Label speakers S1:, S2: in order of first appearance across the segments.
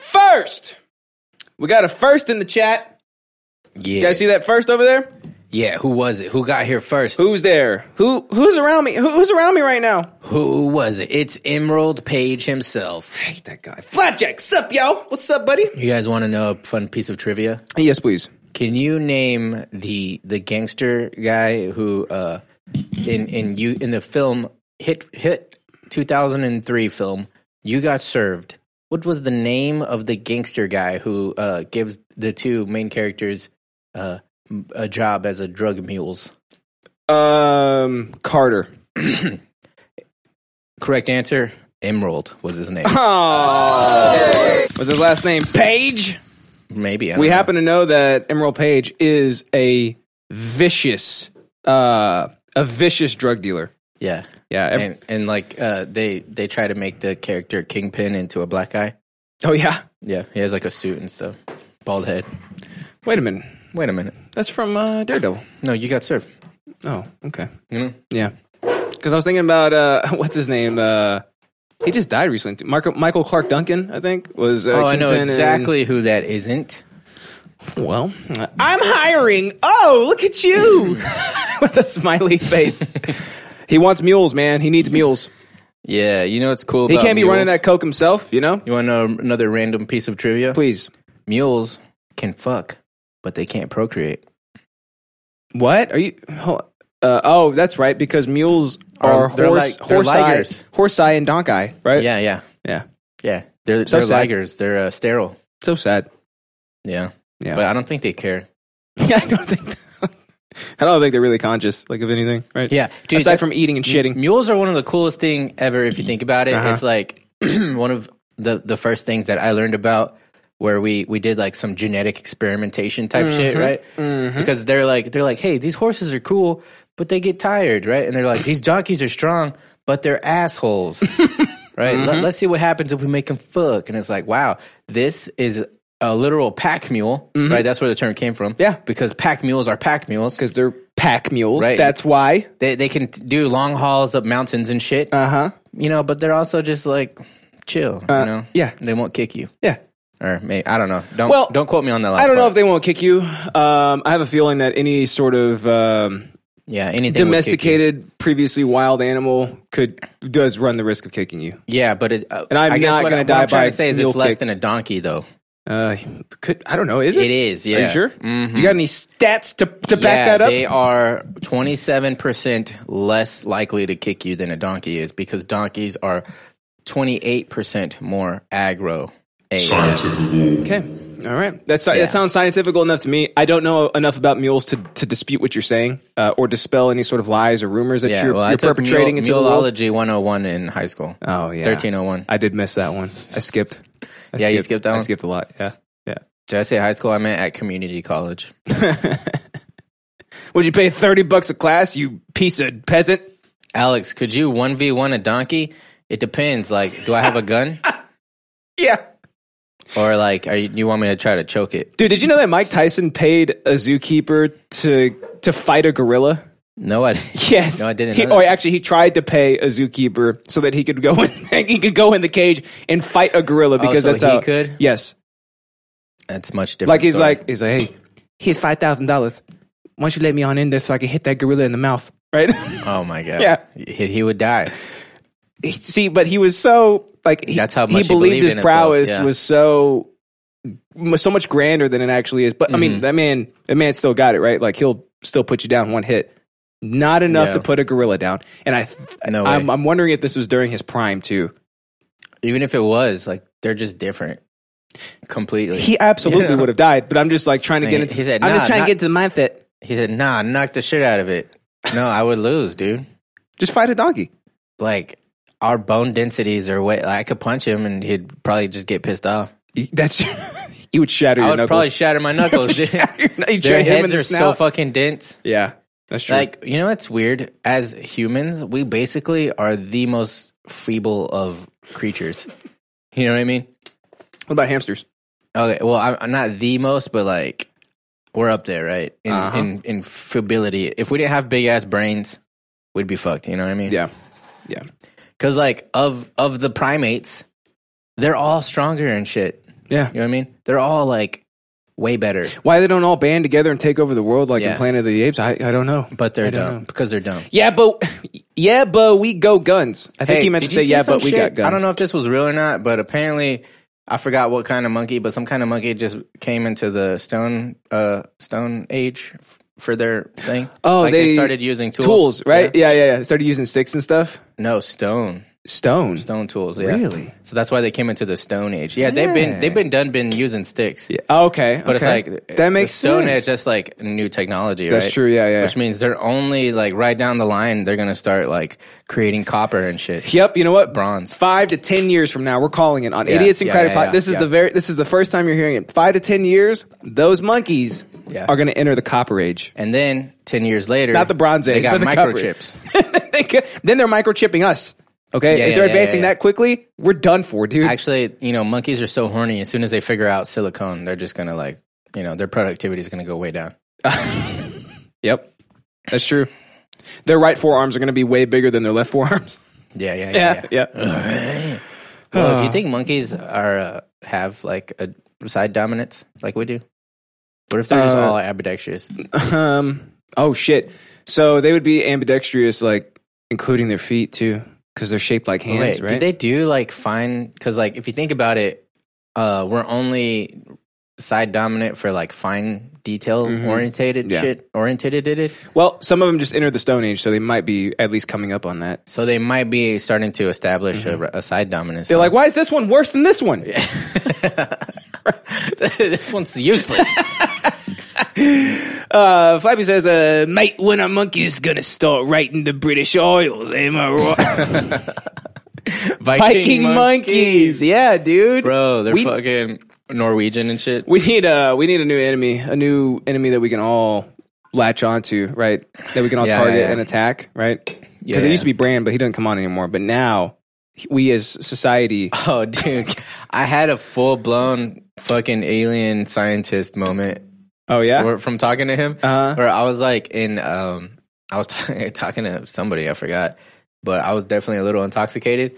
S1: first. We got a first in the chat.
S2: Yeah.
S1: You guys see that first over there?
S2: Yeah, who was it? Who got here first?
S1: Who's there? Who who's around me? Who, who's around me right now?
S2: Who was it? It's Emerald Page himself.
S1: I hate that guy. Flapjack, sup, yo? What's up, buddy?
S2: You guys want to know a fun piece of trivia?
S1: Yes, please.
S2: Can you name the the gangster guy who uh in in you in the film hit hit 2003 film you got served? What was the name of the gangster guy who uh gives the two main characters uh m- a job as a drug mules?
S1: Um, Carter.
S2: Correct answer. Emerald was his name.
S1: Oh. Was his last name Page?
S2: Maybe I
S1: We
S2: don't know.
S1: happen to know that Emerald Page is a vicious, uh, a vicious drug dealer.
S2: Yeah,
S1: Yeah. ev-
S2: and and like uh, they they try to make the character Kingpin into a black guy.
S1: oh yeah.
S2: Yeah, he has like a suit and stuff, bald head.
S1: Wait a minute.
S2: Wait a minute,
S1: That's from uh, Daredevil.
S2: no, you got served.
S1: Oh, okay.
S2: You know,
S1: Yeah. Because I was thinking about uh, what's his name. Uh, he just died recently. too. Marco, Michael Clark Duncan, I think, was. Uh,
S2: oh, I know
S1: Kingpin in-
S2: exactly who that isn't.
S1: well, uh, I'm hiring. Oh, look at you with a smiley face. he wants mules, man. He needs mules.
S2: Yeah, you know what's cool.
S1: He
S2: about
S1: can't be
S2: mules?
S1: running that coke himself, you know.
S2: You want to know another random piece of trivia?
S1: Please.
S2: Mules can fuck, but they can't procreate.
S1: What are you? hold on. Uh, oh, that's right. Because mules are,
S2: Are- they're
S1: horse,
S2: like- they're
S1: horse eye,
S2: ligers.
S1: horse eye, and donk eye, right?
S2: Yeah, yeah,
S1: yeah.
S2: yeah. They're
S1: Eh. So
S2: they're
S1: sad.
S2: ligers. They're uh, sterile.
S1: So sad.
S2: Yeah,
S1: Yeah.
S2: but I don't think they care.
S1: Yeah, I don't think. I don't think they're really conscious, like of anything, right?
S2: Yeah, dude,
S1: Aside
S2: that's-
S1: from eating and shitting,
S2: Mules are one of the coolest thing ever if you think about it.
S1: Uh-huh.
S2: It's like one of the the first things that I learned about where we we did like some genetic experimentation type
S1: Mm-hmm.
S2: shit, right? Because they're like they're like, "Hey, these horses are cool, but they get tired, right?" And they're like, "These donkeys are strong, but they're assholes." right?
S1: Mm-hmm.
S2: Let, us see what happens if we make them fuck. And it's like, wow, this is a literal pack mule, right? That's where the term came from.
S1: Mm-hmm. Yeah.
S2: Because pack mules are pack mules.
S1: because they're pack mules.
S2: Right.
S1: That's why.
S2: They, they can t- do long hauls up mountains and shit
S1: Uh huh.
S2: you know, but they're also just like chill, you know.
S1: Uh, yeah.
S2: they won't kick you,
S1: Yeah.
S2: or may I don't know. Don't
S1: Well,
S2: don't quote me on that. Last
S1: I don't know
S2: part.
S1: if they won't kick you. Um, I have a feeling that any sort of um,
S2: yeah anything would kick you.
S1: domesticated, previously wild animal could does run the risk of kicking you.
S2: Yeah, but it, uh,
S1: And I'm
S2: I guess
S1: not
S2: what,
S1: gonna
S2: what
S1: die
S2: I'm trying
S1: by
S2: to say is
S1: mule
S2: it's less
S1: kick.
S2: than a donkey, though.
S1: Uh, could I don't know. Is Mm-hmm. it?
S2: It is. Yeah,
S1: Are you sure?
S2: Mhm.
S1: You got any stats to to
S2: yeah,
S1: back that up?
S2: they are twenty seven percent less likely to kick you than a donkey is because donkeys are twenty eight percent more aggro. AF.
S1: Okay. All right. That's that sounds scientific enough to me. I don't know enough about mules to, to dispute what you're saying uh, or dispel any sort of lies or rumors that
S2: Yeah,
S1: you're,
S2: well, I
S1: you're
S2: took
S1: perpetrating
S2: mule,
S1: into the world.
S2: muleology one hundred and one in high school.
S1: Oh yeah.
S2: Thirteen oh one.
S1: I did miss that one. I skipped. I
S2: Yeah, you skipped that
S1: I
S2: one?
S1: skipped a lot. Yeah. Yeah.
S2: Did I say high school? I meant at community college.
S1: Would you pay 30 bucks a class, you piece of peasant?
S2: Alex, could you 1v1 a donkey? It depends. Like, do I have a gun?
S1: Yeah.
S2: Or, like, are you, you want me to try to choke it?
S1: Dude, did you know that Mike Tyson paid a zookeeper to to fight a gorilla?
S2: No, I
S1: Yes.
S2: No, I didn't
S1: He,
S2: know that.
S1: oh, actually, he tried to pay a zookeeper so that he could go in. he could go in the cage and fight a gorilla because
S2: Oh, so
S1: that's
S2: he
S1: how
S2: could?
S1: Yes,
S2: That's much different.
S1: like he's
S2: story.
S1: like he's like, hey, here's five thousand dollars. Why don't you let me on in there so I can hit that gorilla in the mouth, right?
S2: oh my God.
S1: Yeah.
S2: He, he would die.
S1: See, but he was so like he,
S2: That's how
S1: he
S2: much he
S1: believed
S2: believed
S1: his
S2: in himself,
S1: prowess
S2: yeah.
S1: was so so much grander than it actually is. But I
S2: Mm-hmm.
S1: mean, that man, that man still got it right. Like he'll still put you down one hit. Not enough
S2: Yeah.
S1: to put a gorilla down. And I,
S2: No way.
S1: I'm, I'm wondering if this was during his prime too.
S2: Even if it was, like, they're just different completely. He,
S1: He absolutely
S2: Yeah.
S1: would have died, but I'm just like trying to
S2: And
S1: get
S2: he-
S1: into.
S2: he said,
S1: I'm just
S2: "Nah,
S1: trying
S2: not-
S1: to get to the mindset.
S2: said, nah, knock the shit out of it. No, I would lose, dude.
S1: Just fight a donkey.
S2: Like, our bone densities are way. Like, I could punch him and he'd probably just get pissed off.
S1: That's you would shatter
S2: I
S1: your
S2: would probably
S1: knuckles.
S2: shatter my knuckles, dude.
S1: You
S2: Their
S1: hit him in
S2: heads
S1: the
S2: are so
S1: snout.
S2: fucking dense.
S1: yeah, that's true.
S2: Like, you know what's weird? As humans, we basically are the most feeble of creatures. You know what I mean?
S1: what about hamsters?
S2: Okay, well, I'm, I'm not the most, but like, we're up there, right? In,
S1: Uh-huh.
S2: in, in feebility. If we didn't have big ass brains, we'd be fucked. You know what I mean?
S1: Yeah,
S2: Because, like, of, of the primates, they're all stronger and shit.
S1: Yeah.
S2: You know what I mean? They're all like way better,
S1: Why they don't all band together and take over the world like in
S2: Yeah.
S1: Planet of the Apes? I, I don't know.
S2: but they're
S1: don't
S2: dumb
S1: know.
S2: because they're dumb.
S1: Yeah, but yeah, but we go guns. I think he meant to
S2: did
S1: say
S2: you see
S1: yeah,
S2: some
S1: but we
S2: shit?
S1: got guns.
S2: I don't know if this was real or not, but apparently, I forgot what kind of monkey, but some kind of monkey just came into the stone uh stone age f- for their thing.
S1: Oh,
S2: like they,
S1: they-
S2: started using tools,
S1: Tools, right?
S2: Yeah.
S1: Yeah. yeah, yeah, Started using sticks and stuff.
S2: No stone,
S1: Stone.
S2: stone tools. Yeah.
S1: Really?
S2: So that's why they came into the stone age. Yeah, they've been they've been done been using sticks.
S1: Yeah. Okay. okay.
S2: But it's like
S1: that makes
S2: the stone
S1: sense.
S2: age. That's like new technology,
S1: That's
S2: right?
S1: true. Yeah, yeah.
S2: Which means they're only like right down the line. They're gonna start like creating copper and shit,
S1: Yep, you know what?
S2: bronze.
S1: Five to ten years from now, we're calling it on
S2: Yeah,
S1: idiots and
S2: yeah,
S1: credit
S2: yeah,
S1: pod.
S2: yeah,
S1: this is
S2: yeah.
S1: the very this is the first time you're hearing it. Five to ten years, those monkeys
S2: Yeah.
S1: are going to enter the copper age.
S2: And then ten years later,
S1: Not the Bronze
S2: They
S1: Age,
S2: got
S1: but the copper.
S2: microchips.
S1: They could- then they're microchipping us. Okay,
S2: Yeah,
S1: if they're
S2: yeah, yeah, yeah,
S1: advancing
S2: yeah.
S1: that quickly, we're done for, dude.
S2: Actually, you know, monkeys are so horny. As soon as they figure out silicone, they're just gonna like, you know, their productivity is gonna go way down.
S1: yep, that's true. Their right forearms are going to be way bigger than their left forearms.
S2: Yeah, yeah,
S1: yeah, Uh. yeah.
S2: Well, do you think monkeys are uh, have like a side dominance like we do? What if they're just
S1: Uh,
S2: all ambidextrous?
S1: Um. Oh shit. So they would be ambidextrous, like including their feet too, because they're shaped like hands,
S2: Wait,
S1: right?
S2: do they do like fine? Because like if you think about it, uh, we're only side dominant for like fine detail orientated
S1: Mm-hmm. Yeah.
S2: shit orientated it.
S1: Well, some of them just entered the Stone Age, so they might be at least coming up on that.
S2: So they might be starting to establish a, a side dominance.
S1: They're like, why is this one worse than this one?
S2: this one's useless.
S1: Uh, Flappy says, uh, mate, when are monkeys going to start raiding the British Isles? Am I right? Viking monkeys. Yeah, dude.
S2: bro. They're
S1: We-
S2: fucking Norwegian and shit.
S1: We need a we need a new enemy, a new enemy that we can all latch onto, right? That we can all
S2: Yeah,
S1: target
S2: yeah, yeah.
S1: and attack, right? Because
S2: Yeah.
S1: it used to be Brand, but he doesn't come on anymore. But now he- we as society,
S2: Oh, dude, I had a full blown fucking alien scientist moment
S1: oh yeah,
S2: where- from talking to him.
S1: uh,
S2: Where I was like in, um, I was talking talking to somebody I forgot, but I was definitely a little intoxicated.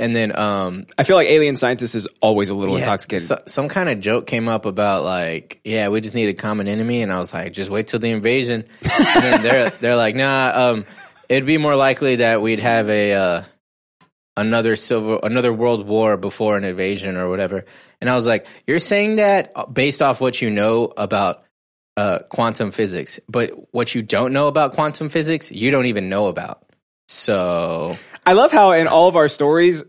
S2: And then um,
S1: I feel like alien scientist is always a little
S2: Yeah,
S1: intoxicated.
S2: so- some kind of joke came up about like, yeah, we just need a common enemy, and I was like, just wait till the invasion. and then they're they're like, nah, um, it'd be more likely that we'd have a uh, another civil another world war before an invasion or whatever. And I was like, you're saying that based off what you know about uh, quantum physics, but what you don't know about quantum physics, you don't even know about. So
S1: I love how in all of our stories,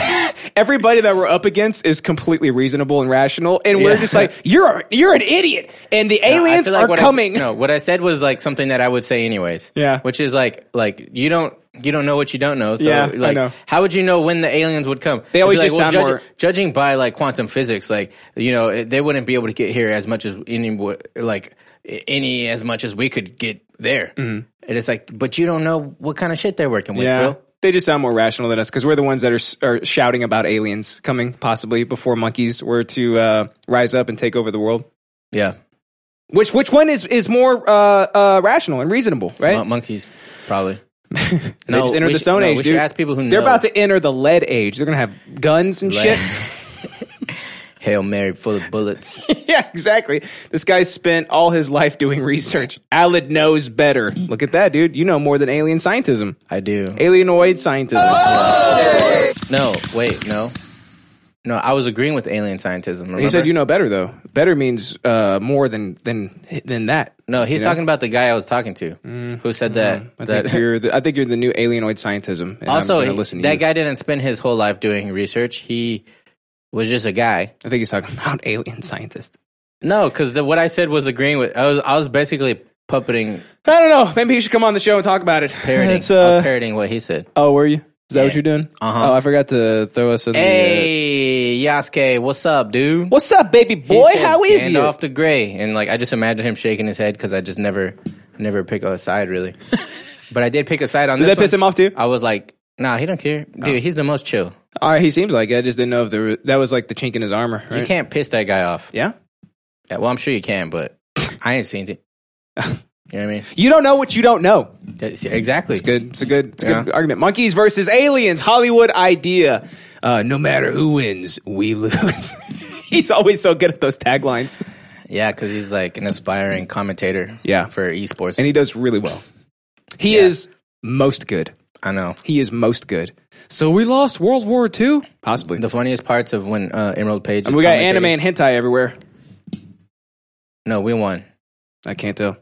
S1: everybody that we're up against is completely reasonable and rational, and we're
S2: Yeah.
S1: just like, "You're you're an idiot," and the
S2: No, I
S1: aliens
S2: feel like
S1: are
S2: what I s-
S1: coming.
S2: no, what I said was like something that I would say anyways.
S1: Yeah.
S2: Which is like like you don't you don't know what you don't know. So
S1: Yeah, I
S2: like
S1: know.
S2: how would you know when the aliens would come? They'd be
S1: always
S2: like,
S1: just sound
S2: judge-
S1: more-
S2: judging by like quantum physics, like you know, it- they wouldn't be able to get here as much as any wo- like any as much as we could get there.
S1: Mm-hmm.
S2: And it's like, but you don't know what kind of shit they're working with,
S1: yeah,
S2: bro.
S1: they just sound more rational than us because we're the ones that are s- are shouting about aliens coming possibly before monkeys were to uh, rise up and take over the world.
S2: Yeah.
S1: Which which one is is more uh, uh, rational and reasonable, right?
S2: Mon- monkeys, probably.
S1: they just entered
S2: we
S1: the
S2: should-
S1: Stone
S2: no,
S1: Age.
S2: We should
S1: dude.
S2: ask people who
S1: They're
S2: know.
S1: about to enter the Lead Age. They're gonna have guns and
S2: Lead.
S1: shit.
S2: Hail Mary full of bullets.
S1: yeah, exactly. This guy spent all his life doing research. Alid knows better. Look at that, dude. You know more than alien scientism,
S2: I do.
S1: alienoid scientism.
S2: No, wait, no. No, I was agreeing with alien scientism. Remember?
S1: He said you know better though. Better means uh, more than than than that.
S2: No, he's talking about the guy I was talking to who said that.
S1: Mm-hmm. I
S2: that
S1: think you're the, I think you're the new alienoid scientism. And
S2: also,
S1: I'm gonna
S2: he-
S1: listen to
S2: that
S1: you.
S2: guy didn't spend his whole life doing research. He was just a guy.
S1: I think he's talking about alien scientist.
S2: No, because what I said was agreeing with. I was I was basically puppeting,
S1: I don't know. Maybe he should come on the show and talk about it.
S2: parroting.
S1: That's,
S2: I
S1: uh,
S2: was parroting what he said.
S1: oh, were you? Is that what
S2: Yeah.
S1: you're doing?
S2: Uh-huh.
S1: Oh, I forgot to throw us in the. uh,
S2: Hey, Yasuke, what's up, dude?
S1: What's up, baby
S2: He
S1: boy?
S2: says,
S1: How is you?
S2: Gandalf the Grey, and like I just imagine him shaking his head because I just never, never pick a side really. but I did pick a side on
S1: Does
S2: this
S1: that piss
S2: one.
S1: him off too?
S2: I was like, nah, he don't care.
S1: Oh.
S2: Dude, he's the most chill.
S1: All right, Uh, he seems like it. I just didn't know if there were, that was like the chink in his armor. Right?
S2: You can't piss that guy off.
S1: Yeah.
S2: Yeah, well, I'm sure you can, but I ain't seen it. You know what I mean?
S1: You don't know what you don't know.
S2: That's- exactly.
S1: It's good. It's a good. It's a good
S2: Yeah.
S1: argument. Monkeys versus aliens. Hollywood idea. Uh, no matter who wins, we lose. He's always so good at those taglines.
S2: Yeah, because he's like an aspiring commentator.
S1: Yeah.
S2: for esports.
S1: and he does really well. He is most good.
S2: I know.
S1: He is most good. So we lost World War II, possibly.
S2: The funniest parts of when uh, Emerald Page.
S1: and
S2: was
S1: we got
S2: commentating-
S1: anime and hentai everywhere.
S2: No, we won.
S1: I can't tell.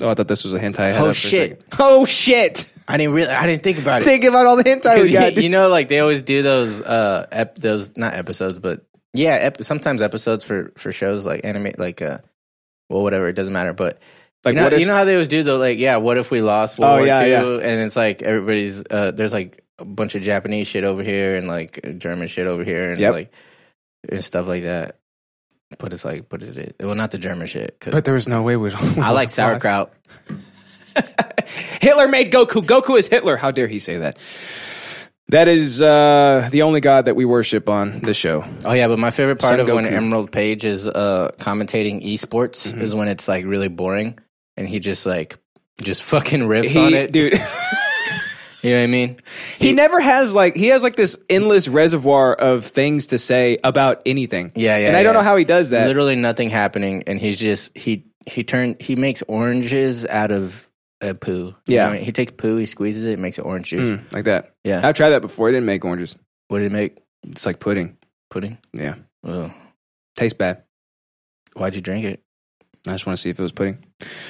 S1: Oh, I thought this was a hentai. head up
S2: Oh,
S1: for a
S2: shit.
S1: second. Oh shit!
S2: I didn't really. I didn't think about it.
S1: Think about all the hentai we
S2: 'Cause
S1: got.
S2: you, you know, like they always do those. Uh, ep- those not episodes, but yeah, ep- sometimes episodes for for shows like anime, like uh, well, whatever. It doesn't matter, but.
S1: like
S2: you know,
S1: what if
S2: you know how they always do though, like, yeah, what if we lost World
S1: Oh,
S2: War
S1: yeah,
S2: II?
S1: yeah.
S2: And it's like everybody's uh, there's like a bunch of Japanese shit over here and like German shit over here and
S1: Yep.
S2: like and stuff like that. But it's like, but it is well, not the German shit. 'cause
S1: but there was no way we.
S2: I like sauerkraut.
S1: Hitler made Goku. Goku is Hitler. How dare he say that? That is uh, the only god that we worship on this show.
S2: Oh yeah, but my favorite part
S1: Son
S2: of when
S1: Goku. Mm-hmm.
S2: Emerald Page is uh, commentating esports is when it's like really boring and he just like just fucking riffs on
S1: He-
S2: it.
S1: dude.
S2: You know what I mean?
S1: he never has like he has like this endless reservoir of things to say about anything.
S2: Yeah, yeah,
S1: And I don't
S2: yeah.
S1: know how he does that.
S2: literally nothing happening and he's just he he turned he makes oranges out of a poo You know
S1: Yeah.
S2: what I mean? he takes poo he squeezes it makes it orange juice
S1: Mm, like that.
S2: yeah
S1: I've tried that before. I didn't make oranges.
S2: what did it make
S1: It's like pudding.
S2: pudding
S1: Yeah,
S2: Ugh.
S1: tastes bad.
S2: why'd you drink it
S1: I just want to see if it was pudding.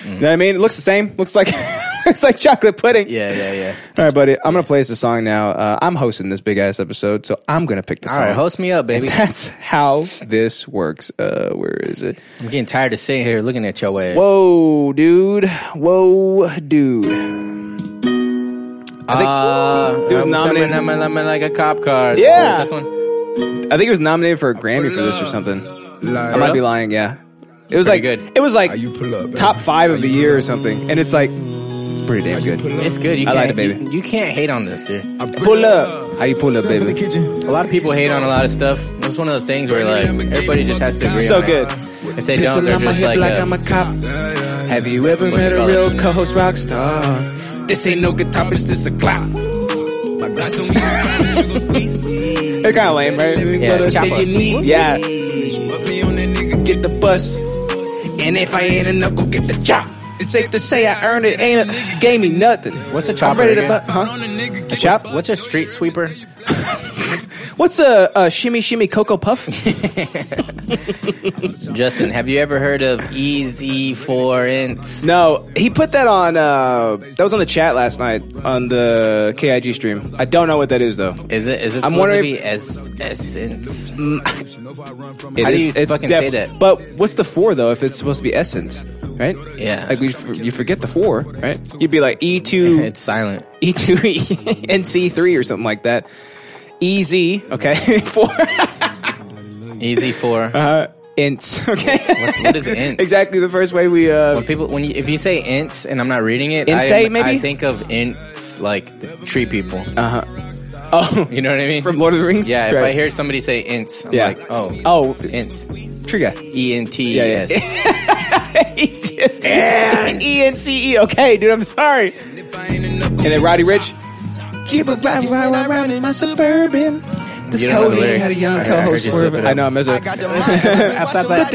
S1: You know what I mean? It looks the same. Looks like looks like chocolate pudding.
S2: yeah yeah yeah
S1: All right, buddy. I'm gonna play us a song now. Uh, I'm hosting this big ass episode, so I'm gonna pick the
S2: all
S1: song.
S2: right host me up baby
S1: That's how this works. Uh, where is it?
S2: i'm getting tired of sitting here looking at your ass
S1: Whoa, dude. Whoa, dude. I think-
S2: uh,
S1: It was
S2: I'm
S1: nominated-
S2: someone- I'm- I'm like a cop car
S1: Yeah.
S2: this one
S1: I think it was nominated for a Grammy for this or something. I might be lying. Yeah, it was like
S2: pretty good.
S1: it was like
S3: How you pull up,
S1: top
S3: baby?
S1: five of
S3: How
S1: the
S3: you pull
S1: year or
S3: up?
S1: something, and it's like it's pretty damn good.
S3: Pull up.
S2: it's good you
S1: I
S2: can't
S1: like it, baby.
S2: You, you can't hate on this dude
S3: I
S1: Pull up, how you pull up,
S3: Step in the
S1: baby?
S3: kitchen.
S2: a lot of people hate on a lot of stuff it's one of those things where like everybody just has to agree
S1: So
S2: on it.
S1: good.
S2: if they don't they're just like uh,
S1: cop. Have you ever
S2: What's it
S1: met a
S2: called?
S1: real Oh, co-host rock star? This ain't no good top, it's just a clock. They're kind of lame, right?
S2: Yeah, Choppa.
S1: Yeah. Get the bus. And if I ain't enough, go get the chop. It's safe to say I earned it. Ain't it gave me nothing.
S2: What's a
S1: I'm
S2: chopper
S1: ready to
S2: again?
S1: bu- huh? A chop?
S2: What's a street sweeper?
S1: What's a, a shimmy shimmy cocoa puff?
S2: Justin, have you ever heard of Easy Four Ints?
S1: no, he put that on. Uh, that was on the chat last night on the KIG stream. I don't know what that is though.
S2: Is it is it
S1: I'm
S2: supposed to
S1: wondering Mm.
S2: be es- essence?
S1: It
S2: Mm, How do
S1: is-
S2: you
S1: it's
S2: fucking
S1: def-
S2: say that?
S1: But what's the four though? If it's supposed to be essence, right?
S2: Yeah.
S1: Like we, f- you forget the four, right? You'd be like E two
S2: It's silent.
S1: E two and C three or something like that. E Z, okay, four
S2: Easy Four.
S1: uh, ints, okay.
S2: What- what is ints?
S1: Exactly the first way we. Uh,
S2: When people, when you, if you say ints and I'm not reading it, I,
S1: Insane,
S2: am-
S1: maybe?
S2: I think of ints like tree people.
S1: uh-huh. oh,
S2: You know what I mean?
S1: from Lord of the Rings.
S2: yeah, if
S1: Right.
S2: I hear somebody say ints, I'm
S1: Yeah.
S2: like, oh,
S1: Oh,
S2: ints,
S1: trigger.
S2: E N T
S1: Yeah,
S2: S.
S1: Yes. E N C E. Okay, dude, I'm sorry. And then Roddy Rich. Keep it riding, riding, riding, riding my suburban. This
S2: You don't know the
S1: Cody
S2: lyrics.
S1: had a young
S2: I heard- I heard
S1: co-host
S2: you slip it
S1: swerving.
S2: up.
S1: I know I'm as a
S4: the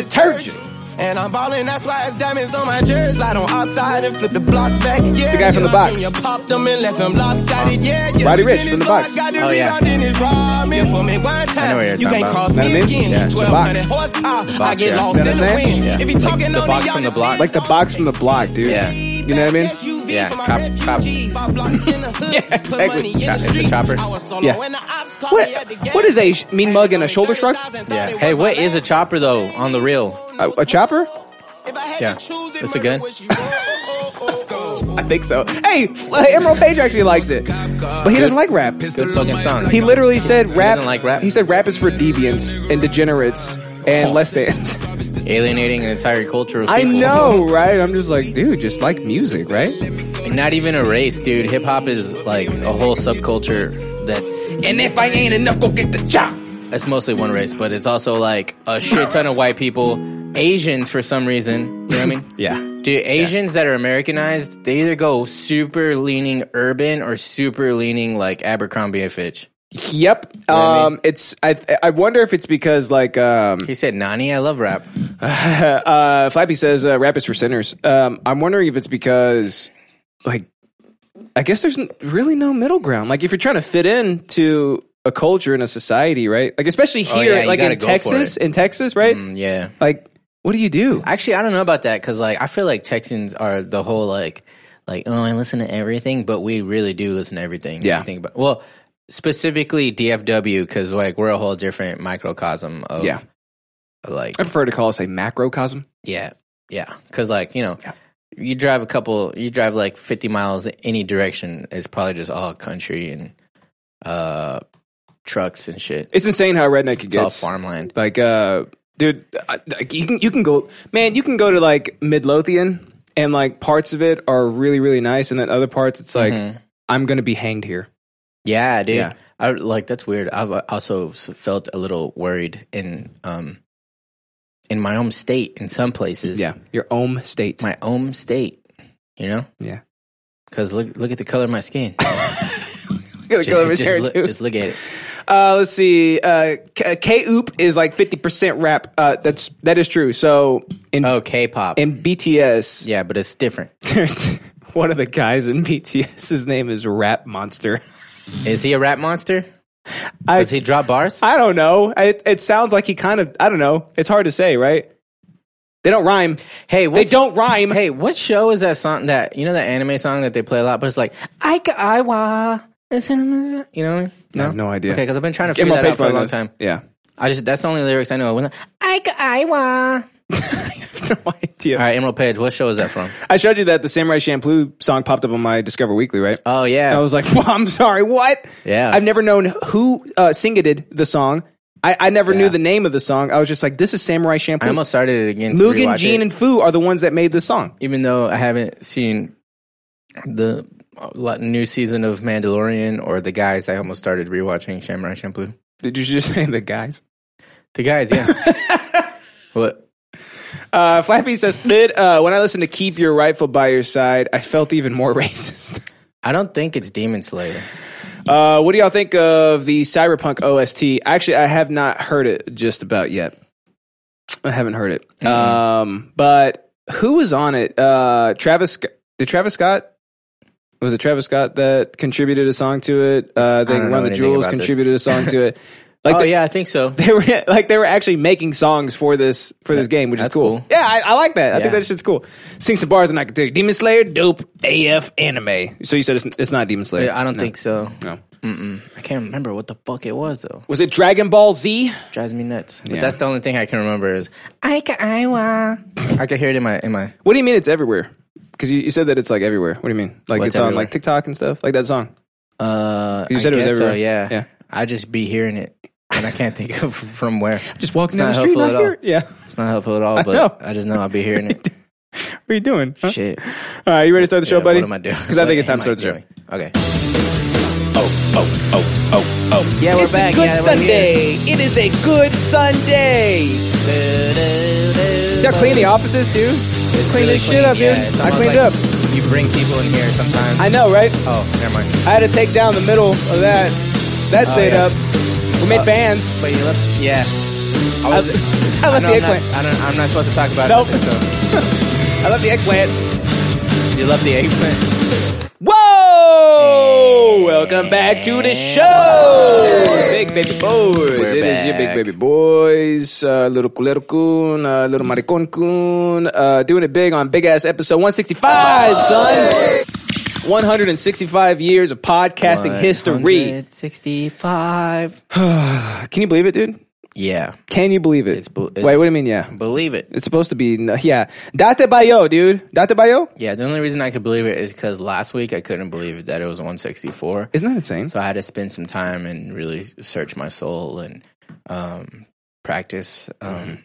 S1: detergent.
S4: And I'm ballin', that's why it's diamonds on my jersey. Slide on outside and flip the block back. Yeah,
S1: the guy from the
S4: yeah,
S1: box.
S4: Junior Popped him and left him lopsided. Yeah, yeah.
S1: Roddy
S4: this
S1: Rich
S4: in
S1: from the
S4: his block,
S1: box.
S4: Got the
S2: Oh, yeah.
S4: rebound in his rod, man, for me one time.
S2: know what you're
S4: you
S2: talking
S4: can't
S2: about.
S4: cross
S1: Know what I
S4: me
S1: mean?
S4: again.
S2: Yeah. The
S4: 1200
S1: box.
S4: horsepower. I
S2: box,
S4: get
S2: yeah.
S4: lost
S1: Know
S4: in
S1: what
S4: the
S1: I'm saying?
S4: wind.
S2: Yeah.
S4: If you
S2: Like
S4: talking
S2: the
S4: on
S2: box
S4: yard,
S2: from the block.
S1: Like the box from the block, dude.
S2: Yeah.
S1: You know what I mean?
S2: Yeah,
S4: Yeah,
S2: cop- cop.
S1: Yeah, exactly.
S2: Chop- it's a chopper.
S1: Yeah. What, what is a sh- mean mug and a shoulder shrug?
S2: Yeah. Hey, what is a chopper though? On the real,
S1: A, a chopper?
S2: Yeah. It's a gun.
S1: I think so. Hey, uh, Emerald Page actually likes it, but he doesn't like rap.
S2: good fucking song.
S1: He literally said rap.
S2: doesn't like rap?
S1: He said rap is for deviants and degenerates and less than's.
S2: alienating an entire culture. Of
S1: I
S2: people.
S1: know, right? I'm just like, dude, just like music, right?
S2: Not even a race, dude. Hip hop is like a whole subculture that
S4: And if I ain't enough, go get the chop.
S2: it's mostly one race, but it's also like a shit ton of white people, Asians for some reason. You know what I mean?
S1: Yeah.
S2: Dude, Asians that are Americanized, they either go super leaning urban or super leaning like Abercrombie and Fitch.
S1: Yep. Um,
S2: what I
S1: It's I. I wonder if it's because like um,
S2: He said, "Nani, I love rap."
S1: uh, Flappy says uh, rap is for sinners. Um, I'm wondering if it's because like I guess there's n- really no middle ground. Like if you're trying to fit in to a culture and a society, right? Like especially
S2: Oh,
S1: here,
S2: yeah, you
S1: like
S2: gotta
S1: in
S2: go for
S1: Texas, in Texas, right?
S2: Mm, yeah.
S1: Like what do you do?
S2: Actually, I don't know about that because like I feel like Texans are the whole like like oh I listen to everything, but we really do listen to everything. if you
S1: Yeah.
S2: Think about well specifically DFW because like we're a whole different microcosm of
S1: Yeah.
S2: like
S1: I prefer to call it say macrocosm.
S2: yeah yeah because like you know.
S1: Yeah.
S2: You drive a couple. You drive like fifty miles any direction. It's probably just all country and uh, trucks and shit.
S1: It's insane how redneck it
S2: It's all
S1: gets.
S2: farmland.
S1: Like, uh, dude, I, like, you can you can go, man. You can go to like Midlothian, and like parts of it are really really nice, and then other parts it's like I'm gonna be hanged here.
S2: Yeah, dude.
S1: Yeah.
S2: I like that's weird. I've uh, also s- felt a little worried in um in my own state in some places.
S1: Yeah, your own state.
S2: My own state, you know?
S1: Yeah.
S2: Cuz look look at the color of my skin.
S1: Gotta go over
S2: just,
S1: there,
S2: look,
S1: too.
S2: just look at it.
S1: Uh, let's see. Uh, K Oop is like fifty percent rap. Uh, that's that is true. So in
S2: Oh, K-pop.
S1: in BTS,
S2: yeah, but it's different.
S1: there's one of the guys in BTS. His name is Rap Monster.
S2: Is he a rap monster?
S1: I-
S2: Does he drop bars?
S1: I don't know. It, it sounds like he kind of. I don't know. It's hard to say, right? They don't rhyme.
S2: hey,
S1: They
S2: what's,
S1: don't rhyme.
S2: Hey, what show is that song that you know that anime song that they play a lot but it's like I I wa you know? No.
S1: I have no idea.
S2: Okay, cuz I've been trying to
S1: Get
S2: figure
S1: my
S2: that out
S1: page
S2: for a
S1: back
S2: long
S1: up.
S2: time.
S1: Yeah.
S2: I just that's the only lyrics I know. When I, Ike Iwa.
S1: I have no idea.
S2: All right, Emerald Page. What show is that from?
S1: I showed you that the Samurai Champloo song popped up on my Discover Weekly, right?
S2: Oh
S1: I
S2: yeah,
S1: was like, well, I'm sorry, what?
S2: Yeah.
S1: I've never known who uh, singed the song. I, I never knew
S2: Yeah.
S1: the name of the song. I was just like, this is Samurai
S2: I
S1: Champloo.
S2: almost started it again. to
S1: Mugen,
S2: rewatch
S1: Gene,
S2: it,
S1: and Fu are the ones that made this song.
S2: even though I haven't seen the uh, la- new season of Mandalorian or the guys, I almost started rewatching Samurai Champloo.
S1: Did you just say the guys?
S2: The guys, yeah. what?
S1: Uh, Flappy says, "Dude, uh, when I listened to Keep Your Rifle by Your Side, I felt even more racist.
S2: I don't think it's Demon Slayer.
S1: Uh, what do y'all think of the Cyberpunk OST? Actually, I have not heard it just about yet. I haven't heard it.
S2: Mm-hmm.
S1: Um, but who was on it? Uh, Travis. Sc- Did Travis Scott? Was it Travis Scott that contributed a song to it? Uh, I
S2: don't
S1: think
S2: know
S1: Run the
S2: anything
S1: Jewels
S2: about this.
S1: contributed a song to it. Like
S2: oh
S1: the-
S2: yeah, I think so.
S1: they were like they were actually making songs for this for this game, which is
S2: that's
S1: cool.
S2: cool.
S1: Yeah, I, I like that. I think
S2: Yeah.
S1: that shit's cool. Sing some bars and I can do Demon Slayer, dope AF anime. So you said it's, it's not Demon Slayer.
S2: I don't think so.
S1: No.
S2: Mm-mm. I can't remember what the fuck it was though.
S1: Was it Dragon Ball Z?
S2: drives me nuts. But
S1: Yeah.
S2: that's the only thing I can remember is Ike Iwa. I can hear it in my in my
S1: What do you mean it's everywhere? Because you, you said that it's like everywhere. What do you mean? Like it's
S2: What's
S1: on
S2: everywhere?
S1: like TikTok and stuff, like that song.
S2: Uh,
S1: You
S2: I
S1: said it was
S2: guess
S1: everywhere.
S2: So, yeah.
S1: Yeah.
S2: I just be hearing it, and I can't think of from where.
S1: Just walking down
S2: It's not
S1: the street,
S2: helpful
S1: not
S2: at
S1: here.
S2: all.
S1: Yeah.
S2: It's not helpful at all, but
S1: know.
S2: I, just know I'll be hearing it.
S1: What are you doing? Huh?
S2: Shit.
S1: All right, you ready to start the show,
S2: Yeah,
S1: buddy?
S2: What am I doing?
S1: Because I
S2: What
S1: think it's time
S2: am
S1: to
S2: I
S1: start the show.
S2: doing? Okay. Oh, oh, oh, oh, oh. Yeah, we're back. yeah, we're
S1: It is a good Sunday. See
S2: Here.
S1: how clean the offices, dude?
S2: It's
S1: clean
S2: really
S1: this shit up,
S2: Yeah,
S1: dude.
S2: it's
S1: I
S2: almost
S1: cleaned
S2: like
S1: up.
S2: You bring people in here sometimes.
S1: I know, right?
S2: oh, never mind.
S1: I had to take down the middle of that. That stayed
S2: Oh,
S1: up.
S2: yeah. Uh,
S1: We made bands.
S2: But you left. Yeah.
S1: I, I left
S2: know
S1: the
S2: I'm, not,
S1: eggplant.
S2: I don't, I'm not supposed to talk about
S1: Nope.
S2: it.
S1: I
S2: So
S1: left the eggplant.
S2: you love the eggplant.
S1: Whoa! Welcome back to the show, big baby boys. It is
S2: We're
S1: your big
S2: back.
S1: baby boys, uh, little culero kun, uh, little maricon kun, uh, doing it big on big ass episode 165, son. 165 years of podcasting history.
S2: 65.
S1: Can you believe it, dude?
S2: Yeah.
S1: Can you believe it?
S2: It's bu- it's-
S1: Wait, what do you mean? Yeah,
S2: Believe it.
S1: it's supposed to be. no- Yeah, date bayo, dude. Date bayo.
S2: Yeah, the only reason I could believe it is because last week I couldn't believe that it was 164.
S1: Isn't that insane?
S2: So I had to spend some time and really search my soul and um, practice um,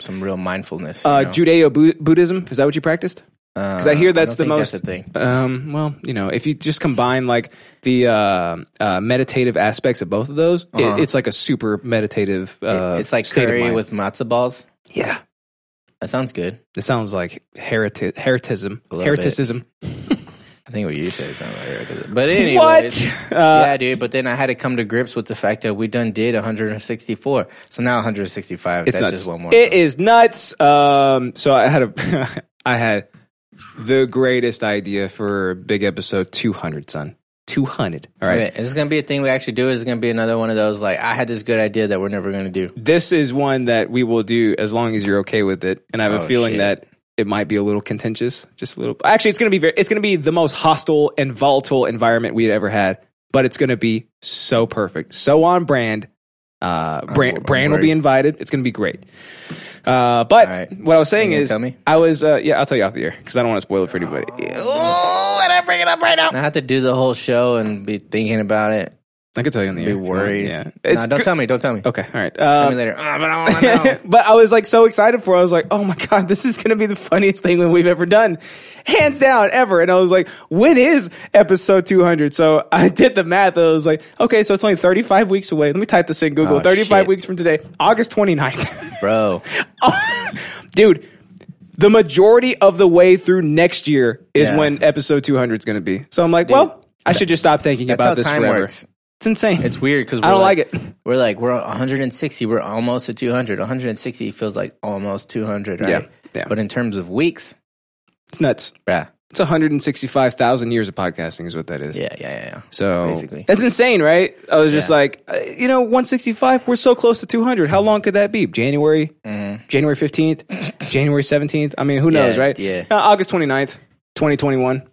S2: some real mindfulness. you
S1: Mm-hmm. Uh,
S2: know?
S1: Judeo Buddhism. Is that what you practiced?
S2: Uh,
S1: 'cause I hear that's
S2: don't
S1: the
S2: think
S1: most-
S2: the thing.
S1: Um, well, you know, if you just combine like the uh, uh, meditative aspects of both of those,
S2: Uh-huh.
S1: it, it's like a super meditative. Uh,
S2: it's like
S1: state of
S2: curry
S1: mind.
S2: with matzo balls.
S1: yeah,
S2: That sounds good.
S1: It sounds like hereti- heritism.
S2: A little bit.
S1: Hereticism.
S2: I think what you said sounds like heritage. But anyway,
S1: What? Uh,
S2: yeah, dude. But then I had to come to grips with the fact that we done did 164. So now 165.
S1: It's
S2: that's
S1: nuts.
S2: just one more.
S1: It is nuts. Um, so I had a, I had the greatest idea for big episode 200, son. 200. All right.
S2: Wait, is this gonna be a thing we actually do? Is it gonna be another one of those like I had this good idea that we're never gonna do?
S1: This is one that we will do as long as you're okay with it. And I have a
S2: Oh,
S1: feeling
S2: shit.
S1: that it might be a little contentious, just a little. Actually, it's going to be very, it's going to be the most hostile and volatile environment we'd ever had, but it's going to be so perfect. So on brand. Uh, Brand,
S2: I'm
S1: Brand will be
S2: worried.
S1: invited. It's going to be great. Uh, but
S2: All right.
S1: what I was saying
S2: You gonna
S1: is,
S2: tell me?
S1: I was, uh, yeah, I'll tell you off the air because I don't want to spoil it for anybody. Oh, and I bring it up right now.
S2: And I have to do the whole show and be thinking about it.
S1: I can tell you on the
S2: Be
S1: air. if you want.
S2: worried.
S1: Yeah.
S2: Nah, don't
S1: good-
S2: tell me. Don't tell me.
S1: Okay. All right.
S2: Tell
S1: Um,
S2: me later. Ah, but I want to know.
S1: but I was like so excited for it. I was like, oh my God, this is going to be the funniest thing that we've ever done. Hands down, ever. And I was like, when is episode 200? So I did the math. I was like, okay, so it's only 35 weeks away. Let me type this in Google.
S2: Oh,
S1: 35
S2: shit.
S1: weeks from today, August 29th.
S2: Bro,
S1: Dude, the majority of the way through next year is
S2: Yeah.
S1: when episode 200 is going to be. So I'm like,
S2: Dude,
S1: well, I should just stop thinking
S2: that's
S1: about
S2: how
S1: this
S2: time
S1: forever.
S2: works.
S1: It's insane.
S2: It's weird because
S1: I don't like it.
S2: We're like we're 160. We're almost at 200. 160 feels like almost 200. Right?
S1: Yeah, yeah.
S2: But in terms of weeks,
S1: It's nuts.
S2: bruh.
S1: It's 165,000 years of podcasting is what that is.
S2: Yeah, yeah, yeah. yeah.
S1: So
S2: Basically.
S1: that's insane, right? I was just
S2: Yeah.
S1: like, uh, you know, 165. We're so close to 200. How long could that be? January, January 15th, January 17th. I mean, who knows,
S2: Mm-hmm. Yeah,
S1: right?
S2: yeah.
S1: Uh, August 29th, 2021.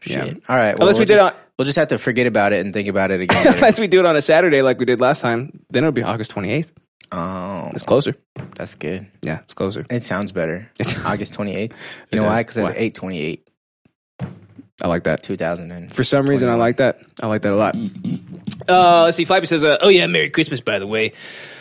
S2: Shit. All right. Well,
S1: Unless we did
S2: we'll just,
S1: a-
S2: we'll just have to forget about it and think about it again. later.
S1: Unless we do it on a Saturday like we did last time, then it'll be August 28th.
S2: oh,
S1: It's closer.
S2: that's good.
S1: Yeah, it's closer.
S2: It sounds better. August 28th. You know
S1: does.
S2: why? Because it's
S1: Why?
S2: 828,
S1: I like that.
S2: 2000. And
S1: For some reason, I like that. I like that a lot. Uh, let's see. Flappy says, uh, "Oh yeah, Merry Christmas, by the way.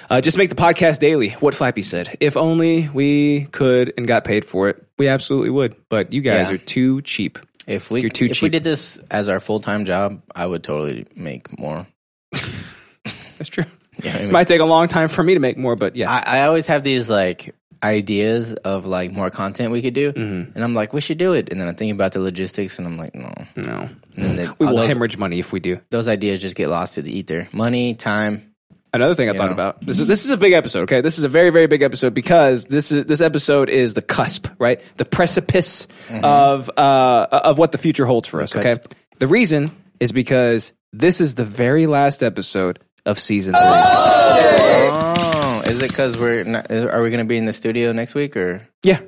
S1: Uh, just make the podcast daily." What Flappy said. If only we could and got paid for it, we absolutely would. But you guys
S2: Yeah.
S1: are too cheap.
S2: if we
S1: You're too
S2: if we
S1: cheap.
S2: did this as our full time job, I would totally make more.
S1: That's true.
S2: You know what I
S1: It
S2: mean?
S1: might take a long time for me to make more, but yeah,
S2: I, I always have these like ideas of like more content we could do,
S1: Mm-hmm.
S2: and I'm like, we should do it. And then I'm thinking about the logistics, and I'm like, no.
S1: no,
S2: And then they-
S1: we
S2: all
S1: will
S2: those,
S1: hemorrhage money if we do.
S2: those ideas just get lost to the ether. Money, time.
S1: Another thing I thought
S2: know.
S1: about this is this is a big episode. Okay, this is a very very big episode because this is this episode is the cusp, right? The precipice of uh of what the future holds for us. Okay,
S2: Mm-hmm. cusp.
S1: the reason is because this is the very last episode of season three.
S2: Uh. Oh, is it because we're not? is- Are we going to be in the studio next week or?
S1: Yeah,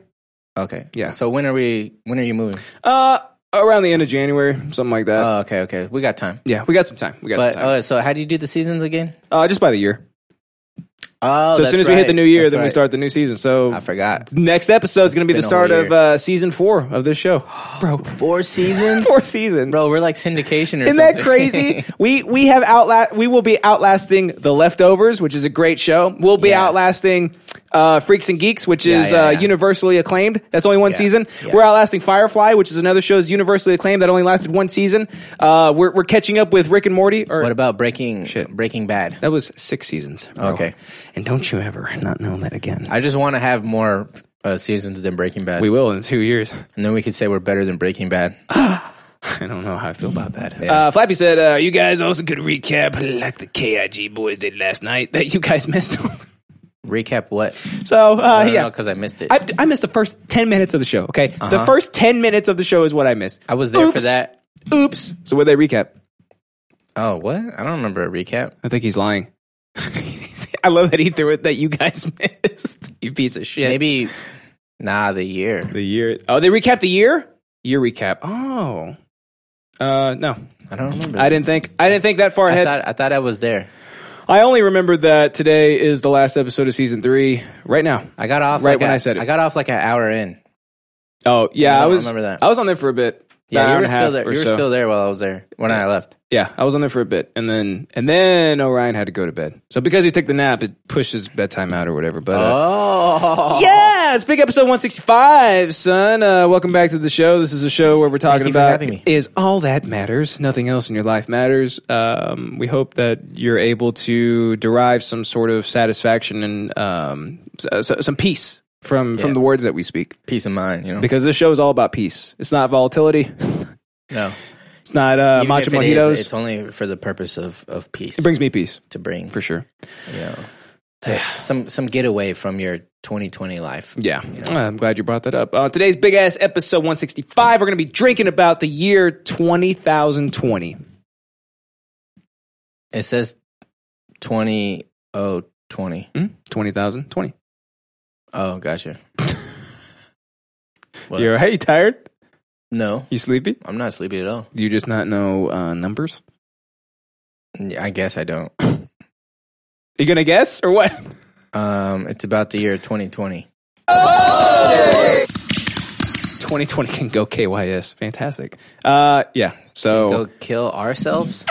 S2: Okay.
S1: Yeah.
S2: So when are we? When are you moving?
S1: uh, around the end of January, something like that.
S2: Oh, okay, okay. We got time.
S1: yeah, we got some time. We got
S2: But
S1: some time.
S2: uh, so how do you do the seasons again?
S1: Uh, just by the year.
S2: Oh,
S1: So as soon as we hit the new year, then we start the new season. So
S2: I forgot.
S1: next episode is going to be the
S2: It's been a whole
S1: start of
S2: year.
S1: uh, season four of this show, bro.
S2: Four seasons,
S1: Four seasons,
S2: bro. We're like syndication or
S1: Isn't
S2: something.
S1: that crazy? we we have outlast. We will be outlasting the leftovers, which is a great show. We'll be
S2: Yeah.
S1: outlasting uh, Freaks and Geeks, which is
S2: yeah,
S1: uh,
S2: yeah.
S1: universally acclaimed. That's only one season.
S2: yeah.
S1: We're outlasting Firefly, which is another show that's universally acclaimed that only lasted one season. Uh, we're we're catching up with Rick and Morty. Or
S2: what about Breaking Breaking Bad?
S1: that was six seasons. bro.
S2: Okay.
S1: and don't you ever not know that again.
S2: I just want to have more uh, seasons than Breaking Bad,
S1: we will in two years.
S2: and then we could say we're better than Breaking Bad.
S1: I don't know how I feel about that. Uh, Flappy said, uh, "You guys also could recap like the KIG boys did last night that you guys missed."
S2: Recap what?
S1: so uh,
S2: I don't
S1: yeah,
S2: because I missed it. I,
S1: I, I missed the first 10 minutes of the show, okay?
S2: Uh-huh.
S1: The first 10 minutes of the show is what I missed.
S2: was there for
S1: Oops.
S2: that.
S1: Oops. So what they recap?
S2: Oh, what? I don't remember a recap.
S1: I think he's lying. I love that he threw it that you guys missed. You piece of shit.
S2: Maybe nah, the year.
S1: The year. Oh, they recap the year? Year recap. Oh. Uh, no.
S2: I don't remember.
S1: I didn't think I didn't think that far
S2: I
S1: ahead.
S2: thought I thought I was there.
S1: I only remembered that today is the last episode of season 3 right now.
S2: I got off
S1: Right
S2: like
S1: when
S2: a-
S1: I said it.
S2: I got off like an hour in.
S1: Oh, yeah, I,
S2: I don't
S1: was
S2: remember that.
S1: I was on there for a bit. About
S2: Yeah,
S1: an
S2: you
S1: hour
S2: were
S1: and a
S2: still
S1: half
S2: there. You
S1: or
S2: were
S1: so.
S2: still there while I was there when I left.
S1: Yeah, I was on there for a bit, and then and then Orion had to go to bed. So because he took the nap, it pushed his bedtime out or whatever. But uh,
S2: Oh,
S1: yeah, it's big episode one sixty five, son. Uh, welcome back to the show. This is a show where we're talking
S2: you for
S1: about
S2: having me.
S1: is all that matters. Nothing else in your life matters. Um, we hope that you're able to derive some sort of satisfaction and um, s- s- some peace from from
S2: Yeah.
S1: the words that we speak
S2: Peace of mind, you know.
S1: because this show is all about peace. It's not volatility.
S2: no.
S1: It's not uh,
S2: Even
S1: matcha
S2: if it is,
S1: mojitos.
S2: it's only for the purpose of, of peace.
S1: it brings me peace
S2: to bring
S1: for sure.
S2: you know, to some some getaway from your 2020 life.
S1: Yeah. I'm glad you brought that up. Uh, today's big ass episode 165, we're going to be drinking about the year 20,020.
S2: It says 20 oh 20.
S1: Hmm? 20,020.
S2: Oh, gotcha. What?
S1: You're all right? You tired?
S2: No,
S1: You sleepy?
S2: I'm not sleepy at all.
S1: Do you just not know uh, numbers?
S2: I guess I don't.
S1: You going to guess or what?
S2: Um, it's about the year 2020.
S1: 2020 can go KYS. Fantastic. Uh, yeah. So
S2: Go kill ourselves.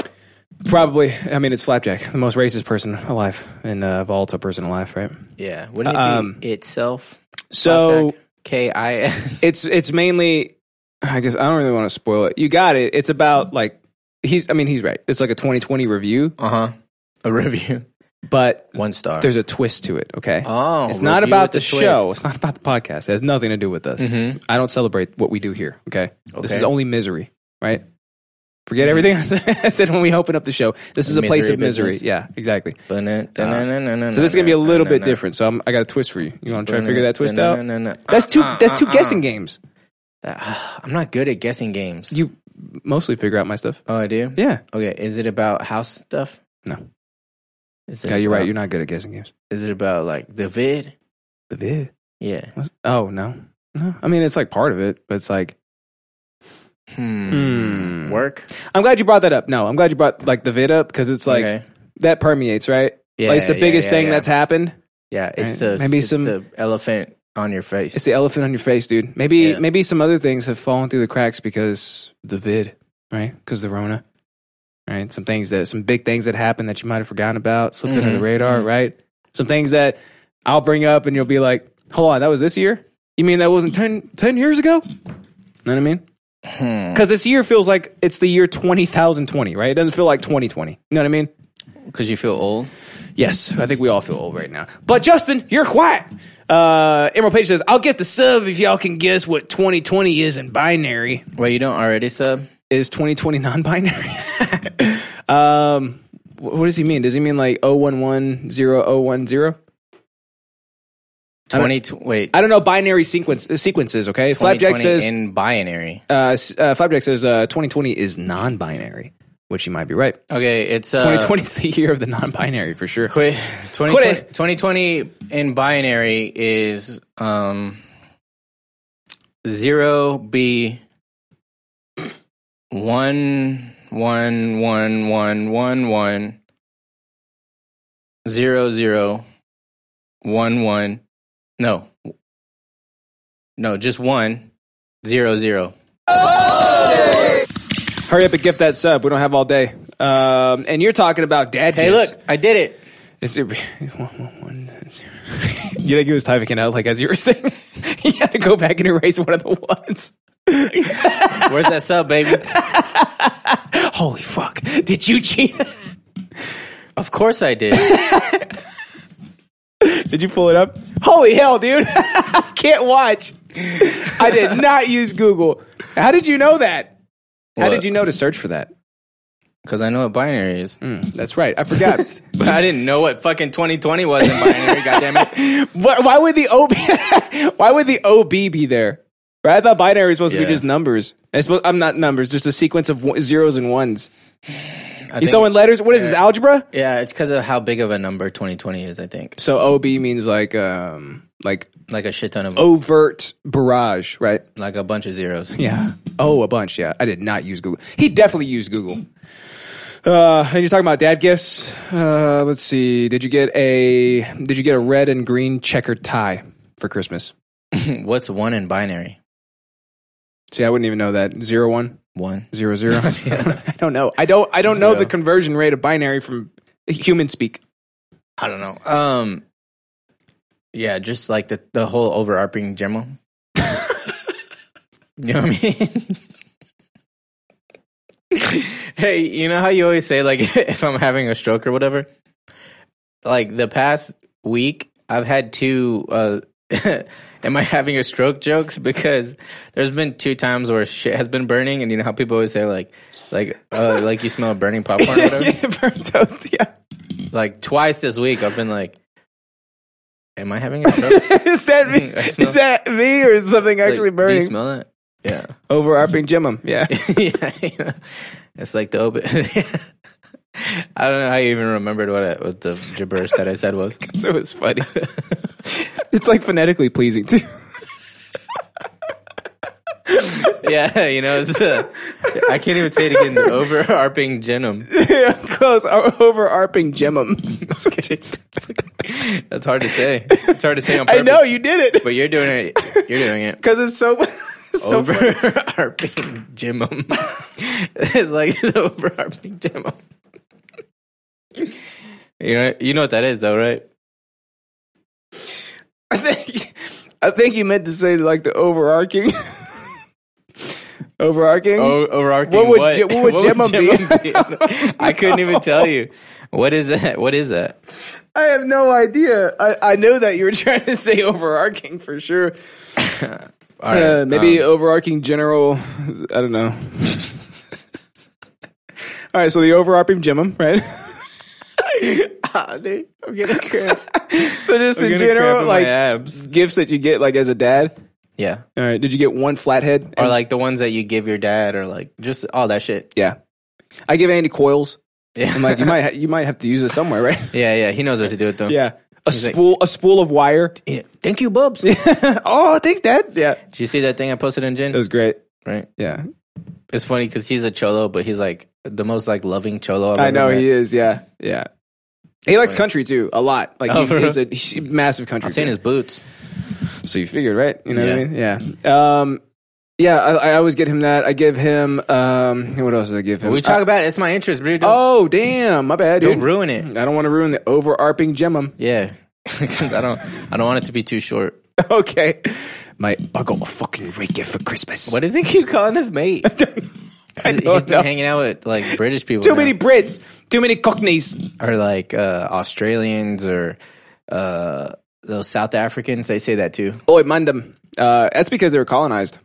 S1: probably, I mean, it's Flapjack, the most racist person alive and uh, volatile person alive, right?
S2: Yeah, wouldn't it
S1: Um,
S2: be itself?
S1: So
S2: K I S.
S1: it's it's mainly I guess I don't really want to spoil it. You got it. It's about like he's I mean he's right. It's like a 2020 review,
S2: Uh huh. A review.
S1: but
S2: One star.
S1: Uh-huh. there's a twist to it, okay?
S2: oh,
S1: it's not
S2: review
S1: about the,
S2: with
S1: show. It's not about the podcast. It has nothing to do with us.
S2: Mhm.
S1: I don't celebrate what we do here, okay? This
S2: Okay.
S1: is only misery, right? Forget everything I said- I said when we open up the show. This is a place
S2: Misery
S1: of misery.
S2: business.
S1: Yeah, exactly.
S2: twist.
S1: Uh, So this is going to be a little bit different. So I'm, I got a twist for you. You want to try to figure that twist out? That's two
S2: Uh,
S1: that's
S2: Uh-uh,
S1: two guessing games.
S2: I'm not good at guessing games.
S1: You mostly figure out my stuff.
S2: Oh, I do.
S1: Yeah.
S2: Okay, is it about house stuff?
S1: No.
S2: Is it
S1: Yeah, you're
S2: about,
S1: right. You're not good at guessing games.
S2: Is it about like the vid?
S1: The vid.
S2: Yeah.
S1: What's- Oh no, no. I mean, it's like part of it, but it's like
S2: Hmm.
S1: Hmm.
S2: Work.
S1: I'm glad you brought that up. No, I'm glad you brought like the vid up because it's like
S2: Okay.
S1: that permeates, right?
S2: yeah,
S1: like it's the
S2: yeah,
S1: biggest
S2: yeah,
S1: thing
S2: yeah.
S1: that's happened.
S2: yeah. It's
S1: Right.
S2: the
S1: Maybe
S2: it's
S1: some-
S2: the elephant on your face.
S1: It's the elephant on your face, dude. Maybe
S2: Yeah.
S1: maybe some other things have fallen through the cracks because the vid, right? Because the Rona, right? Some things that some big things that happened that you might have forgotten about slipped under
S2: Mhm,
S1: the radar,
S2: mhm.
S1: right? Some things that I'll bring up and you'll be like, "Hold on, that was this year? You mean that wasn't 10, 10 years ago?" Know what I mean?
S2: Hmm.
S1: Because this year feels like it's the year 20,020, right? It doesn't feel like 2020. You know what I mean?
S2: Because you feel old.
S1: Yes, I think we all feel old right now. But Justin, you're quiet. Uh, Emerald Page says, I'll get the sub if y'all can guess what 2020 is in binary.
S2: Well, you don't already sub.
S1: Is 2020 non binary? um, wh- what does he mean? Does he mean like 011010? don't-
S2: Twenty. tw- Wait.
S1: I don't know binary sequence, uh, sequences, okay? Flapjack
S2: 2020
S1: says,
S2: in binary.
S1: uh, s- uh, Flapjack says uh, 2020 is non binary, which he might be right.
S2: Okay, it's uh,
S1: 2020 is the year of the non binary for sure.
S2: Quit. 2020,
S1: Quit it.
S2: 2020 in binary is um zero B one one one one one one zero zero one one no no just one zero zero.
S1: Hurry up and get that sub. We don't have all day. Um, and you're talking about dad.
S2: Hey,
S1: gifts.
S2: look, I did it.
S1: Is it one, one, one, zero? you think he was typing it out like as you were saying? he had to go back and erase one of the ones.
S2: Where's that sub, baby?
S1: Holy fuck! Did you cheat?
S2: Of course I did.
S1: Did you pull it up? Holy hell, dude! I can't watch. I did not use Google. How did you know that? How did
S2: What?
S1: you know to search for that?
S2: Because I know what binary is.
S1: That's right. I forgot.
S2: But I didn't know what fucking 2020 was in binary. goddamn it!
S1: What, why would the OB? why would the OB be there? Right? I thought binary was supposed to
S2: Yeah.
S1: be just numbers. I suppose, I'm not numbers, just a sequence of one, zeros and ones.
S2: I
S1: You
S2: think-
S1: throw in letters. What is this algebra?
S2: Yeah, it's because of how big of a number 2020 is. I think
S1: So OB means like um like
S2: like a shit ton of
S1: overt barrage, right?
S2: like a bunch of zeros.
S1: Yeah. Oh, a bunch. Yeah. I did not use Google. He definitely used Google. Uh, and you're talking about dad gifts. Uh, let's see. Did you get a Did you get a red and green checkered tie for Christmas?
S2: What's one in binary?
S1: See, I wouldn't even know that. Zero one.
S2: One.
S1: zero zero. I don't know. I don't. I don't know
S2: Zero.
S1: the conversion rate of binary from human speak.
S2: I don't know. Um, yeah, just like the the whole overarching general. you know what I mean? hey, you know how you always say like if I'm having a stroke or whatever. Like the past week, I've had two uh am I having a stroke jokes because there's been two times where shit has been burning, and you know how people always say like, like, uh, like you smell burning popcorn or whatever.
S1: Burnt toast, yeah.
S2: Like twice this week, I've been like, am I having a stroke?
S1: is that me?
S2: I smell-
S1: Is that me or is something
S2: Like,
S1: actually
S2: Do you
S1: burning?
S2: smell it? Yeah.
S1: Overarching gemum, yeah.
S2: yeah, yeah. It's like the open. I don't know how you even remembered what, I, what the gibberish that I said was.
S1: so it's funny. it's like phonetically pleasing too.
S2: Yeah, you know, it's, uh, I can't even say it again. The overarching genome.
S1: yeah, close. Our overarching gemum. That's what it is.
S2: That's hard to say. It's hard to say on purpose.
S1: I know you did it
S2: But you're doing it. You're doing it.
S1: because it's so. it's so funny.
S2: Overarching genome. it's like the overarching genome. You know, you know what that is, though, right?
S1: I think I think you meant to say like the overarching, overarching.
S2: O- overarching.
S1: What
S2: What
S1: would Ge- what would Gemma be?
S2: Gemma be? I couldn't even tell you. What is that? What is that?
S1: I have no idea. I, I know that you were trying to say overarching for sure.
S2: All right,
S1: uh, maybe
S2: um,
S1: overarching general. I don't know. All right, so the overarching gemum, right?
S2: Ah, I'm gonna crap.
S1: so just in
S2: I'm gonna crap
S1: general,
S2: in my
S1: like
S2: abs.
S1: gifts that you get, like as a dad.
S2: Yeah,
S1: All right, did you get one flathead?
S2: or like the ones that you give your dad, or like just all that shit.
S1: yeah, I give Andy coils.
S2: Yeah,
S1: I'm like, you might, ha- you might have to use it somewhere, right?
S2: yeah, yeah. He knows what to do with them.
S1: Yeah. A
S2: like-
S1: spool, a spool of wire.
S2: Yeah. Thank you, Bubs.
S1: oh, thanks, Dad. Yeah,
S2: Did you see that thing I posted in
S1: it
S2: Gin?
S1: was great.
S2: Right.
S1: Yeah,
S2: It's funny because he's a cholo, but he's like the most like loving cholo. I've
S1: I
S2: ever
S1: know
S2: met.
S1: he is. Yeah, yeah. He likes country too a lot. Like
S2: Oh,
S1: he,
S2: for
S1: he's a he's a massive country.
S2: I've seen
S1: fan.
S2: his boots.
S1: so you figured, right? You know
S2: Yeah.
S1: what I mean? Yeah. Um, yeah. I, I always get him that. I give him. Um, what else did I give him?
S2: We talk
S1: I-
S2: about it. it's my interest, dude. Don't,
S1: oh, damn! My bad, dude.
S2: don't ruin it.
S1: I don't want to ruin the overarching gemum.
S2: Yeah, 'Cause I don't. I don't want it to be too short.
S1: okay. My, I got my fucking rake gift for Christmas.
S2: What does he keep calling his mate?
S1: I
S2: He's
S1: don't
S2: been
S1: know.
S2: hanging out with like British people,
S1: Too
S2: now.
S1: many Brits. Too many Cockneys.
S2: or like uh, Australians or uh, those South Africans. They say that too.
S1: Oh, it mandem. Uh, that's because they were colonized.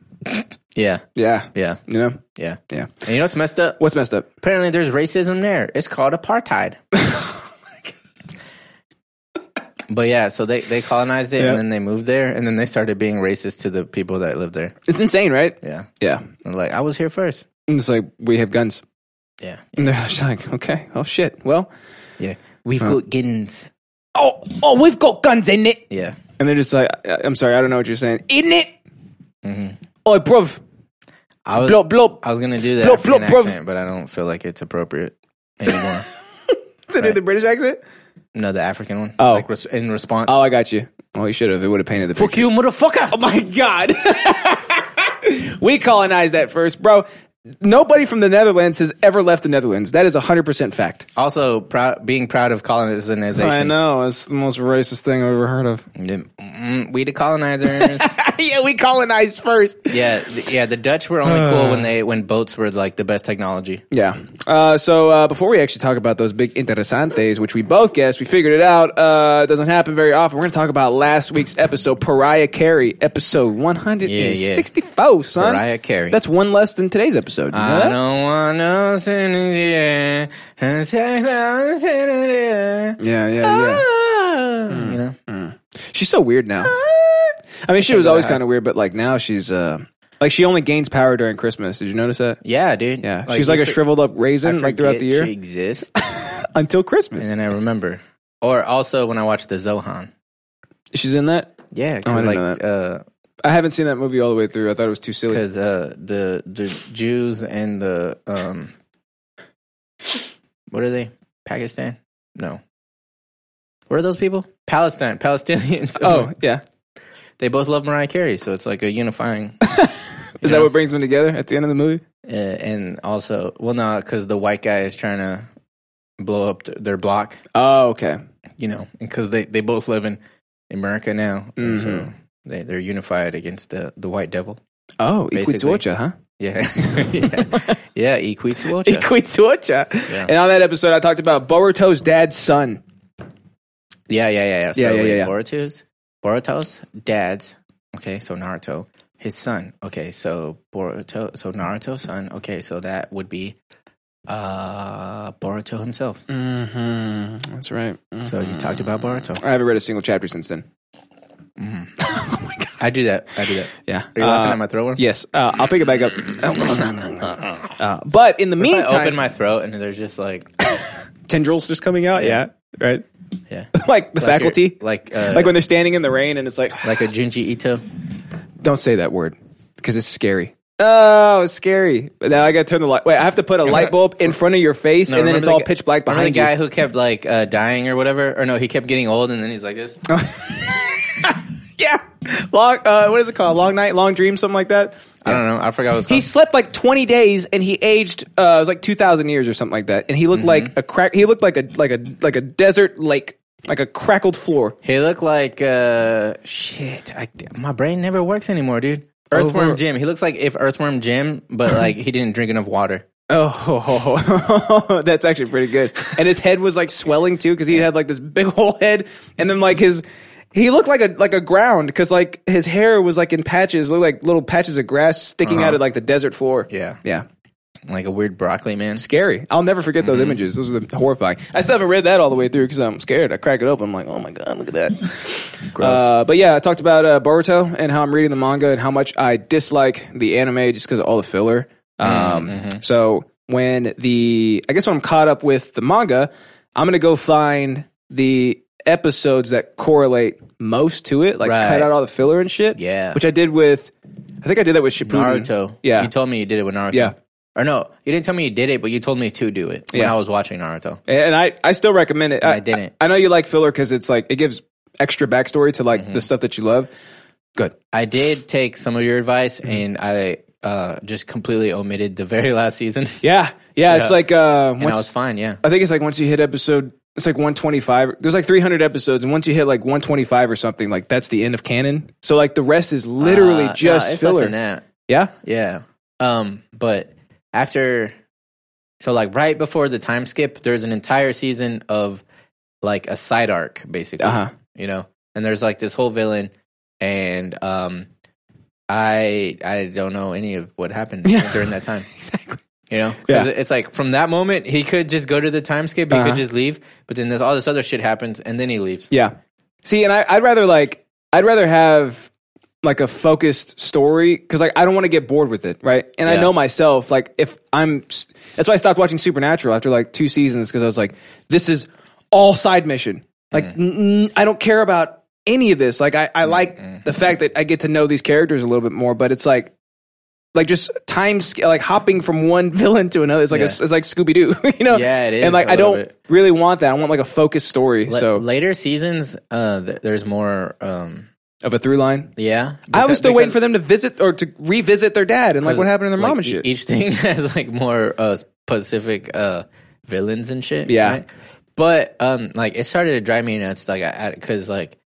S2: Yeah,
S1: Yeah.
S2: yeah,
S1: You know?
S2: yeah.
S1: Yeah.
S2: And you know what's messed up?
S1: What's messed up?
S2: Apparently, there's racism there. It's called apartheid.
S1: Oh
S2: But yeah, so they, they colonized it
S1: Yeah.
S2: and then they moved there and then they started being racist to the people that lived there.
S1: It's insane, right?
S2: Yeah.
S1: Yeah.
S2: And like, I was here first.
S1: And it's like, we have guns.
S2: Yeah.
S1: And they're just like, okay, oh shit. Well,
S2: Yeah. We've got guns.
S1: oh, oh, we've got guns in it.
S2: Yeah.
S1: And they're just like, I- I'm sorry, I don't know what you're saying. In it?
S2: Mhm.
S1: Oh, bruv.
S2: I was,
S1: Blop, blop.
S2: I was gonna do that
S1: Blop,
S2: African
S1: blop, bruv.
S2: accent, but I don't feel like it's appropriate anymore.
S1: To do the British accent?
S2: no, the African one.
S1: Oh.
S2: like res- in response.
S1: Oh, I got you. Oh, you should have. It would have painted the picture.
S2: you, motherfucker!
S1: Oh my God. we colonized that first, bro. Nobody from the Netherlands has ever left the Netherlands. That is 100% fact.
S2: Also, prou- being proud of colonization.
S1: I know. It's the most racist thing I've ever heard of.
S2: Mm, We the colonizers.
S1: yeah, we colonized first.
S2: yeah, th- yeah. The Dutch were only cool when they when boats were like the best technology.
S1: Yeah. Uh, so uh, before we actually talk about those big interesantes, which we both guessed, we figured it out. Uh, it doesn't happen very often. We're going to talk about last week's episode, Pariah Carey, episode 164, son.
S2: Mariah Carey.
S1: That's one less than today's episode. You know
S2: I
S1: that?
S2: don't want no sin in the air, and take no sin in the air.
S1: Yeah, yeah,
S2: Ah.
S1: yeah.
S2: You know,
S1: She's so weird now.
S2: Ah.
S1: I mean, she was always
S2: that.
S1: kind of weird, but like now she's uh, like she only gains power during Christmas. Did you notice that?
S2: yeah, dude.
S1: Yeah, she's like
S2: you
S1: a
S2: for-
S1: shriveled up
S2: I
S1: raisin like throughout
S2: forget
S1: the year
S2: she exists,
S1: until Christmas.
S2: and then I remember. Or also when I watched the Zohan.
S1: She's in that.
S2: Yeah,
S1: Oh, I
S2: because
S1: didn't
S2: like
S1: know
S2: uh,
S1: I haven't seen that movie all the way through. I thought it was too silly.
S2: because uh, the the Jews and the um, what are they? Pakistan? No. What are those people? Palestine, Palestinians.
S1: Oh yeah,
S2: they both love Mariah Carey, so it's like a unifying.
S1: is that what brings them together at the end of the movie?
S2: uh, and also, well, no, because the white guy is trying to blow up th- their block,
S1: Oh okay,
S2: you know, because they they both live in America now, and so
S1: Mm-hmm.
S2: they they're unified against the the white devil.
S1: oh
S2: Basically.
S1: Equitocha, huh?
S2: Yeah, yeah, yeah. Equates Wiltshire.
S1: Equitocha.
S2: Yeah.
S1: And on that episode, I talked about Boruto's dad's son.
S2: Yeah, yeah, yeah, yeah. So
S1: Yeah, yeah,
S2: wait,
S1: yeah, yeah.
S2: Boruto's? Boruto's dad's okay, so Naruto, his son. Okay, so Boruto, so Naruto's son. Okay, so that would be uh Boruto himself.
S1: Mm-hmm. That's right.
S2: So you talked about Boruto.
S1: I haven't read a single chapter since then.
S2: I do that. I do that.
S1: Yeah.
S2: Are you laughing
S1: Uh,
S2: at my throat?
S1: Yes, uh, I'll pick it back up. Uh, but in the
S2: Uh-uh. I
S1: meantime,
S2: open my throat and there's just like
S1: tendrils just coming out. Yeah, right.
S2: yeah,
S1: like the
S2: Like your-
S1: faculty,
S2: like uh,
S1: like when they're standing in the rain and it's like,
S2: like a Junji Ito.
S1: don't say that word because it's scary. Oh, it's scary. But now I got to turn the light. Wait, I have to put a light bulb in front of your face,
S2: No,
S1: and then
S2: remember
S1: it's
S2: the
S1: all
S2: guy-
S1: pitch black
S2: Remember the
S1: behind you.
S2: guy who kept like uh, dying or whatever, or no, he kept getting old and then he's like this.
S1: Oh, yeah, long. Uh, what is it called? Long night, long dream, something like that.
S2: I don't know. I forgot what it was
S1: He
S2: called.
S1: slept like 20 days and he aged uh it was like 2000 years or something like that and he looked like a crack he looked like a like a like a desert lake like a crackled floor.
S2: He looked like uh, shit. I, my brain never works anymore, dude. Earthworm
S1: Over-
S2: Jim. He looks like if Earthworm Jim, but like he didn't drink enough water.
S1: Oh, that's actually pretty good. And his head was like swelling too cuz he had like this big whole head and then like his he looked like a like a ground cuz like his hair was like in patches, looked like little patches of grass sticking out of like the desert floor.
S2: Yeah.
S1: Yeah.
S2: Like a weird broccoli man.
S1: Scary. I'll never forget
S2: Mm-hmm.
S1: those images. Those are the horrifying. I still haven't read that all the way through because I'm scared. I crack it open. I'm like, oh my god, look at that.
S2: Gross.
S1: Uh, but yeah, I talked about uh, Boruto and how I'm reading the manga and how much I dislike the anime just because of all the filler.
S2: Mm-hmm,
S1: Um, So when the, I guess when I'm caught up with the manga, I'm gonna go find the episodes that correlate most to it, like
S2: Right.
S1: cut out all the filler and shit.
S2: Yeah.
S1: which I did with, I think I did that with Shippuden.
S2: Naruto.
S1: Yeah.
S2: You told me you did it with Naruto.
S1: Yeah.
S2: Or no, you didn't tell me you did it, but you told me to do it when
S1: Yeah.
S2: I was watching Naruto.
S1: and I, I still recommend it.
S2: I didn't.
S1: I, know you like filler because it's like it gives extra backstory to like
S2: Mm-hmm.
S1: the stuff that you love. Good.
S2: I did take some of your advice and I uh, just completely omitted the very last season.
S1: Yeah, yeah. It's
S2: Yeah.
S1: like uh,
S2: And I
S1: once
S2: was fine, yeah.
S1: I think it's like once you hit episode, it's like 125. There's like 300 episodes, and once you hit like 125 or something, like that's the end of canon. So like the rest is literally
S2: Uh, no,
S1: just
S2: it's less
S1: filler.
S2: than that.
S1: Yeah,
S2: Yeah. Um, but after so like right before the time skip, there's an entire season of like a side arc, basically.
S1: Uh-huh.
S2: You know? And there's like this whole villain and um I I don't know any of what happened
S1: Yeah.
S2: during that time.
S1: exactly.
S2: You know? Because
S1: Yeah.
S2: it's like from that moment he could just go to the time skip, he
S1: Uh-huh.
S2: could just leave, but then there's all this other shit happens and then he leaves.
S1: Yeah. See, and I, I'd rather like I'd rather have like a focused story because like I don't want to get bored with it, right? And I
S2: Yeah.
S1: know myself. Like if I'm, that's why I stopped watching Supernatural after like two seasons because I was like, this is all side mission. Like
S2: Mm.
S1: n- n- I don't care about any of this. Like I, I like
S2: Mm-hmm.
S1: the fact that I get to know these characters a little bit more, but it's like. Like just time, sca- like hopping from one villain to another. It's like a,
S2: Yeah.
S1: it's like Scooby Doo, you know.
S2: Yeah, it is
S1: And like
S2: a
S1: I I
S2: little
S1: don't
S2: bit.
S1: really want that. I want like a focused story.
S2: La-
S1: so
S2: later seasons, uh, th- there's more. Um,
S1: of a through line.
S2: yeah,
S1: I was
S2: Because-
S1: still
S2: because-
S1: waiting for them to visit or to revisit their dad and like what happened to their
S2: like,
S1: mom and
S2: e-
S1: shit.
S2: Each thing has like more uh, specific uh, villains and shit.
S1: Yeah.
S2: But um, like it started to drive me nuts. Like I because like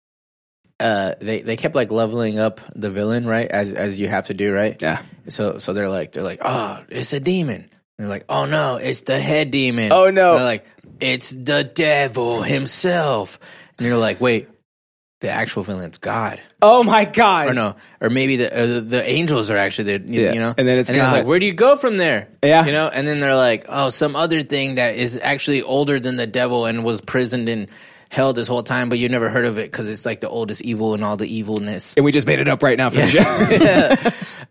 S2: uh, they they kept like leveling up the villain right as as you have to do right.
S1: Yeah.
S2: So so they're like they're like oh it's a demon. And they're like oh no it's the head demon.
S1: Oh, no.
S2: And they're like it's the devil himself. And you're like wait the actual villain's God
S1: Oh my god.
S2: or no, or maybe the uh, the- the angels are actually there, you,
S1: Yeah.
S2: you know.
S1: And then it's
S2: I was
S1: God.
S2: like, where do you go from there?
S1: Yeah.
S2: you know. And then they're like, oh, some other thing that is actually older than the devil and was prisoned in hell this whole time, but you never heard of it because it's like the oldest evil and all the evilness.
S1: And we just made it up right now for the show.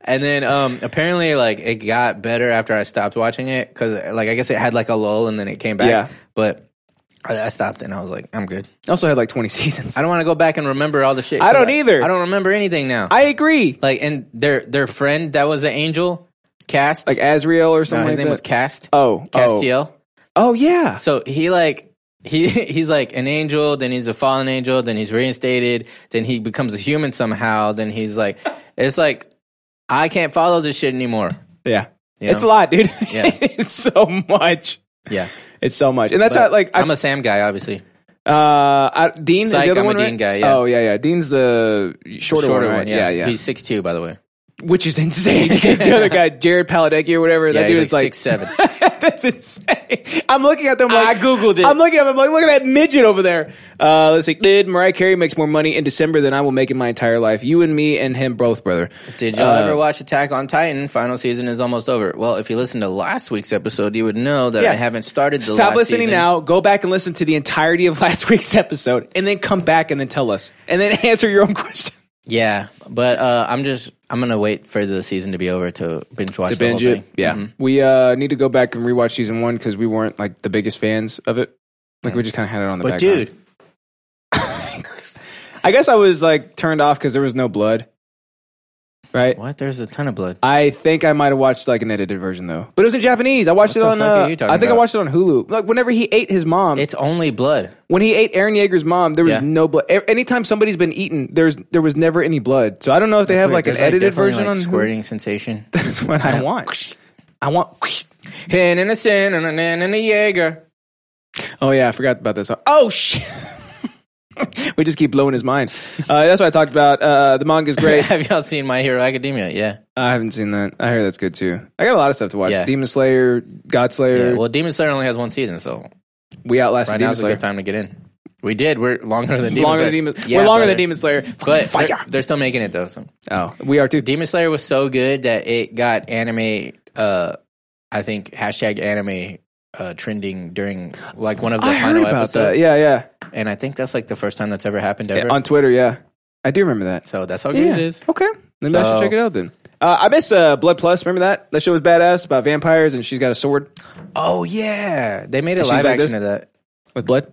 S2: and then um, apparently, like it got better after I stopped watching it because, like, I guess it had like a lull and then it came back.
S1: Yeah.
S2: but. I I stopped and I was like, I'm good.
S1: It also had like 20 seasons.
S2: I don't want to go back and remember all the shit.
S1: I don't
S2: 'cause
S1: either.
S2: I don't remember anything now.
S1: I agree.
S2: like and their their friend that was an angel cast
S1: Like Azrael or
S2: no,
S1: something
S2: his
S1: like
S2: name
S1: that.
S2: was cast
S1: oh, oh.
S2: castiel
S1: Oh yeah.
S2: so he like he he's like an angel then he's a fallen angel then he's reinstated then he becomes a human somehow then he's like it's like i can't follow this shit anymore
S1: Yeah.
S2: You
S1: It's a
S2: know?
S1: lot, dude.
S2: Yeah.
S1: it's so much.
S2: yeah
S1: It's so much. And that's how like I
S2: i'm a sam guy obviously
S1: uh I, Dean is the
S2: Psych,
S1: other
S2: I'm a
S1: one,
S2: Dean
S1: right?
S2: guy, yeah.
S1: Oh yeah, yeah. Dean's the shorter, one, right? yeah, yeah.
S2: he's 6'2 by the way
S1: Which is insane because the other guy, Jared Paladecki or whatever,
S2: yeah
S1: that
S2: he's
S1: dude is like
S2: six seven
S1: That's insane. I'm looking at them like
S2: I Googled it.
S1: I'm looking at them like, look at that midget over there. Uh, let's see. Did Mariah Carey makes more money in December than I will make in my entire life? You and me and him both, brother.
S2: Did y'all
S1: Uh-huh.
S2: ever watch Attack on Titan? Final season is almost over. Well, if you listen to last week's episode, you would know that
S1: Yeah.
S2: I haven't started the
S1: Stop
S2: last
S1: listening
S2: season.
S1: now. Go back and listen to the entirety of last week's episode, and then come back and then tell us, and then answer your own question.
S2: Yeah, but uh, I'm just I'm gonna wait for the season to be over to binge watch the
S1: binge
S2: whole
S1: it.
S2: thing. Mm-hmm.
S1: Yeah, we uh, need to go back and rewatch season one because we weren't like the biggest fans of it. Like we just kind of had it on the.
S2: Mm. But
S1: background.
S2: dude,
S1: I guess I was like turned off because there was no blood. Right.
S2: what? There's a ton of blood.
S1: I think I might have watched like an edited version though, but it was in Japanese. I watched
S2: What
S1: it
S2: the
S1: on.
S2: fuck
S1: Uh,
S2: are
S1: I
S2: you
S1: think
S2: talking
S1: I
S2: about?
S1: watched it on Hulu. Like whenever he ate his mom,
S2: It's only blood.
S1: when he ate Aaron Yeager's mom, there was
S2: Yeah.
S1: no blood. A- Anytime somebody's been eaten, there's there was never any blood. So I don't know if they have like an
S2: There's,
S1: edited
S2: definitely,
S1: version
S2: like,
S1: on Hulu.
S2: squirting sensation.
S1: That's what I want. I want.
S2: Hen and a sin and a nan and a Jaeger.
S1: Oh yeah, I forgot about this. Oh shit. we just keep blowing his mind. Uh, that's what I talked about. Uh, the manga's great.
S2: Have y'all seen My Hero Academia? Yeah.
S1: I haven't seen that. I hear that's good too. I got a lot of stuff to watch.
S2: Yeah.
S1: Demon Slayer, God Slayer.
S2: yeah. Well, Demon Slayer only has one season, so
S1: we outlasted
S2: right
S1: Demon
S2: now's a
S1: Slayer.
S2: good time to get in. We did. We're longer than Demon
S1: longer
S2: Slayer.
S1: than Demon.
S2: Yeah,
S1: we're longer
S2: brother.
S1: than Demon Slayer.
S2: But
S1: Fire.
S2: they're, they're still making it though. So.
S1: Oh, we are too.
S2: Demon Slayer was so good that it got anime. Uh, I think hashtag anime uh, trending during like one of the
S1: I
S2: final
S1: heard about that.
S2: episodes.
S1: Yeah, yeah.
S2: and I think that's like the first time that's ever happened ever.
S1: On Twitter, yeah. I do remember that.
S2: so that's how good
S1: yeah.
S2: it is.
S1: Okay. Maybe I should
S2: So-
S1: check it out then. Uh, I miss uh, Blood Plus. Remember that? That show was badass about vampires and she's got a sword
S2: Oh yeah, they made a
S1: she's
S2: live
S1: like
S2: action
S1: this?
S2: of that.
S1: with blood.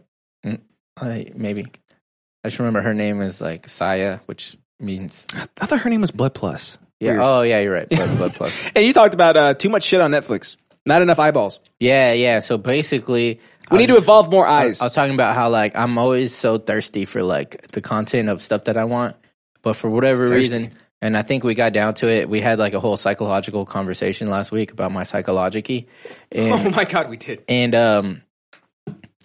S2: Uh, maybe I just remember her name is like Saya, which means
S1: I thought her name was Blood Plus.
S2: yeah.
S1: Weird.
S2: Oh yeah, you're right. Blood, blood plus.
S1: And you talked about uh, too much shit on Netflix. Not enough eyeballs.
S2: Yeah, yeah. So basically,
S1: We
S2: I
S1: need to
S2: was-
S1: evolve more
S2: I-
S1: eyes.
S2: I was talking about how like I'm always so thirsty for like the content of stuff that I want, but for whatever reason, and I think we got down to it. We had like a whole psychological conversation last week about my psychology, and
S1: oh my god, we did.
S2: and um,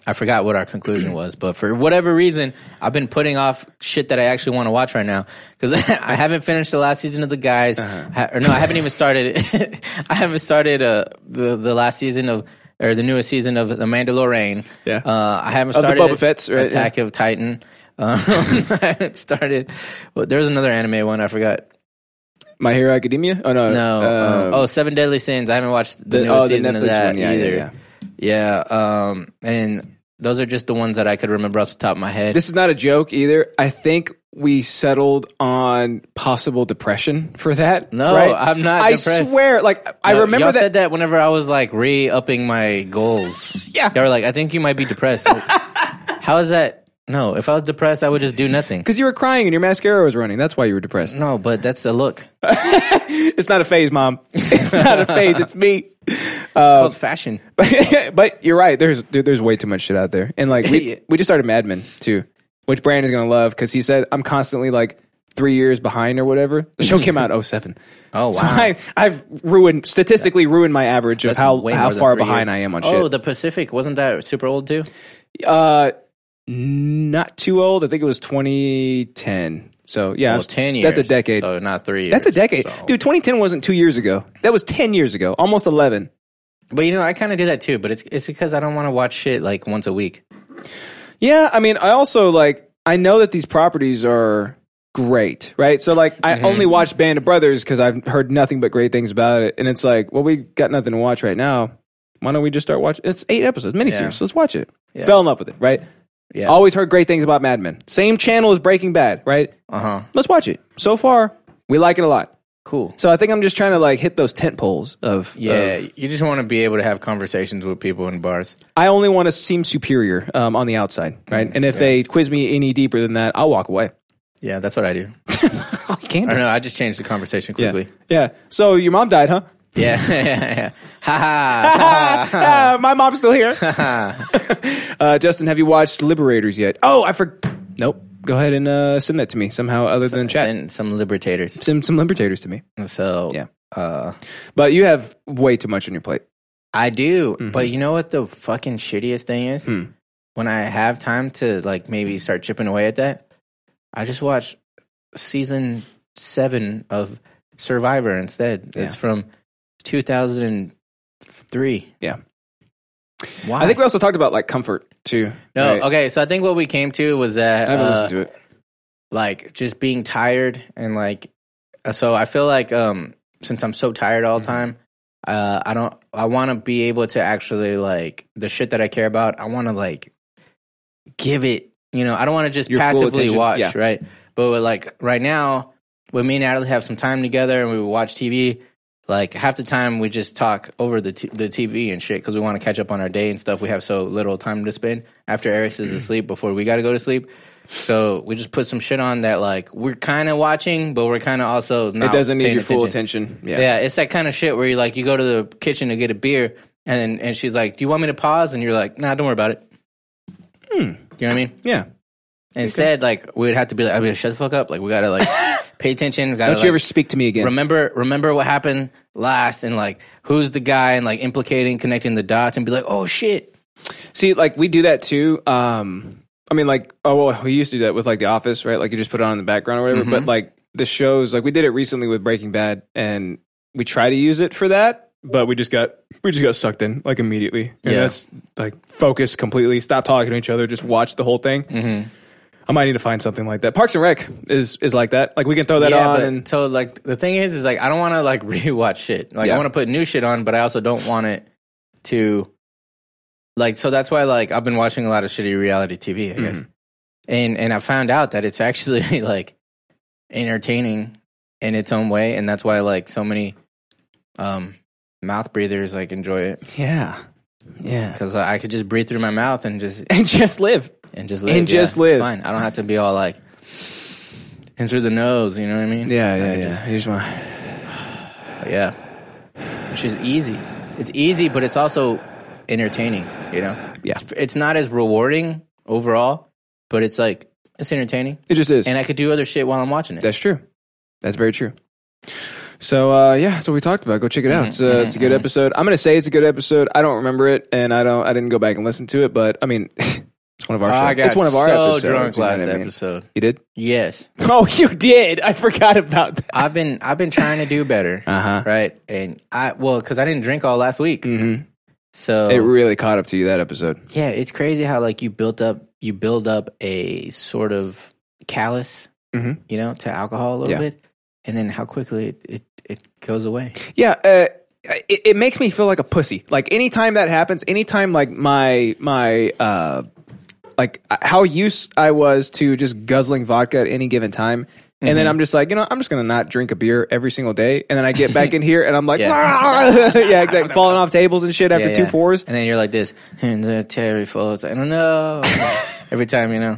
S2: I forgot what our conclusion was, but for whatever reason, I've been putting off shit that I actually want to watch right now because I haven't finished the last season of The Guys,
S1: Uh-huh.
S2: ha- or no, I haven't even started. it. I haven't started uh, the the last season of or the newest season of The Mandalorian.
S1: Yeah.
S2: uh, I haven't
S1: Of the
S2: started
S1: Boba Fett's, right?
S2: Attack of Titan. Um, I haven't started. Well, there was another anime one I forgot.
S1: My Hero Academia? Oh no.
S2: No, um, oh, Seven Deadly Sins. I haven't watched the,
S1: the-
S2: newest
S1: oh, the
S2: season of
S1: Netflix
S2: that
S1: one. Yeah, yeah,
S2: either. Yeah, um, and those are just the ones that I could remember off the top of my head.
S1: This is not a joke either. I think we settled on possible depression for that.
S2: No,
S1: right?
S2: I'm not
S1: I
S2: depressed.
S1: swear, like I
S2: Y'all-
S1: remember
S2: y'all
S1: that.
S2: said that whenever I was like re-upping my goals.
S1: Yeah.
S2: y'all were like, I think you might be depressed. Like, how is that? No, if I was depressed, I would just do nothing.
S1: because you were crying and your mascara was running. That's why you were depressed.
S2: No, but that's a look. It's
S1: It's not a phase, mom. It's not a phase. It's me.
S2: called fashion.
S1: Uh, But, but you're right. There's dude, there's way too much shit out there. And like we,
S2: Yeah.
S1: we just started Mad Men too, which Brandon is gonna love because he said I'm constantly like three years behind or whatever. The show came out 07.
S2: Oh wow,
S1: So I, I've ruined statistically ruined my average of
S2: That's
S1: how
S2: way
S1: how
S2: more than
S1: far
S2: three
S1: behind
S2: years.
S1: I am on
S2: Oh,
S1: shit.
S2: the Pacific wasn't that super old too?
S1: uh, not too old. I think it was 2010. So yeah,
S2: Well,
S1: it's-
S2: ten years.
S1: That's a decade.
S2: So not three. Years,
S1: that's a decade,
S2: so-
S1: dude. 2010 wasn't two years ago. That was 10 years ago, almost 11.
S2: But you know, I kind of do that too. But it's it's because I don't want to watch shit like once a week.
S1: Yeah, I mean, I also like I know that these properties are great, right? So like I
S2: Mm-hmm.
S1: only watch Band of Brothers because I've heard nothing but great things about it, and it's like, well, we got nothing to watch right now. Why don't we just start watching? It's eight episodes, miniseries.
S2: Yeah.
S1: Let's watch it. Fell in love with it, right?
S2: Yeah.
S1: Always heard great things about Mad Men. Same channel as Breaking Bad, right?
S2: Uh huh.
S1: Let's watch it. So far, we like it a lot.
S2: Cool.
S1: So I think I'm just trying to like hit those tent poles of
S2: Yeah,
S1: of-
S2: you just want to be able to have conversations with people in bars.
S1: I only want to seem superior um, on the outside, right? and if they quiz me any deeper than that, I'll walk away.
S2: Yeah, that's what I do.
S1: I can't.
S2: I don't know. I just changed the conversation quickly.
S1: Yeah. So your mom died, huh?
S2: Yeah, yeah, yeah. Ha
S1: Ah, my mom's still here. uh, Justin, have you watched Liberators yet? Oh, I forgot. Nope. Go ahead and uh, send that to me somehow other than
S2: ha.
S1: chat. Send,
S2: Send some libertators.
S1: some Liberators to me.
S2: So
S1: Yeah.
S2: uh,
S1: But you have way too much on your plate.
S2: I do.
S1: Mm-hmm.
S2: But you know what the fucking shittiest thing is?
S1: Hmm.
S2: When I have time to like maybe start chipping away at that, I just watch season seven of Survivor instead. It's from two thousand three.
S1: Yeah.
S2: Why?
S1: I think we also talked about like comfort too.
S2: no.
S1: right?
S2: Okay, so I think what we came to was that
S1: I haven't
S2: uh,
S1: listened to it.
S2: like just being tired and like uh, so I feel like um since I'm so tired all the
S1: Mm-hmm.
S2: time, uh I don't I want to be able to actually like the shit that I care about, I want to like give it, you know, I don't want to just
S1: Your full
S2: passively
S1: attention,
S2: watch,
S1: yeah.
S2: right? But with, like right now when me and Natalie have some time together and we watch TV, like half the time we just talk over the t- the TV and shit because we want to catch up on our day and stuff. We have so little time to spend after Eric's is asleep before we got to go to sleep. So we just put some shit on that like we're kind of watching, but we're kind of also not
S1: It doesn't need
S2: paying
S1: your full
S2: attention.
S1: attention. Yeah.
S2: Yeah, it's that kind of shit where you like you go to the kitchen to get a beer and and she's like, "Do you want me to pause?" And you're like, "Nah, don't worry about it."
S1: Hmm.
S2: You know what I mean?
S1: Yeah.
S2: Instead, like we would have to be like, "I mean, shut the fuck up!" Like we gotta like pay attention. We gotta,
S1: Don't you
S2: like,
S1: ever speak to me again.
S2: remember remember what happened last and like who's the guy and like implicating connecting the dots and be like oh shit
S1: See, like we do that too. Um, I mean, like, oh, well, we used to do that with like The Office, right? Like you just put it on in the background or whatever. But like the shows, like we did it recently with Breaking Bad, and we try to use it for that, but we just got we just got sucked in like immediately. And
S2: Yeah.
S1: that's like focus completely. Stop talking to each other. Just watch the whole thing. I might need to find something like that. Parks and Rec is is like that. Like we can throw that
S2: yeah
S1: on
S2: but,
S1: and
S2: so like the thing is is like i don't want to like rewatch shit like
S1: Yeah.
S2: i want to put new shit on but i also don't want it to like so that's why like i've been watching a lot of shitty reality tv i guess
S1: Mm-hmm.
S2: and and i found out that it's actually like entertaining in its own way and that's why like so many um mouth breathers like enjoy it
S1: yeah, yeah,
S2: because i could just breathe through my mouth and just
S1: and just live.
S2: and just live.
S1: And
S2: yeah.
S1: just live.
S2: It's fine. I don't have to be all like in through the nose. You know what I mean? I
S1: yeah,
S2: can
S1: yeah. Here's my
S2: just- yeah. Which is easy. It's easy, but it's also entertaining. You know?
S1: Yeah.
S2: It's, it's not as rewarding overall, but it's like it's entertaining,
S1: It just is.
S2: and I could do other shit while I'm watching it.
S1: That's true. That's very true. So uh, yeah, that's what we talked about. Go check it out. It's, uh, it's a good episode. I'm gonna say it's a good episode. I don't remember it, and I don't. I didn't go back and listen to it, but I mean, it's one of our.
S2: I
S1: shows.
S2: got
S1: it's one of our
S2: so
S1: episodes.
S2: drunk
S1: you know
S2: last
S1: what I mean?
S2: episode.
S1: You did?
S2: Yes,
S1: Oh, you did. I forgot about that.
S2: I've been I've been trying to do better.
S1: Uh-huh.
S2: Right, and I well because I didn't drink all last week,
S1: Mhm.
S2: so
S1: It really caught up to you that episode.
S2: Yeah, it's crazy how like you built up you build up a sort of callus,
S1: Mhm.
S2: you know, to alcohol a little
S1: Yeah.
S2: bit, and then how quickly it it, it goes away.
S1: Yeah, uh, it, it makes me feel like a pussy. Like anytime that happens, anytime like my my uh, like uh, how used I was to just guzzling vodka at any given time. And then
S2: Mm-hmm.
S1: I'm just like, you know, I'm just gonna not drink a beer every single day. And then I get back in here and I'm like,
S2: Yeah.
S1: "Ah!" yeah, exactly, falling off tables and shit after
S2: Yeah,
S1: two
S2: yeah.
S1: pours.
S2: and then you're like this, and the terry floats. I don't know. Every time you know,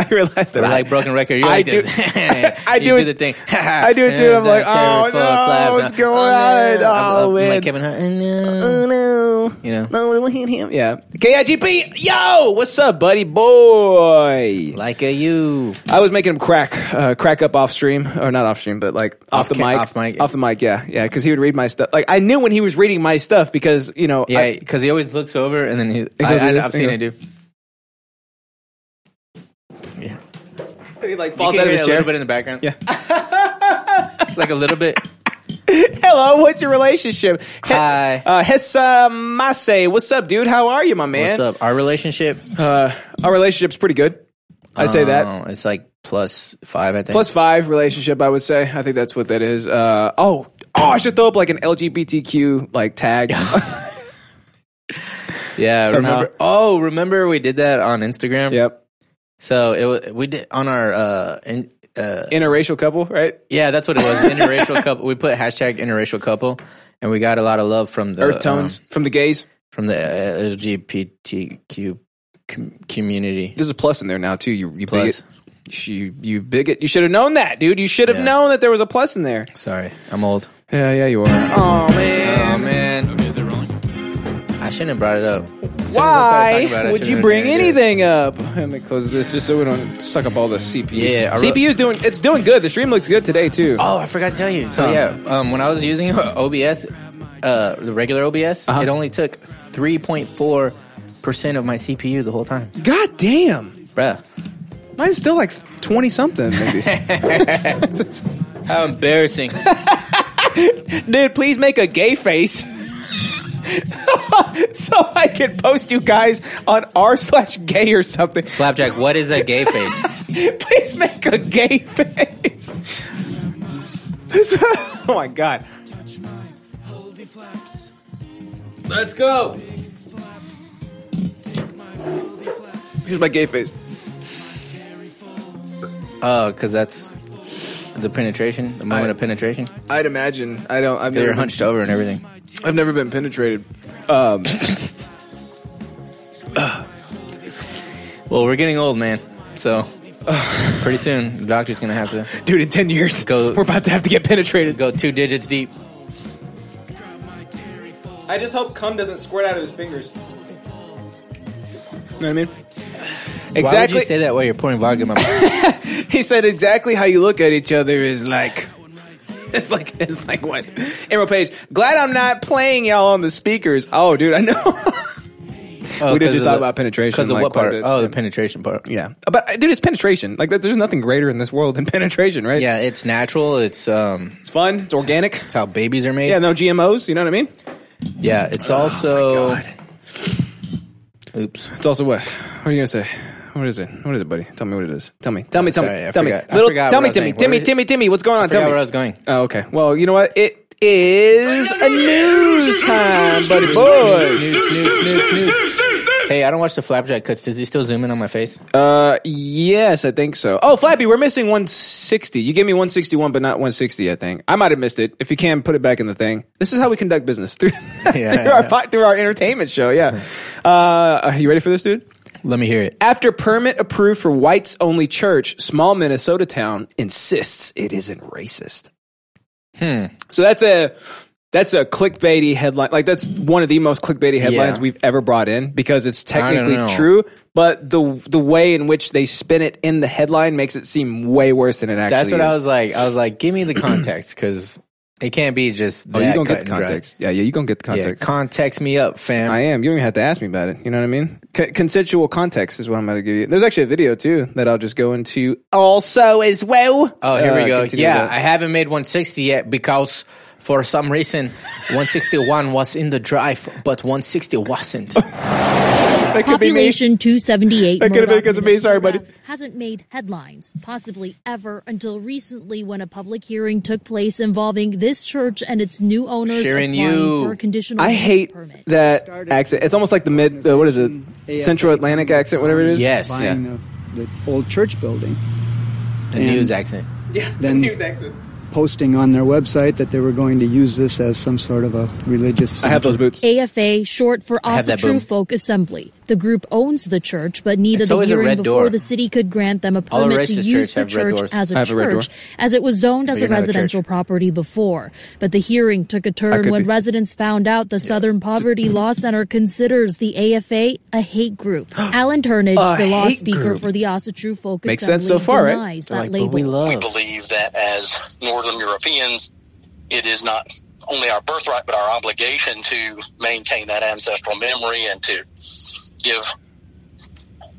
S1: I realized that
S2: we're
S1: I-
S2: like broken record. You're
S1: I
S2: like
S1: do-
S2: this.
S1: I
S2: you
S1: do
S2: do
S1: it-
S2: the thing.
S1: I do it too. I'm like, oh, no, what's going on? Oh, man.
S2: like Kevin Hart. Oh, no.
S1: oh no,
S2: You know,
S1: no, we don't hit him. Yeah, KIGP, yo, what's up, buddy boy?
S2: like a you.
S1: I was making him crack, uh, crack up off stream, or not off stream, but like off,
S2: Off
S1: the
S2: ca-
S1: mic,
S2: off mic.
S1: off the mic. Yeah, yeah, because he would read my stuff. Like I knew when he was reading my stuff because you know,
S2: Yeah,
S1: I,
S2: because he always looks over and then he. I,
S1: goes
S2: I,
S1: like this,
S2: I've
S1: it
S2: seen
S1: goes-
S2: it do.
S1: he like
S2: You
S1: falls
S2: can
S1: out of
S2: hear
S1: his
S2: it a
S1: chair.
S2: little bit in the background. Yeah, like a little bit.
S1: Hello, what's your relationship? He-
S2: Hi.
S1: uh, Hessa Mase, what's up, dude? How are you, my man?
S2: What's up? Our relationship.
S1: Uh, our relationship's pretty good. I'd say that.
S2: Oh, it's like plus five. I think
S1: plus five relationship i would say i think that's what that is uh, oh oh i should throw up like an lgbtq like tag
S2: Yeah.
S1: somehow.
S2: Remember? Oh, remember we did that on Instagram.
S1: yep
S2: So it wa- we did on our uh, in, uh
S1: interracial couple right
S2: yeah that's what it was interracial couple. We put hashtag interracial couple, and we got a lot of love from the
S1: earth tones
S2: um,
S1: Uh, from the gays
S2: from the uh, LGBTQ com- community.
S1: there's a plus in there now too you, you
S2: Plus.
S1: bigot you, you bigot you should have known that dude you should have
S2: Yeah.
S1: known that there was a plus in there
S2: Sorry, I'm old.
S1: yeah yeah you are oh man
S2: Oh man. Okay, is it rolling? I shouldn't have brought it up. As soon as I started
S1: why
S2: talking about it, I
S1: would
S2: shouldn't
S1: you
S2: have
S1: bring
S2: done it.
S1: anything up? Let me close this just so we don't suck up all the CPU.
S2: Yeah, I wrote-
S1: CPU's doing it's doing good. The stream looks good today too.
S2: Oh, I forgot to tell you. So
S1: Huh.
S2: yeah, um, when I was using OBS, uh, the regular OBS,
S1: Uh-huh.
S2: it only took three point four percent of my CPU the whole time,
S1: God damn.
S2: bruh.
S1: Mine's still like twenty something, maybe.
S2: How embarrassing!
S1: Dude, please make a gay face. so I can post you guys on r slash gay or something.
S2: Flapjack, what is a gay face?
S1: Please make a gay face. This- oh my god.
S2: Let's go.
S1: Here's my gay face.
S2: Oh, because that's the penetration, the moment of penetration.
S1: I'd imagine. I don't. I've
S2: They're
S1: never,
S2: hunched over and everything.
S1: I've never been penetrated. Um,
S2: Well, we're getting old, man. So pretty soon, the doctor's gonna have to
S1: dude, in ten years,
S2: Go-
S1: we're about to have to get penetrated.
S2: go two digits deep.
S1: I just hope cum doesn't squirt out of his fingers. You know what I mean?
S2: Why would
S1: Exactly.
S2: you say that while you're pouring vodka in my mouth?
S1: he said exactly how you look at each other is like it's like it's like what Emerald Page glad I'm not playing y'all on the speakers oh dude I know
S2: Oh,
S1: we did
S2: 'cause
S1: just
S2: of
S1: talk
S2: the-
S1: about penetration
S2: Because of
S1: like,
S2: what
S1: quite a
S2: part?
S1: bit.
S2: Oh, the penetration part.
S1: yeah but uh, dude it's penetration like that, there's nothing greater in this world than penetration right
S2: Yeah, it's natural. It's um,
S1: it's fun it's organic
S2: it's how babies are made.
S1: yeah no GMOs you know what I mean
S2: Yeah, it's also.
S1: God.
S2: Oops.
S1: it's also what what are you gonna say what is it what is it buddy tell me what it is tell me tell me tell
S2: sorry,
S1: me
S2: I
S1: tell me
S2: forgot. I
S1: little
S2: forgot
S1: tell
S2: what
S1: me
S2: I
S1: Timmy
S2: was saying.
S1: Timmy
S2: What is it?
S1: Timmy Timmy what's going on
S2: Forgot
S1: tell me
S2: where I was going.
S1: Oh, okay. Well, you know what? It is a news time, buddy boy.
S2: Hey, I don't watch the flapjack cuts. Does he still zoom in on my face?
S1: Uh, yes, I think so. Oh, Flappy, we're missing 160. You gave me 161, but not 160. I think I might have missed it. If you can, put it back in the thing. This is how we conduct business through through
S2: yeah,
S1: our
S2: yeah.
S1: pod- through our entertainment show. Yeah. Uh, are you ready for this, dude?
S2: Let me hear it.
S1: After permit approved for whites only church, small Minnesota town insists it isn't racist.
S2: Hmm.
S1: So that's a that's a clickbaity headline. Like that's one of the most clickbaity headlines
S2: Yeah.
S1: we've ever brought in because it's technically
S2: know.
S1: true, but the the way in which they spin it in the headline makes it seem way worse than it actually
S2: That's what
S1: is.
S2: I was like. I was like, give me the context because it can't be just
S1: Oh,
S2: that
S1: you gonna
S2: cut
S1: get the
S2: and dry.
S1: context? Yeah, yeah, you gonna get the
S2: Yeah,
S1: context.
S2: context me up, fam.
S1: I am. You don't even have to ask me about it. You know what I mean? C- consensual context is what I'm going to give you. There's actually a video too that I'll just go into also as well.
S2: oh, here
S1: Uh,
S2: we go.
S1: continue
S2: Yeah,
S1: that.
S2: I haven't made 160 yet because for some reason 161 was in the drive, but 160 wasn't.
S1: that could be me.
S3: Population 278.
S1: That could've been
S3: Modoc,
S1: because of me. Sorry, buddy.
S3: Minnesota, Hasn't made headlines, possibly ever, until recently when a public hearing took place involving this church and its new owners
S2: Sharon,
S3: applying
S2: you-
S3: for a conditional
S1: I
S3: use
S1: hate
S3: permit.
S1: that accent. It's almost like the mid, the, what is it?
S5: AFA
S1: Central Atlantic accent, whatever it is.
S2: Yes.
S5: buying the, the old church building,
S2: The news accent.
S5: then posting on their website that they were going to use this as some sort of a religious.
S1: I have those
S5: center.
S1: boots.
S3: AFA, short for
S2: have
S3: Asa
S2: that
S3: True
S2: boom.
S3: Folk Assembly. The group owns the church, but needed
S2: It's
S3: a
S2: always a
S3: hearing
S2: red
S3: before
S2: door.
S3: the city could grant them a
S2: All the
S3: permit to
S2: racist church
S3: use the
S2: have red
S3: church
S2: doors.
S3: as
S1: I
S3: a
S1: have a red
S3: church,
S1: door.
S3: as it was zoned as a
S2: you're not a church.
S3: residential property before. But the hearing took a turn
S1: could
S3: when
S1: be.
S3: residents found out the Southern Poverty Law Center considers the AFA a hate group. Alan Turnage, the law
S1: hate
S3: speaker
S1: group.
S3: for the Asa True Folk
S1: Makes
S3: Assembly,
S1: sense so far, right?
S3: denies that
S2: Like,
S3: label.
S2: but we
S6: we
S2: love.
S6: believe that as northern europeans it is not only our birthright but our obligation to maintain that ancestral memory and to give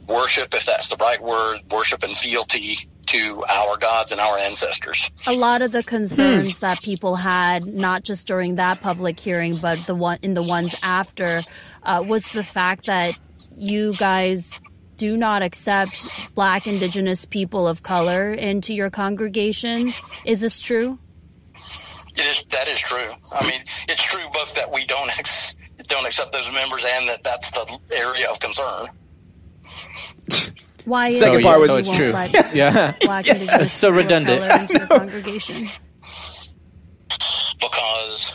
S6: worship if that's the right word worship and fealty to our gods and our ancestors
S7: a lot
S3: Hmm.
S7: of the concerns that people had, not just during that public hearing, but the one in the ones after, uh, was the fact that you guys do not accept Black, Indigenous people of color into your congregation. Is this true?
S6: It is that is true. I mean, it's true both that we don't ex, don't accept those members and that that's the area of concern.
S7: Why is
S1: Second
S7: it
S1: part
S7: that you
S1: was- so
S2: it's
S7: won't
S2: true.
S7: let
S2: Yeah.
S7: Black, Indigenous
S2: so
S7: people of
S2: redundant.
S7: color into your congregation?
S6: because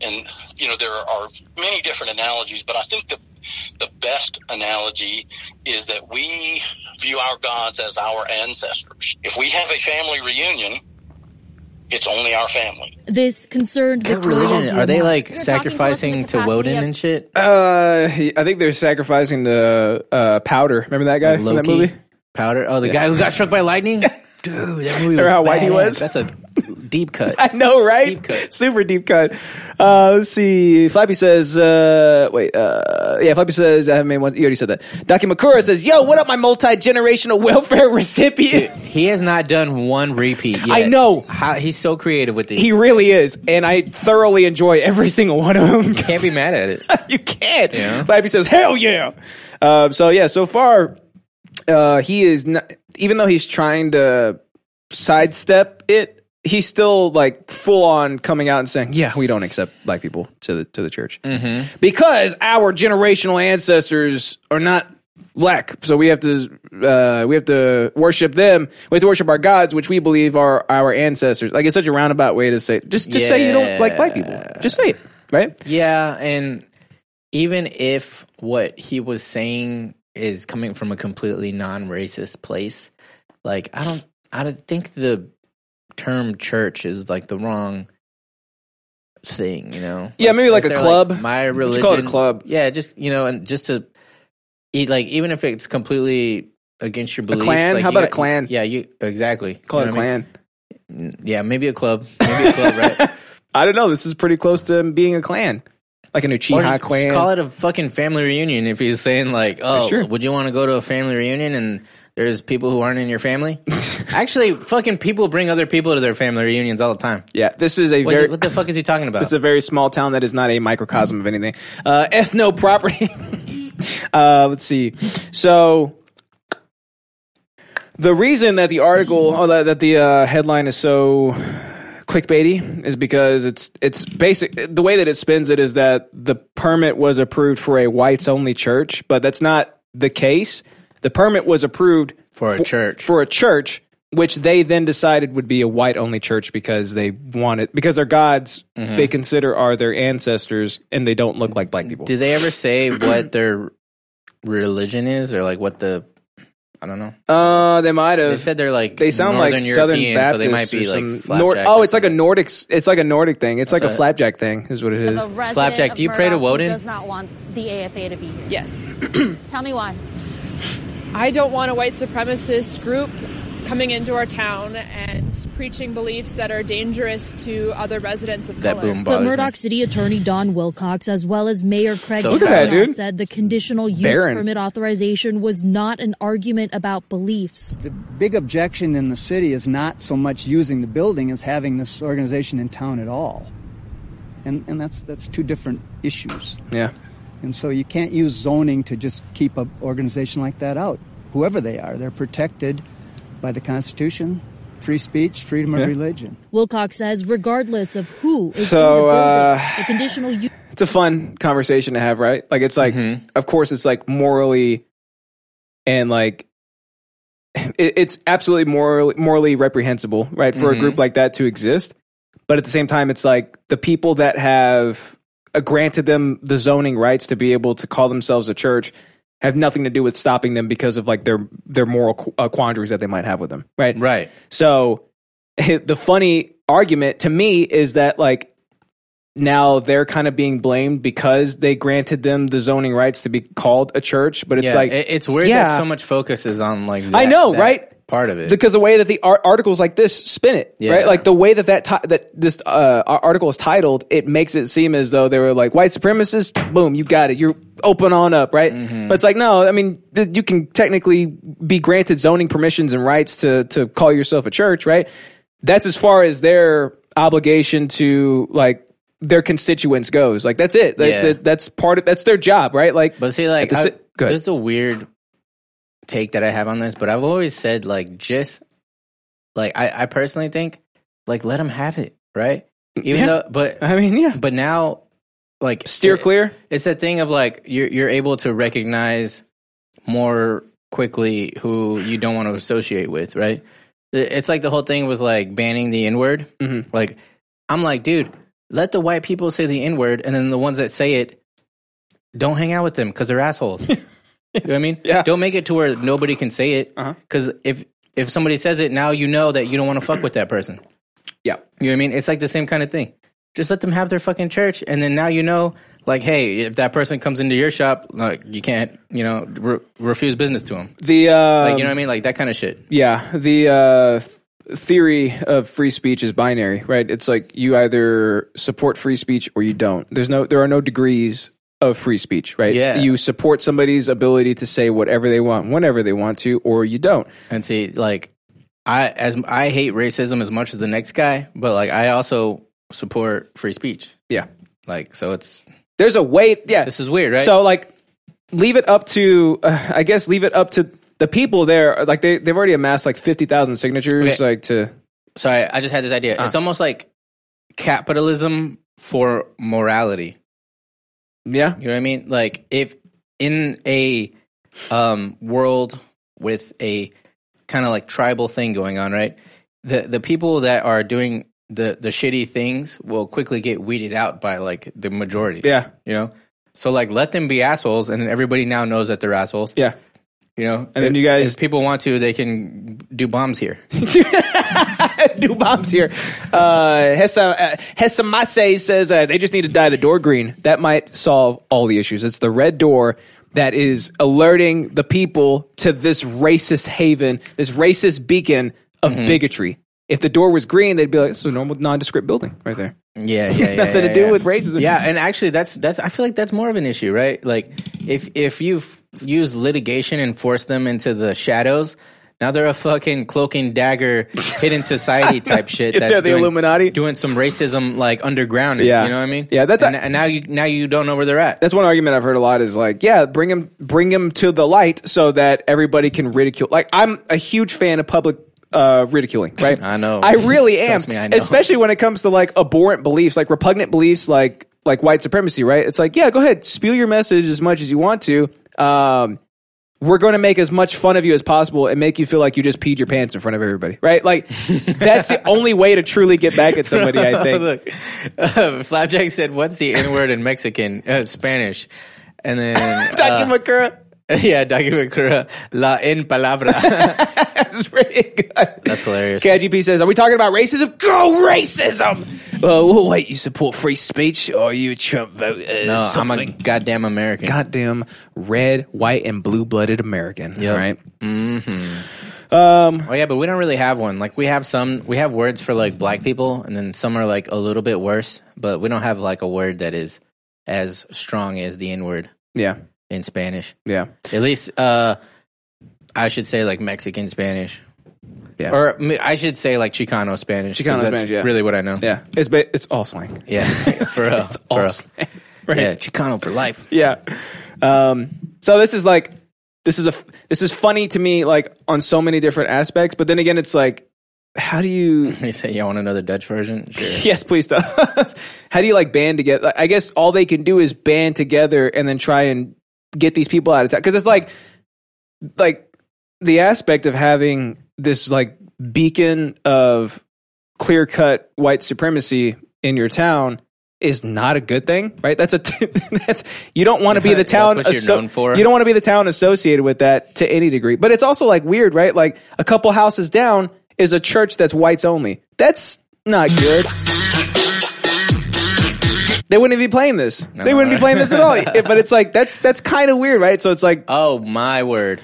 S6: and you know there are many different analogies but i think the the best analogy is that we view our gods as our ancestors if we have a family reunion it's only our family
S3: This concerned
S2: What
S3: Victoria
S2: religion? Are they
S3: Guillemot.
S2: like
S7: You're talking to us in the
S2: sacrificing to,
S7: capacity
S2: Woden
S7: of-
S2: and shit?
S1: Uh, he- I think they're sacrificing the uh, powder. Remember that guy from that
S2: Loki?
S1: movie?
S2: Powder? Oh, the guy who got struck by lightning? Dude, that movie was
S1: Remember how white he
S2: badass.
S1: was?
S2: That's a Deep cut.
S1: I know, right?
S2: Deep cut.
S1: Super deep cut. Uh, let's see. Flappy says, uh, wait, uh, yeah, Flappy says, I haven't made one. You already said that. Doki Makura says, yo, what up, my multi generational welfare recipient?
S2: He has not done one repeat yet.
S1: I know.
S2: How, he's so creative with these.
S1: He really is. And I thoroughly enjoy every single one of them.
S2: can't be mad at it.
S1: you can't.
S2: Yeah.
S1: Flappy says, hell yeah. Um, so, yeah, so far, uh, he is, not, even though he's trying to sidestep it, he's still like full on coming out and saying, yeah, we don't accept black people to the, to the church
S2: Mm-hmm.
S1: because our generational ancestors are not black. So we have to, uh, we have to worship them. We have to worship our gods, which we believe are our ancestors. Like it's such a roundabout way to say, just, just say you don't like black people. Just say it. Right?
S2: Yeah, and even if what he was saying is coming from a completely non-racist place, like I don't, I don't think the term church is like the wrong thing, you know?
S1: Yeah, maybe like
S2: if
S1: a
S2: they're
S1: club.
S2: my
S1: call
S2: religion,
S1: it a club.
S2: Yeah, just you know, and just to eat like even if it's completely against your beliefs,
S1: clan?
S2: like,
S1: How
S2: you
S1: about a
S2: got-
S1: clan?
S2: Yeah, you exactly
S1: Call
S2: You
S1: it a
S2: know what I mean?
S1: clan.
S2: Yeah, maybe a club, maybe a club, right?
S1: I don't know. This is pretty close to being a clan, like an
S2: Or
S1: Uchiha
S2: just,
S1: clan.
S2: just call it a fucking family reunion if he's saying like, oh,
S1: Sure.
S2: would you want to go to a family reunion and there's people who aren't in your family? Actually, fucking people bring other people to their family reunions all the time.
S1: yeah, this is a
S2: What, is
S1: very
S2: it- what the fuck is he talking about?
S1: It's a very small town that is not a microcosm of anything. Uh, ethno property. uh, let's see. So the reason that the article, or that, that the uh, headline is so clickbaity, is because it's it's basic. The way that it spins it is that the permit was approved for a whites only church, but that's not the case. The permit was approved
S2: For a church.
S1: for a church, which they then decided would be a white only church because they wanted because their gods
S2: Mm-hmm.
S1: they consider are their ancestors and they don't look like black people.
S2: Do they ever say what their religion is or like what the I don't know.
S1: uh, they might
S2: They
S1: have.
S2: said they're like
S1: They sound
S2: Northern
S1: like Southern
S2: European,
S1: Baptist.
S2: so they might be
S1: or
S2: like
S1: some Nor-
S2: flapjack
S1: oh,
S2: or
S1: it's like a
S2: something.
S1: Nordic. It's like a Nordic thing. It's like a
S2: it.
S1: flapjack thing, is what it is.
S7: The resident
S2: Flapjack,
S7: of
S2: do you pray to
S7: Murdoch who
S2: Woden?
S7: Does not want the AFA to be here.
S8: Yes.
S7: Tell me why.
S8: I don't want a white supremacist group coming into our town and preaching beliefs that are dangerous to other residents of
S2: that
S8: color.
S2: boom
S3: But
S2: bothers me.
S3: Murdoch City Attorney Don Wilcox, as well as Mayor Craig
S2: So
S1: Look at that,
S3: Kavanaugh
S1: dude.
S3: said the conditional use
S1: Barren.
S3: permit authorization was not an argument about beliefs.
S5: The big objection in the city is not so much using the building as having this organization in town at all. And, and that's, that's two different issues.
S1: yeah.
S5: And so you can't use zoning to just keep an organization like that out. Whoever they are, they're protected by the Constitution, free speech, freedom of religion.
S3: Wilcox says, regardless of who is
S1: So,
S3: in the building,
S1: uh,
S3: the conditional use.
S1: it's a fun conversation to have, right? Like it's like, of course, it's like morally and like it, it's absolutely morally morally reprehensible, right, for a group like that to exist. But at the same time, it's like the people that have uh, granted them the zoning rights to be able to call themselves a church have nothing to do with stopping them because of like their their moral qu- uh, quandaries that they might have with them, right?
S2: Right.
S1: So the funny argument to me is that like now they're kind of being blamed because they granted them the zoning rights to be called a church, but it's
S2: yeah,
S1: like
S2: it- it's weird
S1: yeah.
S2: that so much focus is on like
S1: I
S2: that-
S1: know,
S2: that
S1: right?
S2: Part of it.
S1: because the way that the ar- articles like this spin it,
S2: Yeah.
S1: right? Like the way that that ti- that this uh, ar- article is titled, it makes it seem as though they were like white supremacists. Boom, you got it. You're open on up, right?
S2: Mm-hmm.
S1: But it's like no. I mean, th- you can technically be granted zoning permissions and rights to to call yourself a church, right? That's as far as their obligation to like their constituents goes. Like that's it. Like,
S2: Yeah.
S1: th- that's part of that's their job, right? Like,
S2: But see,
S1: At
S2: like,
S1: the
S2: I,
S1: sa- go ahead.
S2: this is a weird take that I have on this, but I've always said, like, just like I, I personally think, like, let them have it, right? Even
S1: Mm, Yeah.
S2: though, but
S1: I mean, yeah,
S2: but now, like,
S1: steer
S2: it-
S1: clear.
S2: it's that thing of like you're you're able to recognize more quickly who you don't want to associate with, right? The- It's like the whole thing with like banning the N word. Like I'm like, dude, let the white people say the N word, and then the ones that say it, don't hang out with them because they're assholes. you know what I mean?
S1: Yeah.
S2: Don't make it to where nobody can say it because if if somebody says it now, you know that you don't want to fuck with that person.
S1: Yeah,
S2: You know what I mean? It's like the same kind of thing. Just let them have their fucking church, and then now you know, like, hey, if that person comes into your shop, like, you can't, you know, re- refuse business to them.
S1: the uh,
S2: Like, you know what I mean? Like that kind of shit.
S1: Yeah, the uh, theory of free speech is binary, right? It's like you either support free speech or you don't. There's no, there are no degrees of free speech, right?
S2: Yeah.
S1: You support somebody's ability to say whatever they want, whenever they want to, or you don't.
S2: And see, like, I as I hate racism as much as the next guy, but like I also support free speech.
S1: Yeah.
S2: Like, so it's
S1: There's a way. Yeah.
S2: this is weird, right?
S1: So like, leave it up to uh, I guess leave it up to the people there. Like they they've already amassed like fifty thousand signatures.
S2: Okay.
S1: Like to
S2: so I, I just had this idea.
S1: Uh.
S2: It's almost like capitalism for morality.
S1: yeah
S2: You know what I mean? Like if in a um, world with a kind of like tribal thing going on, right? The the people that are doing the the shitty things will quickly get weeded out by like the majority.
S1: yeah
S2: You know? So like let them be assholes and then everybody now knows that they're assholes.
S1: yeah.
S2: You know?
S1: And then
S2: If-
S1: you guys-
S2: if people want to, they can do bombs here.
S1: New bombs here. Uh, Hessa, uh, Hessa Masse says uh, they just need to dye the door green. That might solve all the issues. It's the red door that is alerting the people to this racist haven, this racist beacon of bigotry. If the door was green, they'd be like, it's a normal nondescript building right there.
S2: Yeah, yeah, yeah.
S1: Nothing
S2: yeah,
S1: to do
S2: yeah.
S1: with racism.
S2: Yeah, and actually, that's that's. I feel like that's more of an issue, right? Like, if if you f- use litigation and force them into the shadows, now they're a fucking cloak and dagger hidden society type shit.
S1: Yeah,
S2: That's
S1: the Illuminati.
S2: doing some racism like underground.
S1: Yeah.
S2: you know what I mean.
S1: Yeah, that's a-
S2: and, and now you now you don't know where they're at.
S1: that's one argument I've heard a lot is like, yeah, bring him bring him to the light so that everybody can ridicule. Like I'm a huge fan of public uh, ridiculing, right?
S2: I know.
S1: I really am,
S2: Trust me, I know.
S1: especially when it comes to like abhorrent beliefs, like repugnant beliefs, like like white supremacy, right? It's like, yeah, go ahead, spew your message as much as you want to. Um, we're going to make as much fun of you as possible and make you feel like you just peed your pants in front of everybody, right? Like that's the only way to truly get back at somebody. I think.
S2: Look, uh, Flapjack said, "What's the N word in Mexican? Uh, Spanish." And then,
S1: Taki
S2: uh,
S1: Makura
S2: yeah, Daki Makura, la en palabra.
S1: is pretty good.
S2: That's hilarious.
S1: KIGP says, "Are we talking about racism? Go racism!" Oh, well, wait. You support free speech, or are you a Trump uh, voter?
S2: No, Uh, I'm a goddamn American.
S1: goddamn red, white, and blue-blooded American.
S2: Yep.
S1: Right?
S2: Oh yeah, but we don't really have one. Like we have some, we have words for like black people, and then some are like a little bit worse. But we don't have like a word that is as strong as the N word
S1: Yeah,
S2: in Spanish.
S1: yeah,
S2: At least, uh, I should say like Mexican Spanish,
S1: yeah,
S2: or I mean, I should say like Chicano Spanish. 'cause
S1: Chicano
S2: that's
S1: Spanish, yeah.
S2: really what I know.
S1: yeah. It's ba- it's all slang.
S2: yeah, for real,
S1: It's
S2: for
S1: all
S2: real.
S1: slang.
S2: Yeah, Chicano for life.
S1: yeah. Um, so this is like this is a this is funny to me, like on so many different aspects. But then again, it's like, how do you?
S2: They say y'all want another Dutch version? Sure.
S1: Yes, please does. How do you like band together? Like, I guess all they can do is band together and then try and get these people out of town. Because it's like, like the aspect of having this like beacon of clear cut white supremacy in your town is not a good thing, right? That's a that's you don't want to be the
S2: That's
S1: town
S2: what you're known for.
S1: You don't want to be the town associated with that to any degree. But it's also like weird, right? Like a couple houses down is a church that's whites only. That's not good. They wouldn't even be playing this. they wouldn't be playing this at all. It- but it's like that's that's kind of weird, right? So it's like
S2: Oh my word!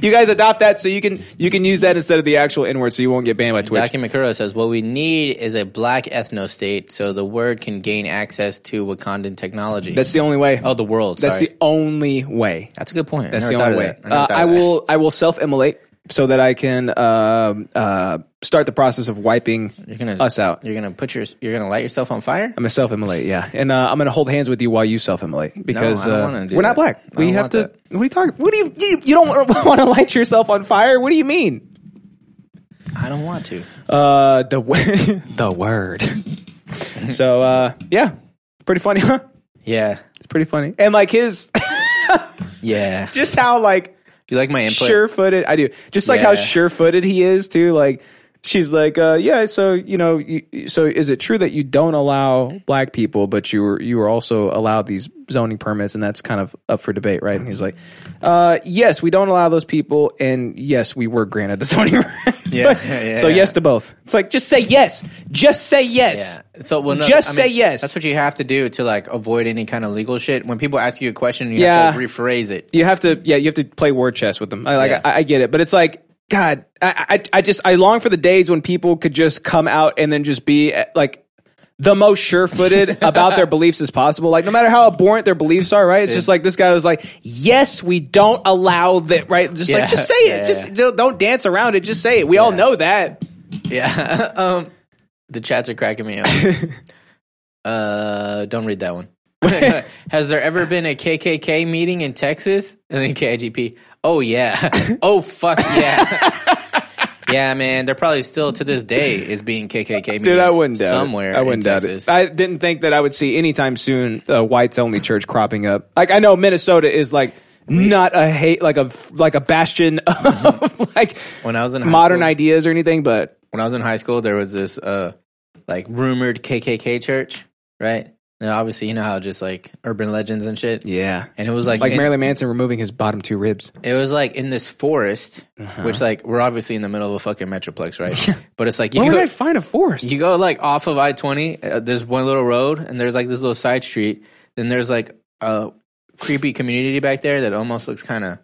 S1: you guys adopt that so you can you can use that instead of the actual N word, so you won't get banned by Twitch.
S2: Daki Makura says, What we need is a black ethno state so the word can gain access to Wakandan technology.
S1: that's the only way.
S2: oh, the world.
S1: that's
S2: sorry.
S1: the only way.
S2: that's a good point.
S1: That's
S2: I
S1: the
S2: never
S1: only
S2: thought
S1: way.
S2: of that. never
S1: Uh,
S2: thought of
S1: I
S2: that.
S1: will I will self immolate so that I can um uh, start the process of wiping
S2: You're gonna,
S1: us out. I'm
S2: You're gonna put your. You're gonna light yourself on fire.
S1: gonna self immolate, yeah, and uh, I'm gonna hold hands with you while you self immolate because
S2: don't
S1: uh,
S2: wanna do
S1: we're not
S2: that.
S1: black.
S2: I
S1: We
S2: don't
S1: have
S2: want
S1: to.
S2: that.
S1: What are you talking? What do you you, you don't want to light yourself on fire? What do you mean?
S2: I don't want to.
S1: Uh, the w- the word. so uh, yeah, pretty funny, huh?
S2: Yeah,
S1: It's pretty funny, and like his
S2: yeah. Do
S1: just how like
S2: you like my input?
S1: sure footed I do, just like how
S2: Yeah.
S1: sure footed he is too. Like she's like, uh, yeah, so you know, you, so is it true that you don't allow black people, but you were you were also allowed these zoning permits, and that's kind of up for debate, right? And he's like, uh, yes, we don't allow those people, and yes, we were granted the zoning permits.
S2: Yeah, yeah,
S1: so
S2: yeah.
S1: yes to both. It's like just say yes, just say yes.
S2: Yeah. So well, no,
S1: Just
S2: I mean,
S1: say yes.
S2: That's what you have to do to like avoid any kind of legal shit. When people ask you a question, you
S1: Yeah.
S2: have to rephrase it.
S1: you have to yeah you have to play word chess with them i like
S2: Yeah.
S1: I, I get it but it's like God, I, I, I just, I long for the days when people could just come out and then just be eh, like the most sure footed about their beliefs as possible. Like, no matter how abhorrent their beliefs are, right? It's just like this guy was like, yes, we don't allow that, right? Just
S2: Yeah,
S1: like, just say it.
S2: yeah,
S1: just
S2: yeah.
S1: don't don't dance around it. Just say it. We all know that.
S2: Yeah. um, the chats are cracking me up. uh, don't read that one. Has there ever been a KKK meeting in Texas? And then KIGP. Oh yeah. oh fuck yeah. yeah, man. They're probably still to this day is being KKK meetings.
S1: Dude, I wouldn't doubt
S2: somewhere.
S1: it. I wouldn't
S2: in
S1: doubt
S2: Texas.
S1: it. I didn't think that I would see anytime soon a whites only church cropping up. Like I know Minnesota is like not a hate like a like a bastion of like
S2: Mm-hmm. When I was in high
S1: modern
S2: school-
S1: ideas or anything, but
S2: when I was in high school, there was this uh like rumored KKK church, right? And obviously, you know how just like urban legends and shit.
S1: yeah,
S2: And it was like
S1: like
S2: in-
S1: Marilyn Manson removing his bottom two ribs.
S2: it was like in this forest,
S1: Uh-huh.
S2: which like we're obviously in the middle of a fucking metroplex, right? but it's like you
S1: Where would
S2: go,
S1: I find a forest?
S2: you go like off of I twenty. Uh, there's one little road, and there's like this little side street. Then there's like a creepy community back there that almost looks kind of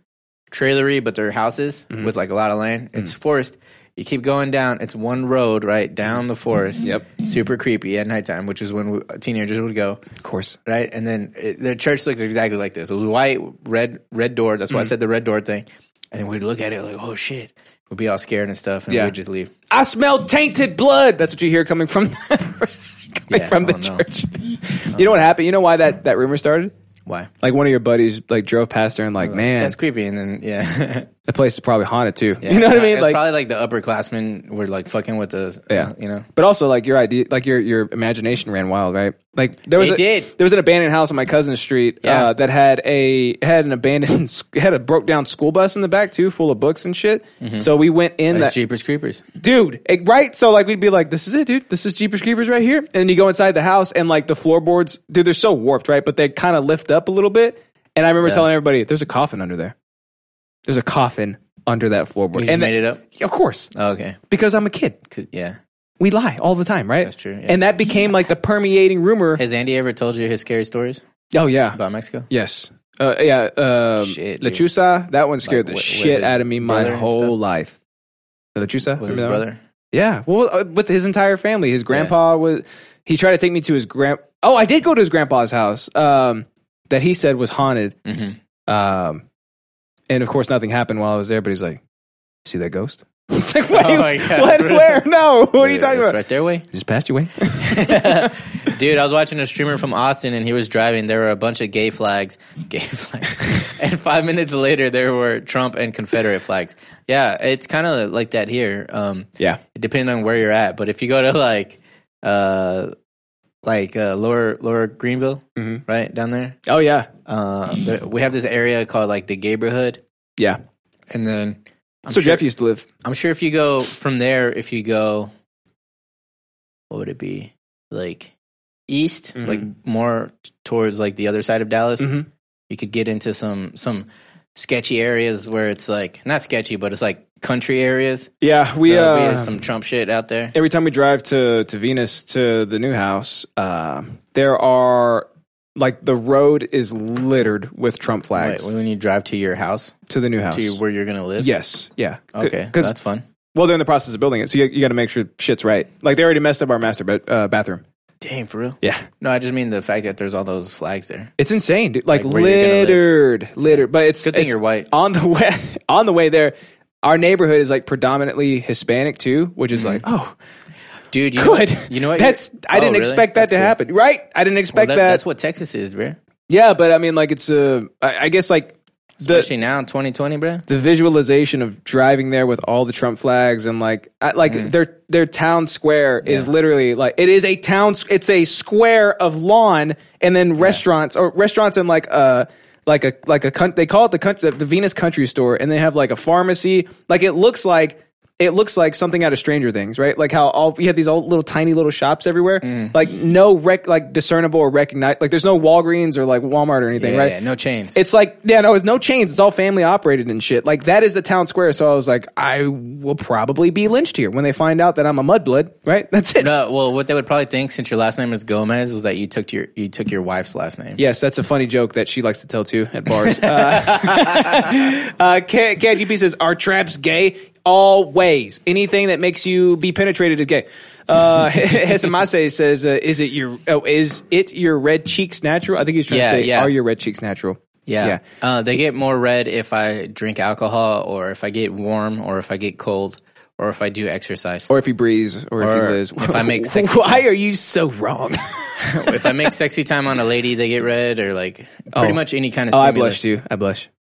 S2: trailery, but they're houses
S1: Mm-hmm.
S2: with like a lot of land. It's
S1: Mm.
S2: forest. You keep going down. It's one road right down the forest.
S1: Yep.
S2: Super creepy at nighttime, which is when we, teenagers would go
S1: of course.
S2: right? And then it, the church looked exactly like this. It was white, red, red door. That's why
S1: Mm-hmm.
S2: I said the red door thing. And then we'd look at it like, oh shit. We'd be all scared and stuff, and
S1: Yeah.
S2: we'd just leave.
S1: I smell tainted blood. That's what you hear coming from coming
S2: Yeah,
S1: from the
S2: oh, no.
S1: church. You know what happened? You know why that that rumor started?
S2: Why?
S1: Like one of your buddies like drove past there and like, man,
S2: Uh, That's creepy. And then yeah,
S1: the place is probably haunted too. You know what I mean?
S2: It's
S1: Like
S2: probably like the upperclassmen were like fucking with the
S1: Yeah.
S2: you know.
S1: But also, like your idea, like your your imagination ran wild, right? Like there was
S2: It
S1: a,
S2: did.
S1: there was an abandoned house on my cousin's street
S2: Yeah.
S1: uh, that had a had an abandoned sc- had a broke down school bus in the back too, full of books and shit.
S2: Mm-hmm.
S1: So we went in
S2: It's
S1: that
S2: Jeepers Creepers.
S1: dude, it- right? So like we'd be like, this is it, dude. This is Jeepers Creepers right here. And you go inside the house and like the floorboards, dude, they're so warped, right? But they kind of lift up a little bit. And I remember telling everybody, there's a coffin under there. There's a coffin under that floorboard.
S2: You just
S1: and
S2: made
S1: that-
S2: it up.
S1: Of course,
S2: Oh, okay,
S1: because I'm a kid
S2: 'Cause- yeah.
S1: we lie all the time, right?
S2: That's true, yeah.
S1: And that became like the permeating rumor.
S2: Has Andy ever told you his scary stories
S1: oh yeah,
S2: about Mexico?
S1: yes, uh, yeah. Um,
S2: Shit, dude.
S1: Lechusa, that one
S2: Like,
S1: scared the
S2: wi- with
S1: shit
S2: his
S1: out of me my
S2: brother and
S1: whole
S2: stuff?
S1: life. The Lechusa, Remember
S2: Was his
S1: that one?
S2: brother?
S1: Yeah, well, uh, with his entire family. His grandpa was. He tried to take me to his grand. Oh, I did go to his grandpa's house. Um, that he said was haunted.
S2: Mm-hmm.
S1: Um, and of course, nothing happened while I was there. But he's like, "See that ghost?" It's like, wait,
S2: Oh my God.
S1: what? Where? No, what are you talking about?
S2: Right their way.
S1: Just passed you, way.
S2: Dude, I was watching a streamer from Austin and he was driving. There were a bunch of gay flags. Gay flags. and five minutes later, there were Trump and Confederate flags. Yeah, it's kind of like that here. Um,
S1: yeah,
S2: depending on where you're at. But if you go to like, uh, like uh, lower lower Greenville, right down there,
S1: Oh yeah,
S2: uh, there, we have this area called like the Gayborhood,
S1: yeah.
S2: and then I'm
S1: so
S2: sure-
S1: Jeff used to live.
S2: I'm sure if you go from there, if you go, what would it be like east,
S1: Mhm.
S2: like more t- towards like the other side of Dallas?
S1: Mhm.
S2: You could get into some some sketchy areas where it's like not sketchy, but it's like country areas.
S1: Yeah, we
S2: There'll
S1: uh,
S2: be some Trump shit out there.
S1: every time we drive to to Venus to the new house, uh, there are like the road is littered with Trump
S2: Wait,
S1: flags
S2: when you drive to your house,
S1: to the new house.
S2: to your, where you're gonna live.
S1: yes, yeah. C-
S2: Okay,
S1: Cause,
S2: that's fun.
S1: well, they're in the process of building it, so you, you got to make sure shit's right. Like they already messed up our master bed, uh, bathroom.
S2: Damn, for real.
S1: Yeah,
S2: No, I just mean the fact that there's all those flags there.
S1: it's insane, dude. Like,
S2: Like, where you're gonna live.
S1: littered, littered. But it's
S2: Good thing
S1: it's-
S2: you're white.
S1: on the way on the way there. Our neighborhood is like predominantly Hispanic too, which
S2: Mm-hmm.
S1: is like oh
S2: Dude, you
S1: good.
S2: Know what, you know what?
S1: That's
S2: you're-
S1: I
S2: Oh,
S1: didn't
S2: really?
S1: expect that
S2: That's
S1: to
S2: cool.
S1: happen. Right? I didn't
S2: Well,
S1: expect
S2: that,
S1: that,
S2: That's what Texas is, bro.
S1: Yeah, but I mean, like it's a. I I guess like the
S2: Especially now in 2020, bro.
S1: the visualization of driving there with all the Trump flags and like I, like
S2: Mm.
S1: their their town square is literally like it is a town. s- It's a square of lawn and then restaurants or restaurants and like uh like a like a coun- they call it the country the Venus Country Store and they have like a pharmacy. Like it looks like. it looks like something out of Stranger Things, right? Like how all you have these all little tiny little shops everywhere,
S2: Mm.
S1: like no rec, like discernible or recognized. Like there's no Walgreens or like Walmart or anything,
S2: Yeah,
S1: right?
S2: yeah, no chains.
S1: It's like yeah, no, it's no chains. It's all family operated and shit. Like that is the town square. So I was like, I will probably be lynched here when they find out that I'm a mudblood, right? That's it.
S2: No, well, what they would probably think, since your last name is Gomez, was that you took your you took your wife's last name.
S1: Yes, that's a funny joke that she likes to tell too at bars. Uh, uh, K- KGP says, "Are traps gay? Always. Anything that makes you be penetrated is gay." Uh, Hesamase says, uh, "Is it your oh, is it your red cheeks natural?" I think he's trying
S2: Yeah,
S1: to say,
S2: yeah.
S1: "Are your red cheeks natural?"
S2: Yeah.
S1: Yeah.
S2: Uh, they get more red if I drink alcohol, or if I get warm, or if I get cold, or if I do exercise,
S1: Or if you breeze, or, if you
S2: Or
S1: liz.
S2: if I make sexy
S1: Why are you so wrong?
S2: if I make sexy time on a lady, they get red, or like
S1: Oh.
S2: pretty much any kind of.
S1: oh, I
S2: Stimulus.
S1: blushed you. I blush.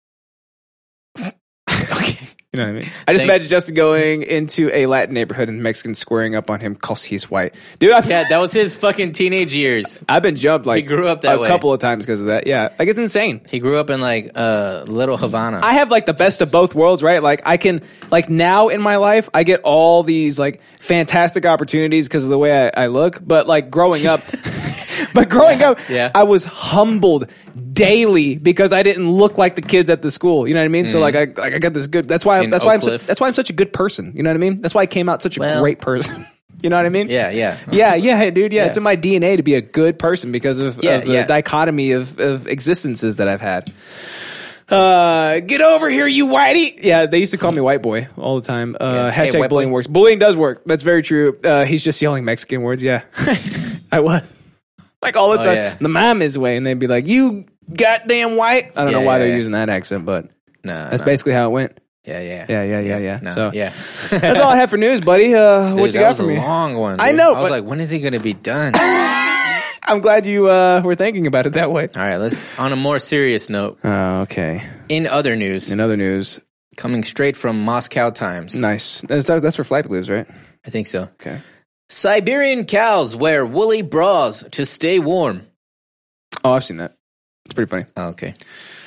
S2: Okay.
S1: You know what I mean? I just
S2: Thanks.
S1: imagine Justin going into a Latin neighborhood and Mexicans squaring up on him because he's white. Dude, I've,
S2: Yeah, that was his fucking teenage years.
S1: I've been jumped like
S2: grew up that
S1: a
S2: way.
S1: couple of times because of that. Yeah, like it's insane.
S2: He grew up in like uh, Little Havana.
S1: I have like the best of both worlds, right? Like I can like now in my life, I get all these like fantastic opportunities because of the way I, I look. But like growing up, but growing up,
S2: yeah.
S1: I was humbled daily because I didn't look like the kids at the school. You know what I mean? So like I like I got this good. That's why
S2: Mm-hmm. In
S1: that's why I'm,
S2: Oak
S1: su-
S2: Cliff.
S1: that's why I'm such a good person. You know what I mean? That's why I came out such a
S2: Well-
S1: great person. you know what I mean?
S2: yeah, yeah.
S1: yeah, yeah, hey, dude. Yeah, it's in my DNA to be a good person because of,
S2: Yeah,
S1: of the
S2: yeah.
S1: dichotomy of, of existences that I've had. Uh, get over here, you whitey. Yeah, they used to call me white boy all the time. Uh,
S2: Yeah. Hey,
S1: hashtag
S2: white
S1: bullying
S2: boy.
S1: works. Bullying does work. That's very true. Uh, he's just yelling Mexican words. Yeah, I was like all the
S2: Oh,
S1: time.
S2: yeah.
S1: The mom is way, and they'd be like, "You goddamn white." I don't know
S2: Yeah,
S1: why
S2: yeah,
S1: they're
S2: yeah.
S1: using that accent, but
S2: No,
S1: that's
S2: no.
S1: basically how it went.
S2: Yeah, yeah,
S1: Yeah, yeah, yeah, yeah.
S2: No,
S1: so
S2: yeah.
S1: that's all I have for news, buddy. Uh,
S2: Dude,
S1: what you
S2: that
S1: got
S2: was
S1: for
S2: a
S1: me?
S2: long one.
S1: I
S2: dude.
S1: know,
S2: I was
S1: but-
S2: like, when is he going to be done?
S1: I'm glad you uh, were thinking about it that way.
S2: All right, let's. On a more serious note,
S1: Oh, okay.
S2: in other news,
S1: In other news,
S2: coming straight from Moscow Times,
S1: nice. That's, that's for Flappy Blues, right?
S2: I think so.
S1: Okay.
S2: Siberian cows wear woolly bras to stay warm.
S1: Oh, I've seen that. It's pretty funny.
S2: Oh, okay,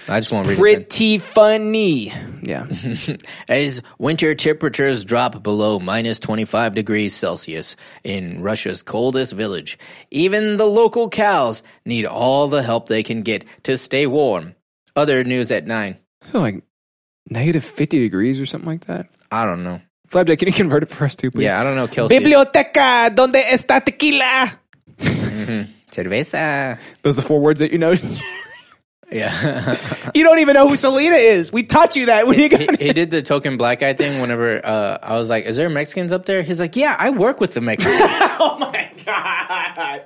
S2: I just want to read it.
S1: Pretty funny. Yeah.
S2: As winter temperatures drop below minus 25 degrees Celsius in Russia's coldest village, even the local cows need all the help they can get to stay warm. Other news at 9.
S1: so like negative fifty degrees or something like that.
S2: I don't know.
S1: Flapjack, can you convert it for us too, please?
S2: Yeah, I don't know. Kelsey.
S1: Biblioteca, donde está tequila?
S2: Cerveza.
S1: Those are the four words that you know.
S2: Yeah.
S1: you don't even know who Selena is. We taught you that when you
S2: he,
S1: got
S2: he did the token black guy thing whenever uh, I was like, Is there Mexicans up there? He's like, Yeah, I work with the Mexicans.
S1: Oh my god.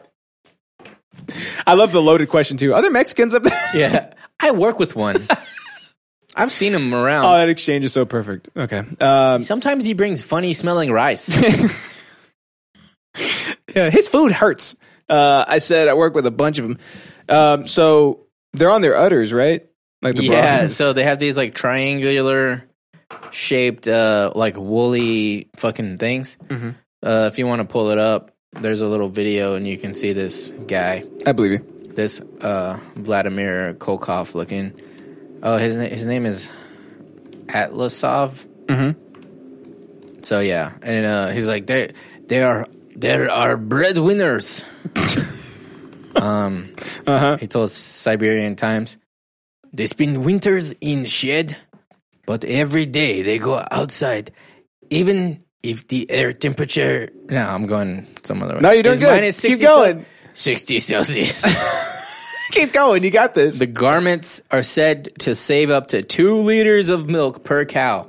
S1: I love the loaded question too. Are there Mexicans up there?
S2: yeah. I work with one. I've seen him around.
S1: Oh, that exchange is so perfect. Okay. Um,
S2: Sometimes he brings funny smelling rice.
S1: yeah, his food hurts. Uh, I said I work with a bunch of them. Um, so they're on their udders, right? Like the
S2: yeah,
S1: bras.
S2: so they have these like triangular shaped uh like woolly fucking things.
S1: Mm-hmm.
S2: Uh if you want to pull it up, there's a little video and you can see this guy,
S1: I believe you.
S2: this uh Vladimir Kolkov looking. Oh, his na- his name is Atlasov.
S1: Mm-hmm.
S2: Mhm. So yeah, and uh he's like they they are there are breadwinners. Um,
S1: Uh huh.
S2: He told Siberian Times, they spend winters in shed, but every day they go outside, even if the air temperature. No, I'm going some other way.
S1: No, you're doing
S2: It's
S1: good.
S2: minus
S1: Keep
S2: 60
S1: going.
S2: Celsius- 60 Celsius.
S1: Keep going. You got this.
S2: the garments are said to save up to two liters of milk per cow.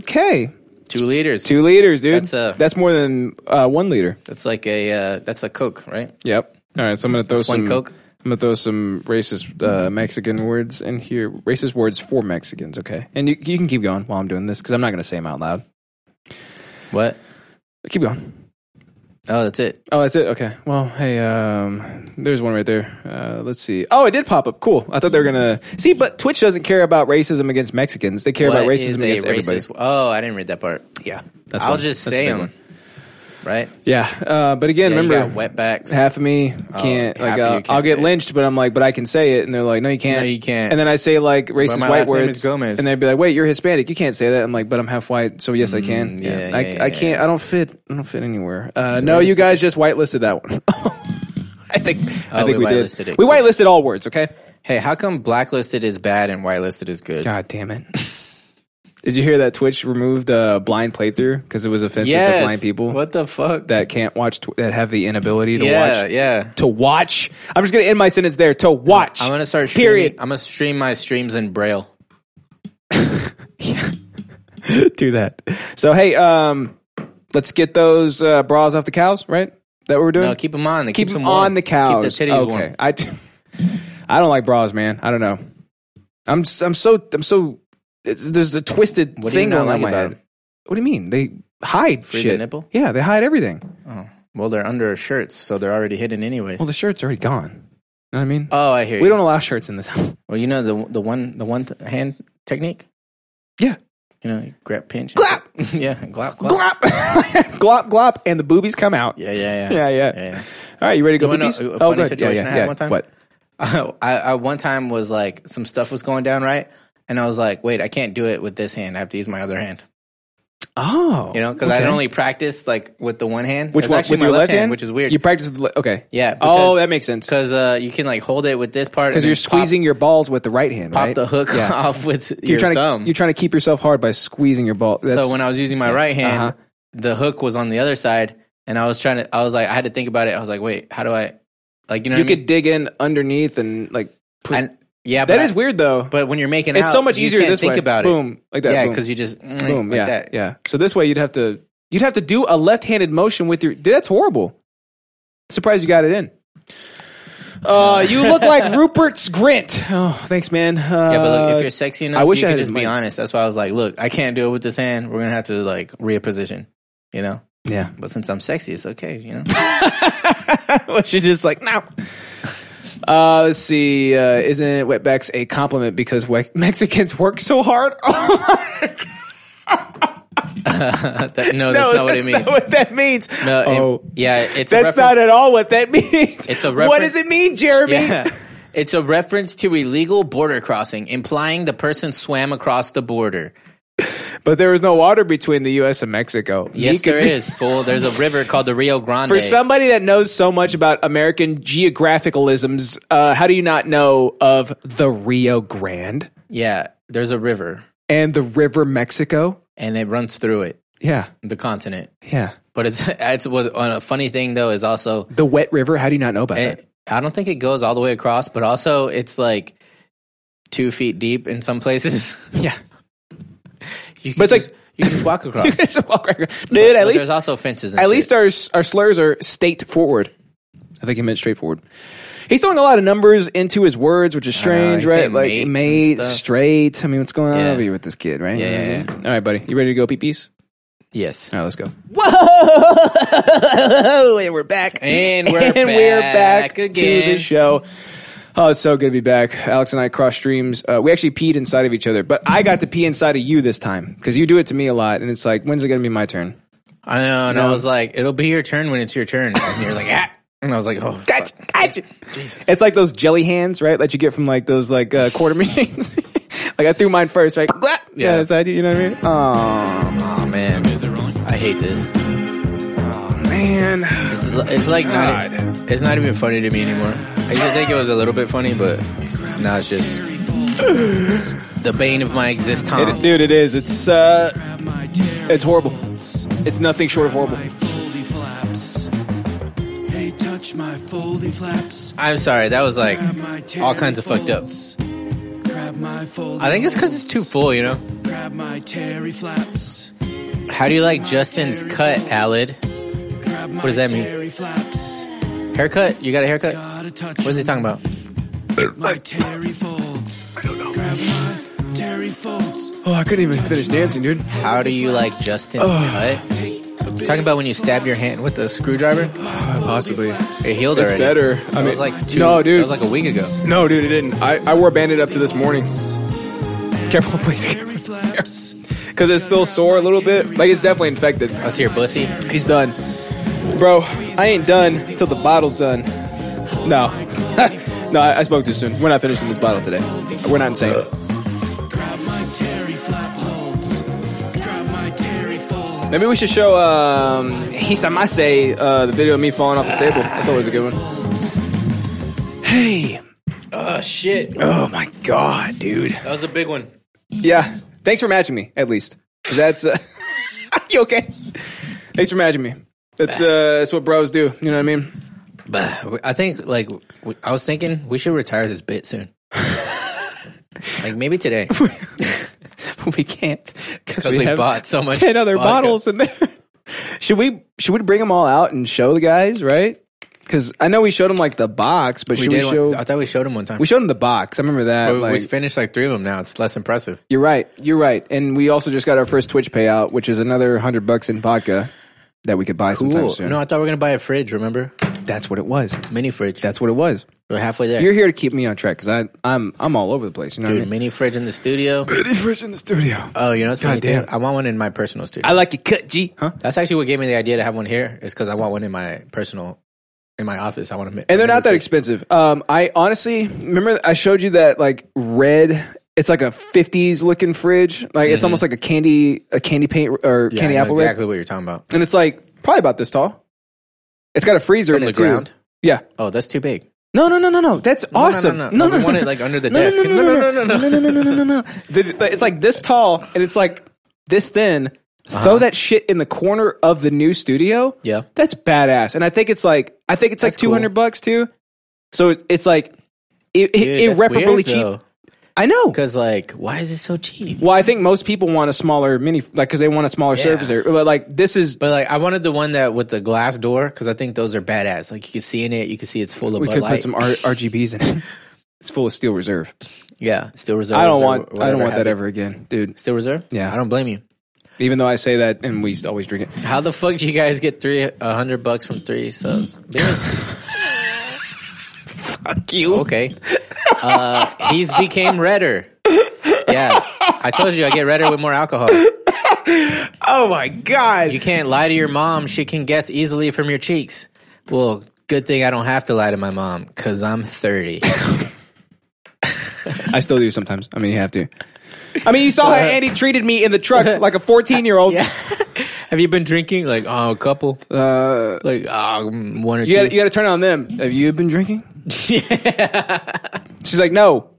S1: okay.
S2: Two liters.
S1: Two liters, dude. That's,
S2: That's, uh,
S1: more than uh, one liter.
S2: That's like a uh, that's a Coke, right?
S1: Yep. All right. So I'm gonna throw
S2: one
S1: some.
S2: Coke.
S1: I'm gonna throw some racist uh, Mexican words in here. Racist words for Mexicans. Okay. And you, you can keep going while I'm doing this because I'm not gonna say them out loud.
S2: What?
S1: Keep going.
S2: Oh, that's it.
S1: Oh, that's it. Okay. Well, hey, um, there's one right there. Uh, let's see. Oh, it did pop up. Cool. I thought they were gonna see, but Twitch doesn't care about racism against Mexicans. They care about
S2: What
S1: racism
S2: is a
S1: against everybody.
S2: racist- Oh, I didn't read that part.
S1: Yeah, that's
S2: I'll
S1: one.
S2: just
S1: That's a
S2: say
S1: big
S2: them.
S1: one.
S2: right?
S1: Yeah, uh, but again,
S2: Yeah,
S1: remember,
S2: you got wetbacks.
S1: half of me can't.
S2: Oh, half
S1: like,
S2: of
S1: uh,
S2: you can't
S1: I'll get
S2: say it.
S1: lynched, but I'm like, but I can say it, and they're like, no, you can't.
S2: No, you can't.
S1: And then I say like racist
S2: my
S1: white
S2: last name
S1: words,
S2: is Gomez.
S1: and they'd be like, wait, you're Hispanic, you can't say that. I'm like, but I'm half white, so yes, I can.
S2: Mm, yeah,
S1: I,
S2: yeah,
S1: I
S2: yeah,
S1: can't. I don't fit. I don't fit anywhere. Uh, no, you guys just whitelisted that one. I think. I
S2: Oh,
S1: think we,
S2: we
S1: did.
S2: whitelisted it.
S1: We whitelisted all words. Okay.
S2: Hey, how come blacklisted is bad and whitelisted is good?
S1: God damn it. Did you hear that Twitch removed uh, blind playthrough because it was offensive to blind people
S2: What the fuck?
S1: that can't watch tw- that have the inability to
S2: yeah,
S1: watch
S2: yeah.
S1: to watch. I'm just gonna end my sentence there. To watch.
S2: I'm gonna start. Streaming,
S1: Period.
S2: I'm gonna stream my streams in braille.
S1: Do that. So hey, um, let's get those uh, bras off the cows. Right? That what we're doing?
S2: No, keep them on. Keep,
S1: Keep
S2: 'em
S1: them
S2: warm.
S1: on the cows.
S2: Keep the titties
S1: okay.
S2: warm.
S1: I, I don't like bras, man. I don't know. I'm s- I'm so I'm so. it's- There's a twisted
S2: What do you
S1: thing
S2: not
S1: going on
S2: like
S1: in my
S2: about
S1: head.
S2: them?
S1: What do you mean? They hide
S2: Free the
S1: shit.
S2: nipple?
S1: Yeah, they hide everything.
S2: Oh, Well, they're under our shirts, so they're already hidden anyways.
S1: Well, the shirt's already gone. Know what I mean?
S2: oh, I hear
S1: we
S2: you.
S1: don't allow shirts in this house.
S2: Well, you know the the one the one th- hand technique.
S1: Yeah.
S2: You know, you grab, pinch, and-
S1: Glap!
S2: yeah, glop, glop.
S1: Glop! glop, glop, and the boobies come out.
S2: Yeah, yeah, yeah.
S1: Yeah, yeah.
S2: yeah, yeah.
S1: All right, you ready to go?
S2: You wanna know
S1: boobies?
S2: a funny
S1: good.
S2: situation I had one time?
S1: What?
S2: I, I one time was like some stuff was going down right, and I was like, wait, I can't do it with this hand. I have to use my other hand.
S1: Oh.
S2: You know, because I'd
S1: okay.
S2: only practiced like with the one hand.
S1: Which
S2: It's
S1: one?
S2: actually
S1: With
S2: my
S1: your
S2: left
S1: left hand?
S2: which is weird.
S1: You practice with the le- Okay.
S2: yeah.
S1: oh, that makes sense.
S2: because 'cause, uh, you can like hold it with this part and
S1: Because you're
S2: then pop-
S1: squeezing your balls with the right hand,
S2: pop
S1: right?
S2: the hook
S1: Yeah.
S2: off with
S1: You're
S2: your
S1: trying
S2: thumb.
S1: to you're trying to keep yourself hard by squeezing your ball. That's,
S2: so when I was using my right hand,
S1: Uh-huh.
S2: the hook was on the other side, and I was trying to. I was like, I had to think about it. I was like, wait, how do I? Like you know,
S1: you
S2: what I
S1: could
S2: mean?
S1: dig in underneath and like put,
S2: And- yeah,
S1: that
S2: but
S1: is
S2: I-
S1: weird though.
S2: But when you're making
S1: it's
S2: out,
S1: so much
S2: you
S1: easier
S2: can't
S1: this
S2: think
S1: way.
S2: about it.
S1: Boom, like that.
S2: yeah,
S1: boom.
S2: because you just mm,
S1: boom,
S2: like
S1: yeah,
S2: that.
S1: yeah. So this way you'd have to you'd have to do a left-handed motion with your. Dude, that's horrible. Surprised you got it in. Uh, you look like Rupert's Grint. Oh, thanks, man. Uh,
S2: Yeah, but look, if you're sexy enough,
S1: I wish
S2: you
S1: I
S2: could
S1: had
S2: just
S1: his
S2: be
S1: mic.
S2: honest. That's why I was like, look, I can't do it with this hand. We're gonna have to like reposition, you know.
S1: yeah,
S2: But since I'm sexy, it's okay, you know.
S1: was she just like no? Uh, let's see. Uh, isn't wetbacks a compliment because we- Mexicans work so hard? Oh,
S2: That- no, that's not what it means.
S1: Not what that means?
S2: No, it-
S1: oh,
S2: yeah, it's a
S1: that's
S2: reference-
S1: not at all what that means.
S2: It's a
S1: What
S2: reference-
S1: does it mean, Jeremy?
S2: Yeah. It's a reference to illegal border crossing, implying the person swam across the border.
S1: But there was no water between the U.S. and Mexico.
S2: Yes,
S1: He
S2: there
S1: could-
S2: is, fool. There's a river called the Rio Grande.
S1: For somebody that knows so much about American geographicalisms, uh, how do you not know of the Rio Grande
S2: yeah, there's a river,
S1: and the River Mexico?
S2: and it runs through it,
S1: Yeah,
S2: the continent.
S1: yeah.
S2: But it's it's what a funny thing though is also
S1: The Wet River. How do you not know about that?
S2: it, I don't think it goes all the way across, but also it's like two feet deep in some places.
S1: Yeah,
S2: You can
S1: But it's
S2: just,
S1: like-
S2: you can just walk across.
S1: Just walk right across. dude. At
S2: But
S1: least,
S2: there's also fences. And
S1: at
S2: shit.
S1: least our our slurs are state forward. I think he meant straightforward. He's throwing a lot of numbers into his words, which is strange,
S2: he's
S1: right?
S2: saying
S1: Like
S2: mate and
S1: mate,
S2: stuff.
S1: straight. I mean, what's going on
S2: Yeah.
S1: over here with this kid, right?
S2: Yeah, yeah, yeah.
S1: All right, buddy. You ready to go pee pees?
S2: yes.
S1: All right, let's go.
S2: Whoa!
S1: and we're back.
S2: And we're back
S1: to
S2: again.
S1: the show. Oh, it's so good to be back. Alex and I cross streams. Uh, we actually peed inside of each other, but I got to pee inside of you this time because you do it to me a lot, and it's like, when's it going to be my turn?
S2: I know, and
S1: No.
S2: I was like, "It'll be your turn when it's your turn," and you're like, "Ah!" And I was like, "Oh,
S1: Gotcha,
S2: fuck.
S1: gotcha. It's like those jelly hands, right? That you get from like those like uh, quarter machines. like I threw mine first, right? Yeah,
S2: Yeah.
S1: inside you. You know what I mean? Oh
S2: oh man, I hate this."
S1: Oh, man,
S2: It's, it's like not. e, It's not even funny to me anymore. I used to think it was a little bit funny, but now it's just the bane of my existence.
S1: It- dude, it is. It's uh, it's horrible. It's nothing short of horrible.
S2: I'm sorry, that was like all kinds of fucked up. I think it's because it's too full, you know. How do you like Justin's cut, Alid? What does that mean? Haircut? You got a haircut? What is he talking about?
S1: Oh, I couldn't even finish dancing, dude.
S2: How do you like Justin's cut? Talking about when you stab your hand with a screwdriver?
S1: Possibly.
S2: It healed
S1: It's
S2: already.
S1: better. I
S2: I mean,
S1: mean-
S2: was like two,
S1: No, dude.
S2: That was like a week ago.
S1: No, dude, it didn't. I, I wore a bandit up to this morning. Careful, please. Because it's still sore a little bit. Like, it's definitely infected.
S2: I see your pussy.
S1: He's done. Bro, I ain't done till the bottle's done. No. no, I, I spoke too soon. We're not finishing this bottle today. We're not insane. Maybe we should show um, Hisamase uh, the video of me falling off the table. That's always a good one. Hey.
S2: Oh shit, that
S1: Oh my god, dude.
S2: was a big one.
S1: Yeah. Thanks for matching me, at least. 'Cause That's uh, you okay? Thanks for matching me. That's uh, that's what bros do. You know what I mean?
S2: But we- I think like we, I was thinking we should retire this bit soon. like maybe today because
S1: we can't because
S2: we, bought so much.
S1: ten other
S2: vodka.
S1: bottles in there. should we should we bring them all out and show the guys? Right? Because I know we showed them like the box, but
S2: We
S1: should we
S2: did. one-
S1: show?
S2: I thought we showed him one time.
S1: we showed them the box. I remember that.
S2: We-
S1: like-
S2: we finished like three of them now. It's less impressive.
S1: you're right. You're right. And we also just got our first Twitch payout, which is another hundred bucks in vodka that we could buy sometime
S2: Cool.
S1: soon.
S2: No, I thought we were gonna buy a fridge. Remember,
S1: that's what it was.
S2: mini fridge.
S1: That's what it was.
S2: we're halfway there.
S1: You're here to keep me on track because I I'm I'm all over the place. You know
S2: Dude,
S1: what I mean?
S2: mini fridge in the studio.
S1: Pretty fresh in the studio.
S2: Oh, you know what's funny too?
S1: Goddamn.
S2: I want one in my personal studio.
S1: I like it cut, G. Huh?
S2: That's actually what gave me the idea to have one here. Is because I want one in my personal, in my office. I want to. mi-
S1: and they're
S2: mini
S1: not that
S2: fridge.
S1: expensive. Um, I honestly remember I showed you that like red. It's like a '50s looking fridge. Like it's almost like a candy a candy paint or
S2: Yeah,
S1: candy
S2: I know
S1: apple red.
S2: exactly what you're talking about.
S1: And it's like probably about this tall. It's got a freezer in
S2: From the
S1: it too.
S2: ground.
S1: Yeah.
S2: Oh, that's too big.
S1: No, no, no, no, no. That's
S2: no, no,
S1: awesome.
S2: no. No, we want it, like, under the
S1: no,
S2: desk.
S1: No, no, no, no, no, no, no, no, no, no, no. The- but It's like this tall and it's like this thin. Throw that shit in the corner of the new studio.
S2: Uh-huh. Yeah.
S1: that's badass. And I think it's like I think it's like
S2: That's
S1: two
S2: cool.
S1: hundred bucks too. So it, it's like it,
S2: Dude,
S1: it,
S2: that's
S1: irreparably
S2: weird,
S1: cheap.
S2: though,
S1: I know.
S2: Cause like, why is it so cheap?
S1: Well, I think most people want a smaller mini, like because they want a smaller
S2: Yeah.
S1: surface area. But like this is
S2: But like, I wanted the one that with the glass door because I think those are badass. Like you can see in it, you can see it's full of.
S1: we
S2: Bud
S1: could
S2: Light.
S1: put some R- RGBs in it. It's full of steel reserve.
S2: Yeah, still reserve.
S1: I don't
S2: Reserve,
S1: want. I
S2: whatever
S1: don't want that
S2: habit.
S1: ever again, dude.
S2: Still reserve.
S1: Yeah.
S2: I don't blame you.
S1: Even though I say that, and we used to always drink it.
S2: How the fuck do you guys get three a hundred bucks from three subs? Bitch.
S1: Fuck you.
S2: Okay. Uh, he's became redder. Yeah, I told you I get redder with more alcohol.
S1: Oh my god.
S2: You can't lie to your mom; she can guess easily from your cheeks. Well, good thing I don't have to lie to my mom because I'm thirty.
S1: I still do sometimes. I mean, you have to. I mean, you saw how Andy treated me in the truck like a fourteen-year-old.
S2: Have you been drinking? Like oh, a couple, uh, like oh, mm, one or
S1: You got
S2: two.
S1: you got to turn on them. Have you been drinking? She's like, no,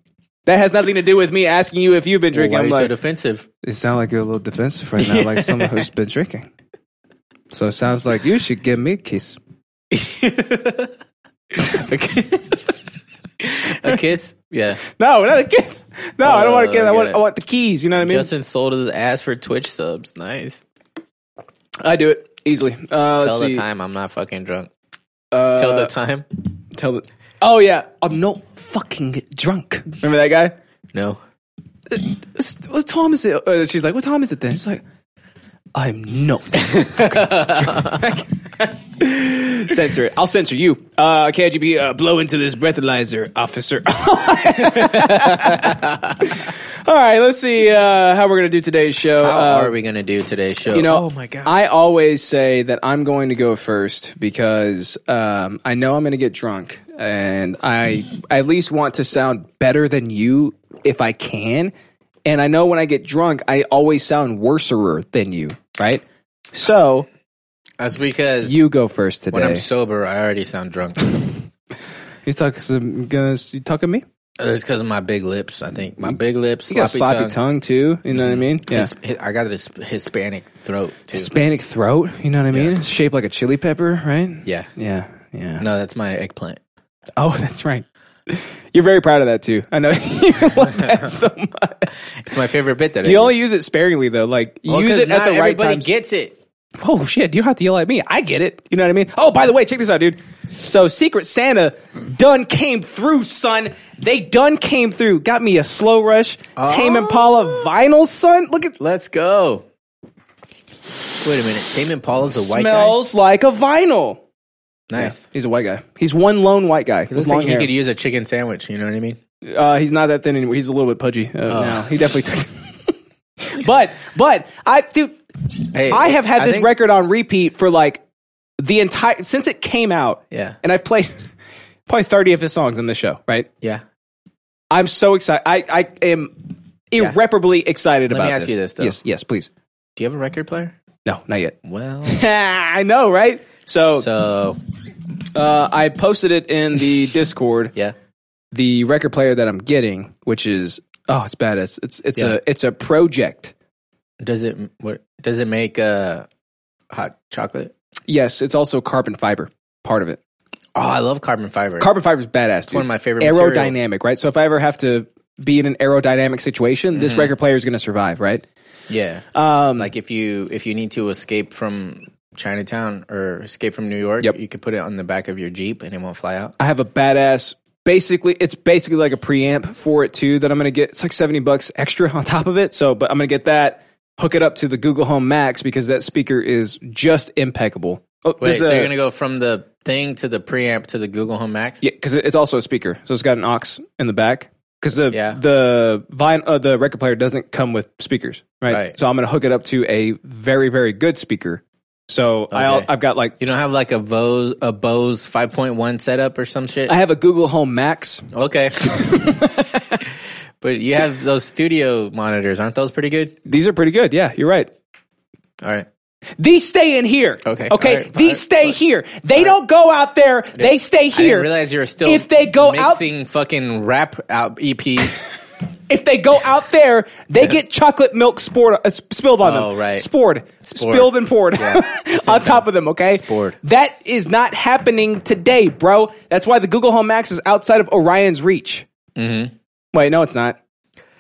S1: that has nothing to do with me asking you if you've been
S2: Why
S1: drinking.
S2: are
S1: I'm
S2: you so
S1: like,
S2: defensive?
S1: it sounds like you're a little defensive right now, like someone who's been drinking. So it sounds like you should give me a kiss.
S2: A kiss? Yeah.
S1: No, not a kiss. No, I don't want a kiss. I
S2: I
S1: want,
S2: get
S1: I
S2: it.
S1: want the keys. You know what I mean?
S2: Justin sold his ass for Twitch subs. Nice.
S1: I do it easily. Uh, let's
S2: Tell
S1: see.
S2: the time I'm not fucking drunk.
S1: Uh,
S2: Tell the time.
S1: Tell the. Oh yeah, I'm not fucking drunk. Remember that guy?
S2: No.
S1: "It's- what time is it? Uh, she's like, what time is it then? She's like, I'm not. censor it. I'll censor you. Uh, KGB, uh, blow into this breathalyzer, officer. All right, let's see uh, how we're going to do today's show.
S2: How
S1: Uh,
S2: are we gonna do today's show?
S1: you know,
S2: oh my god.
S1: I always say that I'm going to go first because um, I know I'm going to get drunk, and I at least want to sound better than you if I can. And I know when I get drunk, I always sound worser than you, right? So
S2: That's because
S1: you go first today.
S2: when I'm sober, I already sound drunk.
S1: you talk some guys. You talking to me?
S2: it's because of my big lips. I think my big lips,
S1: You got
S2: sloppy,
S1: sloppy
S2: tongue.
S1: tongue. too. You know what I mean? Yeah.
S2: His- hi- I got this Hispanic throat too.
S1: Hispanic throat. You know what I mean? Shaped like a chili pepper, right?
S2: yeah.
S1: Yeah. Yeah.
S2: No, that's my eggplant.
S1: Oh, that's right. You're very proud of that too. I know you love that so much.
S2: It's my favorite bit that I
S1: You only use it sparingly though. Like you
S2: Well,
S1: use
S2: 'cause
S1: it at
S2: not
S1: the right
S2: everybody
S1: times.
S2: gets it.
S1: oh shit! You don't have to yell at me. I get it. You know what I mean? Oh, by the way, check this out, dude. So Secret Santa done came through, son. They done came through. Got me a slow rush Tame Impala vinyl, son. Look at
S2: Let's go. Wait a minute. Tame Impala's a white
S1: smells like a vinyl.
S2: guy. Nice.
S1: He's a white guy. He's one lone white guy.
S2: He looks
S1: long
S2: like he
S1: hair.
S2: could use a chicken sandwich. You know what I mean?
S1: Uh, he's not that thin anymore. He's a little bit pudgy uh,
S2: Oh.
S1: now. He definitely took. but but I dude,
S2: Hey,
S1: I have had this
S2: think-
S1: record on repeat for like the entire since it came out,
S2: Yeah.
S1: and I've played probably thirty of his songs on this show. Right,
S2: Yeah.
S1: I'm so excited. I I am irreparably excited
S2: Let me
S1: about.
S2: ask
S1: this.
S2: you this, though.
S1: Yes, yes, please.
S2: Do you have a record player?
S1: No, not yet.
S2: Well,
S1: I know, right? So,
S2: so
S1: uh, I posted it in the Discord.
S2: yeah.
S1: The record player that I'm getting, which is oh, it's badass. It's it's
S2: Yeah.
S1: a it's a project.
S2: Does it what does it make uh hot chocolate?
S1: Yes, it's also carbon fiber part of it.
S2: Oh, I love carbon fiber.
S1: Carbon fiber is badass. It's
S2: one of my favorite
S1: Aerodynamic,
S2: materials.
S1: right? So if I ever have to be in an aerodynamic situation, this
S2: Mm-hmm.
S1: record player is going to survive, right?
S2: yeah.
S1: Um,
S2: like if you if you need to escape from Chinatown or escape from New York,
S1: Yep.
S2: you could put it on the back of your Jeep and it won't fly out.
S1: I have a badass. Basically, it's basically like a preamp for it too that I'm going to get. It's like seventy bucks extra on top of it. So, but I'm going to get that. Hook it up to the Google Home Max because that speaker is just impeccable. Oh,
S2: Wait,
S1: there's
S2: so
S1: a-
S2: you're gonna go from the thing to the preamp to the Google Home Max?
S1: Yeah, because it's also a speaker, so it's got an aux in the back. Because the
S2: Yeah.
S1: the vine, uh, the record player doesn't come with speakers, right?
S2: Right.
S1: So I'm going to hook it up to a very very good speaker. So I
S2: Okay.
S1: al- I've got like
S2: You don't have like a Bose a Bose 5.1 setup or some shit?
S1: I have a Google Home Max.
S2: okay. but you have those studio monitors, aren't those pretty good?
S1: These are pretty good. Yeah, you're right.
S2: All right.
S1: These stay in here. Okay.
S2: Okay. All right.
S1: These
S2: All right.
S1: stay here. They don't go out there. They stay
S2: I didn't
S1: here.
S2: realize you were still
S1: If they go out-
S2: mixing fucking rap out E EPs.
S1: if they go out there, they get chocolate milk sport, uh, sp- spilled on
S2: Oh,
S1: them.
S2: right.
S1: Spored. Spilled and poured on top of them, okay?
S2: Spored.
S1: That is not happening today, bro. That's why the Google Home Max is outside of Orion's reach. Mm-hmm. Wait, no, it's not.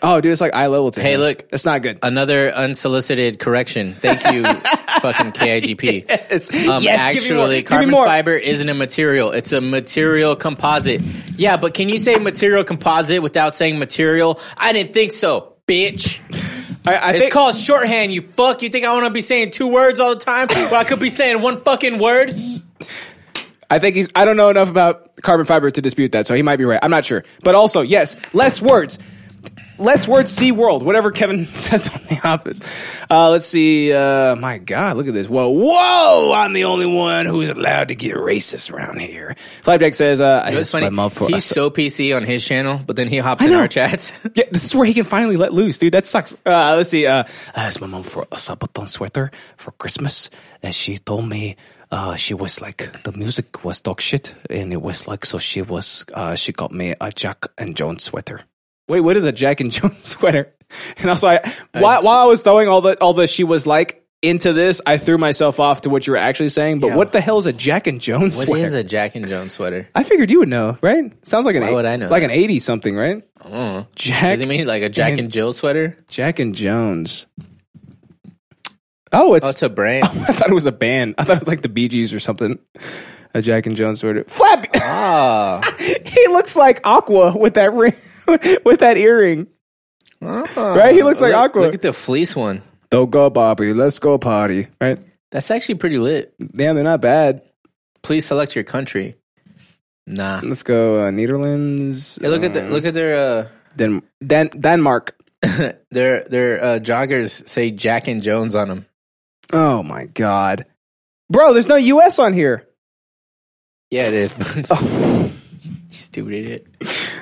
S1: Oh, dude, it's like eye level to
S2: Hey,
S1: him.
S2: look. Uh,
S1: That's not good.
S2: Another unsolicited correction. Thank you, fucking KIGP.
S1: Yes,
S2: Um,
S1: yes, give me more.
S2: actually,
S1: Give me
S2: carbon
S1: more.
S2: fiber isn't a material. It's a material composite. Yeah, but can you say material composite without saying material? I didn't think so, bitch.
S1: I, I
S2: It's
S1: think-
S2: called shorthand, you fuck. You think I want to be saying two words all the time when I could be saying one fucking word?
S1: I think he's. I don't know enough about carbon fiber to dispute that, so he might be right. I'm not sure. But also, yes, less words, less words. Sea world, whatever Kevin says on the office. Uh, let's see. Uh, my God, look at this. Whoa, whoa! I'm the only one who's allowed to get racist around here. Flapjack says, uh, "I
S2: It's
S1: hit
S2: funny.
S1: my mouth for
S2: He's
S1: us."
S2: so PC on his channel, but then he hops in
S1: know.
S2: our chats.
S1: Yeah, this is where he can finally let loose, dude. That sucks. Uh, let's see. Uh, I asked my mom for a Sabaton sweater for Christmas, and she told me uh, she was like the music was dog shit, and it was like so she was uh, she got me a Jack and Jones sweater. Wait, what is a Jack and Jones sweater? And also, I, while, while I was throwing all the all the she was like into this, I threw myself off to what you were actually saying. But
S2: Yeah.
S1: what the hell is a Jack and Jones
S2: What
S1: sweater?
S2: is a Jack and Jones sweater?
S1: I figured you would know, right? Sounds like an
S2: Why
S1: eight-
S2: would I know
S1: like
S2: that?
S1: an eighty something, right?
S2: Oh.
S1: Jack
S2: Does he mean like a Jack
S1: and-
S2: and Jill sweater?
S1: Jack and Jones. Oh, it's,
S2: Oh, it's a brand.
S1: I thought it was a band. I thought it was like the Bee Gees or something. A Jack and Jones sort of flap.
S2: Ah.
S1: he looks like Aqua with that ring, with that earring.
S2: Ah.
S1: Right? He looks like
S2: Look-
S1: Aqua.
S2: Look at the fleece one.
S1: Don't go, Bobby. Let's go party. Right?
S2: That's actually pretty lit.
S1: Damn, they're not bad.
S2: Please select your country. Nah.
S1: Let's go uh, Netherlands.
S2: Hey, look at the
S1: um,
S2: look at their uh
S1: Dan- Dan- Denmark.
S2: their their uh, joggers say Jack and Jones on them.
S1: Oh my god, bro. There's no U.S. on here.
S2: Yeah, it is. Stupid idiot.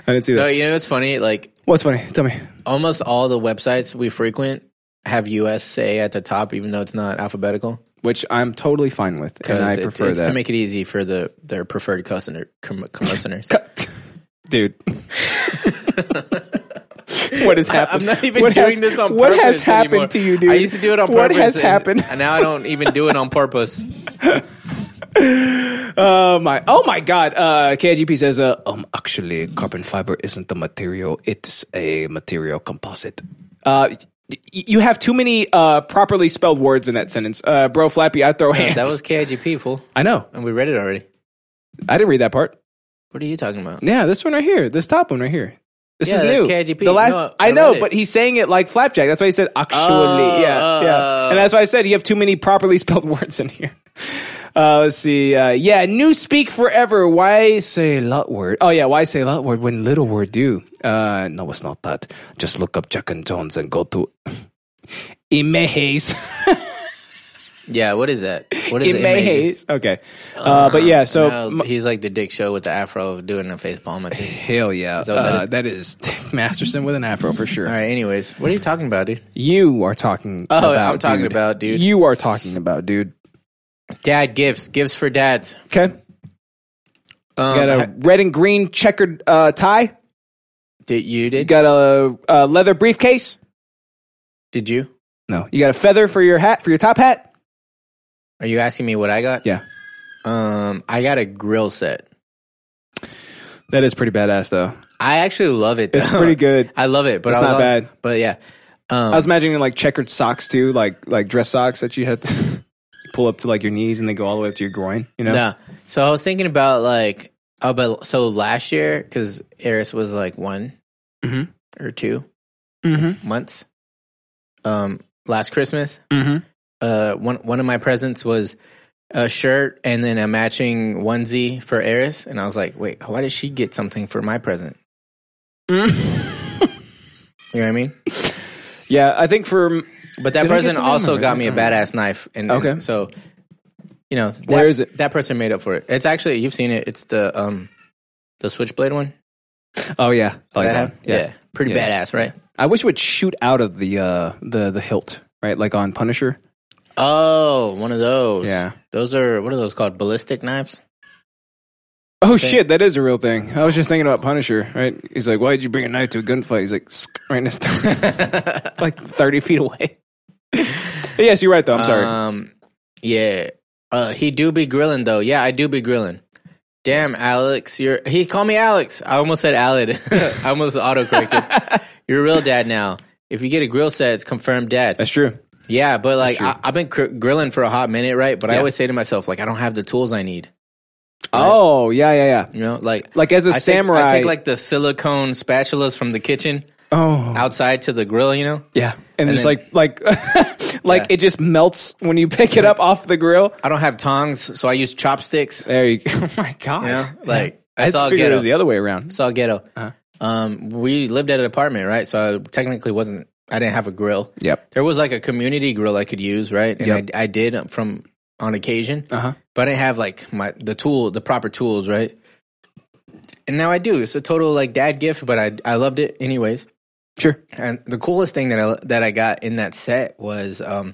S1: I didn't see that.
S2: No, you know what's funny? Like
S1: What's funny? Tell me.
S2: almost all the websites we frequent have USA at the top, even though it's not alphabetical.
S1: Which I'm totally fine with, and I
S2: Because it's,
S1: prefer
S2: it's
S1: that.
S2: to make it easy for the their preferred customer com- com- listeners.
S1: Cut. Dude. what has
S2: I-
S1: happened?
S2: I'm not even
S1: What
S2: doing
S1: has-
S2: this on
S1: What
S2: purpose.
S1: has happened
S2: anymore.
S1: to you, dude?
S2: I used to do it on
S1: What
S2: purpose.
S1: has
S2: and-
S1: happened?
S2: And now I don't even do it on purpose.
S1: Oh my! Oh my God! Uh, KGP says, uh, "Um, actually, carbon fiber isn't a material; it's a material composite." Uh, y- you have too many uh properly spelled words in that sentence, uh, bro. Flappy, I throw hands.
S2: that was KIGP, fool.
S1: I know.
S2: And we read it already.
S1: I didn't read that part.
S2: What are you talking about?
S1: Yeah, this one right here. This top one right here. This is
S2: Yeah, that's
S1: new.
S2: KGP.
S1: The last
S2: No,
S1: I,
S2: I
S1: know,
S2: read it.
S1: but he's saying it like flapjack. That's why he said actually.
S2: Oh,
S1: yeah, yeah.
S2: oh.
S1: And that's why I said you have too many properly spelled words in here. Uh, let's see. Uh, yeah, new speak forever. Why say lot word? Oh yeah, why say lot word when little word do? Uh, no, it's not that. Just look up Jack and Jones and go to Imehes.
S2: Yeah, what is that? What is it?
S1: may
S2: Amazes.
S1: hate. Okay, uh, but yeah. So
S2: No,
S1: m-
S2: he's like the Dick Show with the afro doing a face palm. I think.
S1: hell yeah,
S2: So that
S1: Uh, that is Masterson with an afro for sure.
S2: All right. Anyways, what are you talking about, dude?
S1: You are talking.
S2: Oh,
S1: about,
S2: I'm talking
S1: dude.
S2: about, dude.
S1: You are talking about, dude.
S2: Dad gifts, gifts for dads.
S1: Okay,
S2: Um,
S1: got a
S2: ha-
S1: red and green checkered uh, tie.
S2: did you
S1: You
S2: did?
S1: got a, a leather briefcase.
S2: did you?
S1: No, you got a feather for your hat for your top hat.
S2: Are you asking me what I got?
S1: Yeah,
S2: Um, I got a grill set.
S1: that is pretty badass though.
S2: I actually love it. Though.
S1: It's pretty good.
S2: I love it, but
S1: It's
S2: I was
S1: not
S2: all-
S1: bad.
S2: But yeah, um, Oh.
S1: I was imagining like checkered socks too, like like dress socks that you had to pull up to like your knees and they go all the way up to your groin. You know,
S2: No. So I was thinking about like, oh, but so last year because Eris was like one
S1: Mhm.
S2: or 2
S1: Mhm.
S2: months. Um, last Christmas,
S1: Mhm.
S2: uh, one one of my presents was a shirt and then a matching onesie for Eris, and I was like, wait, why did she get something for my present? you know what I mean?
S1: yeah. I think for
S2: But that
S1: Did I get
S2: person
S1: something?
S2: also
S1: I
S2: got me a
S1: don't remember.
S2: badass knife, and and
S1: Okay.
S2: so you know, that,
S1: Where is it?
S2: That person made up for it. It's actually you've seen it. It's the um the switchblade one.
S1: oh yeah, I like
S2: That I
S1: that.
S2: have? Yeah. pretty
S1: Yeah.
S2: badass, right?
S1: I wish it would shoot out of the uh the the hilt right, like on Punisher.
S2: Oh, one of those.
S1: Yeah.
S2: those are what are those called? Ballistic knives.
S1: Oh shit, that is a real thing. I was just thinking about Punisher, right? He's like, "Why'd you bring a knife to a gunfight?" He's like, "Sk," "Right next to, like thirty feet away." But yes, you're right though. I'm sorry.
S2: Um, yeah. Uh, he do be grilling though. Yeah, I do be grilling. Damn, Alex, you're. He called me Alex. I almost said Alid. I almost autocorrected. you're a real dad now. If you get a grill set, it's confirmed dad.
S1: That's true.
S2: Yeah, but like I, I've been cr- grilling for a hot minute, right? But I always say to myself, like, I don't have the tools I need.
S1: Oh yeah, yeah, yeah.
S2: You know, like
S1: Like, as a
S2: I take- I
S1: samurai-
S2: take like the silicone spatulas from the kitchen
S1: Oh
S2: outside to the grill. You know,
S1: yeah, and,
S2: And
S1: just
S2: then-
S1: like like like
S2: Yeah.
S1: it just melts when you pick it up off the grill.
S2: I don't have tongs, so I use chopsticks.
S1: There you go. Oh my god.
S2: You know, like
S1: I
S2: that's all
S1: figured it
S2: ghetto.
S1: was the other way around.
S2: It's all ghetto.
S1: Uh-huh.
S2: Um, we lived at an apartment, right? So I technically wasn't. I didn't have a grill.
S1: Yep.
S2: There was like a community grill I could use, right? And
S1: Yep.
S2: I, I did um, from on occasion,
S1: Uh huh.
S2: but I didn't have like my the tool, the proper tools, right? And now I do. It's a total like dad gift, but I I loved it anyways.
S1: Sure.
S2: And the coolest thing that I that I got in that set was um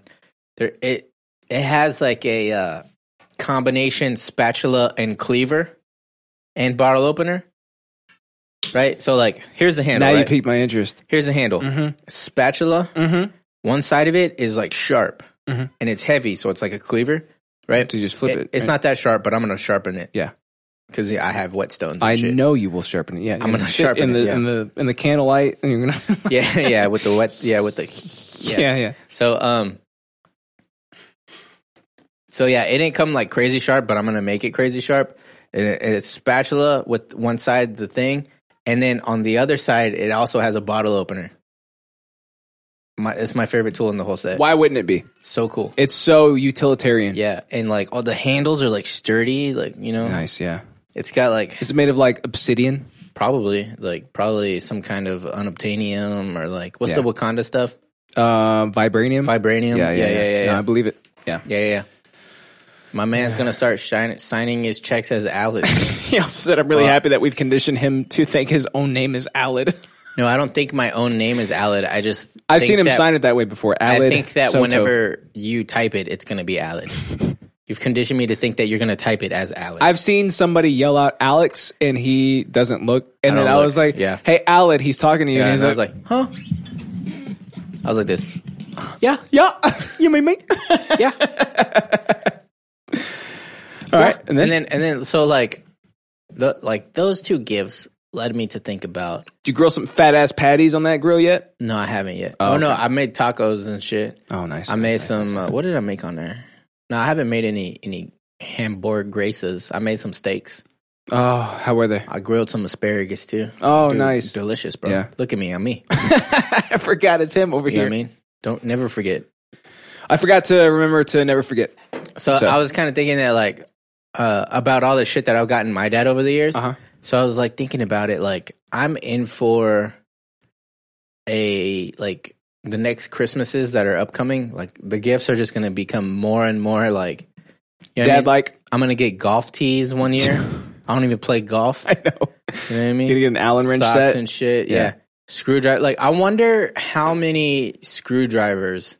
S2: there it it has like a uh, combination spatula and cleaver and bottle opener. Right? So like here's the handle.
S1: Now you
S2: right?
S1: piqued my interest.
S2: here's the handle. Spatula.
S1: Mm-hmm.
S2: One side of it is like sharp
S1: Mhm.
S2: and it's heavy, so it's like a cleaver, right?
S1: So you just flip it,
S2: It's
S1: right?
S2: not that sharp, but I'm gonna sharpen it.
S1: Yeah.
S2: because I have whetstones. And
S1: I
S2: shit.
S1: know you will sharpen it. Yeah, I'm
S2: gonna
S1: in
S2: sharpen it,
S1: the
S2: yeah.
S1: in the in the candlelight, and you're gonna.
S2: Yeah, yeah, with the wet. Yeah, with the.
S1: yeah, yeah.
S2: So um So yeah, it didn't come like crazy sharp, but I'm gonna make it crazy sharp. And it- and it's spatula with one side the thing, and then on the other side it also has a bottle opener. My it's my favorite tool in the whole set.
S1: Why wouldn't it be?
S2: So cool.
S1: It's so utilitarian.
S2: Yeah, and like all the handles are like sturdy, like you know,
S1: Nice. Yeah.
S2: it's got like
S1: Is it made of like obsidian?
S2: probably like probably some kind of unobtainium or like what's
S1: Yeah.
S2: the Wakanda stuff?
S1: Um, vibranium.
S2: Vibranium.
S1: yeah, yeah, yeah.
S2: yeah.
S1: No, I believe it. Yeah.
S2: Yeah, yeah. yeah. My man's gonna start shine, signing his checks as Alex.
S1: He also said, "I'm really happy that we've conditioned him to think his own name is Alid."
S2: no, I don't think my own name is Alid. I just
S1: I've
S2: think
S1: seen him
S2: that-
S1: sign it that way before.
S2: I
S1: Alid.
S2: think that
S1: Soto.
S2: whenever you type it, it's gonna be Alid. You've conditioned me to think that you're gonna type it as Alid.
S1: I've seen somebody yell out Alex and he doesn't look, and
S2: I
S1: then
S2: don't
S1: I
S2: look.
S1: was like,
S2: Yeah.
S1: "Hey, Alid, he's talking to you."
S2: yeah,
S1: and he's
S2: and I was like, huh? I was like this. Yeah,
S1: "Yeah, you mean me?"
S2: yeah.
S1: All right, and then,
S2: and then and then so like the like those two gifts led me to think about.
S1: did you grill some fat ass patties on that grill yet?
S2: No, I haven't yet. Oh, no, I made tacos and shit.
S1: Oh, nice.
S2: I made some. Uh, what did I make on there? No, I haven't made any any Hamburg graces. I made some steaks.
S1: Oh, how were they?
S2: I grilled some asparagus too.
S1: Oh,
S2: Dude,
S1: nice.
S2: delicious, bro.
S1: Yeah.
S2: Look at me, I'm me.
S1: I forgot it's him over
S2: You know
S1: here.
S2: what I mean? Don't never forget.
S1: I forgot to remember to never forget.
S2: So,
S1: So-
S2: I was kind of thinking that like uh, about all the shit that I've gotten my dad over the years.
S1: Uh-huh.
S2: So I was like thinking about it. Like I'm in for a like the next Christmases that are upcoming. Like the gifts are just going to become more and more like You know what I
S1: Dad,
S2: mean?
S1: like,
S2: I'm gonna get golf tees one year. I don't even play golf.
S1: I know.
S2: You know what I mean?
S1: Gonna get an Allen wrench
S2: Socks
S1: set.
S2: and shit. Yeah.
S1: Yeah.
S2: Screwdriver. Like, I wonder how many screwdrivers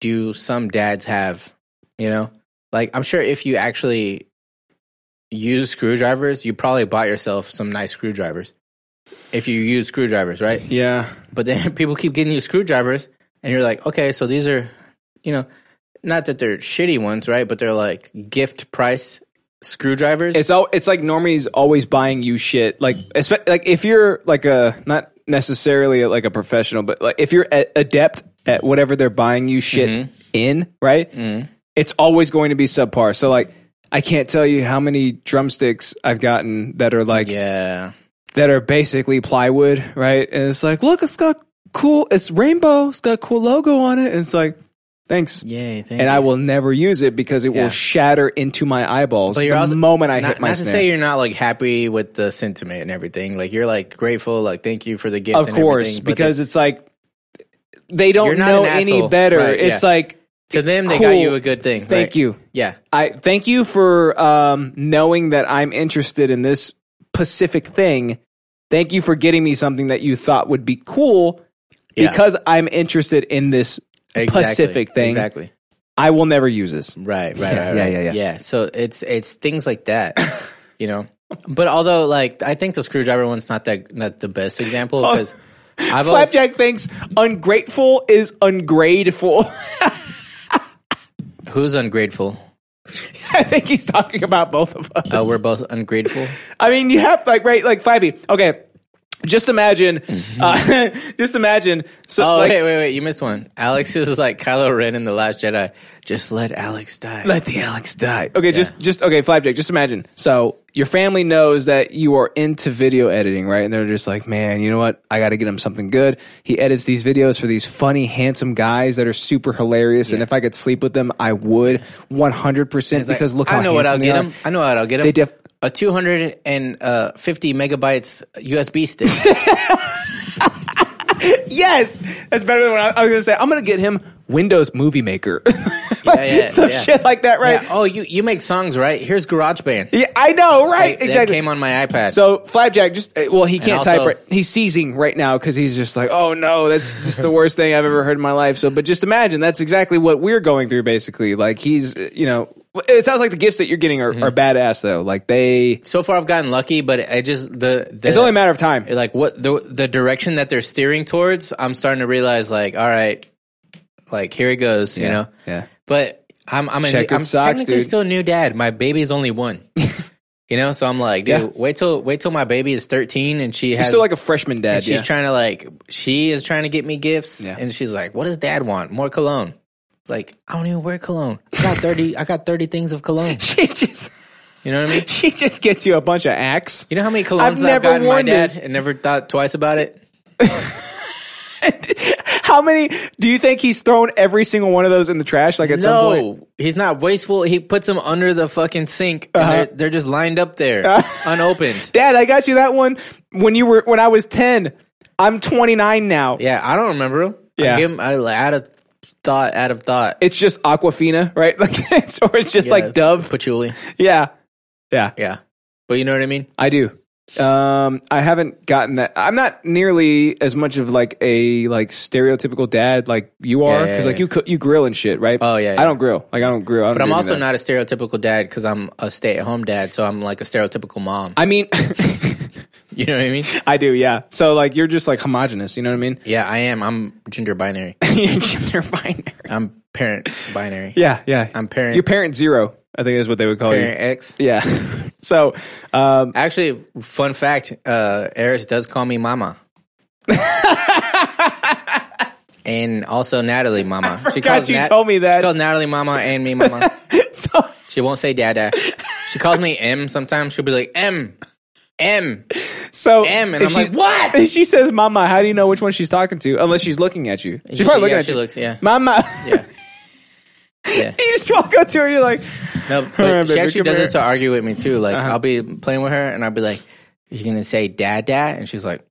S2: do some dads have? You know, like I'm sure if you actually use screwdrivers, you probably bought yourself some nice screwdrivers. If you use screwdrivers, right?
S1: yeah.
S2: But then people keep getting you screwdrivers, and you're like, okay, so these are, you know, not that they're shitty ones, right? But they're like gift price screwdrivers.
S1: It's all. It's like normies always buying you shit. Like, espe- like if you're like a not necessarily like a professional, but like if you're a- adept at whatever they're buying you shit
S2: Mm-hmm.
S1: in, right? It's always going to be subpar. So like, I can't tell you how many drumsticks I've gotten that are like
S2: yeah,
S1: that are basically plywood, right? And it's like, look, it's got cool. It's rainbow. It's got a cool logo on it. And it's like, thanks.
S2: yay! Thank
S1: And
S2: you.
S1: I will never use it because it
S2: Yeah.
S1: will shatter into my eyeballs
S2: But you're
S1: the
S2: also-
S1: moment I
S2: not,
S1: hit my
S2: not to
S1: snare.
S2: say you're not like happy with the sentiment and everything. Like you're like grateful, like thank you for the gift.
S1: of
S2: and
S1: course,
S2: everything, but
S1: because it's like they
S2: You're
S1: don't
S2: not
S1: know
S2: an
S1: any
S2: asshole,
S1: better.
S2: right,
S1: It's
S2: yeah.
S1: like
S2: to them they
S1: cool.
S2: got you a good thing.
S1: thank
S2: right?
S1: you.
S2: Yeah,
S1: I thank you for um, knowing that I'm interested in this specific thing. Thank you for getting me something that you thought would be cool
S2: Yeah.
S1: because I'm interested in this
S2: exactly.
S1: specific thing.
S2: Exactly.
S1: I will never use this.
S2: Right. Right.
S1: Yeah,
S2: right,
S1: yeah,
S2: right.
S1: yeah, yeah.
S2: So it's it's things like that, you know. But although, like, I think the screwdriver one's not that not the best example
S1: Oh.
S2: because I've always
S1: Flapjack thinks ungrateful is ungrateful.
S2: who's ungrateful.
S1: I think he's talking about both of us.
S2: Oh, we're both ungrateful.
S1: I mean, you have like right, like Flabby. Okay, just imagine, uh, just imagine. So,
S2: Mm-hmm. Oh
S1: like,
S2: wait, wait, wait! You missed one. Alex is like Kylo Ren in the Last Jedi. Just let Alex die.
S1: let the Alex die. Okay, just just okay, Flapjack. Just imagine. So your family knows that you are into video editing, right? And they're just like, man, you know what? I got to get him something good. He edits these videos for these funny, handsome guys that are super hilarious. And if I could sleep with them, I would one hundred percent.
S2: It's like,
S1: Because look, how
S2: I know what I'll
S1: handsome
S2: get
S1: they are.
S2: him. I know what I'll get him.
S1: They def-
S2: a 250 uh, megabytes USB stick.
S1: Yes, that's better than what I, I was gonna say. I'm gonna get him Windows Movie Maker,
S2: Yeah, yeah,
S1: some
S2: yeah.
S1: shit like that, right?
S2: Yeah, Oh, you you make songs, right? Here's GarageBand.
S1: Yeah, I know, right?
S2: That- That
S1: exactly.
S2: came on my iPad.
S1: so Flapjack just uh, well, he can't
S2: also-
S1: type right. He's seizing right now because he's just like, oh no, that's just the worst thing I've ever heard in my life. So, but just imagine that's exactly what we're going through, basically. Like he's, uh, you know, it sounds like the gifts that you're getting
S2: Mm-hmm.
S1: are, are badass though. Like they,
S2: so far I've gotten lucky, but I just the, the
S1: it's only a matter of time.
S2: like what the the direction that they're steering towards. I'm starting to realize like, all right, like here it goes, you know.
S1: Yeah.
S2: But I'm I'm, a,
S1: Checkered
S2: I'm
S1: socks,
S2: technically
S1: dude.
S2: still a new dad. My baby's only one. you know, so I'm like, dude,
S1: Yeah.
S2: wait till wait till my baby is 13 and she
S1: You're
S2: has
S1: still like a freshman dad.
S2: And she's
S1: yeah.
S2: trying to like she is trying to get me gifts
S1: Yeah.
S2: and she's like what does dad want more cologne like i don't even wear cologne i got 30 i got 30 things of cologne
S1: she just,
S2: you know what i mean
S1: she just gets you a bunch of acts.
S2: you know how many colognes
S1: I've
S2: i've,
S1: never
S2: gotten my
S1: worn
S2: dad
S1: this.
S2: and never thought twice about it
S1: How many do you think he's thrown every single one of those in the trash? Like at some point.
S2: no he's not wasteful he puts them under the fucking sink
S1: Uh-huh.
S2: and they're, they're just lined up there unopened
S1: Dad, I got you that one when you were when I was ten. I'm 29 now.
S2: yeah i don't remember them
S1: Yeah.
S2: i give 'em- I, like, out of thought out of thought
S1: It's just Aquafina, right? Like, it's, or it's just
S2: Yeah,
S1: like
S2: it's
S1: Dove.
S2: patchouli
S1: yeah, yeah,
S2: yeah but you know what i mean
S1: I do. Um, I haven't gotten that. I'm not nearly as much of like a like stereotypical dad like you are
S2: Yeah,
S1: because
S2: yeah,
S1: like
S2: yeah.
S1: you cook, you grill and shit, right?
S2: Oh, yeah,
S1: I
S2: yeah.
S1: don't grill. Like I don't grill. I don't
S2: But I'm
S1: do
S2: also
S1: that.
S2: not a stereotypical dad because I'm a stay at home dad, so I'm like a stereotypical mom.
S1: I mean,
S2: You know what I mean?
S1: I do. Yeah. So like you're just like homogenous. You know what I mean?
S2: Yeah, I am. I'm gender binary.
S1: You're gender binary.
S2: I'm parent binary.
S1: Yeah, yeah.
S2: I'm parent.
S1: Your parent zero, I think is what they would call
S2: parent X.
S1: you. Yeah. so, um,
S2: Actually, fun fact: uh, Eris does call me Mama, and also Natalie Mama. she
S1: forgot you told me that.
S2: She calls Natalie Mama and me Mama.
S1: so
S2: she won't say Dada. She calls me M sometimes. She'll be like M, M.
S1: so
S2: M, and
S1: if
S2: I'm
S1: she's-
S2: like, what?
S1: if She says, "Mama," how do you know which one she's talking to? Unless she's looking at you. She's probably looking
S2: yeah,
S1: at
S2: she
S1: you.
S2: looks. Yeah,
S1: Mama.
S2: yeah. Yeah.
S1: you just walk up to her. and You're like,
S2: No, but
S1: All right,
S2: she
S1: baby,
S2: actually
S1: come
S2: does
S1: here. Uh-huh.
S2: it to argue with me too. Like I'll be playing with her and I'll be like, "You're gonna say dad, dad," and she's like,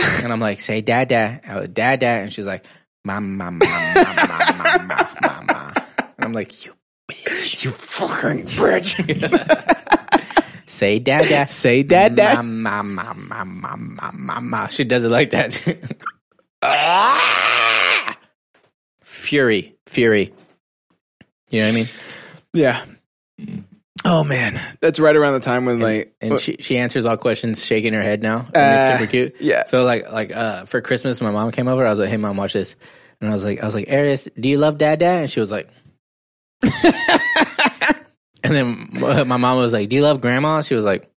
S2: and I'm like, "Say dad, dad, dad, dad," and she's like, "Mama, mama, mama, mama, mama," and I'm like, "You bitch." you fucking bitch. Say dada.
S1: Say dada.
S2: Ma, ma, ma, ma, ma, ma, ma. She does it like that. Ah! Fury. Fury. You know what I mean?
S1: Yeah. Oh man, that's right around the time when like
S2: And she, she answers all questions shaking her head now. And it's
S1: Uh,
S2: super cute.
S1: yeah.
S2: So like like uh for Christmas my mom came over, I was like, Hey mom, watch this. And I was like I was like, Arius, do you love dad dad? And she was like And then uh, my mom was like, Do you love grandma? And she was like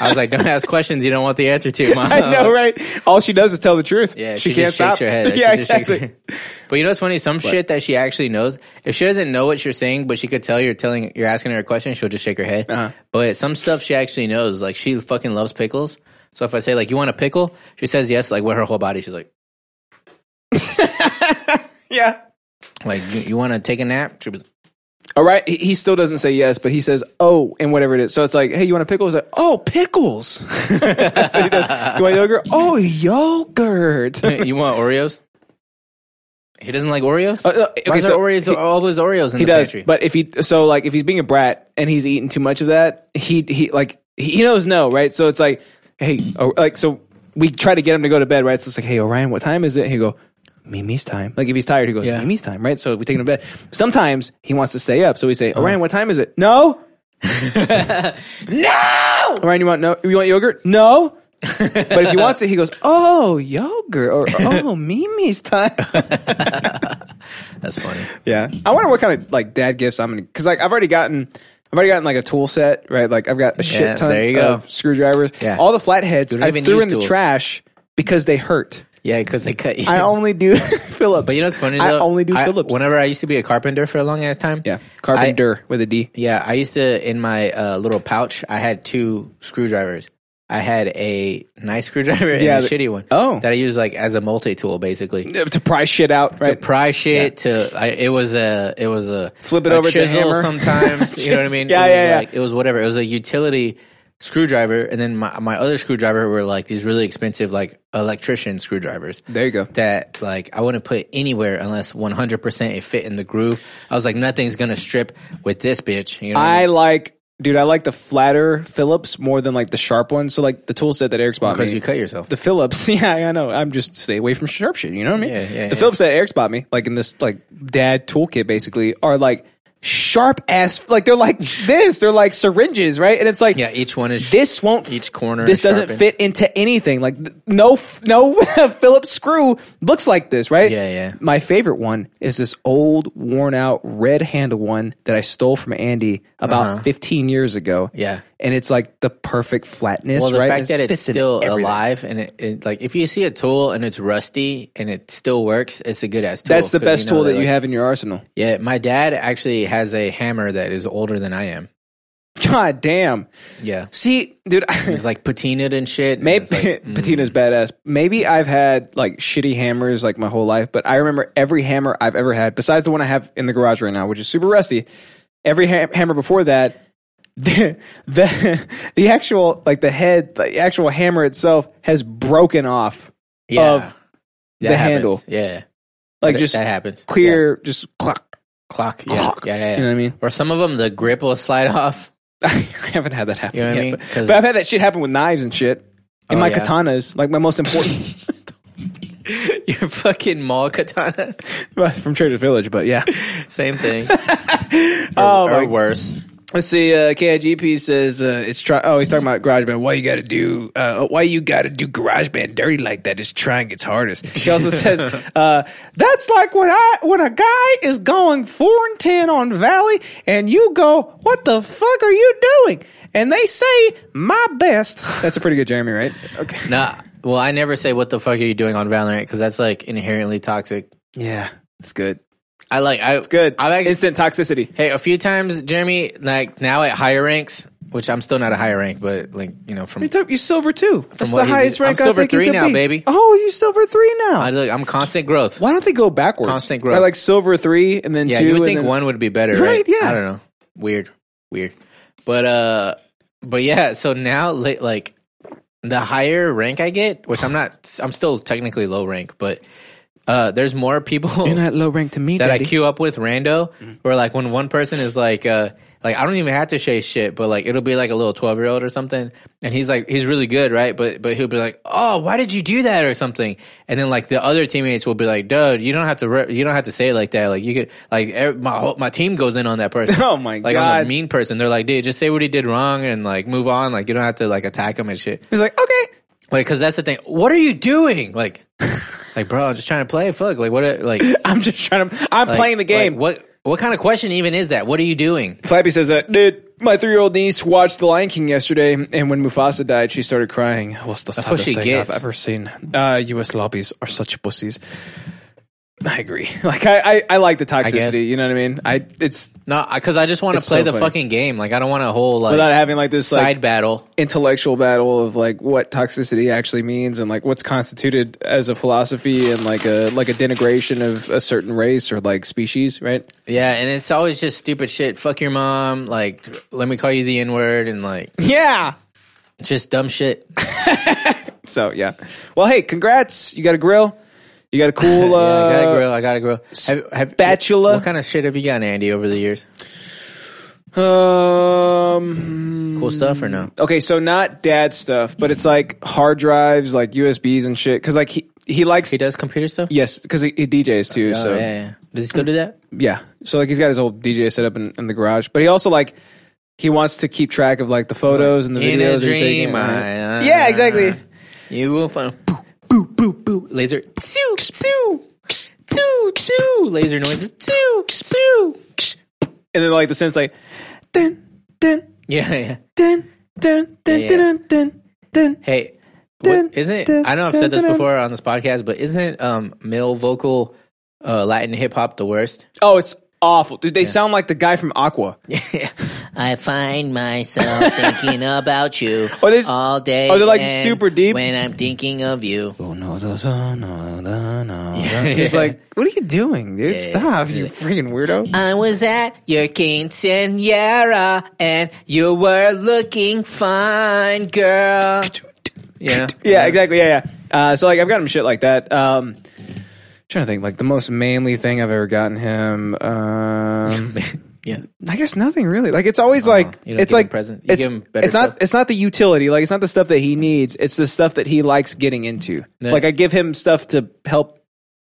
S2: I was like, Don't ask questions you don't want the answer to, mom.
S1: I know, right? All she does is tell the truth.
S2: uh, Yeah,
S1: she, can't
S2: just
S1: stop.
S2: shakes her head.
S1: yeah,
S2: she just shakes her
S1: exactly.
S2: head. But you know what's funny? Some shit that she actually knows. If she doesn't know what you're saying, but she could tell you're telling you're asking her a question, she'll just shake her head.
S1: Uh-huh.
S2: But some stuff she actually knows. Like she fucking loves pickles. So if I say like you want a pickle, she says yes, like with her whole body. She's like,
S1: Yeah.
S2: like you, you want to take a nap? She was,
S1: All right. He, he still doesn't say yes, but he says, oh, and whatever it is. So it's like, hey, you want a pickle? He's like, oh, pickles. That's what he does. You want yogurt? Oh, yogurt. Uh,
S2: you want Oreos? He doesn't like Oreos.
S1: uh,
S2: Why
S1: okay,
S2: is there Oreos? always Oreos in
S1: he
S2: the
S1: does.
S2: pantry.
S1: But if he, so like, if he's being a brat and he's eating too much of that, he, he, like, he he knows no, right? So it's like, hey, oh, like, so we try to get him to go to bed, right? So it's like, hey, Orion, what time is it? He go, Mimi's time. Like if he's tired, he goes,
S2: Yeah.
S1: Mimi's time, right? So we take him to bed. Sometimes he wants to stay up, so we say,
S2: Uh-huh.
S1: Orion, what time is it? No, no. Orion, you want no? You want yogurt? No. but if he wants it, he goes, oh, yogurt or oh, Mimi's time.
S2: That's funny.
S1: Yeah, I wonder what kind of like dad gifts I'm gonna because like I've already gotten. I've already gotten like a tool set, right? Like I've got a shit
S2: Yeah,
S1: ton
S2: there you go.
S1: of screwdrivers.
S2: Yeah.
S1: All the flatheads
S2: don't
S1: I
S2: even
S1: threw
S2: use
S1: in the
S2: tools.
S1: trash because they hurt.
S2: Yeah, because they cut you.
S1: I only do Phillips.
S2: But you know what's funny? Though?
S1: I only do
S2: I-
S1: Phillips.
S2: Whenever I used to be a carpenter for a long ass time,
S1: yeah, carpenter with a D.
S2: Yeah, I used to in my uh, little pouch. I had two screwdrivers. I had a nice screwdriver and
S1: Yeah,
S2: a
S1: the-
S2: shitty one.
S1: Oh.
S2: that I used like as a multi tool, basically
S1: To pry shit out,
S2: to
S1: right?
S2: pry shit. To I, it was a it was a
S1: Flip it
S2: a
S1: over, it's a
S2: chisel
S1: hammer.
S2: Sometimes you know what I mean.
S1: Yeah,
S2: it was
S1: yeah, yeah.
S2: Like, it was whatever. It was a utility screwdriver, and then my my other screwdriver were like these really expensive like electrician screwdrivers
S1: there you go.
S2: that like I wouldn't put anywhere unless 100% it fit in the groove. I was like, nothing's gonna strip with this bitch. You know, what I
S1: I
S2: mean?
S1: like, dude. I like the flatter Phillips more than like the sharp one. So like the tool set that Eric's bought
S2: because
S1: me.
S2: you cut yourself.
S1: the Phillips, yeah, I know. I'm just stay away from sharp shit. You know what I mean?
S2: Yeah, yeah,
S1: the
S2: yeah.
S1: Phillips that Eric's bought me, like in this like dad toolkit, basically, are like sharp ass. Like they're like this. They're like syringes, right? And it's like
S2: yeah, each one is
S1: this won't
S2: each corner.
S1: This
S2: is
S1: doesn't
S2: sharpened.
S1: fit into anything. Like th- no, f- no Phillips screw looks like this, right?
S2: Yeah, yeah.
S1: My favorite one is this old, worn out red handle one that I stole from Andy about 15 years ago.
S2: Uh-huh. Yeah.
S1: and it's like the perfect flatness.
S2: Well, the
S1: right?
S2: fact
S1: It
S2: that it's
S1: fits in
S2: still
S1: everything.
S2: alive and it, it like if you see a tool and it's rusty and it still works, it's a good ass tool.
S1: That's the
S2: 'cause
S1: best
S2: know
S1: tool
S2: they're
S1: that you
S2: like-
S1: have in your arsenal.
S2: Yeah, my dad actually has a hammer that is older than I am.
S1: God damn.
S2: Yeah,
S1: See, dude,
S2: it's like patinaed and shit. and
S1: maybe
S2: it's like, mm.
S1: Patina's badass. Maybe I've had like shitty hammers like my whole life, but I remember every hammer I've ever had, besides the one I have in the garage right now, which is super rusty. Every ha- hammer before that, the, the the actual like the head, the actual hammer itself has broken off,
S2: yeah,
S1: of
S2: that
S1: the handle.
S2: happens. Yeah,
S1: like
S2: That-
S1: just
S2: that happens. Yeah.
S1: clear, just clock.
S2: clock. Yeah,
S1: Clock.
S2: yeah, yeah. yeah.
S1: You know what I mean?
S2: Or some of them, the grip will slide off.
S1: I haven't had that happen
S2: You know what
S1: yet,
S2: I mean?
S1: but-
S2: 'Cause-
S1: but I've had that shit happen with knives and shit. And
S2: Oh,
S1: my
S2: yeah.
S1: katanas, like my most important.
S2: Your fucking mall katanas,
S1: Well, from Trader Village, but yeah.
S2: same thing,
S1: Oh,
S2: or,
S1: my-
S2: or worse.
S1: Let's see. Uh, KIGP says uh, it's try. Oh, he's talking about GarageBand. Why you got to do? Uh, why you got to do GarageBand dirty like that? It's trying its hardest. He also says uh, that's like when I when a guy is going four and ten on Valley, and you go, "What the fuck are you doing?" And they say, "My best." That's a pretty good Jeremy, right? Okay.
S2: Nah, well, I never say what the fuck are you doing on Valorant because that's like inherently toxic.
S1: Yeah, it's good.
S2: I like, I,
S1: It's good.
S2: I like,
S1: Instant toxicity.
S2: hey, a few times, Jeremy, like now at higher ranks, which I'm still not a higher rank, but like you know, from
S1: You're, top- you're silver two. That's the
S2: what he's-
S1: highest
S2: I'm
S1: rank.
S2: silver
S1: I think you
S2: three
S1: could
S2: now,
S1: be.
S2: baby.
S1: Oh, you're silver three now.
S2: I look, I'm constant growth.
S1: Why don't they go backwards?
S2: Constant
S1: Right,
S2: growth.
S1: like silver three and then
S2: Yeah,
S1: two.
S2: you would
S1: and
S2: think
S1: then-
S2: one would be better,
S1: Right,
S2: right?
S1: yeah.
S2: I don't know. Weird, weird. But uh, but yeah. So now, li- like, the higher rank I get, which I'm not, I'm still technically low rank, but uh, there's more people
S1: You're not low rank to me,
S2: that
S1: Daddy.
S2: I queue up with rando,
S1: Mm-hmm.
S2: where like when one person is like, uh, like I don't even have to say shit, but like it'll be like a little twelve year old or something, and he's like he's really good, right? But but he'll be like, oh, why did you do that or something, and then like the other teammates will be like, dude, you don't have to re- you don't have to say it like that, like you could like ev- my whole- my team goes in on that person,
S1: Oh my
S2: like on
S1: God.
S2: the mean person, they're like, dude, just say what he did wrong and like move on, like you don't have to like attack him and shit.
S1: He's like, okay.
S2: Like, cause that's the thing. What are you doing? Like, like, bro, I'm just trying to play. Fuck. Like, what? Are, like,
S1: I'm just trying to. I'm
S2: like-
S1: playing the game.
S2: like, what? What kind of question even is that? What are you doing?
S1: Flappy says that, dude. My three-year-old niece watched The Lion King yesterday, and when Mufasa died, she started crying. It was the
S2: what
S1: saddest
S2: she
S1: thing
S2: gets.
S1: I've ever seen. Uh, U.S. lobbies are such pussies. I agree. Like I, I, I like the
S2: guess.
S1: toxicity. You know what I mean? I it's
S2: No, because I just want to
S1: It's
S2: play
S1: so
S2: the
S1: funny.
S2: fucking game. Like, I don't want a whole like
S1: without having like this
S2: side
S1: like
S2: battle.
S1: intellectual battle of like what toxicity actually means and like what's constituted as a philosophy and like a like a denigration of a certain race or like species, right?
S2: Yeah, and it's always just stupid shit. Fuck your mom. Like, let me call you the N word and like
S1: Yeah.
S2: just dumb shit.
S1: So yeah. Well, hey, congrats! You got a grill. You got a cool.
S2: yeah, I gotta
S1: Uh,
S2: grow. I gotta grow. Have, have,
S1: spatula?
S2: What kind of shit have you gotten, Andy, over the years?
S1: Um.
S2: Cool stuff or no?
S1: Okay, so not dad stuff, but it's like hard drives, like USBs and shit. Because like he he likes
S2: He does computer stuff.
S1: yes, because he, he DJs too.
S2: Oh,
S1: so
S2: yeah,
S1: yeah.
S2: yeah. Does he still do that?
S1: so like he's got his old DJ set up in, in the garage, but he also like he wants to keep track of like the photos and the
S2: In
S1: videos
S2: a
S1: he's taking.
S2: dream, I-
S1: yeah, exactly.
S2: You will find boo boo boo boo laser two two two two laser noises two two.
S1: And then like the sense like dun dun
S2: Yeah, yeah.
S1: dun dun dun
S2: Yeah, yeah.
S1: dun dun dun.
S2: Hey,
S1: Dun,
S2: what, isn't
S1: dun,
S2: I know I've
S1: dun,
S2: said this
S1: dun, dun.
S2: before on this podcast, but isn't um male vocal uh, Latin hip hop the worst?
S1: Oh, it's awful, dude. They sound like the guy from Aqua.
S2: I find myself thinking about you
S1: Oh, they s-
S2: all day.
S1: oh, they're, like, and super deep? when
S2: when I'm thinking of you.
S1: It's like, what are you doing, dude? Stop, you freaking weirdo.
S2: I was at your quinceanera and you were looking fine, girl. Yeah.
S1: Yeah, exactly. Yeah, yeah. Uh, so like, I've gotten him shit like that. Um, trying to think, like the most manly thing I've ever gotten him. Um,
S2: Yeah.
S1: I guess nothing really. Like it's always like
S2: Uh-huh. You don't
S1: it's
S2: give him
S1: like
S2: presents. You
S1: It's,
S2: give him better
S1: it's not
S2: stuff.
S1: it's not the utility. Like it's not the stuff that he needs. It's the stuff that he likes getting into.
S2: Yeah.
S1: Like I give him stuff to help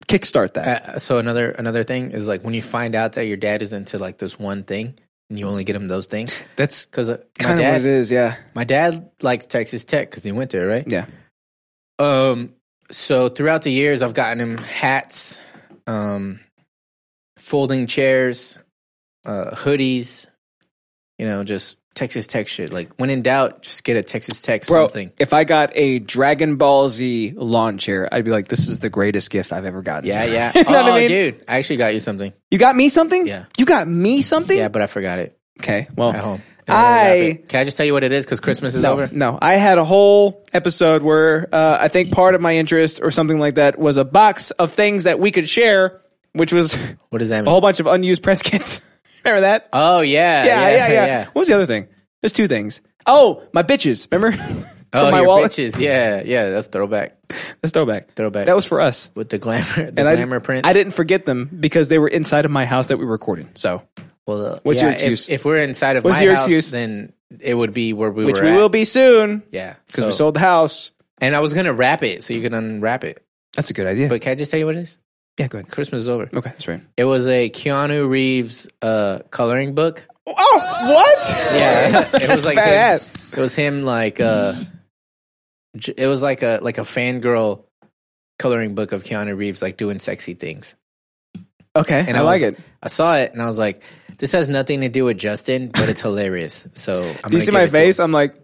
S1: kickstart that.
S2: Uh, so another another thing is like when you find out that your dad is into like this one thing and you only get him those things
S1: That's
S2: because uh, my
S1: kind of what it
S2: dad
S1: is. Yeah,
S2: my dad likes Texas Tech because he went there, right?
S1: yeah.
S2: Um, so throughout the years, I've gotten him hats, um, folding chairs, uh, hoodies, you know, just Texas Tech shit. Like when in doubt, just get a Texas Tech
S1: Bro,
S2: something.
S1: if I got a Dragon Ball Z lawn chair, I'd be like, "This is the greatest gift I've ever gotten."
S2: Yeah, yeah.
S1: You know what I
S2: oh,
S1: mean?
S2: dude, I actually got you something.
S1: You got me something?
S2: Yeah.
S1: You got me something?
S2: Yeah, but I forgot it
S1: Okay. Well,
S2: at home.
S1: I-
S2: Wrap it. can I just tell you what it is because Christmas is
S1: no,
S2: over.
S1: no. I had a whole episode where uh, I think part of my interest or something like that was a box of things that we could share, which was a
S2: What does that mean?
S1: whole bunch of unused press kits. Remember that?
S2: oh yeah,
S1: Oh. yeah, yeah, yeah, What was the other thing? There's two things. Oh, my bitches. Remember?
S2: Oh,
S1: From my
S2: your
S1: wallet.
S2: bitches. Yeah, yeah. That's throwback
S1: That's throwback.
S2: Throwback.
S1: That was for us.
S2: with the glamour, the
S1: I,
S2: glamour print.
S1: I didn't forget them because they were inside of my house that we recorded. So
S2: Well, uh,
S1: What's
S2: yeah,
S1: your excuse?
S2: If, if we're inside of
S1: What's
S2: my
S1: your
S2: house,
S1: excuse?
S2: then it would be where we
S1: which
S2: were.
S1: we
S2: at.
S1: will be soon
S2: Yeah,
S1: because we
S2: so-
S1: sold the house.
S2: And I was gonna wrap it so you can unwrap it.
S1: That's a good idea.
S2: But can I just tell you what it is?
S1: yeah, go ahead.
S2: Christmas is over.
S1: Okay, that's right.
S2: It was a Keanu Reeves uh, coloring book.
S1: Oh, what?
S2: Yeah, it was like him,
S1: Badass.
S2: it was him like uh, j- it was like a like a fangirl coloring book of Keanu Reeves like doing sexy things.
S1: Okay, I, like it.
S2: was- I saw it and I was like, this has nothing to do with Justin, but it's hilarious. So I'm
S1: Do you
S2: gonna
S1: see
S2: give
S1: my
S2: it to him.
S1: face? I'm like,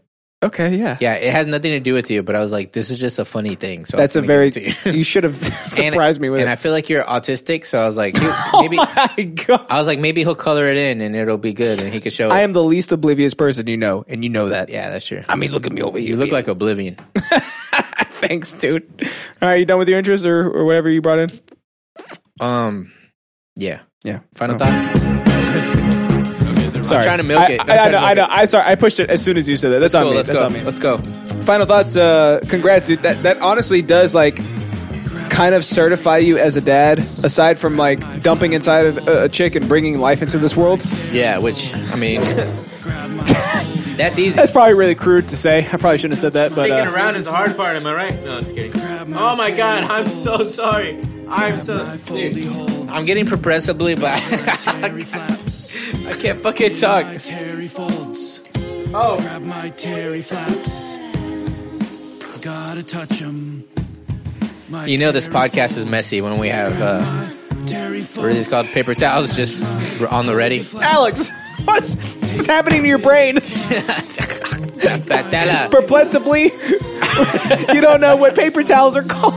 S1: okay, yeah.
S2: Yeah, it has nothing to do with you, but I was like, this is just a funny thing. So I
S1: that's a
S2: was gonna
S1: very.
S2: give it to
S1: you should have
S2: And-
S1: surprised me with
S2: And I
S1: it.
S2: feel like you're autistic, so I was like, dude, maybe
S1: oh my god!
S2: I was like, maybe he'll color it in and it'll be good, and he could show.
S1: I
S2: it.
S1: am the least oblivious person you know, and you know that.
S2: Yeah, that's true.
S1: I mean, look at me over here.
S2: You look like Oblivion.
S1: thanks, dude. All right, you done with your interest or, or whatever you brought in?
S2: Um, yeah.
S1: Yeah.
S2: Final
S1: Oh.
S2: thoughts.
S1: Sorry,
S2: trying to milk
S1: I,
S2: it. I'm
S1: I, I
S2: trying
S1: know.
S2: to
S1: I know.
S2: milk
S1: I sorry. I pushed it as soon as you said that. That's on
S2: Cool.
S1: me.
S2: Let's
S1: That's
S2: go.
S1: on me.
S2: Let's go.
S1: Final thoughts. Uh, congrats, dude. That that honestly does like kind of certify you as a dad, aside from like dumping inside of a a chick and bringing life into this world?
S2: Yeah, which I mean, that's easy.
S1: That's probably really crude to say. I probably shouldn't have said that, but
S9: Sticking
S1: uh,
S9: around is the hard part. Am I right? No, I'm just kidding. Oh my god, I'm so sorry. I'm so. Dude,
S2: I'm getting progressively black. I can't fucking talk.
S9: oh,
S10: Grab my terry flaps. Gotta touch 'em. My
S2: You know this
S10: terry
S2: podcast is messy when we have uh,
S10: fo- terry
S2: what are
S10: folds.
S2: these called paper towels just on the ready.
S1: Alex, what's what's happening to your brain?
S2: Patala.
S1: Perplexively, you don't know what paper towels are called.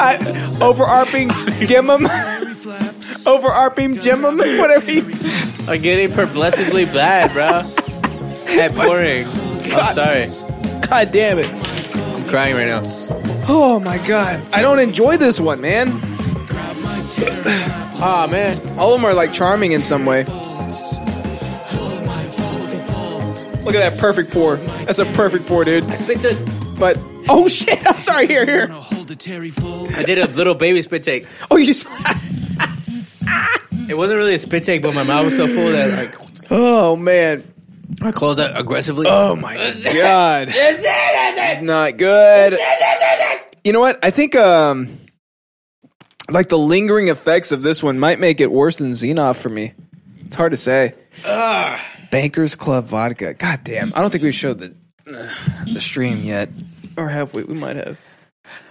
S1: I, overarping gimum,
S10: Terry flaps.
S1: overarping gimum, whatever you say.
S2: I'm getting progressively black, bro. That boring. I'm sorry.
S1: God damn it.
S2: I'm crying right now.
S1: Oh my god. I don't enjoy this one, man.
S2: Oh man.
S1: All of them are like charming in some way. Look at that perfect pour. That's a perfect pour, dude.
S2: Spit took.
S1: But oh shit, I'm sorry. Here, here.
S10: Now hold the terry fold.
S2: I did a little baby spit take.
S1: Oh, you just.
S2: It wasn't really a spit take, but my mouth was so full that like
S1: Oh man.
S2: I closed out aggressively.
S1: Oh my god. It's not good. You know what? I think um, like the lingering effects of this one might make it worse than Xenoff for me. It's hard to say. Bankers Club vodka. God damn. I don't think we've showed the the stream yet, or have we? We might have.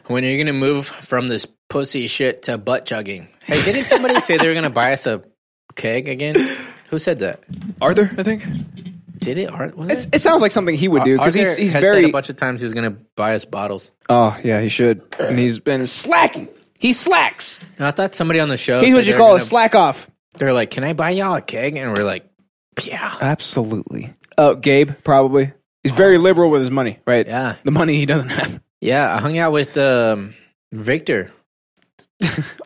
S2: When are you gonna move from this pussy shit to butt chugging? Hey, didn't somebody say they were gonna buy us a keg again? Who said that?
S1: Arthur, I think.
S2: Did it? Art was
S1: It's,
S2: it?
S1: it sounds like something he would do because he's,
S2: Arthur
S1: he's
S2: has
S1: very.
S2: said a bunch of times he was gonna buy us bottles.
S1: oh yeah, he should. And he's been slacking. He slacks.
S2: No, I thought somebody on the show.
S1: He's
S2: said
S1: what you
S2: they were
S1: call a
S2: gonna-
S1: slack off.
S2: They're like, "Can I buy y'all a keg?" And we're like, "Yeah."
S1: Absolutely. Oh, Gabe probably. He's very liberal with his money, right?
S2: Oh. Yeah.
S1: The money he doesn't have.
S2: Yeah, I hung out with um, Victor.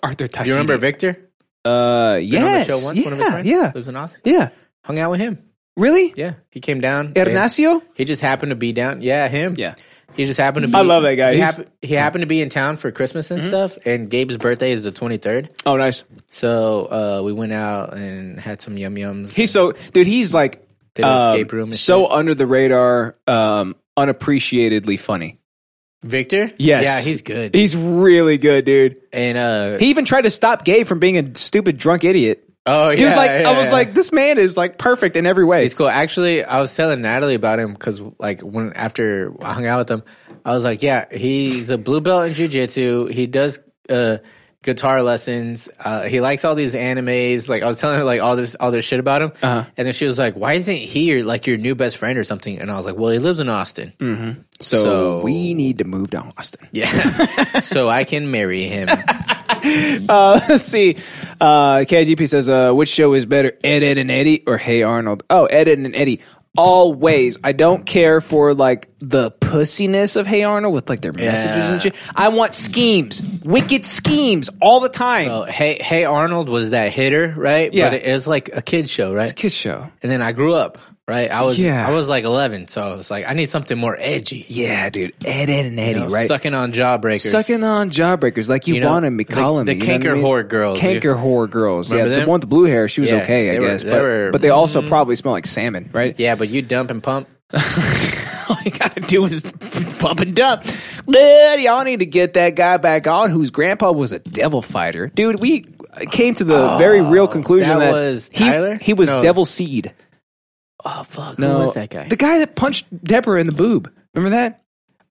S1: Arthur Tahiti.
S2: You remember Victor?
S1: Uh,
S2: Been on the
S1: yes.
S2: show once,
S1: yeah,
S2: one of his friends?
S1: yeah.
S2: Lives in Austin.
S1: Yeah.
S2: Hung out with him.
S1: Really?
S2: Yeah. He came down.
S1: Ernacio?
S2: He just happened to be down. Yeah, him. He just happened to be.
S1: I love that guy.
S2: He,
S1: He's-
S2: happen- he happened to be in town for Christmas and stuff, and Gabe's birthday is the 23rd.
S1: Oh, nice.
S2: So uh, we went out and had some yum yums.
S1: He's so dude. He's like
S2: Did an
S1: um,
S2: escape room and
S1: So under the radar, um, unappreciatedly funny.
S2: Victor?
S1: Yes.
S2: Yeah, he's good.
S1: He's really good, dude.
S2: and uh,
S1: He even tried to stop Gabe from being a stupid drunk idiot.
S2: oh yeah,
S1: Dude, like I
S2: yeah,
S1: was
S2: yeah.
S1: like, this man is like perfect in every way.
S2: He's cool. Actually, I was telling Natalie about him because, like, when after I hung out with him, I was like, "Yeah, he's a blue belt in jujitsu. He does uh, guitar lessons. Uh, he likes all these animes. Like, I was telling her like all this all this shit about him,
S1: Uh-huh.
S2: and then she was like, "Why isn't he your, like your new best friend or something?" And I was like, "Well, he lives in Austin,
S1: Mm. so,
S2: so-
S1: we need to move to Austin.
S2: yeah, so I can marry him."
S1: Let's see. Uh, KGP says, uh, which show is better, Ed, Ed, and Eddie or Hey Arnold? Oh, Ed, Ed, and Eddie. Always. I don't care for like the pussiness of Hey Arnold with like their messages
S2: Yeah.
S1: and shit. I want schemes, wicked schemes all the time.
S2: Oh, hey, hey, Arnold was that hitter, right?
S1: Yeah.
S2: but it, it was like a kids show, right?
S1: it's a kid's show.
S2: and then I grew up, right? I was
S1: Yeah.
S2: I was like 11, so I was like, I need something more edgy.
S1: Yeah, dude. Ed, Ed, and Eddie,
S2: know,
S1: right?
S2: Sucking on jawbreakers.
S1: Sucking on jawbreakers like you,
S2: You know,
S1: wanted me,
S2: the-
S1: calling
S2: the
S1: me. you know what
S2: canker
S1: I mean?
S2: whore girls, you-
S1: Canker whore girls.
S2: Remember
S1: yeah,
S2: them?
S1: the one with the blue hair, she was
S2: Yeah,
S1: okay, I
S2: they were-
S1: guess.
S2: they
S1: but,
S2: were- mm-hmm.
S1: but they also probably smell like salmon, right?
S2: Yeah, but you dump and pump.
S1: all you gotta do is pump and dump. But y'all need to get that guy back on whose grandpa was a devil fighter. Dude, we came to the very real conclusion that,
S2: Oh, that was
S1: he,
S2: Tyler?
S1: he was
S2: No.
S1: devil seed.
S2: Oh fuck,
S1: No,
S2: who was that guy?
S1: The guy that punched Deborah in the boob. Remember that?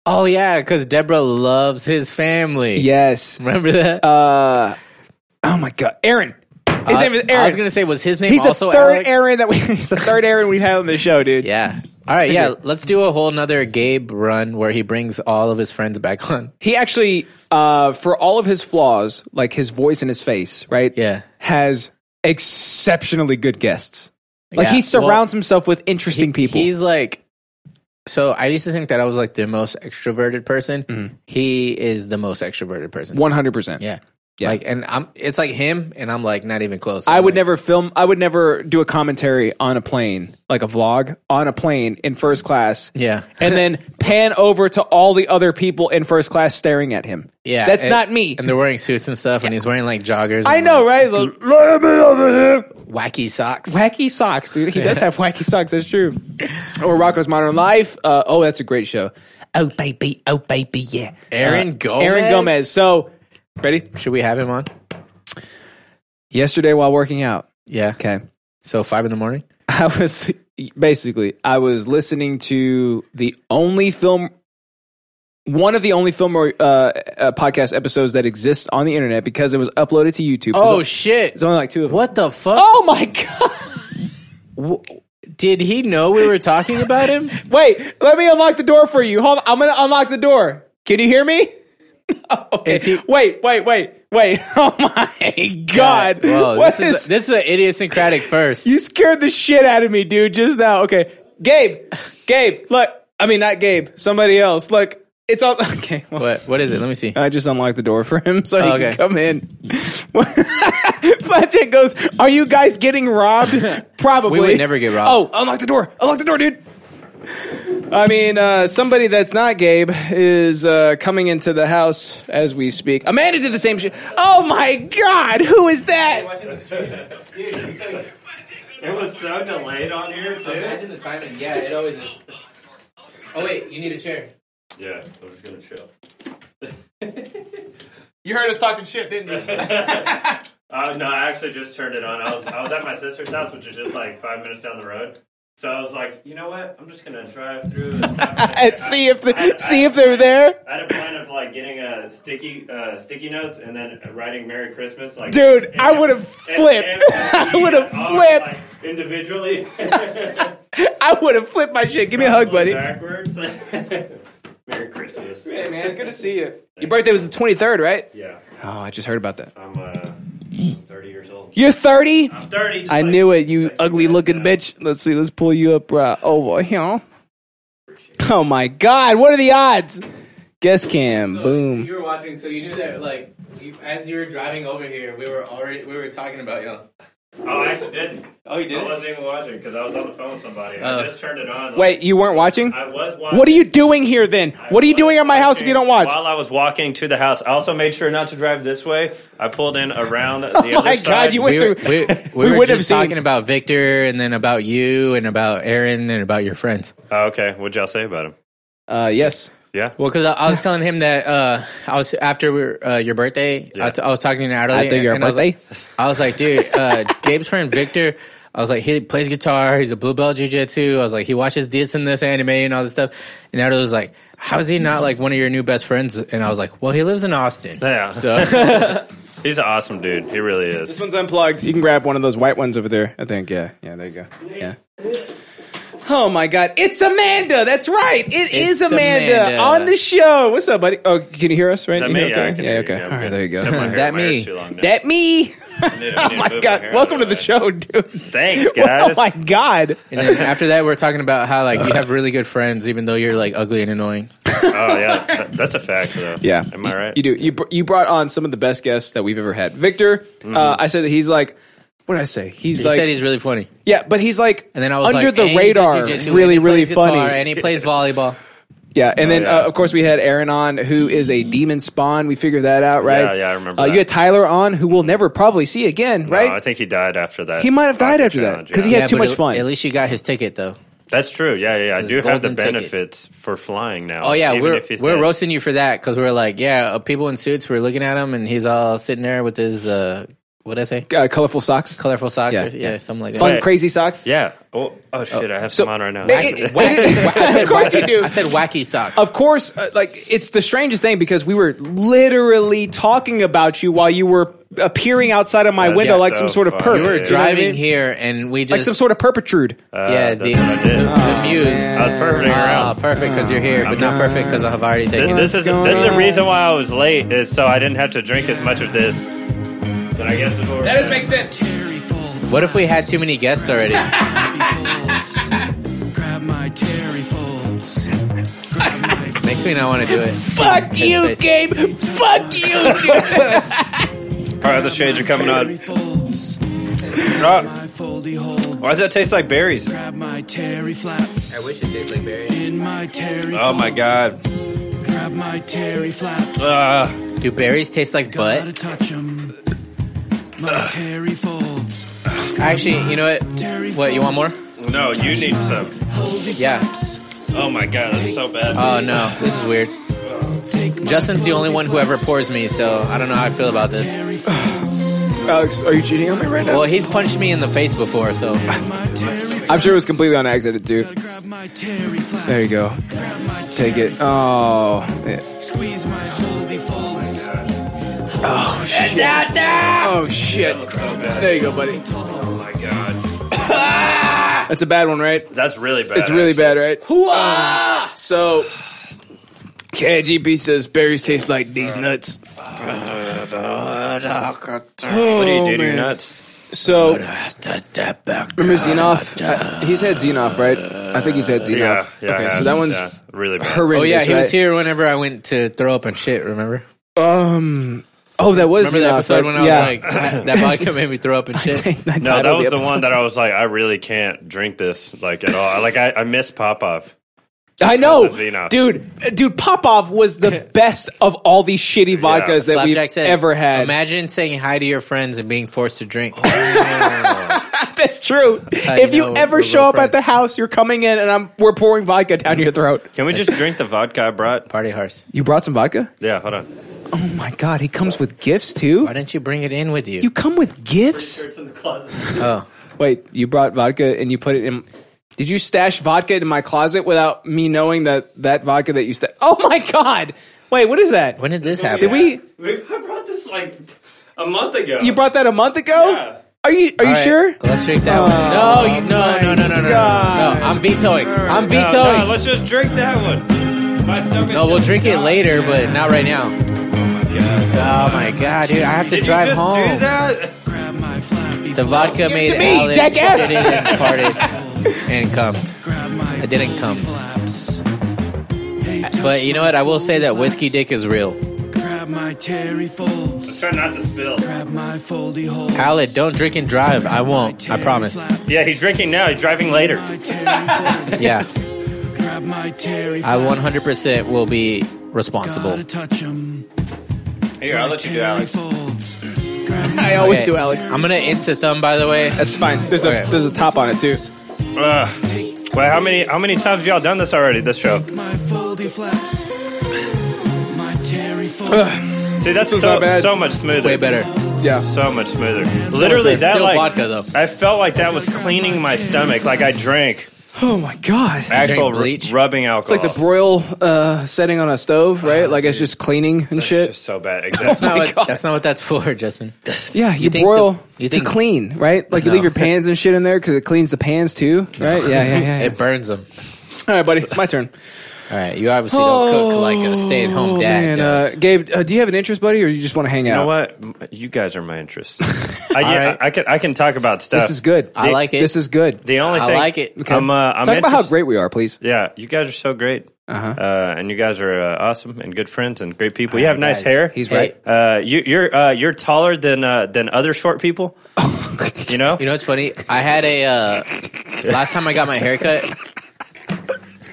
S2: oh yeah, because Deborah loves his family.
S1: Yes.
S2: remember that?
S1: Uh, oh my god. Aaron. His
S2: Uh, I-
S1: name is
S2: I
S1: Aaron.
S2: was gonna say, was his name
S1: he's the
S2: also
S1: third
S2: Alex?
S1: Aaron that we he's the third Aaron we had on the show, dude.
S2: Yeah. All right, yeah. Let's do a whole nother Gabe run where he brings all of his friends back on.
S1: He actually, uh, for all of his flaws, like his voice and his face, right?
S2: Yeah.
S1: Has exceptionally good guests. Like
S2: Yeah,
S1: he
S2: well,
S1: surrounds himself with interesting people.
S2: He's like, so I used to think that I was Mm-hmm. like the most extroverted person. He is the most extroverted person.
S1: 100%.
S2: Yeah. Like, and I'm, it's like him, and I'm like not even close.
S1: I
S2: I'm
S1: would
S2: like,
S1: never film. I would never do a commentary on a plane, like a vlog on a plane in first class.
S2: Yeah.
S1: and then pan over to all the other people in first class staring at him.
S2: Yeah,
S1: that's
S2: and-
S1: not me.
S2: And they're wearing suits and stuff, and he's wearing like joggers.
S1: I
S2: and,
S1: know,
S2: like,
S1: right? It's like, Let me over here.
S2: Wacky socks.
S1: Wacky socks, dude. He does have wacky socks. That's true. Or Rocco's Modern Life. Uh, oh, that's a great show. Oh baby, oh baby, yeah. Uh,
S2: Aaron Gomez.
S1: Aaron Gomez. So, ready?
S2: Should we have him on?
S1: Yesterday while working out.
S2: Yeah.
S1: Okay.
S2: So five in the morning.
S1: I was basically I was listening to the only film, one of the only film uh, uh, podcast episodes that exists on the internet because it was uploaded to YouTube.
S2: Oh
S1: There's-
S2: shit!
S1: there's only like two of them.
S2: What the fuck?
S1: Oh my god!
S2: Did he know we were talking about him?
S1: Wait, let me unlock the door for you. Hold, on. I'm gonna unlock the door. Can you hear me? okay.
S2: Is he-
S1: wait, wait, wait, wait. Oh my god!
S2: Whoa,
S1: What
S2: this is,
S1: is-
S2: this is an idiosyncratic first.
S1: You scared the shit out of me, dude, just now. Okay. Gabe. Gabe, look. I mean, not Gabe. Somebody else. Look. It's all okay. Well,
S2: what? What is it? Let me see.
S1: I just unlocked the door for him so he
S2: Oh,
S1: can
S2: okay.
S1: come in. Flapjack goes, Are you guys getting robbed? Probably.
S2: We would never get robbed.
S1: Oh, unlock the door. Unlock the door, dude. I mean, uh, somebody that's not Gabe is uh, coming into the house as we speak. Amanda did the same shit. Oh my God, who is that?
S11: It was so delayed on here, too.
S2: the timing. Yeah, it always is. Oh wait, you need a chair.
S11: Yeah, I'm just gonna chill.
S1: You heard us talking shit, didn't you?
S11: Uh, no, I actually just turned it on. I was I was at my sister's house, which is just like five minutes down the road. So I was like, you know what? I'm just gonna drive through and, stop right there.
S1: and see if
S11: I- I-
S1: the, see if
S11: I-
S1: they're there.
S11: I had a plan of like getting a sticky uh, sticky notes and then writing "Merry Christmas." Like,
S1: Dude,
S11: and-
S1: I would've
S11: and-
S1: flipped.
S11: and- and-
S1: I would've
S11: all,
S1: flipped.
S11: like, individually.
S1: I would have flipped my shit. Give me a hug, buddy. Hey
S11: Backwards. Merry Christmas.
S1: man, good to see you. Your birthday was the twenty third, right?
S11: Yeah,
S1: Oh, I just heard about that.
S11: I'm uh, 30 years old.
S1: You're thirty.
S11: I'm 30. just
S1: I
S11: like-
S1: knew it, you
S11: like
S1: ugly
S11: guys
S1: looking
S11: now.
S1: bitch. Let's see, let's pull you up right over here. Oh my god, what are the odds? Guess cam, boom.
S2: you were watching, so you knew that. Like, you, as you were driving over here, we were already we were talking about you.
S11: Oh, I actually didn't.
S2: Oh, you
S11: I wasn't even watching because I was on the phone with somebody.
S2: Oh.
S11: I just turned it on.
S1: Wait, you weren't watching?
S11: I was watching.
S1: What are you doing here then? What are you doing at my house if you don't watch?
S11: While I was walking to the house, I also made sure not to drive this way. I pulled in around the other
S1: Oh, my
S11: side.
S1: God, you went-
S2: We were,
S1: through-
S2: we,
S1: we
S2: we were
S1: would have
S2: just
S1: seen-
S2: talking about Victor, and then about you, and about Aaron, and about your friends.
S11: Oh, okay, what'd y'all say about him?
S1: Uh yes.
S11: Yeah,
S2: Well, because I, I was telling him that uh, I was after we were, uh, your birthday, I
S11: Yeah.
S2: t- I was talking to Natalie.
S1: After your
S2: and I was
S1: birthday?
S2: like- I was like, dude, uh, Gabe's friend Victor. I was like, he plays guitar. He's a blue belt jujitsu. I was like, he watches this and this anime and all this stuff. And Natalie was like, how is he not like one of your new best friends? And I was like, well, he lives in Austin.
S11: yeah.
S2: So,
S11: He's an awesome dude. He really
S1: This
S11: is.
S1: one's unplugged. You can grab one of those white ones over there. I think. Yeah. Yeah. There you go. Yeah. Oh my God! It's Amanda. That's right. It is
S2: It's
S1: Amanda,
S2: Amanda.
S1: on the show. What's up, buddy? Oh, can you hear us? Right?
S11: That
S1: You
S11: me?
S1: hear
S11: Yeah, I
S1: okay?
S11: can
S1: Yeah.
S11: hear you,
S1: Okay.
S11: yeah.
S1: All right. There you go.
S11: Except my hair-
S2: That
S11: my hair's
S2: me.
S11: too long now.
S1: That me.
S11: I need- I need
S1: Oh
S11: to
S1: my
S11: move hair
S1: God!
S11: out
S1: Welcome to
S11: of
S1: the show, dude.
S11: Thanks,
S1: Oh
S11: guys.
S1: my God!
S2: and then after that, we're talking about how like you have really good friends, even though you're like ugly and annoying.
S11: oh yeah, That- that's a fact though.
S1: Yeah.
S11: am I right?
S1: You do. You br- you brought on some of the best guests that we've ever had. Victor.
S11: Mm-hmm.
S1: Uh, I said that he's like. What did I say? He's
S2: He
S1: like.
S2: said he's really funny.
S1: yeah, but he's like.
S2: And then I was
S1: under
S2: like,
S1: the
S2: and he does
S1: radar.
S2: jujitsu, and he
S1: Really,
S2: plays
S1: really
S2: guitar,
S1: funny.
S2: and he plays volleyball.
S1: Yeah, and then
S11: yeah.
S1: Uh, of course we had Aaron on, who is a demon spawn. We figured that out, right?
S11: Yeah, yeah, I remember
S1: Uh,
S11: that.
S1: You had Tyler on, who we'll never probably see again,
S11: No,
S1: right?
S11: I think he died after that.
S1: He might have died
S11: hockey
S1: after that,
S11: challenge,
S1: 'cause he
S11: yeah.
S1: had too
S2: but
S1: much
S2: at-
S1: fun.
S2: At least you got his ticket though.
S11: That's true. Yeah, yeah. yeah. I
S2: His
S11: do have the
S2: golden ticket.
S11: benefits for flying now.
S2: Oh yeah,
S11: even
S2: we're
S11: if he's
S2: we're
S11: dead.
S2: roasting you for that because we're like, yeah, uh, people in suits. We're looking at him, and he's all sitting there with his uh, what did I say?
S1: uh, colorful socks,
S2: Colorful socks,
S1: Yeah,
S2: or, yeah,
S1: yeah.
S2: something like that.
S1: fun,
S11: Wait.
S1: crazy socks.
S11: Yeah. Oh, oh shit! I have
S1: So-
S11: some on right now. Uh,
S1: It- it-
S2: Wacky-
S1: it-
S2: I said
S1: of course you
S2: wacky-
S1: do.
S2: I said wacky socks.
S1: Of course, uh, like it's the strangest thing because we were literally talking about you while you were appearing outside of my
S11: That's
S1: window like
S11: so
S1: some sort of
S11: funny.
S1: perp.
S11: You
S2: we were
S1: know what I
S2: driving
S1: mean?
S2: here, and we just
S1: like some sort of perpetrude.
S11: Uh,
S2: yeah the,
S11: that's what I did.
S2: the, the muse.
S11: I was perfecting
S2: Ah,
S11: around.
S2: perfect because you're here, but not perfect because I've already taken.
S11: This
S2: it.
S11: is this is the reason why I was late is so I didn't have to drink as much of this. But I guess it's over.
S1: That doesn't make sense.
S12: Terry folds.
S2: What if we had too many guests already?
S12: Happy folds. Grab my Terry folds. Grab my
S2: Makes me not want to do it.
S1: Fuck you,
S2: It's-
S1: Gabe. Fuck you. dude.
S11: All right, the shades are coming on. Rock. Why does that taste like berries?
S10: Grab my terry flaps.
S2: I wish it tasted like berries.
S10: In my terry
S11: Oh my god. Uh.
S10: Grab my terry flaps.
S2: Ugh. Do berries taste like
S10: Gotta
S2: butt?
S10: touch 'em. My terry folds.
S2: Actually, you know what? What you want more?
S11: No, you need some.
S2: Yeah.
S11: Oh my god, that's so bad.
S2: Oh no, this is weird. Justin's the only one who ever pours me, so I don't know how I feel about this.
S1: Alex, are you cheating on me right now?
S2: Well, he's punched me in the face before, so
S1: I'm sure it was completely on accident, dude. There you go. Take it. Oh. yeah. Oh shit. Oh shit. There you go, buddy.
S11: Oh my god.
S1: That's a bad one, right?
S11: That's really bad.
S1: It's really bad, right? Um, so, KGB says berries taste like these nuts.
S11: What do you do to your
S1: Oh, man.
S11: nuts?
S1: So, remember Xenoff? Uh, he's had Xenoff, right? I think he's had Xenoff.
S11: Yeah, yeah.
S1: okay,
S11: yeah,
S1: so that one's
S11: yeah, really bad.
S1: horrendous.
S2: Oh yeah, he was
S1: right?
S2: here whenever I went to throw up and shit. Remember?
S1: Um, oh, that was
S2: Remember
S1: Xenoff,
S2: that episode
S1: right?
S2: when I was
S1: yeah.
S2: like, that vodka made me throw up and shit.
S1: I
S11: No, that
S1: titled
S11: was
S1: the
S11: the one
S1: episode.
S11: that I was like, I really can't drink this like at all. I- Like I, I miss Popoff.
S1: I know,
S11: That's Xenoff.
S1: dude. Dude, Popov was the best of all these shitty vodkas that we've
S2: Flapjack said,
S1: ever had.
S2: Imagine saying hi to your friends and being forced to drink. I
S1: That's true.
S2: how
S1: if
S2: you
S1: you
S2: know
S1: ever
S2: we're
S1: show
S2: real
S1: up at the
S2: friends.
S1: house, you're coming in, and I'm we're pouring vodka down your throat.
S11: Can we just drink the vodka I brought?
S2: Party horse.
S1: You brought some vodka?
S11: Yeah, hold on.
S1: Oh my god, he comes with gifts too.
S2: Why didn't you bring it in with you?
S1: You come with gifts?
S9: Shirts in the closet.
S2: oh,
S1: Wait, you brought vodka and you put it in. Did you stash vodka in my closet without me knowing that that vodka that you stashed? Oh my god! Wait, what is that?
S2: when did this happen?
S1: Did we?
S9: We- I brought this like a month ago.
S1: You brought that a month ago?
S9: Yeah.
S1: Are you? Are you
S2: All right,
S1: sure?
S2: Let's drink that
S1: Oh,
S2: one. No, you, no, no, no, no, no, no, no,
S1: God.
S2: no. I'm vetoing. I'm
S11: No, no,
S2: vetoing.
S11: let's just drink that one. My stomach.
S2: No, we'll drink it later, but not right now. Oh my god, dude! I have to
S11: Did
S2: drive
S11: you just
S2: home.
S11: do that?
S10: Grab my flappy.
S2: The vodka made
S1: to me,
S2: Alex
S1: jackass.
S2: shit and farted and cummed.
S10: Grab my
S2: I didn't cum.
S10: flaps.
S2: But you know what? I will say that whiskey dick is real.
S10: Grab my terry folds.
S9: Try not to spill.
S10: Grab my foldy hole.
S2: Pallet, don't drink and drive. I won't. I promise.
S11: Yeah, he's drinking now. He's driving later.
S10: My terry folds.
S2: Yeah,
S10: Grab my terry
S2: I
S10: flaps.
S2: 100% will be responsible.
S10: Gotta touch 'em.
S11: Here, I'll let you do, Alex.
S10: folds.
S1: I always
S2: Okay,
S1: do, Alex.
S2: I'm gonna insta thumb, by the way.
S1: That's fine. There's a
S2: Okay.
S1: there's a top on it too.
S11: Ugh. Wait, how many how many times have y'all done this already? This show.
S10: My foldy flaps. My terry folds.
S11: See, that's
S1: is not
S11: so
S1: bad.
S11: so much smoother.
S2: Way better.
S1: Yeah.
S11: So much smoother. Literally,
S2: It's
S11: that
S2: still
S11: like
S2: vodka, though.
S11: I felt like that was cleaning my stomach. Like I drank
S1: Oh my god.
S11: actual
S2: Drank bleach?
S11: ru- rubbing
S1: It's
S11: alcohol.
S1: like the broil uh, setting on a stove, right? like it's just cleaning and
S11: It's
S1: shit.
S11: just so bad. Exactly.
S2: That's
S1: my
S2: not what-
S1: God.
S2: That's not what that's for, Justin.
S1: yeah, you,
S2: think
S1: broil
S2: the- you
S1: to
S2: think-
S1: clean, right? Like you
S2: No.
S1: leave your pans and shit in there because it cleans the pans too, right? Yeah, yeah, yeah. yeah.
S2: It burns them.
S1: All right, buddy, it's my turn.
S2: All right, you obviously don't cook like a stay-at-home
S1: Oh,
S2: dad
S1: man,
S2: does.
S1: Uh, Gabe, uh, do you have an interest, buddy, or you just want to hang
S11: You
S1: out?
S11: know what? M- You guys are my interest. I, yeah,
S2: right.
S11: I, I can I can talk about stuff.
S1: This is good.
S2: I like it.
S1: This is good.
S11: The only
S2: I
S11: thing
S2: like it.
S1: Okay.
S11: I'm, uh, I'm
S1: Talk about how
S11: interest-
S1: great we are, please.
S11: Yeah, you guys are so great.
S1: Uh-huh.
S11: Uh, and you guys are uh, awesome and good friends and great people. You have nice
S2: guys.
S11: hair.
S1: He's
S2: Hey.
S1: right.
S11: Uh, you, you're uh, you're taller than uh, than other short people. you know.
S2: You know what's funny? I had a uh, last time I got my haircut.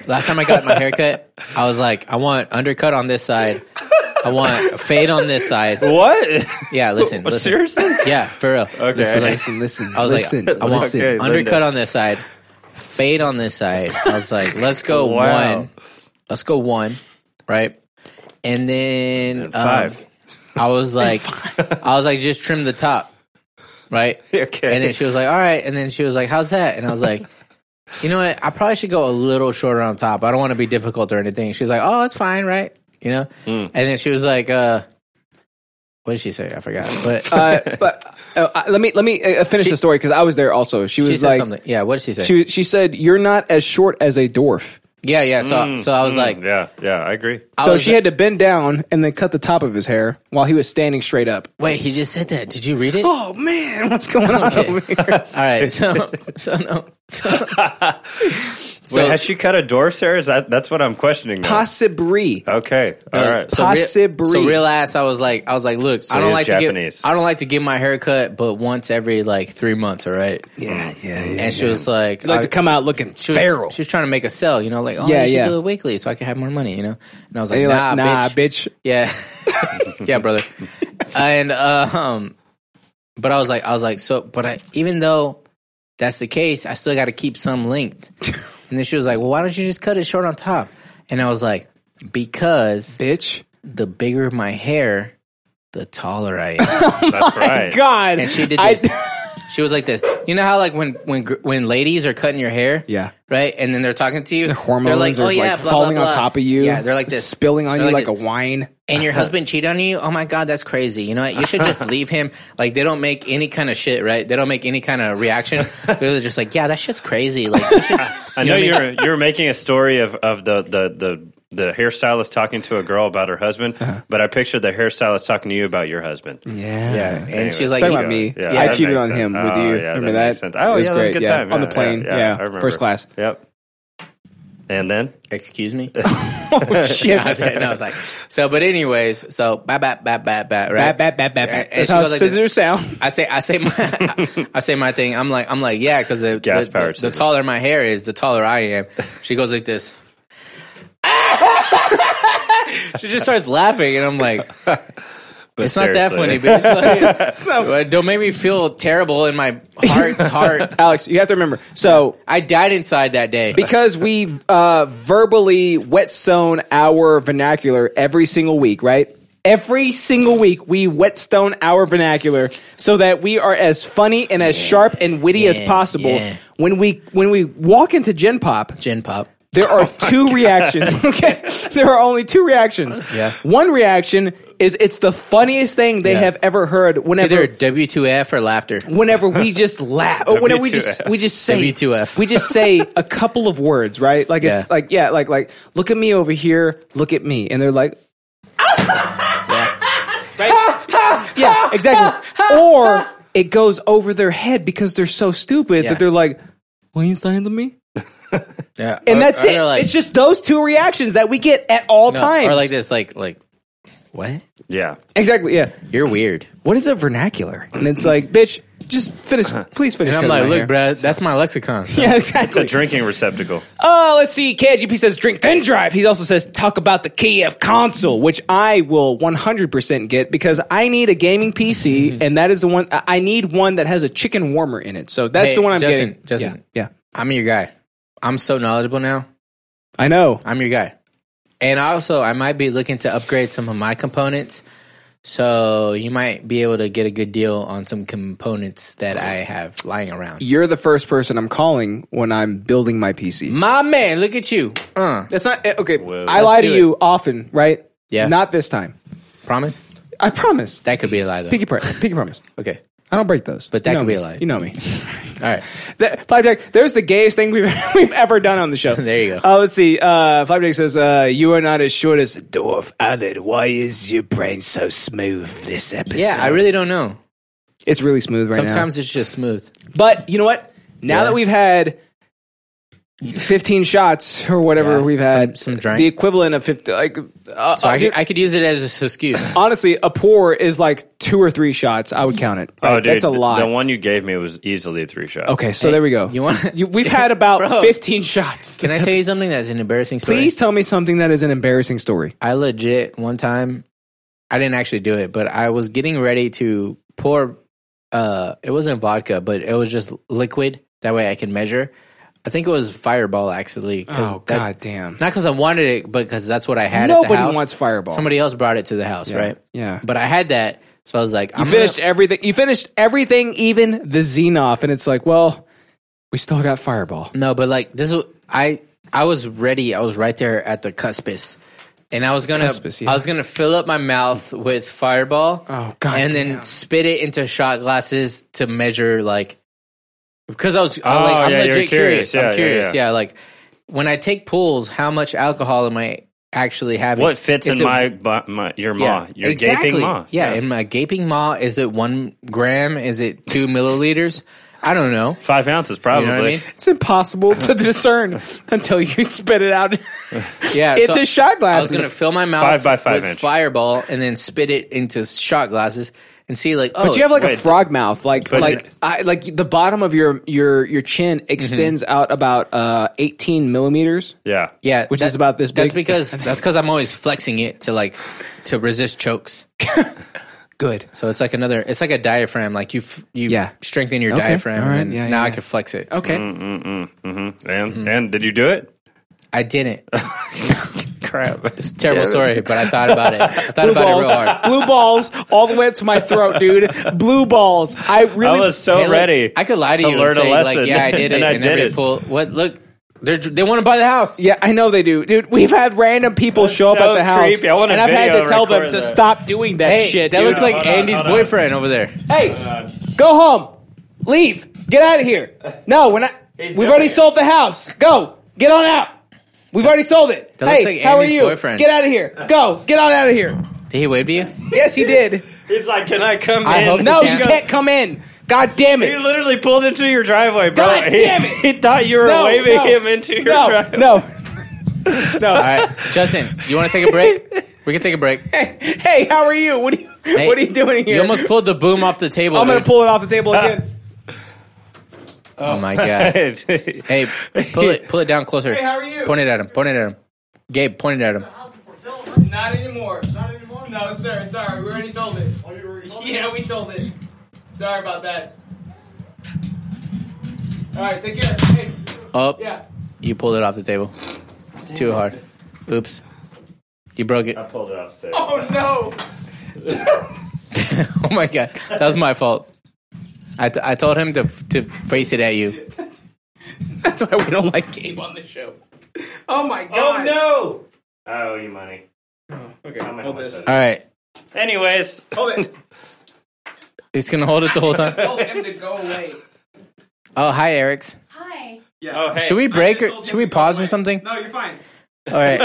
S2: Last time I got my haircut, I was like, I want undercut on this side. I want fade on this side.
S11: what?
S2: Yeah, listen, listen.
S11: Seriously?
S2: Yeah, for real. Okay.
S11: Oh, Okay.
S1: Listen, listen.
S2: I was
S1: listen,
S2: like, I want
S1: listen.
S11: Okay.
S2: undercut
S11: Linda.
S2: on this side, fade on this side. I was like, let's go
S11: Wow.
S2: one, let's go one, right? And then um,
S11: five.
S2: I was like, I was like, just trim the top, right?
S11: Okay.
S2: And then she was like, all right. And then she was like, how's that? And I was like, you know what? I probably should go a little shorter on top. I don't want to be difficult or anything. She's like, oh, it's fine, right? You know? And then she was like, uh, what did she say? I forgot. But
S1: Uh, but uh, uh, let me let me uh, finish the story because I was there also. She was
S2: she said
S1: like,
S2: something. Yeah, what did she say?
S1: she she said, "You're not as short as a dwarf."
S2: yeah, yeah. So, so I was like,
S11: yeah, yeah, I agree.
S2: I
S1: So
S2: was
S1: she
S2: like-
S1: had to bend down and then cut the top of his hair while he was standing straight up.
S2: Wait, he just said that. Did you read it?
S1: Oh man, what's going on
S2: Okay.
S1: over here?
S2: All right, so so no.
S11: Wait, has she cut a door, Sarah? Is that, that's what I'm questioning. now.
S1: Possibly.
S11: Okay. All right.
S2: So real,
S1: Possibly.
S2: so real ass. I was like, I was like, look, I don't
S11: you're
S2: like
S11: Japanese.
S2: to get, I don't like to get my hair cut, but once every like three months, all right.
S1: Yeah, yeah.
S2: And she was like,
S1: You like to come out looking
S2: she was,
S1: feral.
S2: She was trying to make a sell, you know, like, oh,
S1: Yeah,
S2: yeah, you should
S1: yeah.
S2: do it weekly so I can have more money, you know. And I was
S1: And
S2: like,
S1: you're
S2: nah,
S1: like, nah, bitch.
S2: bitch. Yeah, yeah, brother. and uh, um, but I was like, I was like, so, but I, even though that's the case, I still got to keep some length. And then she was like, well, why don't you just cut it short on top? And I was like, because
S1: bitch.
S2: the bigger my hair, the taller I am.
S11: That's right.
S1: God.
S2: and she did
S1: I-
S2: this. she was like this. You know how like when when gr- when ladies are cutting your hair,
S1: yeah.
S2: right? And then they're talking to you.
S1: The hormones
S2: they're like,
S1: are
S2: oh yeah,
S1: like
S2: blah, blah,
S1: falling
S2: blah."
S1: on top of you.
S2: Yeah, they're like this.
S1: spilling on
S2: They're
S1: you
S2: like
S1: like, a
S2: this.
S1: wine.
S2: and your husband cheated on you? Oh my god, that's crazy. You know what? You should just leave him. Like they don't make any kind of shit, right? They don't make any kind of reaction. They're just like, yeah, that shit's crazy. Like you should,
S11: I know you're you're making a story of, of the, the, the, the hairstylist talking to a girl about her husband, but I picture the hairstylist talking to you about your husband.
S1: Uh-huh. Yeah.
S2: yeah.
S1: Yeah.
S2: And she's like,
S1: Talking
S2: you-
S1: about me.
S11: Yeah,
S1: I
S11: that
S1: cheated
S11: makes
S1: on
S11: sense.
S1: him with
S11: Oh,
S1: you.
S11: yeah,
S1: remember
S11: that
S1: that?
S11: makes sense. Oh,
S1: It was
S11: yeah, that was a
S1: great.
S11: good
S1: yeah.
S11: time.
S1: On the
S11: Yeah,
S1: plane.
S11: yeah,
S1: Yeah.
S11: yeah, I remember.
S1: First class.
S11: Yep. And then
S2: excuse me.
S1: Oh, shit.
S2: I was, like, no, I was like, so. But anyways, so bat bat bat bat bat right.
S1: Bap, bap, bap, bap, bap.
S2: And
S1: That's
S2: she
S1: how
S2: goes like this.
S1: scissors sound.
S2: I say I say my I say my thing. I'm like I'm like yeah, because the,
S11: Gas
S2: the, the,
S11: powered
S2: the
S11: scissors.
S2: taller my hair is, the taller I am. She goes like this. she just starts laughing, and I'm like,
S11: But
S2: it's not that funny,
S11: seriously.
S2: but it's like, Well, don't make me feel terrible in my heart's heart.
S1: Alex, you have to remember. So
S2: I died inside that day.
S1: because we uh, verbally whetstone our vernacular every single week, right? Every single week, we whetstone our vernacular so that we are as funny and as sharp and witty as
S2: yeah,
S1: possible.
S2: yeah.
S1: When we when we walk into Gen Pop,
S2: Gin pop. Oh
S1: there are two reactions. Okay, there are only two reactions.
S2: Yeah.
S1: One reaction is it's the funniest thing they
S2: Yeah.
S1: have ever heard. Whenever
S2: Either W2F or laughter.
S1: whenever we just laugh or whenever we
S11: W2F.
S1: just we just say
S2: W2F.
S1: we just say a couple of words right like it's
S2: Yeah.
S1: like yeah like like look at me over here look at me and they're like yeah. right yeah exactly or it goes over their head because they're so stupid
S2: Yeah.
S1: that they're like what are you saying to me
S2: Yeah.
S1: and
S2: Or-
S1: that's
S2: or
S1: it
S2: they're like-
S1: it's just those two reactions that we get at all
S2: no,
S1: times
S2: Or like this, like like what?
S11: Yeah.
S1: exactly yeah
S2: You're weird.
S1: what is a vernacular and it's like bitch just finish please finish
S2: Uh-huh. And
S1: cutting
S2: I'm like,
S1: my
S2: look,
S1: hair."
S2: bruh, that's my lexicon.
S1: yeah exactly
S11: It's a drinking receptacle.
S1: Oh, let's see. KGP says drink then drive. He also says talk about the KF console, which I will 100% get because I need a gaming
S2: Mm-hmm.
S1: PC, and that is the one I I need one that has a chicken warmer in it. So that's
S2: Hey,
S1: the one I'm
S2: Justin,
S1: getting.
S2: Justin.
S1: yeah, yeah,
S2: I'm your guy. I'm so knowledgeable now.
S1: I know.
S2: I'm your guy. And also, I might be looking to upgrade some of my components. So you might be able to get a good deal on some components that I have lying around.
S1: You're the first person I'm calling when I'm building my PC.
S2: My man, look at you. Uh,
S1: That's not eh, okay.
S11: Whoa.
S1: I lie
S2: Let's
S1: to
S2: do
S1: you often, right?
S2: Yeah.
S1: Not this time.
S2: promise?
S1: I promise.
S2: That could be a lie, though.
S1: Pinky, pr- pinky promise.
S2: Okay.
S1: I don't break those.
S2: But that
S1: You know
S2: could be
S1: me.
S2: a lie.
S1: You know me.
S2: All right.
S1: That, Flapjack, there's the gayest thing we've we've ever done on the show.
S2: There you go.
S1: Uh, let's see. Uh, Flapjack says, uh, "You are not as short as a dwarf, Alan. Why is your brain so smooth this episode?"
S2: Yeah, I really don't know.
S1: it's really smooth right
S2: Sometimes it's just smooth.
S1: now. But you know what? Now
S2: Yeah.
S1: that we've had 15 shots or whatever
S2: Yeah,
S1: we've had,
S2: some- some drink.
S1: the equivalent of 50. Like, uh,
S2: So
S1: uh,
S2: I
S1: dude,
S2: could, I could use it as an excuse.
S1: honestly, a pour is like two or three shots. I would count it.
S11: Oh,
S1: Right?
S11: dude,
S1: that's a
S11: th-
S1: lot.
S11: The one you gave me was easily three shots.
S1: okay, so there we go.
S2: you wanna-
S1: we've had about
S2: Bro.
S1: 15 shots.
S2: Can I tell you something that's an embarrassing story?
S1: Please tell me something that is an embarrassing story.
S2: I legit one time I didn't actually do it, but I was getting ready to pour uh it wasn't vodka, but it was just liquid that way I can measure. I think it was Fireball actually 'cause that-
S1: damn!
S2: Not cuz I wanted it, but cuz that's what I had at the
S1: Oh, Nobody
S2: house.
S1: wants Fireball.
S2: Somebody else brought it to the house, right?
S1: yeah.
S2: But I had that, so I was like,
S1: you
S2: I'm
S1: finished
S2: gonna-
S1: everything. You finished everything, even the Xenoff, and it's like, well, we still got Fireball.
S2: No, but like this is I I was ready. I was right there at the cuspis. And I was gonna
S1: Cuspis, yeah.
S2: I was gonna fill up my mouth with fireball.
S1: Oh, God
S2: And
S1: damn.
S2: then spit it into shot glasses to measure like because I was I'm,
S11: Oh,
S2: like, I'm
S11: yeah, you're
S2: legit
S11: curious.
S2: curious.
S11: Yeah,
S2: I'm
S11: yeah,
S2: curious.
S11: yeah.
S2: Yeah, like when I take pulls, how much alcohol am I actually having?
S11: What fits
S2: Is
S11: in
S2: it-
S11: my, bu- my your
S2: yeah,
S11: maw? Your
S2: exactly.
S11: gaping maw.
S2: Yeah, in my gaping maw, is it one gram? Is it two milliliters? I don't know.
S11: Five ounces, probably.
S2: You know what I mean?
S1: It's impossible to discern until you spit it out.
S2: Yeah,
S1: It's a shot glass.
S2: I was gonna fill my mouth
S11: Five by five
S2: with
S11: inch.
S2: fireball and then spit it into shot glasses and see like oh
S1: but you have like a
S11: wait.
S1: frog mouth, like
S11: But
S1: like
S11: did-
S1: I, like the bottom of your your your chin
S2: Mm-hmm.
S1: extends out about uh, eighteen millimeters.
S11: Yeah.
S2: yeah
S1: which
S2: is
S1: is about this
S2: That's
S1: big.
S2: because that's because I'm always flexing it to like to resist chokes.
S1: Good.
S2: So it's like another. It's like a diaphragm. Like you f- you
S1: Yeah.
S2: strengthen your
S1: Okay.
S2: diaphragm
S1: All right.
S2: and
S1: Yeah, yeah,
S2: now I
S1: yeah.
S2: can flex it.
S1: Okay.
S11: Mm-hmm. And and did you do it?
S2: I didn't.
S11: Crap.
S2: It's a terrible story, but I thought about it. I thought about
S1: balls,
S2: it real hard.
S1: blue balls, all the way up to my throat, dude. Blue balls. I really
S11: I was so
S2: Hey, look,
S11: ready.
S2: I could lie to,
S11: to
S2: you
S11: learn
S2: and
S11: a
S2: say
S11: lesson,
S2: like, yeah, I did it,
S11: and I
S2: then
S11: did
S2: they
S11: it.
S2: Pull, what? Look, they're they want to buy the house.
S1: Yeah, I know they do, dude. We've had random people
S11: That's
S1: show up at
S11: so
S1: the house,
S11: creepy. I want a
S1: and I've had
S11: video
S1: to tell them
S11: record
S1: to
S11: that.
S1: stop doing that
S2: Hey,
S1: shit.
S2: that
S1: dude.
S2: looks like
S11: Hold on,
S2: Andy's
S11: hold on.
S2: boyfriend over there.
S1: hey, go home, leave, get out of here. No, we're not.
S9: He's
S1: We've already
S9: doing it.
S1: sold the house. Go, get on out. We've already sold it.
S2: That
S1: hey,
S2: looks like
S1: how
S2: Andy's
S1: are you?
S2: boyfriend.
S1: Get out of here. Go, get on out of here.
S2: Did he wave to you?
S1: Yes, he did.
S11: He's like, can I come
S2: I
S11: in?
S2: hope
S1: no,
S2: Yeah.
S1: you can't come in. God damn
S11: He
S1: it.
S11: literally pulled into your driveway, bro.
S1: God
S11: he,
S1: damn it.
S11: He thought you were
S1: No,
S11: waving
S1: no,
S11: him into your
S1: No,
S11: driveway.
S1: no.
S2: All right, Justin, you want to take a break? We can take a break.
S1: Hey, how are you? What are you?
S2: Hey,
S1: what are you doing here?
S2: You almost pulled the boom off the table.
S1: I'm gonna
S2: dude.
S1: pull it off the table again.
S2: Oh my god! Hey, pull it, pull it down closer.
S1: Hey, how are you?
S2: Point it at him. Point it at him. Gabe, point it at him.
S1: Not anymore. Not anymore. No, sir. Sorry, we already sold it. yeah, we sold it. Sorry about that. All right, take care. Hey,
S2: Up.
S1: yeah.
S2: You pulled it off the table. Too hard. Oops. You broke it.
S11: I pulled it off.
S1: Oh no.
S2: Oh my god, that was my fault. I, t- I told him to f- to face it at you.
S1: That's why we don't like Gabe on the show. Oh my god. Oh,
S11: no! I owe Oh, you money.
S1: Okay,
S11: How much
S1: hold
S11: was
S1: this.
S2: All right,
S11: Anyways,
S1: Hold it.
S2: he's gonna hold it the whole time.
S1: Tell him to go away.
S2: Oh hi, Eric's.
S3: Hi.
S11: oh hey,
S2: Should we break or should we pause or something?
S1: No, you're fine.
S2: All right,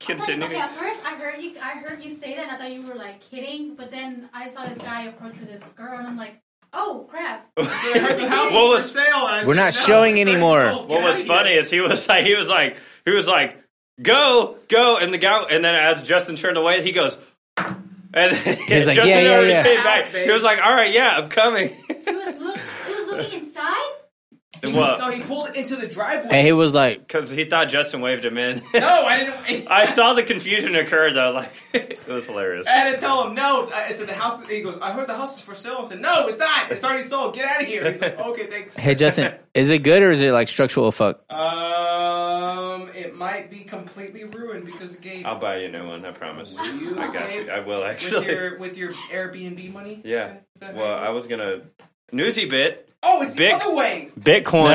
S11: continue?
S13: Okay, at first I heard you. I heard you say that, and I thought you were like kidding. But then I saw this guy approach with this girl, and I'm like, "Oh crap!"
S1: House
S11: What
S1: is
S11: was-
S1: for sale, and I
S2: we're
S1: said,
S2: not
S1: "No,
S2: showing
S1: it's already
S2: anymore."
S1: sold.
S11: What
S1: Get
S11: was
S1: out of
S11: funny
S1: here."
S11: is he was like, he was like, he was like, go, go, and the guy, and then as Justin turned away, he goes, and
S2: He's like,
S11: Justin
S2: yeah, yeah,
S11: already
S2: yeah.
S11: came back. He was like, all right, yeah, I'm coming.
S13: He was look. He was looking inside.
S11: And
S1: No,
S11: what?
S1: he pulled it into the driveway.
S2: and he was like,
S11: Because he thought Justin waved him in.
S1: No, I didn't.
S11: I saw the confusion occur though. Like it was hilarious.
S1: I had to tell him no. I said the house. He goes, I heard the house is for sale. I said, No, it's not. It's already sold. Get out of here. He's like, Okay, thanks.
S2: "Hey Justin, is it good or is it like structural fuck?"
S1: Oh, Um, it might be completely ruined because of Gabe.
S11: I'll buy you a new one. I promise.
S1: You
S11: I got
S1: okay?
S11: you. I will
S1: With
S11: actually.
S1: your with your Airbnb money.
S11: Yeah.
S1: Is that- is that
S11: Well,
S1: how
S11: I
S1: it
S11: was
S1: works?
S11: gonna newsy bit
S1: Oh, it's
S11: Bic.
S1: the other way.
S11: Bitcoin.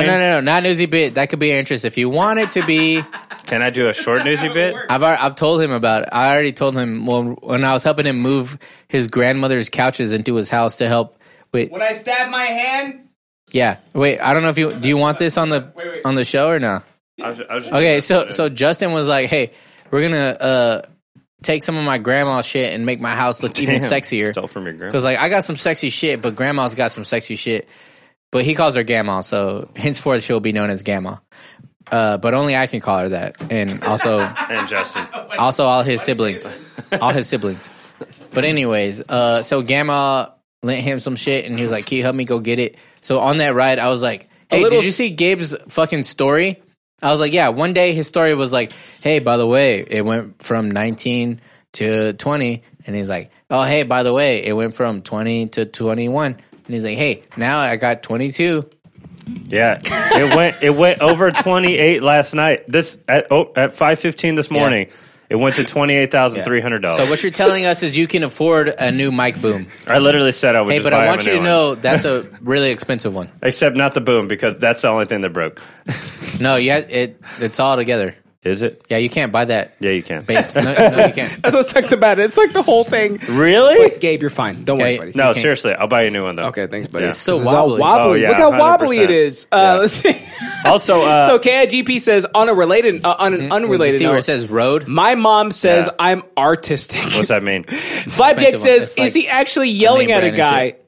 S2: No, no, no, no, not newsy bit. That could be interest. If you want it to be,
S11: Can I do a short newsy
S1: it
S11: bit?
S1: works.
S2: I've al- I've told him about it. I already told him when when I was helping him move his grandmother's couches into his house to help. Wait,
S1: When I stab my hand.
S2: yeah, wait. I don't know if you do. You want this on the
S1: Wait, wait.
S2: on the show or no?
S11: I was- I was-
S2: Okay, so so Justin was like, "Hey, we're gonna uh, take some of my grandma's shit and make my house look even
S11: Damn,
S2: sexier."
S11: Stole from your grandma.
S2: Because like I got some sexy shit, but grandma's got some sexy shit. But he calls her grandma, so henceforth she'll be known as grandma. Uh, but only I can call her that, and also
S11: And Justin.
S2: also all his siblings, all his siblings. But anyways, uh, so Gamma lent him some shit, and he was like, "Can you help me go get it?" So on that ride, I was like, "Hey,
S1: little-
S2: did you see Gabe's fucking story?" I was like, "Yeah." One day, his story was like, "Hey, by the way, it went from 19 to 20," and he's like, "Oh, hey, by the way, it went from 20 to 21," and he's like, "Hey, now I got 22."
S11: Yeah, it went it went over twenty eight last night. This at oh, at five fifteen this morning. It went to twenty eight thousand three hundred dollars.
S2: So what you're telling us is you can afford a new mic boom.
S11: I literally said I would.
S2: Hey,
S11: just
S2: but
S11: buy
S2: I
S11: him
S2: want
S11: a
S2: you
S11: new
S2: to
S11: one.
S2: know that's a really expensive one.
S11: except not the boom because that's the only thing that broke.
S2: No, yeah, it it's all together.
S11: Is it?
S2: Yeah, you can't buy that
S11: Yeah, you can.
S2: base. No, no you can't.
S1: That's what sucks about it. It's like the whole thing.
S11: Really?
S1: Gabe, you're fine. Don't worry,
S2: Okay.
S1: buddy.
S11: No,
S2: You can't.
S11: seriously, I'll buy you a new one though.
S1: Okay, thanks, buddy.
S11: It's
S2: so
S1: This is all
S2: wobbly.
S11: Oh, yeah,
S1: Look how wobbly
S11: 100%.
S1: it is. Uh,
S11: Yeah.
S1: let's see.
S11: Also, uh,
S1: so KIGP says on a related uh, on an
S2: You
S1: unrelated
S2: Hmm, see where it
S1: note,
S2: says road?
S1: my mom says
S11: Yeah.
S1: I'm artistic.
S11: what's that mean?
S1: Vibe Dick
S2: expensive.
S1: says,
S2: It's like
S1: "Is he actually yelling
S2: name
S1: at a
S2: brand and
S1: guy?"
S2: shit.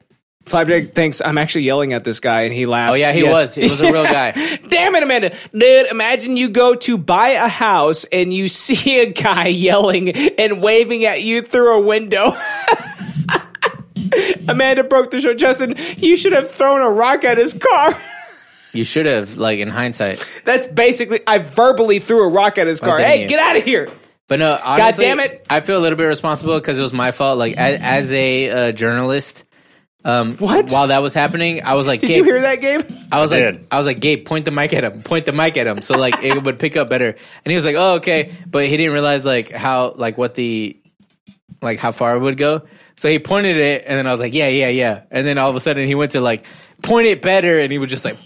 S1: Flapjack thinks I'm actually yelling at this guy, and he laughs.
S2: Oh, yeah, he was. He was a real guy.
S1: Damn it, Amanda, dude! Imagine you go to buy a house and you see a guy yelling and waving at you through a window. Amanda broke the show. Justin, you should have thrown a rock at his car.
S2: You should have, like in hindsight.
S1: That's basically I verbally threw a rock at his car.
S2: didn't
S1: hey,
S2: you?
S1: get out of here!
S2: But no, honestly,
S1: damn it.
S2: I feel a little bit responsible because it was my fault. Like as, as a uh, journalist, um,
S1: What?
S2: While that was happening, I was like,
S1: Did
S2: Gabe,
S1: you hear that, Gabe?
S2: I was
S11: I
S2: like, I was like, Gabe, point the mic at him, point the mic at him, so like it would pick up better. And he was like, oh okay, but he didn't realize like how like what the like how far it would go. So he pointed it, and then I was like, yeah, yeah, yeah. And then all of a sudden, he went to like point it better, and he was just like,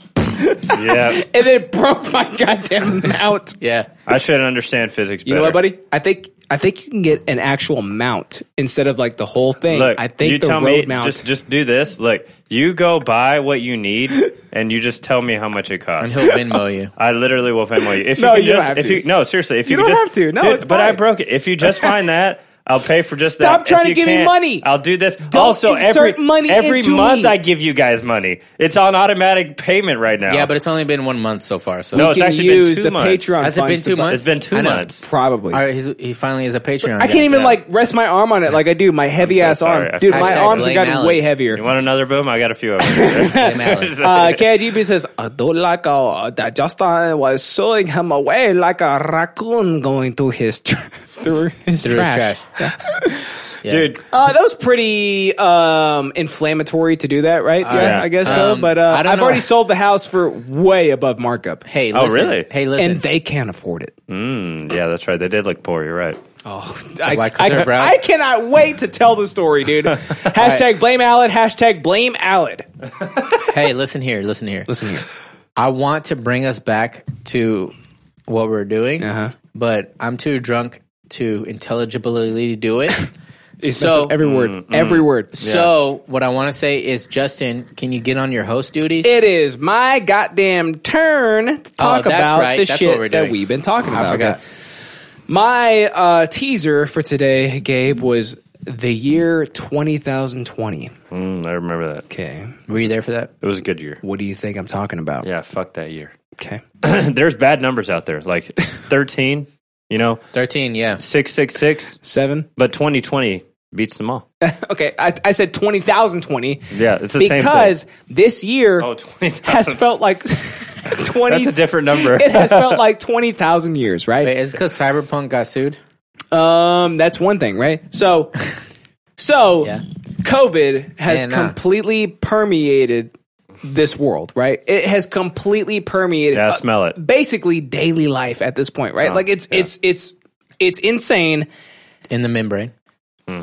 S11: yeah,
S1: and then it broke my goddamn mount.
S2: yeah.
S11: I should understand physics. Better.
S1: You know what, buddy? I think I think you can get an actual mount instead of like the whole thing.
S11: Look,
S1: I think
S11: you
S1: the
S11: tell
S1: road
S11: me
S1: mount.
S11: just just do this. Look, you go buy what you need, and you just tell me how much it costs.
S2: And he'll Venmo you.
S11: I literally will Venmo you. If
S1: No,
S11: you can
S1: you don't
S11: just,
S1: have
S11: if
S1: to.
S11: you no, seriously, if
S1: You
S11: you,
S1: don't
S11: just,
S1: have to. No,
S11: Dude,
S1: it's
S11: but I
S1: fine.
S11: broke it. If you just find that. I'll pay for just
S1: Stop
S11: that. If
S1: trying to
S11: you
S1: give me
S11: can't,
S1: money.
S11: I'll do this.
S1: Don't
S11: also, every
S1: insert money
S11: every
S1: into
S11: month
S1: me.
S11: I give you guys money. It's on automatic payment right now.
S2: yeah, but it's only been one month so far. So
S11: no, it's
S1: can
S11: actually been
S1: use
S11: two
S1: the
S11: months.
S1: Patreon
S2: has it been
S1: funds
S2: two
S1: to-
S2: months?
S11: It's been two
S2: I know.
S11: months.
S1: Probably.
S2: All right, he's, he finally is a Patreon.
S1: I
S2: guy.
S1: can't even
S11: Yeah.
S1: like rest my arm on it like I do. My heavy
S11: so
S1: ass
S11: sorry.
S1: arm, dude. my
S2: Hashtag
S1: arms have
S2: blame
S1: gotten
S2: Alex.
S1: way
S11: You
S1: heavier.
S11: want another boom? I got a few over here.
S2: Blame Alex.
S1: Uh, KGB says, I don't like uh, that Justin was sewing him away like a raccoon going through his tr- through his
S2: Through his
S1: trash.
S2: trash. Yeah.
S11: Dude,
S1: Uh, that was pretty um, inflammatory to do that, right? yeah,
S11: yeah.
S1: I guess so.
S2: Um,
S1: But uh,
S2: I don't
S1: I've
S2: know.
S1: already sold the house for way above markup,
S2: Hey,
S11: Oh,
S2: listen.
S11: really?
S2: Hey, listen.
S1: and they can't afford it.
S11: Mm, yeah, that's right. They did look poor. You're right.
S1: Oh, I,
S2: Why, 'cause
S1: I,
S2: they're brown?
S1: I cannot wait to tell the story, dude. hashtag blame Allen. Hashtag blame Allen.
S2: hey, listen here. Listen here.
S1: Listen here.
S2: I want to bring us back to what we're doing,
S1: Uh-huh.
S2: but I'm too drunk to intelligibly do it.
S1: So
S2: so,
S1: every word,
S11: Mm,
S1: every word.
S2: so what I want to say is, Justin, can you get on your host duties?
S1: It is my goddamn turn to talk
S2: Oh, that's
S1: about
S2: right.
S1: the
S2: That's what
S1: shit
S2: we're
S1: that
S2: doing.
S1: we've been talking about.
S2: I forgot.
S1: My uh, teaser for today, Gabe, was the year 20,020.
S11: Mm, I remember that.
S1: Okay.
S2: Were you there for that?
S11: It was a good year.
S1: What do you think I'm talking about?
S11: Yeah, fuck that year.
S1: Okay.
S11: There's bad numbers out there, like 13, you know,
S2: Thirteen. Yeah.
S11: 666,
S1: Seven?
S11: but 2020 beats them all.
S1: Okay. I, I said 20,020
S11: Yeah, it's the same thing.
S1: because this year
S11: Oh, 20,000.
S1: has felt like 20.
S11: That's a different number.
S1: it has felt like 20,000 years, right?
S2: Wait, is because Cyberpunk got sued?
S1: Um, that's one thing, right? So, so
S2: Yeah.
S1: COVID has
S2: Yeah, nah.
S1: completely permeated this world, right? It has completely permeated. uh,
S11: Yeah, I smell it.
S1: Basically, daily life at this point, right? like it's it's it's it's insane
S2: In the membrane.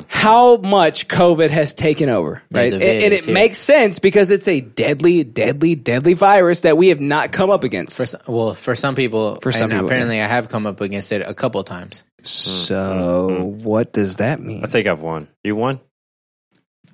S1: how much COVID has taken over, right?
S2: the
S1: and, and
S2: vid is
S1: it
S2: here.
S1: makes sense because it's a deadly, deadly, deadly virus that we have not come up against.
S2: For s- well, for some people, for
S1: some
S2: some
S1: people,
S2: apparently I have come up against it a couple times.
S1: so, what does that mean?
S11: Mm. Mm-hmm. I think I've won. You won?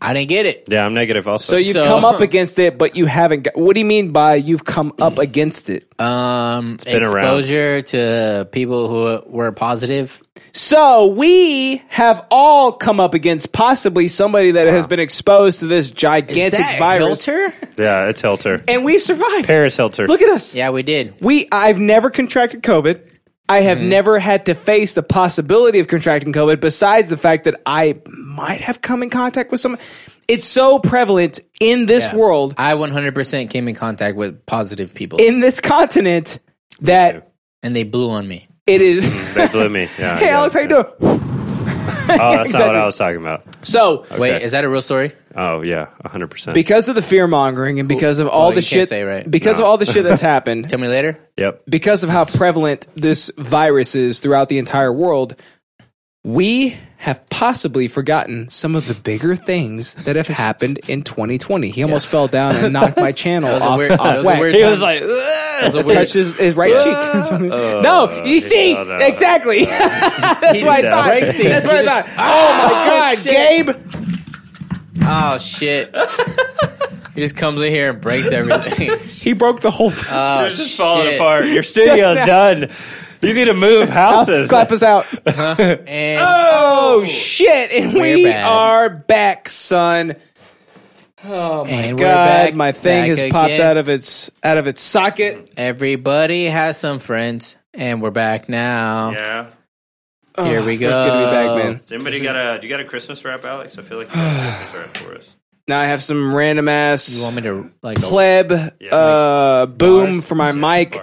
S2: I didn't get it.
S11: Yeah, I'm negative also.
S1: So you've
S2: So-
S1: come up against it, but you haven't. Got, what do you mean by you've come up against it?
S2: Um,
S11: been around.
S2: exposure to people who were positive.
S1: So we have all come up against possibly somebody that has been exposed to this gigantic virus,
S2: Hilter?
S11: yeah, it's Helter.
S1: and we've survived.
S11: Paris Helter.
S1: Look at us.
S2: Yeah, we did.
S1: We. I've never contracted COVID. I have
S2: Mm-hmm.
S1: never had to face the possibility of contracting COVID. Besides the fact that I might have come in contact with someone, it's so prevalent in this
S2: Yeah.
S1: world,
S2: I 100% came in contact with positive people,
S1: in this continent, that
S2: and they blew on me.
S1: it is.
S11: they blew me. Yeah,
S1: Hey
S11: yeah,
S1: Alex, how you
S11: yeah.
S1: doing?
S11: Oh, that's not what
S1: Exactly.
S11: I was talking about.
S1: So,
S2: Wait, is that a real story?
S11: Oh, yeah, 100%.
S1: because of the fear mongering and because of all
S2: well,
S1: the
S2: you can't
S1: shit,
S2: say, right?
S1: because of all the shit that's happened,
S2: Tell me later.
S11: yep.
S1: because of how prevalent this virus is throughout the entire world, we have possibly forgotten some of the bigger things that have happened in 2020. He almost fell down and knocked my channel
S2: was a
S1: off,
S2: weird-
S1: off
S2: that was a
S1: whack.
S2: weird He was
S1: like,
S2: That was a weird. Oh,
S1: touched his, his right cheek. That's what- no, you see,
S11: no, no.
S1: exactly. that's why I
S2: just
S1: thought.
S2: breaks
S1: That's
S2: things.
S1: why I
S2: He
S1: thought.
S2: just- Ah,
S1: Oh my god, Gabe.
S2: shit. oh shit! he just comes in here and breaks everything.
S1: He broke the whole thing.
S2: Oh
S11: It's just
S2: shit!
S11: falling apart. Your studio's
S1: now.
S11: done. You need to move
S1: Alex,
S11: houses.
S1: clap us out.
S2: And
S1: Oh shit! And
S2: We're
S1: we
S2: back.
S1: are back, son. Oh my
S2: And we're
S1: god,
S2: back-
S1: my thing
S2: back
S1: has popped
S2: again.
S1: out of its out of its socket.
S2: Everybody has some friends, and we're back now.
S11: Yeah.
S2: Here we go.
S11: Does anybody got a? Do you got a Christmas rap, Alex? I feel like you got a Christmas rap for us.
S1: Now I have some random ass.
S2: You want me to like
S1: pleb uh, boom for my mic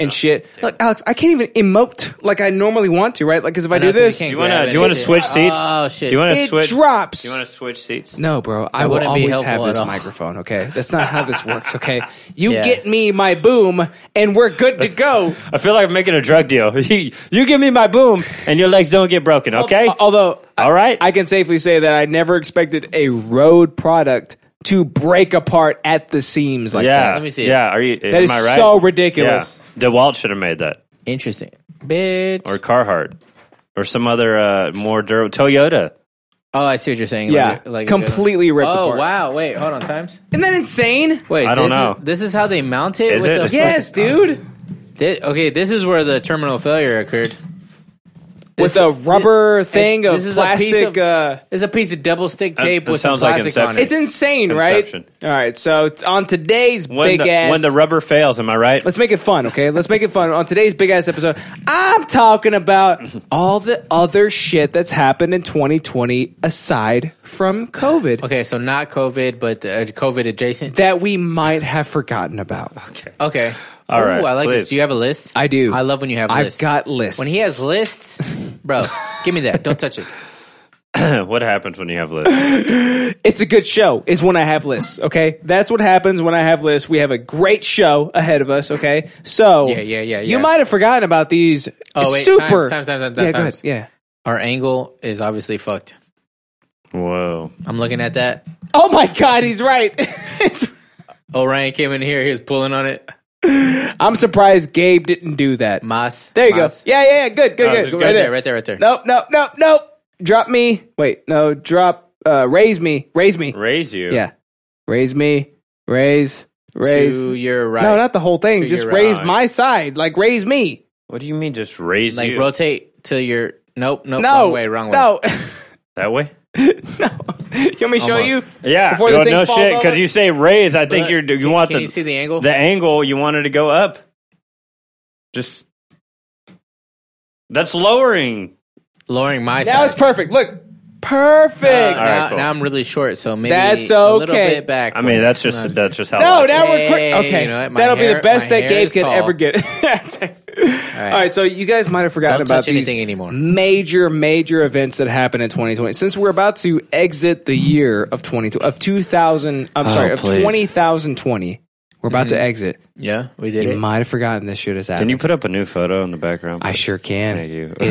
S1: and shit. Look, Alex, I can't even emote like I normally want to, right? Like, because if I, do this,
S11: do you want to? Do you want to switch seats?
S2: Oh,
S11: Do you want to
S1: It
S11: switch?
S1: drops.
S11: Do you want to switch seats?
S1: No, bro. I
S11: That
S1: will
S11: wouldn't be
S1: always
S11: helpful
S1: have
S11: at
S1: this
S11: all.
S1: microphone. Okay, that's not how this works. Okay, you
S11: Yeah.
S1: get me my boom, and we're good to go.
S11: I feel like I'm making a drug deal. you you give me my boom, and your legs don't get broken. Okay.
S1: Although,
S11: all right,
S1: Oh, I can safely say that I never expected a road product to break apart at the seams like
S11: yeah.
S1: that.
S11: Yeah. Are you?
S1: That
S11: am
S1: is
S11: I right?
S1: so ridiculous.
S11: Yeah. DeWalt should have made that.
S2: Interesting. Bitch.
S11: Or Carhartt, or some other uh, more durable Toyota.
S2: Oh, I see what you're saying.
S11: Yeah.
S2: Like a- like a good one.
S11: Completely ripped
S2: Oh
S11: apart.
S2: wow! Wait, hold on. Times.
S1: Isn't that insane?
S2: Wait,
S11: I don't
S2: this
S11: know.
S2: Is, this is how they mount it.
S11: Is
S2: with
S11: it?
S2: The
S11: Yes,
S1: dude.
S2: Thi- okay, this is where the terminal failure occurred.
S1: With a rubber
S2: it's-
S1: thing of
S2: this is a piece
S1: plastic.
S2: of-
S1: uh,
S2: It's a piece of double stick
S11: That-
S2: tape
S11: that
S2: with some
S11: sounds like
S2: plastic on
S11: Inception.
S2: it.
S1: it's insane,
S11: Inception.
S1: right? All right, so it's on today's
S11: When
S1: big
S11: the,
S1: ass.
S11: when the rubber fails, am I right?
S1: Let's make it fun, okay? Let's make it fun. On today's big ass episode, I'm talking about all the other shit that's happened in 2020 aside from COVID
S2: Okay, so not COVID, but uh, COVID adjacent.
S1: that we might have forgotten about.
S2: Okay.
S1: All
S2: All right.
S1: right,
S2: I like
S1: please.
S2: this. Do you have a list?
S1: I do.
S2: I love when you have
S1: I've
S2: lists.
S1: got lists.
S2: When he has lists, bro, give me that. Don't touch it.
S11: what happens when you have lists?
S1: It's a good show, is when I have lists, okay? That's what happens when I have lists. We have a great show ahead of us, okay? So
S2: Yeah, yeah, yeah,
S1: you
S2: yeah.
S1: might have forgotten about these
S2: Oh, wait.
S1: super.
S2: Times, times, times, times,
S1: yeah,
S2: times.
S1: go ahead. Yeah.
S2: Our angle is obviously fucked.
S11: Whoa.
S2: I'm looking at that.
S1: Oh my God, he's right. it's,
S2: Oh, Ryan came in here. He was pulling on it.
S1: I'm surprised Gabe didn't do that.
S2: Mas.
S1: There you
S2: Mas.
S1: go. Yeah, yeah, yeah. Good, good,
S2: Oh,
S1: good.
S2: good. Right there, right there, right there.
S1: Nope, nope, nope, nope. Drop me. Wait, no, drop. Uh, raise me. Raise me.
S11: Raise you.
S1: Yeah. Raise me. Raise. Raise.
S2: To your right.
S1: No, not the whole thing.
S2: To
S1: Just
S2: your
S1: raise
S2: right.
S1: my side. Like, raise me.
S11: What do you mean? Just raise
S2: Like
S11: you
S2: rotate to your. Nope, nope.
S1: No.
S2: Wrong way, wrong way.
S1: No.
S11: that way?
S1: you want me to show
S2: Almost.
S1: you?
S11: Yeah.
S1: Before
S11: well,
S1: this thing
S11: no
S1: falls
S11: shit.
S1: over?
S11: Because you say raise, I think you're. You
S2: Can-
S11: want
S2: can
S11: the
S2: you see the angle?
S11: the angle you wanted to go up. Just that's lowering.
S2: Lowering my
S1: Now
S2: side.
S1: it's perfect.
S2: Uh,
S1: Look. Perfect.
S11: All
S2: now,
S11: right, cool.
S2: now I'm really short, so maybe
S1: That's
S2: a little
S1: okay.
S2: bit back.
S11: I mean, that's just that's just how.
S1: no,
S11: life
S1: now
S11: is.
S1: we're cra-
S2: Oh, Hey,
S1: okay.
S2: you know what? My
S1: That'll be the
S2: hair-
S1: best
S2: my
S1: that
S2: hair
S1: Gabe
S2: is
S1: could
S2: tall.
S1: ever get. All, right. so you guys might have forgotten
S2: Don't
S1: about
S2: touch
S1: these
S2: anything anymore.
S1: major, major events that happened in 2020. Since we're about to exit the year of 2020, of 2000, I'm
S2: Oh,
S1: sorry, of
S2: please.
S1: 20,020, we're about to
S2: Mhm.
S1: exit.
S2: Yeah, we did
S1: you
S2: it.
S1: might have forgotten this shit has
S11: Can
S1: happened.
S11: you put up a new photo in the background?
S1: I sure can.
S11: Thank you.
S2: I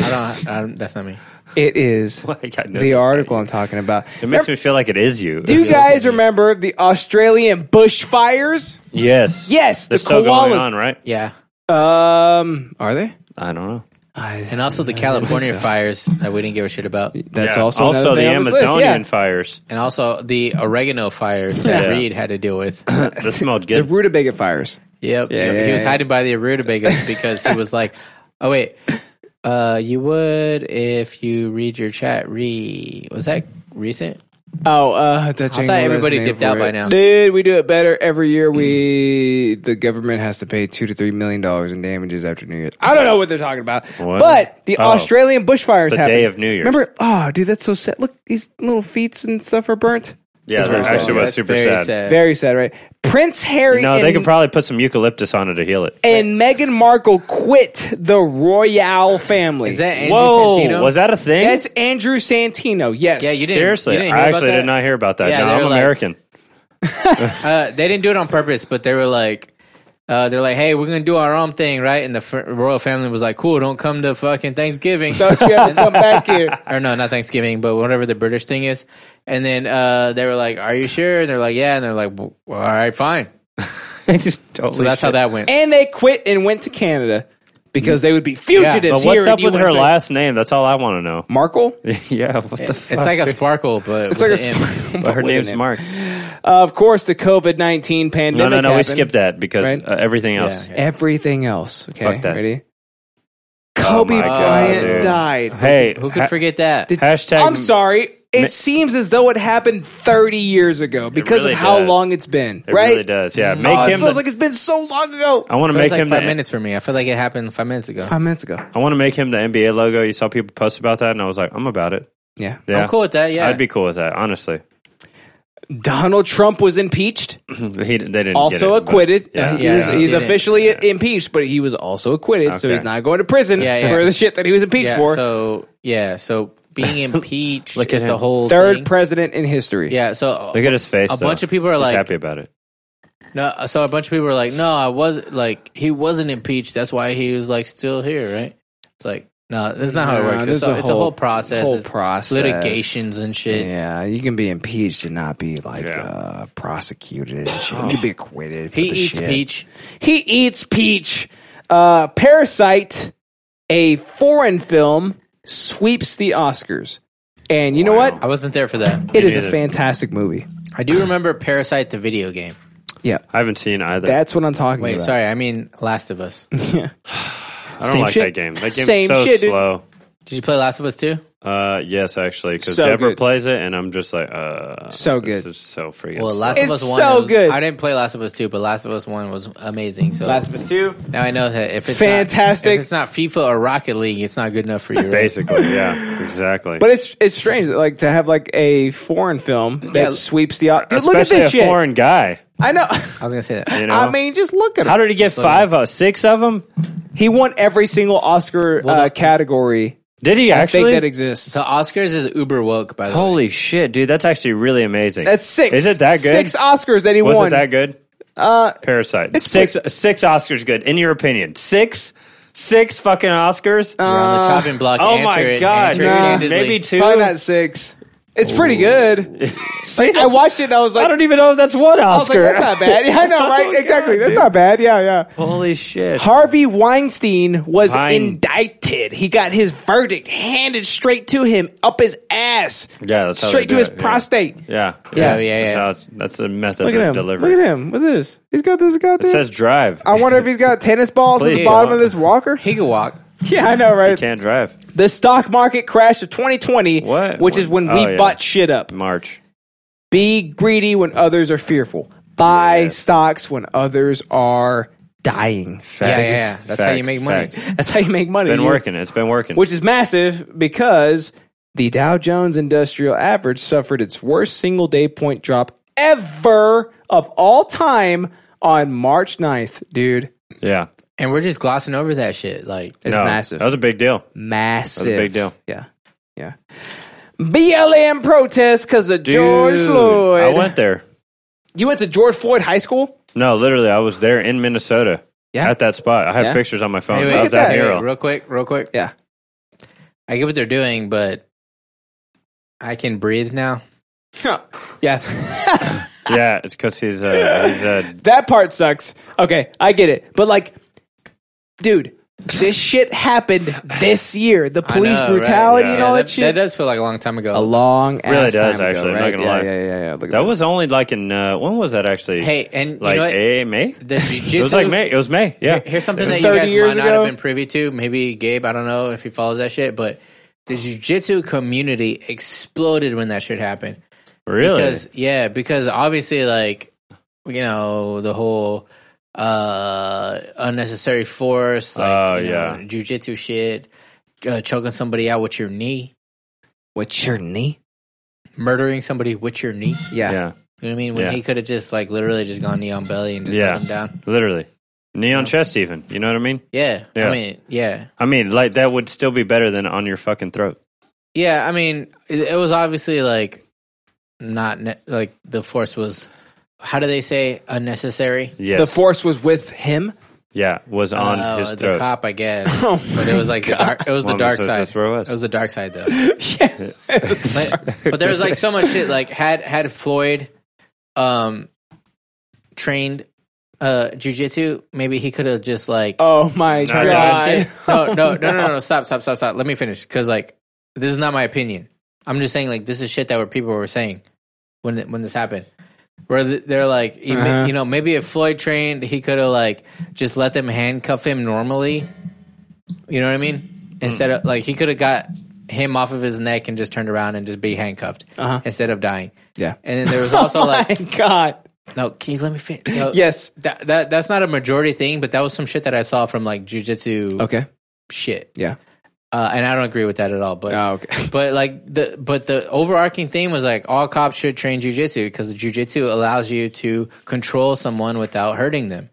S2: don't, I don't, that's not me.
S1: It is
S11: Like, I know
S1: the
S11: that's
S1: article I'm talking about.
S11: It makes me feel like it is you.
S1: Do you guys remember the Australian bushfires?
S11: Yes.
S1: Yes,
S11: They're
S1: the
S11: still going
S1: koalas.
S11: on, right?
S2: Yeah,
S1: Um, are they?
S11: I don't know.
S2: and also the California fires that we didn't give a shit about,
S1: That's
S11: Yeah.
S1: also another
S11: also the
S1: thing on this list,
S11: Amazonian
S1: yeah.
S11: fires.
S2: and also the oregano fires that
S11: Yeah.
S2: Reed had to deal with.
S11: that smelled
S1: The
S11: good.
S1: rutabaga fires.
S2: Yep,
S1: Yeah,
S2: yep.
S1: yeah,
S2: he was
S1: yeah.
S2: hiding by the rutabaga because he was like, "Oh wait, uh, you would if you read your chat." Re was that recent?
S1: Oh, uh, that jingle has a
S2: everybody
S1: name
S2: dipped
S1: for
S2: out
S1: it.
S2: by now.
S1: Dude, we do it better every year. We the government has to pay two to three million dollars in damages after New Year's. I don't know what they're talking about,
S11: What?
S1: but the
S11: Oh.
S1: Australian bushfires
S11: The
S1: happened.
S11: day of New Year's.
S1: Remember? Oh, dude, that's so sad. Look, these little feet and stuff are burnt.
S11: Yeah,
S1: That's
S11: that
S1: very sad.
S11: actually was
S2: That's
S11: super
S2: very
S11: sad.
S2: sad.
S1: Very sad, right? Prince Harry.
S11: No,
S1: and,
S11: they could probably put some eucalyptus on it to heal it.
S1: and Meghan Markle quit the royal family.
S2: Is that Andrew
S11: Whoa,
S2: Santino?
S11: was that a thing?
S1: That's Andrew Santino. Yes.
S2: Yeah, you didn't.
S11: Seriously,
S2: you didn't hear
S11: I
S2: about
S11: actually
S2: that?
S11: did not hear about that.
S2: Yeah,
S11: no,
S2: they
S11: I'm
S2: were like-
S11: American.
S2: Uh, they didn't do it on purpose, but they were like, uh, they're like, hey, we're gonna do our own thing, right? And the f- royal family was like, cool, don't come to fucking Thanksgiving.
S1: Don't you ever come back here.
S2: or no, not Thanksgiving, but whatever the British thing is. And then uh, they were like, are you sure? And they're like, yeah. And they're like, well, all right, fine. So that's how that went.
S1: And they quit and went to Canada because they would be fugitives.
S11: But
S1: here
S11: what's
S1: in
S11: up with her
S1: USA.
S11: last name? That's all I want to know.
S1: Markle?
S11: yeah, what the
S2: It's like a sparkle, but
S1: It's like a
S2: with an M.
S1: sp-
S11: But her
S1: with
S11: name's
S1: an M.
S11: Mark.
S1: Of course, the COVID nineteen pandemic.
S11: No, no, no. We
S1: happened.
S11: skipped that because
S1: Right?
S11: uh, everything else.
S1: everything else. Okay,
S11: Fuck that.
S1: ready?
S11: Oh
S1: Kobe
S11: my God,
S1: Bryant
S11: dude.
S1: died.
S11: Hey,
S2: Who could
S11: ha-
S2: forget that?
S11: hashtag?
S1: I'm sorry. it seems as though it happened 30 years ago because
S11: really
S1: of how
S11: does.
S1: long it's been,
S11: It
S1: right?
S11: really does. Yeah, make
S1: Oh, it
S11: him.
S1: feels
S11: the-
S1: like it's been so long ago.
S11: I want to
S2: Feels
S11: make
S2: like
S11: him
S2: five
S11: the-
S2: minutes for me. I feel like it happened five minutes ago.
S1: Five minutes ago.
S11: I want to make him the NBA logo. You saw people post about that, and I was like, I'm about it.
S1: Yeah,
S11: yeah.
S2: I'm cool with that. Yeah,
S11: I'd be cool with that. Honestly,
S1: Donald Trump was impeached,
S11: he, they didn't
S1: also
S11: get it, but-
S1: acquitted.
S11: yeah.
S1: Uh, he was-
S11: Yeah.
S1: he's
S11: Didn't.
S1: officially impeached, but he was also acquitted, so
S2: Okay.
S1: he's not going to prison for the shit that he was impeached
S2: Yeah,
S1: for.
S2: So yeah, so being impeached,
S1: Look at
S2: it's
S1: him.
S2: a whole
S1: third
S2: thing.
S1: president in history.
S2: Yeah, so
S11: Look at his face.
S2: A
S11: though.
S2: bunch of people are
S11: He's
S2: like-
S11: happy about it.
S2: No, so a bunch of people were like, "No, I was like he wasn't impeached. That's why he was like still here, right?" It's like, no, that's not how it
S1: No,
S2: works.
S1: this
S2: It's
S1: is
S2: a, it's a whole process,
S1: whole
S2: It's
S1: process.
S2: litigations and shit.
S1: Yeah, you can be impeached and not be like uh, prosecuted. And shit. You can be acquitted. for
S2: He
S1: the
S2: eats
S1: shit.
S2: peach.
S1: He eats peach. Uh, Parasite, a foreign film, sweeps the Oscars, and you know what?
S2: I wasn't there for that.
S1: It is a fantastic movie.
S2: I do remember Parasite, the video game.
S1: Yeah,
S11: I haven't seen either.
S1: that's what I'm talking
S2: Wait,
S1: about.
S2: sorry, I mean Last of Us.
S11: I don't
S1: same
S11: like
S1: shit.
S11: that game. That game's
S1: Same
S11: so
S1: shit, dude.
S11: slow.
S2: Did you play Last of Us too?
S11: Uh, yes, actually, because
S1: So
S11: Deborah
S1: good.
S11: plays it, and I'm just like, uh,
S1: So
S11: this
S1: good.
S11: is so freaking.
S2: Well,
S11: slow.
S2: Last of
S1: It's
S2: Us one.
S1: so
S2: it was-
S1: good.
S2: I didn't play Last of Us two, but Last of Us one was amazing. So
S1: Last of Us Two.
S2: now I know that if it's
S1: Fantastic.
S2: not, if it's not FIFA or Rocket League, it's not good enough for you. Right?
S11: basically, yeah, exactly.
S1: But it's it's strange, like to have like a foreign film that
S2: Yeah.
S1: sweeps the. o- Dude,
S11: especially
S1: look at this
S11: a
S1: shit.
S11: foreign guy.
S1: I know.
S2: I was gonna say that.
S11: You know,
S1: I mean, just look at him.
S11: how did he
S2: uh,
S11: get five of six of them?
S1: He won every single Oscar
S2: Well,
S1: uh,
S2: that-
S1: category.
S11: Did he
S1: I
S11: actually?
S1: think that exists.
S2: The Oscars is uber woke, by the way.
S11: Holy shit, dude! That's actually really amazing.
S1: That's six.
S11: Is it that good?
S1: Six Oscars that he
S11: Was
S1: won.
S11: it that good?
S1: Uh,
S11: Parasite.
S1: it's
S11: six six Oscars good in your opinion. Six six fucking Oscars?
S2: You're on the chopping block.
S11: oh
S2: Answer
S11: my
S2: it.
S11: God,
S2: Answer it
S11: dude.
S2: candidly.
S11: Maybe two.
S1: probably not six. It's pretty good. Like, I watched it and I was like,
S11: I don't even know if that's one
S1: I was like,
S11: Oscar. Oh,
S1: that's not bad. Yeah, I know, right? exactly. That's not bad. Yeah, yeah.
S11: Holy shit.
S1: Harvey Weinstein was
S11: Wein-
S1: indicted. He got his verdict handed straight to him, up his ass,
S11: Yeah, that's how they
S1: straight
S11: do
S1: to his
S11: it, yeah.
S1: prostate.
S11: Yeah.
S1: Yeah.
S2: Oh, yeah,
S11: That's,
S2: yeah.
S11: how it's, that's the method
S1: Look
S11: of
S1: at him.
S11: delivery.
S1: Look at him. Look at this. He's got this
S11: It
S1: goddamn.
S11: says drive.
S1: I wonder if he's got tennis balls at
S11: Please
S1: the bottom
S11: don't.
S1: of this walker.
S2: He could walk.
S1: Yeah, I know, right?
S11: Can't drive.
S1: The stock market crash of 2020,
S11: What?
S1: which is
S11: What?
S1: when we
S11: Oh, yeah.
S1: bought shit up.
S11: March.
S1: Be greedy when others are fearful. Buy stocks when others are dying.
S11: Facts.
S2: Yeah, yeah, yeah. That's how you
S11: Facts.
S2: make money.
S11: Facts.
S1: That's how you make money.
S11: Been
S1: You-
S11: working. It's been working.
S1: Which is massive because the Dow Jones Industrial Average suffered its worst single day point drop ever of all time on March 9th, dude.
S11: yeah.
S2: And we're just glossing over that shit. Like,
S1: It's
S11: No,
S1: massive.
S11: That was a big deal.
S1: massive.
S11: That's a big deal.
S1: Yeah. Yeah. BLM protests because of George
S11: Dude,
S1: Floyd.
S11: I went there.
S1: you went to George Floyd High School?
S11: No, literally, I was there in Minnesota.
S1: Yeah.
S11: At that spot. I have
S1: Yeah.
S11: pictures on my phone
S2: Hey, wait,
S11: of
S1: at
S11: that
S1: that.
S11: mural.
S2: real quick, real quick.
S1: Yeah.
S2: I get what they're doing, but I can breathe now.
S1: yeah.
S11: yeah, it's because he's, uh, he's uh,
S1: that part sucks. Okay, I get it. But like, dude, this shit happened this year. The
S2: I
S1: police
S2: know, right?
S1: brutality
S11: Yeah.
S1: and all
S2: Yeah,
S1: that,
S2: that,
S1: shit.
S2: that does feel like a long time
S1: a
S2: ago.
S1: long
S11: Really
S1: ass
S11: does,
S1: time ago,
S11: actually. I'm not
S1: right?
S11: gonna
S1: yeah,
S11: lie.
S1: Yeah, yeah, yeah. Look at
S11: That was only like in uh, when was that actually?
S2: Hey, and
S11: like
S2: you know what?
S11: eh, May.
S2: The
S11: it was
S2: jujitsu-
S11: like May. It was May. Yeah.
S2: Here- Here's something
S1: This
S2: that
S1: was 30
S2: you guys
S1: years
S2: might not
S1: ago?
S2: have been privy to. Maybe Gabe, I don't know if he follows that shit, but the jujitsu community exploded when that shit happened.
S11: really?
S2: Because yeah, because obviously like you know, the whole uh unnecessary force, like
S11: Oh,
S2: you know,
S11: yeah.
S2: jujitsu shit, uh, choking somebody out with your knee,
S1: What's your knee?
S2: murdering somebody with your knee.
S1: Yeah.
S11: yeah.
S2: You know what I mean? When
S11: Yeah.
S2: he could have just like literally just gone knee on belly and just
S11: Yeah.
S2: let him down.
S11: Literally. Neon chest, even. You know what I mean?
S2: Yeah.
S11: Yeah.
S2: I mean, yeah.
S11: I mean, like that would still be better than on your fucking throat.
S2: Yeah, I mean, it, it was obviously like not ne- like the force was. How do they say unnecessary?
S11: Yes.
S1: The force was with him.
S11: Yeah, was on
S2: Uh,
S11: his
S2: the
S11: throat.
S2: cop, I guess.
S1: Oh
S2: but it was like the dark. It was
S11: Well,
S2: the dark
S11: that's-
S2: side.
S11: that's where it was.
S2: It was the dark side, though.
S1: yeah.
S2: But, but there was like so much shit. Like had had Floyd, um, trained, uh, jujitsu. Maybe he could have just like
S1: oh my
S11: Nah,
S2: Yeah,
S11: God.
S1: god.
S2: shit. No, no, no, no, no, no. Stop, stop, stop, stop. Let me finish because like this is not my opinion. I'm just saying like this is shit that were people were saying when it- when this happened. Where th- they're like, you ma-
S1: Uh-huh.
S2: you know, maybe if Floyd trained, he could have like just let
S1: Mm.
S2: them handcuff him normally. You know what I mean? Instead of like he could have got him off of his neck and just turned around and just be handcuffed
S1: Uh-huh.
S2: instead of dying.
S1: Yeah.
S2: And then there was also
S1: Oh
S2: like
S1: God.
S2: No, can you let me finish?
S1: Yes.
S2: That, that that's not a majority thing, but that was some shit that I saw from like jujitsu.
S1: Okay.
S2: Shit.
S1: Yeah. Oh,
S2: Uh, and I don't agree with that at all. But
S1: okay.
S2: but like the but the overarching theme was like all cops should train jujitsu because jujitsu allows you to control someone without hurting them,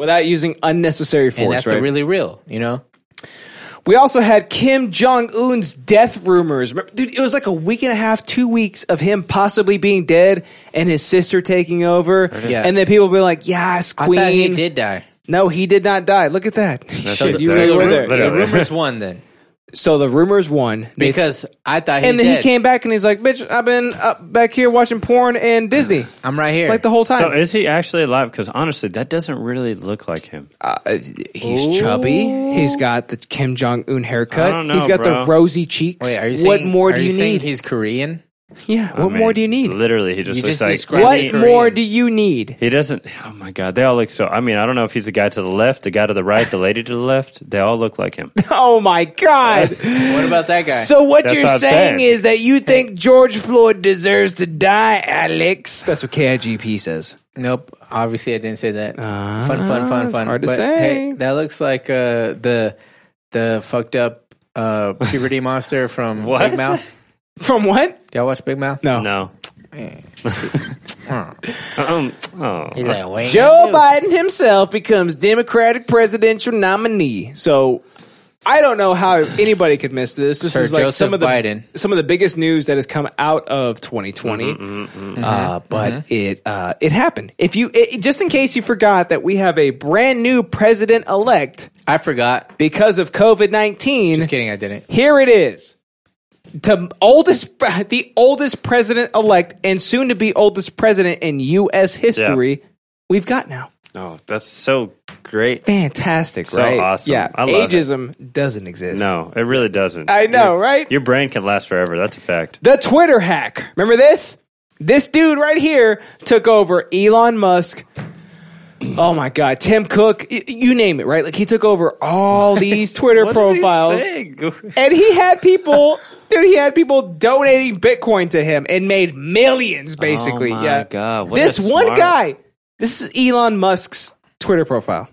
S1: Without using unnecessary force,
S2: and that's
S1: right?
S2: the really real. You know.
S1: We also had Kim Jong Un's death rumors. Remember- Dude, it was like a week and a half, two weeks of him possibly being dead and his sister taking over.
S2: Yeah.
S1: And then people be like, "Yes,
S2: I
S1: Queen."
S2: thought he did die.
S1: No, he did not die. Look at that.
S2: So
S1: Shit,
S2: the,
S1: you
S2: so
S1: really
S2: the
S1: were
S2: ru-
S1: there.
S2: the rumors won then
S1: So the rumors won
S2: because I thought he's
S1: and then
S2: dead.
S1: he came back and he's like, "Bitch, I've been up back here watching porn and Disney."
S2: I'm right here.
S1: Like the whole time.
S11: So is he actually alive? Because honestly, that doesn't really look like him.
S2: Uh,
S1: he's chubby. He's got the Kim Jong Un haircut.
S11: I don't know,
S1: he's got
S11: bro.
S1: the rosy cheeks.
S2: Wait, are you
S1: what
S2: saying-
S1: more
S2: are
S1: do you,
S2: you saying
S1: need?
S2: He's Korean.
S1: yeah.
S11: I
S1: What
S11: mean,
S1: more do you need?
S11: Literally, he
S2: You
S11: just looks
S2: just
S11: like
S2: described
S1: What
S2: Korean.
S1: more do you need?
S11: he doesn't. Oh my god, they all look so. I mean, I don't know if he's the guy to the left, the guy to the right, the lady to the left. They all look like him.
S1: Oh my God.
S2: What about that guy?
S1: So what
S11: That's
S1: you're
S11: what I'm
S1: saying,
S11: saying.
S1: is that you think George Floyd deserves to die, Alex? That's what KIGP says.
S2: Nope. Obviously, I didn't say that.
S1: Ah,
S2: fun, fun, fun,
S1: it's
S2: fun.
S1: hard to
S2: but
S1: say.
S2: hey, that looks like uh, the the fucked up uh, puberty monster from
S11: What?
S2: Big Mouth.
S1: From what?
S2: Y'all watch Big Mouth?
S1: No.
S11: No. Um, oh.
S2: He's like, wait.
S1: Joe Biden himself becomes Democratic presidential nominee. So I don't know how anybody could miss this. This
S2: Sir
S1: is like
S2: Joseph
S1: some of the
S2: Biden.
S1: some of the biggest news that has come out of 2020.
S11: Mm-hmm,
S2: Mm-hmm,
S1: Uh, but it uh, it happened. If you it, it- just in case you forgot that we have a brand new president elect
S2: I forgot.
S1: because of COVID nineteen.
S2: Just kidding. I didn't.
S1: Here it is. The oldest, the oldest president elect, and soon to be oldest president in U.S. history. We've got now.
S11: Oh, that's so great.
S1: Fantastic,
S11: So
S1: right?
S11: awesome.
S1: Yeah,
S11: I love it.
S1: ageism doesn't exist.
S11: No, it really doesn't.
S1: I know,
S11: Your-
S1: right?
S11: Your brain can last forever. That's a fact.
S1: The Twitter hack. Remember this? This dude right here took over Elon Musk. Oh my God, Tim Cook, y- you name it, right? Like he took over all these Twitter profiles, and he had people, dude. He had people donating Bitcoin to him and made millions, basically.
S11: Oh my
S1: yeah,
S11: God, what a
S1: this one
S11: smart-
S1: guy. This is Elon Musk's Twitter profile.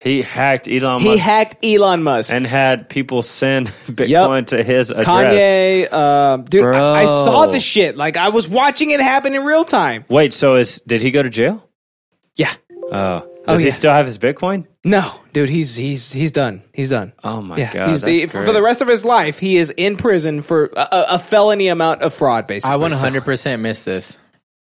S11: He hacked Elon
S1: he
S11: Musk
S1: hacked Elon Musk.
S11: and had people send Bitcoin to his uh, address.
S1: Kanye, um, dude, I, I
S11: Bro.
S1: saw the shit. Like I was watching it happen in real time.
S11: Wait, so is did he go to jail?
S1: Yeah.
S11: Oh, does
S1: Oh, yeah.
S11: he still have his Bitcoin?
S1: No, dude, he's he's he's done. He's done.
S11: Oh my
S1: yeah,
S11: god,
S1: he's
S11: that's
S1: the, for
S11: great.
S1: the rest of his life, he is in prison for a, a a felony amount of fraud. Basically,
S2: I 100 percent missed this.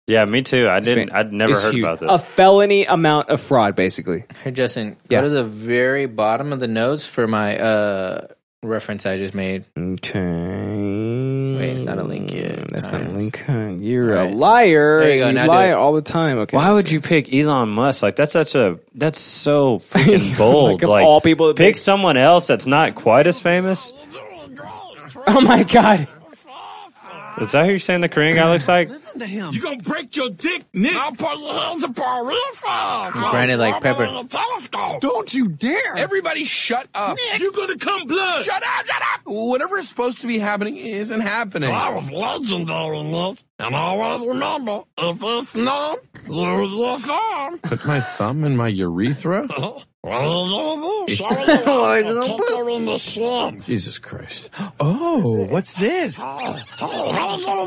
S11: Yeah, me too. I didn't. I'd never
S1: It's
S11: heard
S1: huge.
S11: about this.
S1: A felony amount of fraud, basically.
S2: Hey, Justin,
S1: Yeah.
S2: go to the very bottom of the notes for my uh, reference I just made.
S1: Okay.
S2: Wait, it's not a link yet.
S1: That's not a
S2: Times.
S1: link. You're
S2: All
S1: a
S2: right.
S1: liar.
S2: There you go, now do
S1: lie
S2: it.
S1: all the time. Okay.
S11: Why would
S1: so-
S11: you pick Elon Musk? Like that's such a that's so freaking bold.
S1: Like, of
S11: like
S1: all people to
S11: pick
S1: pick-
S11: someone else that's not quite as famous.
S1: Oh my god.
S11: Is that who you're saying the Korean guy looks like?
S10: You gonna break your dick, Nick? I'll put the bar real fast.
S2: Grind it like pepper.
S10: Don't you dare! Everybody, shut up! Nick. You're gonna come blood. Shut up! Shut up! Whatever is supposed to be happening isn't happening. I was legendary, Nick, and I always remember if it's not, lose your thumb. Put my thumb in my urethra. Jesus Christ. Oh, what's this?
S2: What are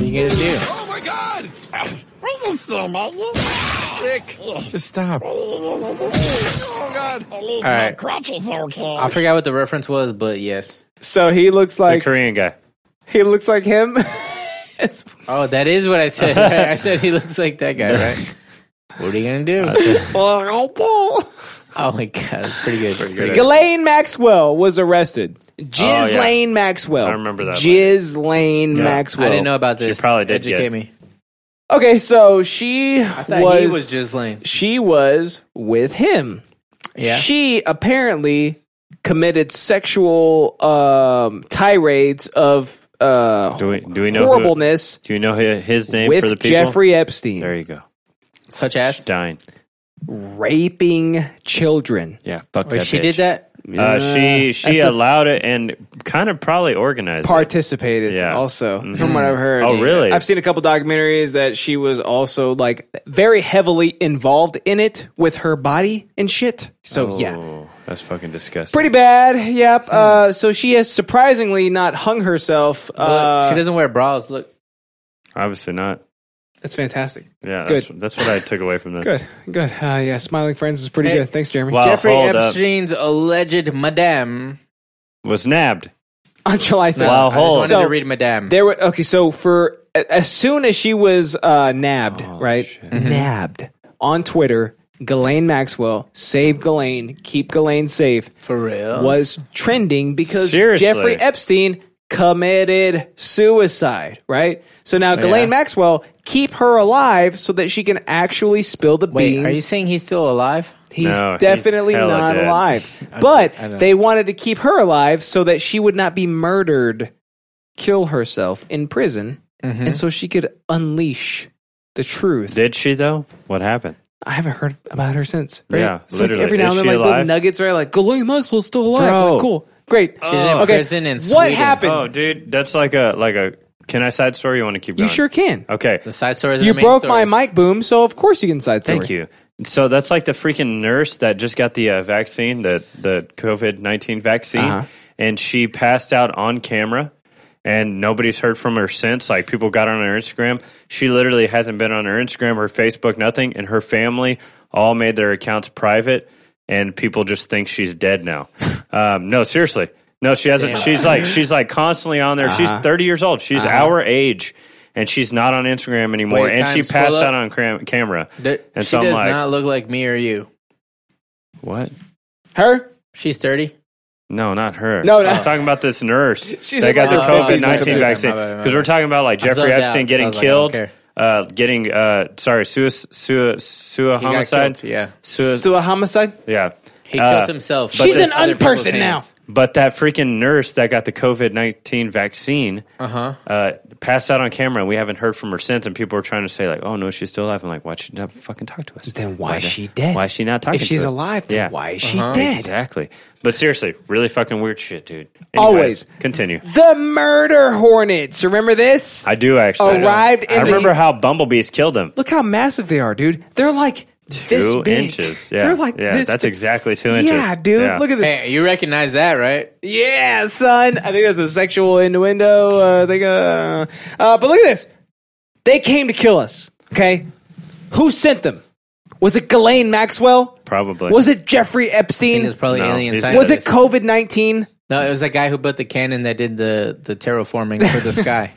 S2: you gonna do?
S10: Oh my god! Nick, just stop. Oh god. All
S2: right. I forgot what the reference was, but yes.
S1: So he looks
S11: the
S1: like
S11: Korean guy.
S1: he looks like him.
S2: Oh, that is what I said. right? I said he looks like that guy, right? What are you gonna do? Oh my god, that's pretty good. That's pretty good.
S1: Ghislaine Maxwell was arrested. Ghislaine Maxwell.
S11: Oh, I remember that
S1: Ghislaine Maxwell.
S2: I didn't know about this.
S11: probably did
S2: Educate
S11: get-
S2: me.
S1: Okay, so she
S2: I thought
S1: was,
S2: he was just lame.
S1: she was with him.
S2: Yeah.
S1: She apparently committed sexual um, tirades of uh,
S11: Do we do we know who,
S1: horribleness
S11: Do you know hi- his name for the
S1: with
S11: people?
S1: Jeffrey Epstein.
S11: There you go.
S2: Such as
S11: Stein.
S1: raping children.
S11: Yeah, fuck
S1: Wait,
S11: that
S1: she
S11: bitch.
S1: did that?
S11: Uh,
S1: Yeah.
S11: she she
S1: That's the-
S11: allowed it and kind of probably organized.
S1: Participated.
S11: Yeah.
S1: Also, from what I've heard.
S11: Oh, really?
S1: I've seen a couple documentaries that she was also like very heavily involved in it with her body and shit. So yeah.
S11: Oh, that's fucking disgusting. Hmm.
S1: Pretty bad. Yep. Uh, so she has surprisingly not hung herself. Uh,
S2: she doesn't wear bras. Look,
S11: Obviously not.
S1: That's fantastic.
S11: Yeah,
S1: Good.
S11: that's, that's what I took away from that.
S1: Good. Good. Uh, yeah. Smiling friends is pretty
S2: Hey.
S1: good. Thanks, Jeremy.
S11: Wow,
S2: Jeffrey
S11: hold up.
S2: Epstein's alleged madame.
S11: Was nabbed.
S1: on July 7th.
S11: Wow, hold.
S2: I just wanted to read Madame.
S1: There were okay. So for a- as soon as she was uh, nabbed, right? Nabbed on Twitter. Ghislaine Maxwell, save Ghislaine, keep Ghislaine safe. For
S2: real,
S1: was trending because
S11: Seriously.
S1: Jeffrey Epstein committed suicide. Right. So now
S2: Yeah.
S1: Ghislaine Maxwell, keep her alive so that she can actually spill the
S2: Wait,
S1: beans.
S2: are you saying he's still alive?
S1: He's definitely not alive.
S2: I-
S1: But
S2: I know.
S1: they wanted to keep her alive so that she would not be murdered, kill herself in prison,
S2: Mm-hmm.
S11: Mhm.
S1: and so she could unleash the truth.
S11: Did she though? What happened?
S1: I haven't heard about her since. Right?
S11: Yeah,
S1: It's like
S11: literally.
S1: every now and
S11: Is
S1: then,
S11: she
S1: like little
S11: alive?
S1: nuggets are like, Ghislaine Maxwell's still alive.
S11: Bro.
S1: Like, cool, great.
S2: She's in
S1: Okay.
S2: prison in Sweden.
S1: What happened?
S11: Oh, dude, that's like a like a. Can I side story? You want to keep?
S1: You
S11: Going?
S1: sure can.
S11: Okay.
S2: The side story.
S1: You broke my mic boom, so of course you can side story.
S11: Thank you. So that's like the freaking nurse that just got the uh, vaccine, the the COVID nineteen vaccine,
S1: Uh-huh.
S11: and she passed out on camera, and nobody's heard from her since. Like people got on her Instagram. She literally hasn't been on her Instagram, her Facebook, nothing, and her family all made their accounts private, and people just think she's dead now. um, no, seriously. No, she hasn't.
S1: Damn.
S11: She's like she's like constantly on there. She's
S1: Uh-huh.
S11: 30 years old. She's
S1: Uh-huh.
S11: our age, and she's not on Instagram anymore.
S2: Wait,
S11: and she
S2: time, scroll
S11: passed
S2: up.
S11: out on cram- camera.
S2: There-
S11: And
S2: she
S11: so I'm
S2: does
S11: like-
S2: not look like me or you.
S11: What?
S1: Her?
S2: She's thirty.
S11: No, not her.
S2: No, no.
S11: I'm talking about this nurse
S2: She's
S11: that got the
S2: a- Oh,
S11: COVID
S2: okay, okay,
S11: nineteen
S2: okay.
S11: vaccine.
S2: My bad, my
S11: Because we're
S2: bad.
S11: talking about like
S2: I zoned
S11: Jeffrey
S2: out,
S11: Epstein
S2: so I
S11: getting
S2: was like, I don't
S11: killed,
S2: care.
S11: uh, getting uh, sorry, sui sui sui
S2: got
S11: homicide.
S2: killed, yeah.
S11: sui,
S1: To a homicide.
S11: yeah.
S2: He
S11: Uh,
S2: kills himself.
S11: but
S1: She's
S11: this-
S1: an unperson now.
S11: But that freaking nurse that got the COVID nineteen vaccine
S2: Uh-huh.
S11: uh, passed out on camera, and we haven't heard from her since. And people were trying to say like, "Oh no, she's still alive." I'm like, "Why'd she not fucking talk to us?
S1: Then why
S11: the-
S1: is she dead?
S11: Why is she not talking?
S1: If she's
S11: to us?
S1: alive, then
S11: yeah.
S1: why is she Uh-huh. dead?
S11: Exactly. But seriously, really fucking weird shit, dude.
S1: Always.
S11: continue.
S1: The murder hornets. Remember this?
S11: I do actually
S1: Arrived
S11: I
S1: in the-
S11: remember how bumblebees killed him.
S1: Look how massive they are, dude. They're like this
S11: two
S1: big.
S11: inches. Yeah,
S1: They're like
S11: yeah.
S1: this
S11: that's
S1: big.
S11: exactly two
S1: Yeah,
S11: inches.
S1: dude, look at this.
S2: Hey, you recognize that, right?
S1: Yeah, son. I think that's a sexual innuendo. Uh, I think, uh, uh, but look at this. They came to kill us. Okay, who sent them? Was it Ghislaine Maxwell?
S11: Probably.
S1: Was it Jeffrey Epstein?
S2: It was probably alien
S1: Was
S2: scientist.
S1: it COVID nineteen?
S2: No, it was that guy who built the cannon that did the the terraforming for the sky.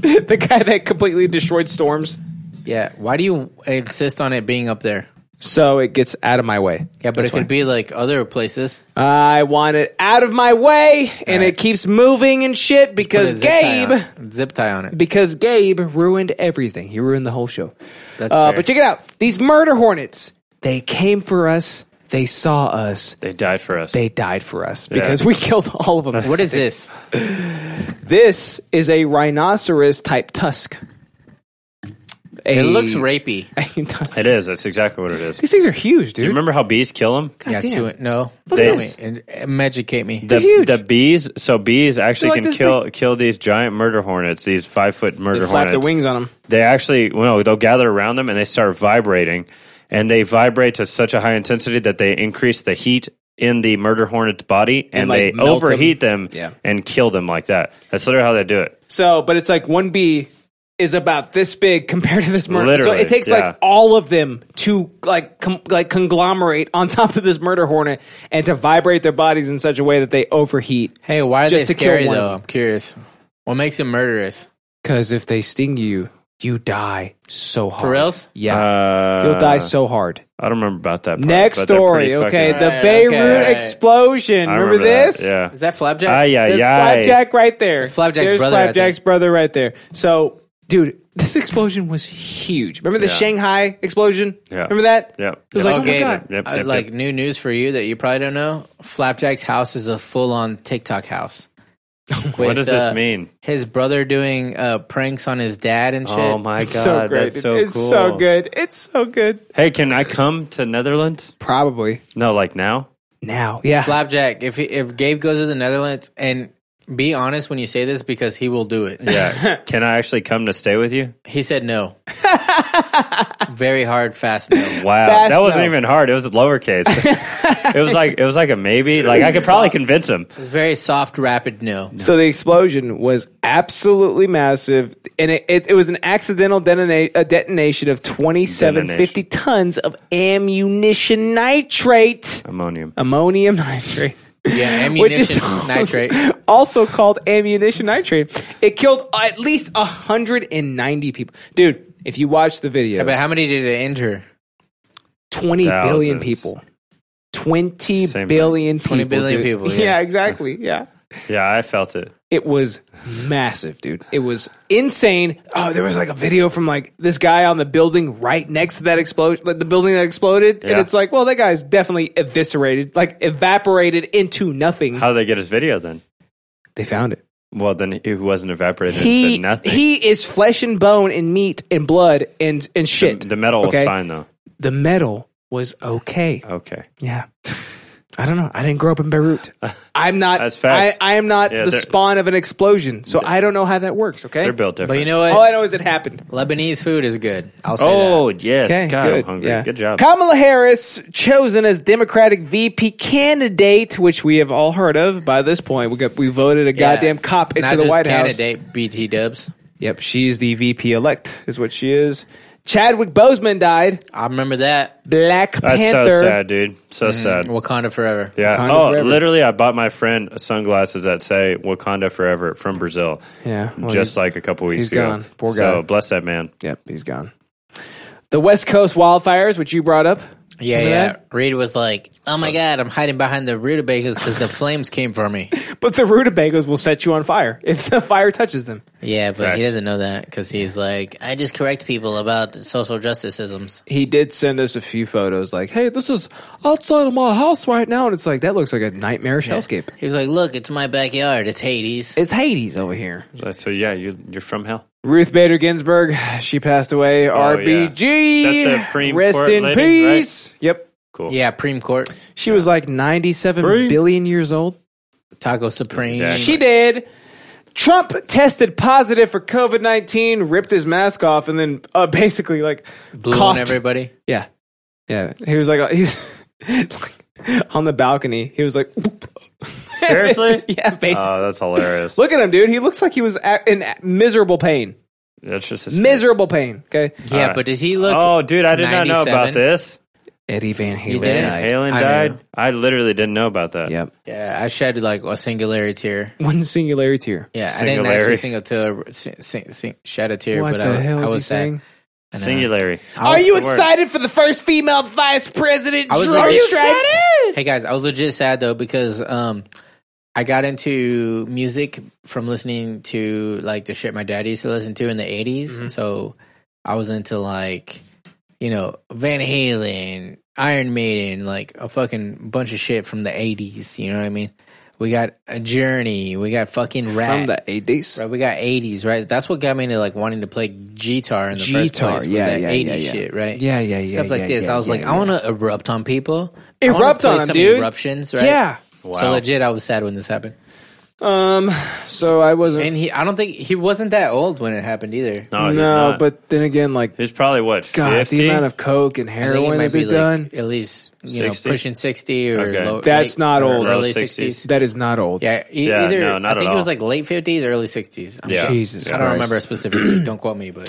S1: the guy that completely destroyed storms.
S2: Yeah. Why do you insist on it being up there?
S1: So it gets out of my way.
S2: Yeah, but
S1: That's
S2: it could
S1: why.
S2: be like other places.
S1: I want it out of my way, and it keeps moving and shit because
S2: Put a zip tie
S1: Gabe.
S2: on- zip tie on it.
S1: because Gabe ruined everything. He ruined the whole show.
S2: That's
S1: Uh,
S2: fair.
S1: but check it out. These murder hornets, they came for us. They saw us.
S11: They died for us.
S1: They died for us
S11: Yeah.
S1: because we killed all of them.
S2: What is this?
S1: This is a rhinoceros type tusk.
S2: It
S1: A-
S2: looks rapey.
S11: It is. That's exactly what it is.
S1: These things are huge,
S11: Do you
S1: dude.
S11: remember how bees kill them?
S2: yeah,
S1: damn.
S2: to it. No,
S1: Look at
S2: tell me
S1: this.
S2: and and educate me.
S11: The,
S1: They're huge.
S11: the bees, so bees actually
S1: They're like
S11: can
S1: this
S11: kill kill these giant murder hornets, these five foot murder
S1: They flap
S11: hornets.
S1: their wings on them.
S11: They actually, well, no, they'll gather around them and they start vibrating, and they vibrate to such a high intensity that they increase the heat in the murder hornet's body, and,
S1: And, like,
S11: they
S1: melt 'em.
S11: overheat them,
S1: Yeah.
S11: and kill them like that. That's literally how they do it.
S1: So, but it's like one bee is about this big compared to this murder.
S11: Literally,
S1: so it takes
S11: yeah.
S1: like all of them to like com- like conglomerate on top of this murder hornet and to vibrate their bodies in such a way that they overheat.
S2: Hey, why are
S1: Just
S2: they
S1: to kill
S2: scary
S1: one of
S2: though?
S1: them.
S2: I'm curious. What makes them murderous?
S1: Because if they sting you, you die so hard.
S2: For reals?
S1: Yeah,
S11: Uh,
S1: you'll die so hard.
S11: I don't remember about that. Part,
S1: Next
S11: but they're
S1: story,
S11: pretty fucking-
S1: okay? The
S2: Right,
S1: Beirut
S2: okay, right.
S1: explosion.
S11: I
S1: Remember,
S11: that,
S1: this?
S11: Yeah.
S2: Is that flapjack?
S11: Ah, yeah,
S1: There's
S11: yeah.
S1: Flapjack right there.
S2: That's Flapjack's
S1: There's
S2: brother, I think.
S1: Flapjack's brother right there. So, dude, this explosion was huge. Remember the
S11: Yeah.
S1: Shanghai explosion?
S11: Yeah.
S1: Remember that?
S11: Yeah.
S1: It was
S11: Yeah.
S1: like, oh my
S2: Okay,
S1: God.
S11: Yep,
S2: uh,
S11: yep, yep.
S2: like new news for you that you probably don't know. Flapjack's house is a full-on TikTok house.
S11: What does this
S2: uh,
S11: mean?
S2: His brother doing uh, pranks on his dad and shit.
S11: Oh my It's so God, great, that's dude. so It's so cool.
S1: good. It's so good.
S11: Hey, can I come to Netherlands?
S1: Probably.
S11: No, like now.
S1: Now, yeah.
S2: Flapjack. If he, if Gabe goes to the Netherlands and be honest when you say this because he will do it.
S11: Yeah. Can I actually come to stay with you?
S2: He said no. Very hard, fast no.
S11: Wow,
S2: Fast
S11: that wasn't
S2: no.
S11: even hard. It was lowercase. it was like it was like a maybe. Like I could probably convince him.
S2: It's very soft, rapid no.
S1: So the explosion was absolutely massive, and it, it, it was an accidental detona- a detonation of 2750 tons of ammunition nitrate.
S11: Ammonium.
S1: Ammonium nitrate.
S2: Yeah,
S1: Which is
S2: ammunition nitrate.
S1: Also called ammunition nitrate. It killed at least 190 people. Dude, if you watch the video,
S2: But how many did it injure?
S1: Twenty billion
S2: Thousands.
S1: people. Twenty
S11: Same thing.
S1: billion people.
S11: 20 billion
S1: dude.
S11: people,
S1: Yeah.
S11: yeah.
S1: exactly. Yeah.
S11: Yeah, I felt it.
S1: It was massive, dude. It was insane. Oh, there was like a video from like this guy on the building right next to that explosion, like the building that exploded. And
S11: Yeah.
S1: it's like, well, that guy's definitely eviscerated, like evaporated into nothing.
S11: How they get his video then?
S1: They found it.
S11: Well, then it wasn't evaporated.
S1: he,
S11: into nothing.
S1: He is flesh and bone and meat and blood and and shit.
S11: The, the metal
S1: okay?
S11: was fine though.
S1: The metal was okay.
S11: Okay.
S1: Yeah. I don't know. I didn't grow up in Beirut. I'm not.
S11: That's facts.
S1: I, I am not
S11: Yeah,
S1: the
S11: they're-
S1: spawn of an explosion, so I don't know how that works. Okay,
S11: They're built
S2: But
S11: different.
S2: you know what?
S1: All Oh, I know is it happened.
S2: Lebanese food is good. I'll say
S11: Oh
S2: that.
S11: yes,
S1: Okay,
S11: God,
S1: good.
S11: I'm hungry.
S1: Yeah.
S11: Good job.
S1: Kamala Harris chosen as Democratic VP candidate, which we have all heard of by this point. We got we voted a
S2: Yeah.
S1: goddamn cop into
S2: Not
S1: the
S2: just
S1: White House.
S2: candidate, BT Dubs.
S1: Yep, she's the VP elect, is what she is. Chadwick Boseman died.
S2: I remember that.
S1: Black
S11: That's
S1: Panther.
S11: so sad, dude. So sad.
S2: Wakanda forever.
S11: Yeah.
S1: Wakanda
S11: oh,
S1: forever.
S11: literally, I bought my friend sunglasses that say "Wakanda Forever" from Brazil.
S1: Yeah, well,
S11: just
S1: he's-
S11: like a couple weeks
S1: he's
S11: ago.
S1: gone. Poor guy.
S11: So bless that man.
S1: Yep, he's gone. The West Coast wildfires, which you brought up.
S2: Yeah,
S1: Remember
S2: yeah.
S1: that?
S2: Reed was like, "Oh my god, I'm hiding behind the rutabagas because the flames came for me."
S1: But the rutabagas will set you on fire if the fire touches them.
S2: Yeah, but he doesn't know that because he's like, "I just correct people about social justice isms."
S1: He did send us a few photos like, hey, this is outside of my house right now. And it's like, that looks like a nightmarish hellscape.
S2: He was like, "Look, it's my backyard. It's Hades."
S1: It's Hades over here.
S11: So yeah, you you're from hell.
S1: Ruth Bader Ginsburg, she passed away.
S11: Oh, yeah.
S1: RBG.
S11: That's a Supreme
S1: Rest
S11: Court
S1: in
S11: lady, right?
S1: peace. Yep.
S11: Cool.
S2: Yeah, Supreme Court,
S1: She was like 97 billion years old.
S2: Taco Supreme.
S1: She did. Trump tested positive for COVID 19, ripped his mask off, and then uh, basically like
S2: blew on
S1: coughed.
S2: everybody.
S1: yeah. Yeah. He was like, uh, he was like on the balcony. He was like,
S11: Seriously?
S1: yeah, basically.
S11: Oh, that's hilarious.
S1: Look at him, dude. He looks like he was a in a- miserable pain.
S11: That's just his
S1: Miserable pain. Okay.
S2: Yeah,
S11: Alright.
S2: but does he look?
S11: Oh, dude, I did not know
S2: 97?
S11: about this.
S1: Eddie Van Halen
S2: didn't?
S1: died.
S11: Halen
S2: I
S11: died.
S2: knew.
S11: I literally didn't know about that.
S1: Yep.
S2: Yeah, I shed like a singular tear.
S1: One singular tear.
S2: Yeah, I didn't
S11: Singularity.
S2: actually sing a tear, sing, sing, sing, shed a tear,
S1: What
S2: but
S1: the
S2: I,
S1: hell
S2: I
S1: is
S2: was
S1: he
S2: sad.
S1: saying?
S2: I know.
S11: Singularity.
S2: I was-
S1: for the first female vice president?
S2: I was
S1: George
S2: legit-
S1: Strait?
S2: Hey guys, I was legit sad though because um, I got into music from listening to like the shit my dad used to listen to in the 80s
S1: Mm-hmm.
S2: So I was into like, you know, Van Halen, Iron Maiden, like a fucking bunch of shit from the eighties. You know what I mean? We got a Journey. We got fucking
S1: From
S2: Rat.
S1: the 80s.
S2: right, we got eighties. Right, that's what got me into like wanting to play guitar in the first
S1: Guitar,
S2: place. Was
S1: yeah,
S2: that
S1: yeah, yeah,
S2: 80s
S1: yeah.
S2: shit, right?
S1: Yeah, yeah, yeah.
S2: stuff like
S1: yeah,
S2: this.
S1: yeah,
S2: I was
S1: yeah,
S2: like,
S1: yeah.
S2: I want to erupt on people. I wanna
S1: erupt
S2: play
S1: on him,
S2: some
S1: dude.
S2: Eruptions, right?
S1: Yeah.
S2: So legit, I was sad when this happened,
S1: Um. So I wasn't.
S2: and he. I don't think he wasn't that old when it happened either.
S11: No, he's
S1: no,
S11: not.
S1: but then again, like
S11: he's probably what?
S1: God,
S11: 50?
S1: the amount of coke and
S2: I think he
S1: heroin
S2: might
S1: they've been
S2: be
S1: done.
S2: like at least you know
S11: 60?
S2: pushing sixty or
S11: Okay.
S2: low,
S1: That's not
S2: or
S1: old.
S2: Early
S11: Low 60s.
S2: sixties.
S1: that is not old.
S2: Yeah, e-
S11: Yeah,
S2: either
S11: no, not
S2: I think
S11: at
S2: it was
S11: all.
S2: like late fifties, early sixties.
S11: Yeah.
S1: Jesus
S11: Yeah.
S2: I don't remember specifically. don't quote me, but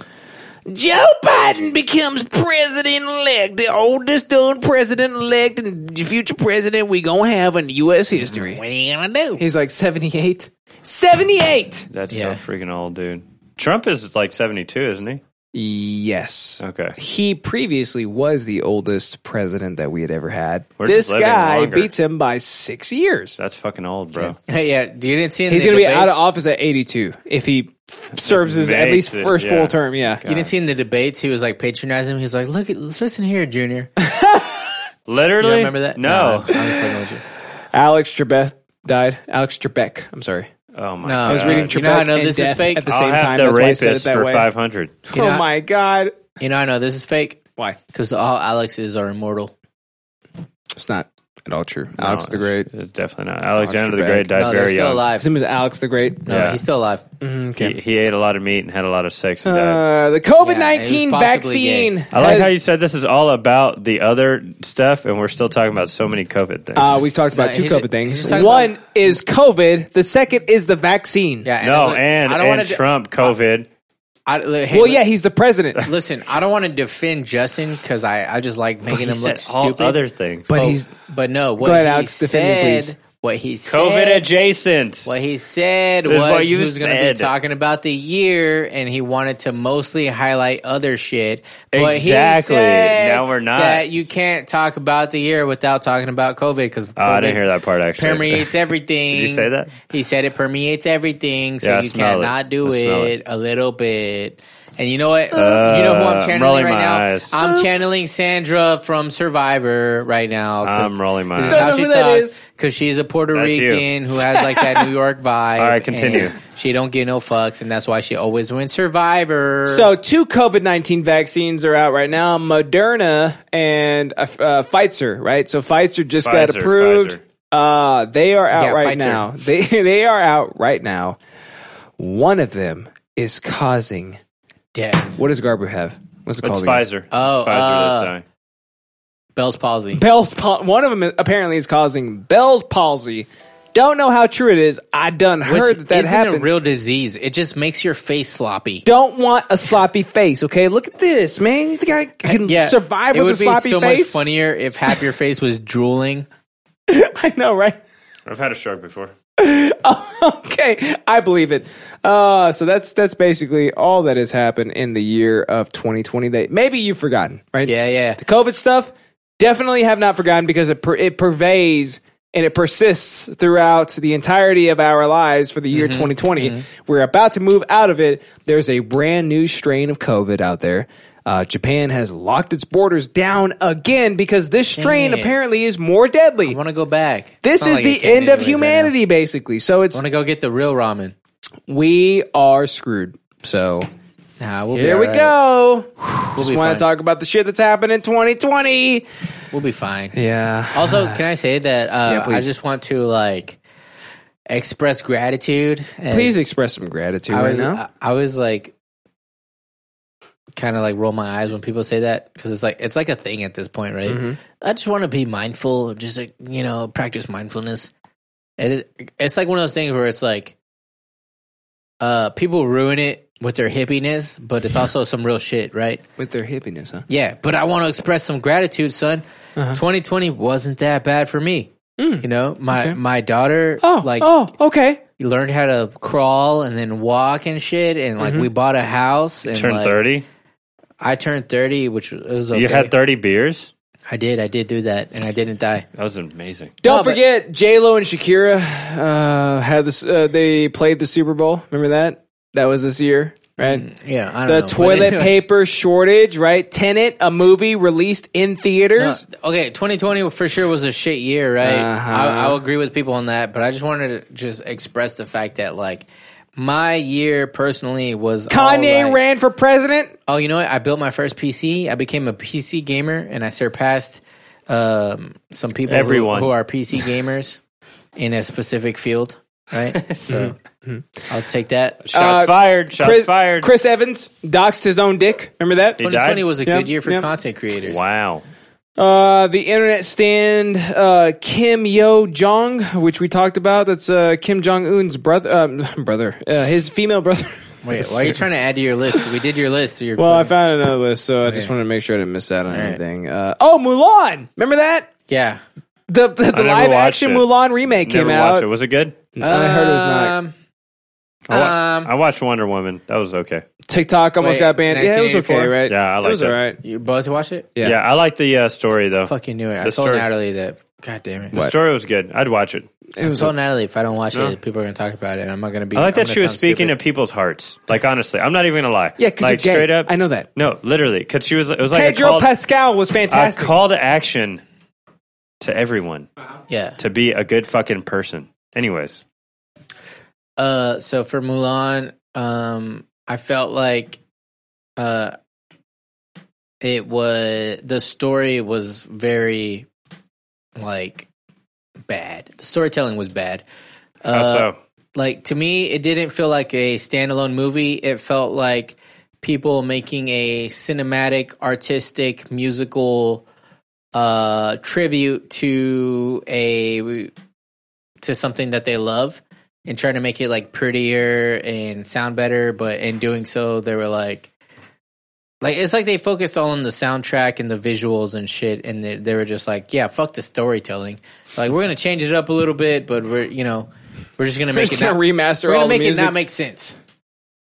S1: Joe Biden becomes president elect, the oldest done president elect and future president we gonna have in U.S. history.
S2: what are you gonna do?
S1: He's like seventy eight. Seventy eight.
S11: That's
S2: Yeah.
S11: so freaking old, dude. Trump is like 72, isn't he?
S1: Yes.
S11: Okay.
S1: He previously was the oldest president that we had ever had.
S11: We're just
S1: this
S11: living
S1: guy
S11: longer.
S1: beats him by six years.
S11: That's fucking old, Oh, bro.
S2: Hey, yeah, do you didn't see? In
S1: He's
S2: the
S1: going to be
S2: debates?
S1: out of office at 82 if he serves his at
S11: Makes
S1: least
S11: it,
S1: first
S11: yeah.
S1: full term. Yeah.
S2: You didn't see in the debates. He was like patronizing. him. He was like, "Look, at, listen here, Junior." You
S11: Literally?
S2: don't remember that?
S11: No.
S2: I'm, I'm fucking with you.
S1: Alex Trebek died. Alex Trebek. I'm sorry.
S11: Oh my!
S2: No,
S11: god.
S2: I was reading
S1: Uh, You know how I know Trebek this and is death fake? at the same
S11: I'll have
S1: time,
S11: The
S1: that's why I
S11: rapist
S1: said it that
S11: for
S1: way.
S11: five hundred.
S1: Oh my god!
S2: You know I know this is fake.
S1: Why?
S2: Because all Alexes are immortal.
S1: It's not at all true. Alex the Great,
S11: definitely not. Alexander the Great died
S2: No, they're
S11: very
S2: still
S11: young.
S2: alive.
S1: His name was Alex the Great.
S11: No, Yeah. he's
S2: still alive.
S11: Mm-hmm.
S1: okay.
S11: He, he ate a lot of meat and had a lot of sex. And died.
S1: Uh, the COVID nineteen vaccine.
S11: I like
S1: has-
S11: how you said this is all about the other stuff, and we're still talking about so many COVID things.
S1: Uh, we've talked about
S11: No,
S1: two
S11: he's-
S1: COVID
S11: he's
S1: things.
S11: talking
S1: One is COVID. The second is the vaccine. Yeah,
S11: no, and and Trump COVID.
S2: I, li- hey,
S1: well,
S2: li-
S1: yeah, he's the president.
S2: Listen, I don't want to defend Justin because I, I just like making
S11: he
S2: him look
S11: said all
S2: stupid.
S11: other things.
S2: but
S11: But
S2: he's
S11: he's-
S2: but no. What
S11: Oh. Go ahead,
S2: he
S11: Alex, defend me,
S2: said,
S11: please.
S2: what he
S11: COVID
S2: said,
S11: adjacent.
S2: What he said
S11: This is
S2: was
S11: what
S2: he
S11: you
S2: was going to be
S11: said.
S2: talking about the year, and he wanted to mostly highlight other shit. But
S11: Exactly.
S2: He said
S11: Now we're not.
S2: That you can't talk about the year without talking about COVID because
S11: Oh, I didn't hear that part actually.
S2: permeates everything.
S11: Did you say that?
S2: He said it permeates everything, so
S11: Yeah, I
S2: you
S11: smell it.
S2: cannot do
S11: I smell
S2: it
S11: it.
S2: a little bit. And you know what?
S11: Uh,
S2: you know who I'm
S11: I'm
S2: channeling
S11: rolling
S2: right
S11: my
S2: now?
S11: eyes.
S2: I'm
S11: Oops.
S2: channeling Sandra from Survivor right now. 'cause
S11: I'm rolling my
S2: This is
S11: eyes.
S2: how
S11: Don't
S2: she
S11: know who that
S2: talks
S11: is.
S2: because she's a Puerto
S11: That's you.
S2: Rican who has like that New York vibe.
S11: All right, continue.
S2: and She don't give no fucks, and that's why she always wins Survivor.
S1: So two COVID nineteen vaccines are out right now: Moderna and uh, uh, Pfizer. Right, so Pfizer just got
S11: Pfizer,
S1: approved.
S11: Pfizer.
S1: Uh, they are out
S2: Yeah,
S1: right
S2: Pfizer.
S1: now. They they are out right now. One of them is causing
S2: death.
S1: What does Garbu have? What's it
S11: It's
S1: called?
S11: Pfizer.
S2: Oh,
S11: it's Pfizer
S2: uh,
S11: this time.
S2: Bell's palsy.
S1: Bell's pal- one of them apparently is causing Bell's palsy. Don't know how true it is. I done
S2: Which
S1: heard that that
S2: isn't
S1: happens.
S2: a real disease. It just makes your face sloppy.
S1: Don't want a sloppy face. Okay, look at this, man. You think I can survive
S2: it
S1: with
S2: would
S1: a sloppy
S2: be so much
S1: face?
S2: funnier if half your face was drooling.
S1: I know, right?
S11: I've had a stroke before.
S1: okay, I believe it. Uh, so that's that's basically all that has happened in the year of 2020. That maybe you've forgotten, right?
S2: Yeah, yeah.
S1: The COVID stuff definitely have not forgotten because it per, it pervades and it persists throughout the entirety of our lives for the
S2: Mm-hmm.
S1: year 2020. We're about to move out of it. There's a brand new strain of COVID out there. Uh, Japan has locked its borders down again because this strain
S2: Dang it.
S1: apparently is more deadly.
S2: I want to go back.
S1: This
S2: It's not
S1: is
S2: like I
S1: the
S2: can't
S1: end of
S2: anyways right now.
S1: humanity, basically. So
S2: I
S1: it's
S2: want to go get the real ramen.
S1: we are screwed. So
S2: Nah, we'll
S1: here
S2: be
S1: we
S2: alright.
S1: go.
S2: We'll be
S1: Just want
S2: fine.
S1: to talk about the shit that's happened in 2020.
S2: We'll be fine.
S1: Yeah.
S2: Also, can I say that uh,
S1: Yeah,
S2: I
S1: please.
S2: just want to like express gratitude. and-
S1: Please express some gratitude
S2: I
S1: right
S2: was,
S1: now.
S2: I, I was like, kind of like roll my eyes when people say that because it's like it's like a thing at this point, right?
S1: Mm-hmm.
S2: I just want to be mindful, just like you know, practice mindfulness. And It, it's like one of those things where it's like, uh, people ruin it with their hippiness, but it's also some real shit, right?
S1: With their hippiness, huh?
S2: Yeah, but I want to express some gratitude, son.
S1: Uh-huh.
S2: 2020 wasn't that bad for me. You know, my
S1: Hmm. Okay.
S2: my daughter
S1: Oh,
S2: like
S1: oh, okay.
S2: you learned how to crawl and then walk and shit and like we bought a house and
S11: Mm-hmm. Turned
S2: like,
S11: thirty.
S2: I turned 30 which was okay.
S11: You had thirty beers.
S2: I did I did do that and I didn't die.
S11: That was amazing.
S1: Don't
S2: No, but-
S1: forget, J Lo and Shakira uh, had this. Uh, they played the Super Bowl. Remember that? That was this year, right?
S2: Yeah, I
S1: The
S2: don't know. But
S1: toilet
S2: anyway,
S1: paper shortage, right? Tenant, a movie released in
S2: no,
S1: theaters.
S2: okay, 2020 for sure was a shit year, right?
S1: Uh-huh.
S2: I, I'll agree with people on that, but I just wanted to just express the fact that like my year personally was
S1: Kanye
S2: all, like-
S1: ran for president.
S2: Oh, you know what? I built my first PC. I became a PC gamer, and I surpassed um, some people who-
S11: Everyone.
S2: Who, are PC gamers in a specific field. Right, so
S1: Mm-hmm.
S11: mm-hmm.
S2: I'll take that.
S11: Shots
S1: Uh,
S11: fired. Shots
S1: Chris,
S11: fired.
S1: Chris Evans doxed his own dick. Remember that?
S11: He
S2: Oh, Twenty twenty
S11: died?
S2: was a
S1: Yeah,
S2: good year for
S1: yeah.
S2: content creators.
S11: Wow.
S1: Uh, the internet stand uh, Kim Yo Jong, which we talked about. That's uh, Kim Jong Un's brother, um, brother, uh, his female brother.
S2: Wait, why are you trying to add to your list? We did your list. Your
S1: Well, I
S2: fucking-
S1: found another list, so I just
S2: Okay.
S1: wanted to make sure I didn't miss out on
S2: All right.
S1: anything. Uh, oh, Mulan! Remember that
S2: yeah,
S1: the the, the
S11: never
S1: live
S11: watched
S1: action
S11: it.
S1: Mulan remake
S11: Never
S1: came
S11: watched
S1: out.
S11: it. Was it good?
S1: I heard it was not.
S2: Um,
S11: I, wa-
S2: um,
S11: I watched Wonder Woman. That was okay.
S1: TikTok almost
S2: wait,
S1: got banned. Yeah, it was okay,
S2: 1984?
S1: right?
S11: Yeah, I
S1: it
S11: liked
S1: was
S11: it.
S1: alright.
S2: you both watch it.
S1: Yeah.
S11: Yeah, I like the uh, story though.
S2: Fucking knew it. I
S11: The
S2: told
S11: story-
S2: Natalie that. God damn it!
S11: The story was good. I'd watch it.
S1: It
S2: I
S1: was
S2: told Natalie if I don't watch
S11: No.
S2: it, people are gonna talk about it. and I'm not gonna be.
S11: I like
S2: I'm
S11: that
S2: gonna
S11: she was
S2: sound
S11: speaking
S2: stupid.
S11: to people's hearts. Like honestly, I'm not even gonna lie.
S1: yeah, because
S11: like
S1: you're gay.
S11: straight up.
S1: I know that.
S11: No, literally, because she was. It was like a
S1: Pedro
S11: call,
S1: Pascal was
S11: a
S1: fantastic.
S11: call to action to everyone
S2: Yeah.
S11: to be a good fucking person. Anyways,
S2: Uh, so for Mulan, um, I felt like, uh, it was the story was very, like, bad. The storytelling was bad. Uh,
S11: How so?
S2: Like to me, it didn't feel like a standalone movie. It felt like people making a cinematic, artistic, musical uh, tribute to a to something that they love and trying to make it like prettier and sound better. But in doing so, they were like, like it's like they focused all on the soundtrack and the visuals and shit, and they, they were just like, yeah, fuck the storytelling. Like we're gonna change it up a little bit, but we're you know we're just gonna
S1: We're
S2: make
S1: just
S2: it
S1: gonna
S2: not,
S1: remaster
S2: We're gonna
S1: all the
S2: make it
S1: music.
S2: not make sense.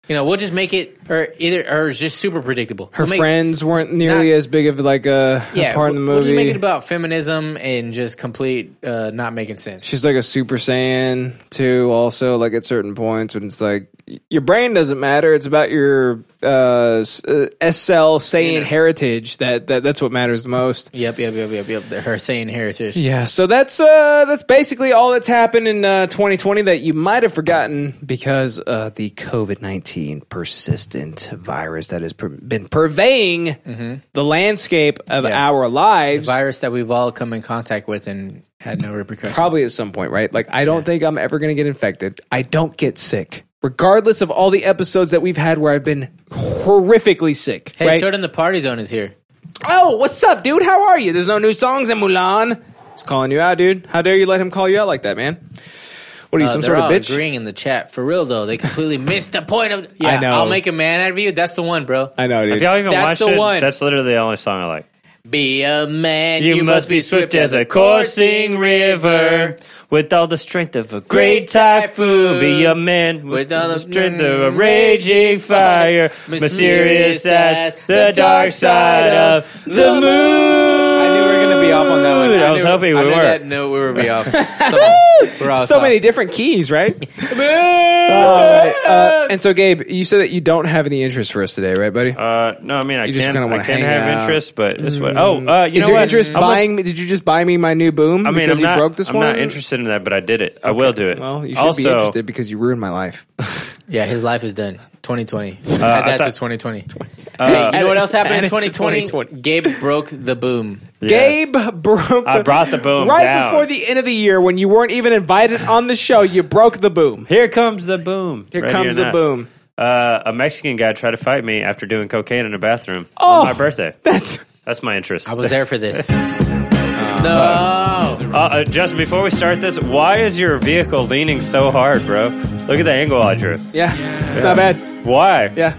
S2: You know, we'll just make it or either or it's just super predictable.
S1: Her
S2: We'll make-
S1: friends weren't nearly as big of like a, a part in the
S2: we'll- We'll just
S1: movie.
S2: make it about feminism and just complete uh, not making sense.
S1: She's like a Super Saiyan too. Also, like at certain points when it's like y- your brain doesn't matter. It's about your uh, s- uh, SL Saiyan heritage that, that that's what matters the most.
S2: Yep, yep, yep, yep, yep. Her saying heritage.
S1: Yeah, so that's uh that's basically all that's happened in uh, 2020 that you might have forgotten because uh, the COVID 19 persistent virus that has per- been purveying the landscape of
S2: Mm-hmm. Yeah.
S1: our
S2: The
S1: lives.
S2: virus that we've all come in contact with and had no repercussions.
S1: probably at some point, right? Like, I don't think I'm ever going to get infected. I don't get sick, regardless of all the episodes that we've had where I've been horrifically sick.
S2: Hey,
S1: right?
S2: Jordan, the party zone is here.
S1: Oh, what's up, dude? How are you? There's no new songs in Mulan. He's calling you out, dude. How dare you let him call you out like that, man? What are you,
S2: Uh,
S1: some
S2: they're
S1: sort of
S2: all
S1: bitch?
S2: Agreeing in the chat for real though, they completely missed the point of. Yeah,
S11: know.
S2: I'll make a man out of you. That's the one, bro.
S1: I know,
S11: If y'all even
S2: That's
S11: watched
S2: the
S11: it,
S2: one.
S11: that's literally the only song I like.
S2: Be a man.
S11: You, must be swift as a coursing river, with all the strength of a great typhoon. Be a man with all the strength of a raging fire, mysterious as the dark side of the moon. I
S2: knew we were gonna be off on that one.
S11: I was
S2: knew-
S11: hoping we
S2: I knew
S11: were.
S2: That note we were be off. We're all
S1: so
S2: off.
S1: many different keys, right? Alright, uh, and so, Gabe, you said that you don't have any interest for us today, right, buddy?
S11: Uh, no, I mean I
S1: You just
S11: can
S1: kinda wanna
S11: I can
S1: hang
S11: have
S1: out.
S11: interest, but it's what. Oh, uh, you
S1: Mm. Is
S11: know
S1: your
S11: what?
S1: interest
S11: I'm gonna-
S1: buying? me Did you just buy me my new boom?
S11: I mean,
S1: because
S11: I'm
S1: you
S11: not,
S1: broke this
S11: I'm
S1: one.
S11: not interested in that, but I did it. I will do it.
S1: Well, you should be interested because you ruined my life.
S2: Yeah, his life is done. 2020.
S11: Uh,
S2: Add
S11: I
S2: that to
S11: thought-
S2: 2020.
S11: Uh,
S2: hey, you
S11: add
S2: know what
S11: it-
S2: else happened in
S11: add it to
S2: 2020? Gabe broke the boom.
S1: Gabe broke.
S11: I brought the boom
S1: right
S11: down.
S1: before the end of the year when you weren't even invited on the show. You broke the boom.
S11: Here comes the boom.
S1: Here
S11: Right
S1: comes the
S11: now.
S1: boom.
S11: Uh, a Mexican guy tried to fight me after doing cocaine in a bathroom
S1: Oh,
S11: on my birthday.
S1: That's
S11: that's my interest. I
S2: was there for this. Uh,
S11: no. Uh, uh, Justin, before we start this, why is your vehicle leaning so hard, bro? Look at the angle I drew.
S1: Yeah, it's not bad.
S11: Why?
S1: Yeah.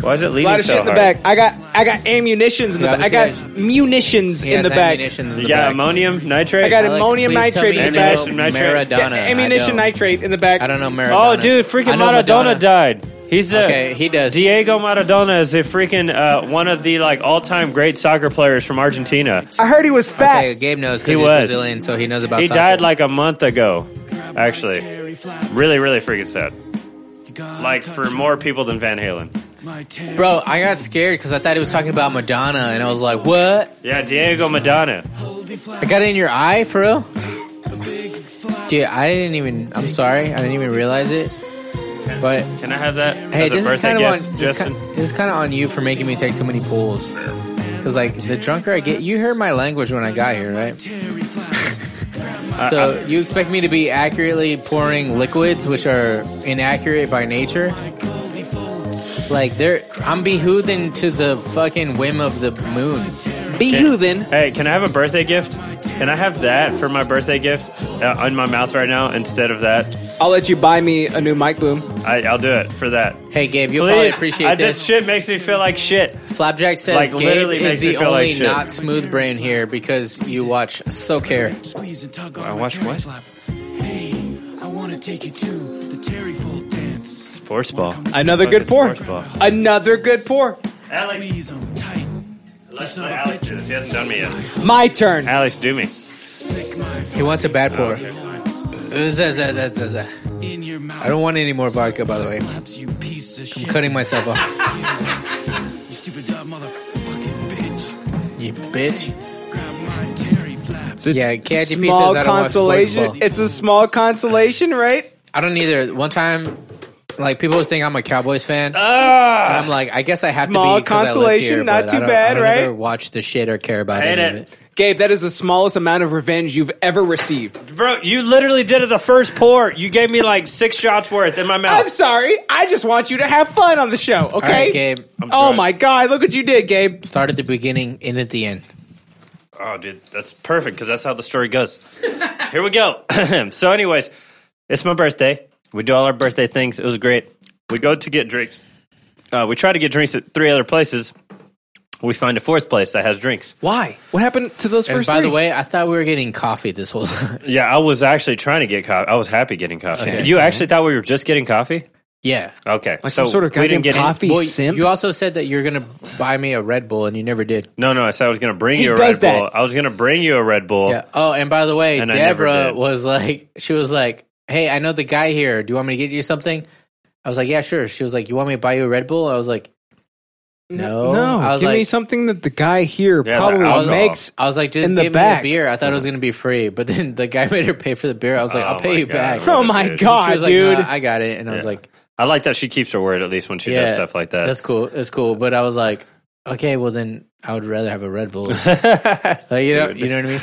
S11: Why is it
S1: A
S11: leaning
S1: lot of
S11: so
S1: shit in the
S11: hard?
S1: back. I got I got ammunitions in the
S11: Yeah,
S1: back. I
S11: this
S1: got munitions
S11: He
S1: in the
S11: has
S1: back.
S11: ammunitions in the You got back. ammonium nitrate?
S1: I got
S11: Alex,
S1: ammonium
S11: please tell
S1: nitrate
S11: me
S1: in the
S11: you
S1: back.
S11: know Maradona.
S1: Yeah, ammunition
S11: I don't.
S1: nitrate in the back. I
S2: don't know
S11: Oh, dude, freaking Maradona, died. He's the
S2: Okay, he does.
S11: Diego Maradona is a freaking uh, one of the like all time great soccer players from Argentina.
S1: I heard he was fat.
S2: Okay, Gabe knows
S11: He
S2: because he's
S11: was.
S2: Brazilian, so he knows about.
S11: he
S2: soccer.
S11: died like a month ago, actually. Really, really freaking sad. Like for more people than Van Halen.
S2: Bro, I got scared because I thought he was talking about Madonna, and I was like, "What?
S11: Yeah, Diego Madonna.
S2: I got it in your eye, for real?" Dude, I didn't even. I'm sorry, I didn't even realize it. But
S11: Can I have that
S2: hey,
S11: as a
S2: this is
S11: birthday
S2: kind of
S11: gift,
S2: on. This,
S11: Justin?
S2: kind, this is kind of on you for making me take so many pulls. Cause like the drunker I get, you heard my language when I got here, right?
S11: Uh,
S2: So you expect me to be accurately pouring liquids, which are inaccurate by nature? Like they're, I'm behoothing to the fucking whim of the moon.
S1: Behoothing.
S11: Hey, can I have a birthday gift? Can I have that for my birthday gift uh, in my mouth right now instead of that?
S1: I'll let you buy me a new mic boom.
S11: I, I'll do it for that.
S2: Hey, Gabe, you'll
S11: Please.
S2: probably appreciate
S11: I-
S2: this.
S11: This shit makes me feel like shit.
S2: Flapjack says
S11: Like,
S2: Gabe
S11: literally
S2: is
S11: makes
S2: the
S11: me feel like
S2: only
S11: shit.
S2: not smooth brain here because you watch So Care.
S11: I watch what?
S14: I want to take you to the Terry Fold dance.
S11: Sports ball.
S1: Another good pour. Another good pour.
S11: Alex. Let's let Alex do this. He hasn't done me yet.
S1: My turn.
S11: Alex, do me.
S2: He wants a bad pour.
S11: okay.
S2: I don't want any more vodka, by the way. I'm cutting myself off.
S14: You stupid dumb motherfucking bitch.
S2: You bitch.
S1: It's a
S2: yeah, KIGP says I
S1: small
S2: don't watch sports
S1: consolation.
S2: ball.
S1: It's a small consolation, right?
S2: I don't either. One time, like people always think I'm a Cowboys fan. and I'm like, I guess I have
S1: Ah! Small
S2: to be. 'cause I live
S1: consolation,
S2: here,
S1: not
S2: but
S1: too
S2: I don't-
S1: bad,
S2: I don't
S1: right?
S2: ever watch the shit or care about
S1: Hate
S2: any
S1: it.
S2: of it.
S1: Gabe, that is the smallest amount of revenge you've ever received.
S11: Bro, you literally did it the first pour. You gave me like six shots worth in my mouth.
S1: I'm sorry. I just want you to have fun on the show, okay?
S2: right, Gabe. I'm
S1: Oh
S2: trying.
S1: my god, look what you did, Gabe.
S2: Start at the beginning, end at the end.
S11: Oh, dude, that's perfect because that's how the story goes. Here we go. so, anyways, it's my birthday. We do all our birthday things. It was great. We go to get drinks. Uh, we try to get drinks at three other places. We find a fourth place that has drinks.
S1: Why? What happened to those
S2: and
S11: first
S2: by the
S11: three?
S2: way, I thought we were getting coffee this whole time.
S11: Yeah, I was actually trying to get coffee. I was happy getting coffee.
S2: Okay.
S11: You actually thought we were just getting coffee?
S2: Yeah.
S11: Okay.
S2: Like
S11: so
S2: some sort of
S11: we didn't
S2: goddamn
S11: get
S2: coffee
S11: Well,
S2: simp? You also said that you're gonna buy me a Red Bull, and you never did.
S11: No, no, I said I was going to bring
S2: He
S11: you a
S2: does
S11: Red Bull. I was going to bring you a Red Bull.
S2: Yeah. Oh, and by the way,
S11: And I never
S2: Deborah
S11: did.
S2: was like, she was like, "Hey, I know the guy here. Do you want me to get you something?" I was like, "Yeah, sure." She was like, "You want me to buy you a Red Bull?" I was like, "No,
S1: No,
S2: I was
S1: give
S2: like,
S1: me something that the guy here probably
S2: I was,
S1: makes.
S2: I was like, "Just
S1: in the
S2: give me
S1: back.
S2: a beer." I thought it was gonna be free, but then the guy made her pay for the beer. I was like,
S11: Uh-huh. Oh
S2: "I'll pay
S11: my
S2: you
S11: God,
S2: back."
S11: what a Oh my dude. God,
S2: She was like,
S11: dude.
S2: "Nah, I got it, and I was
S11: Yeah.
S2: like,
S11: I like that she keeps her word at least when she does
S2: Yeah,
S11: stuff like that.
S2: "That's cool. That's cool." But I was like, "Okay, well then, I would rather have a Red Bull." like, you know, you know what I mean?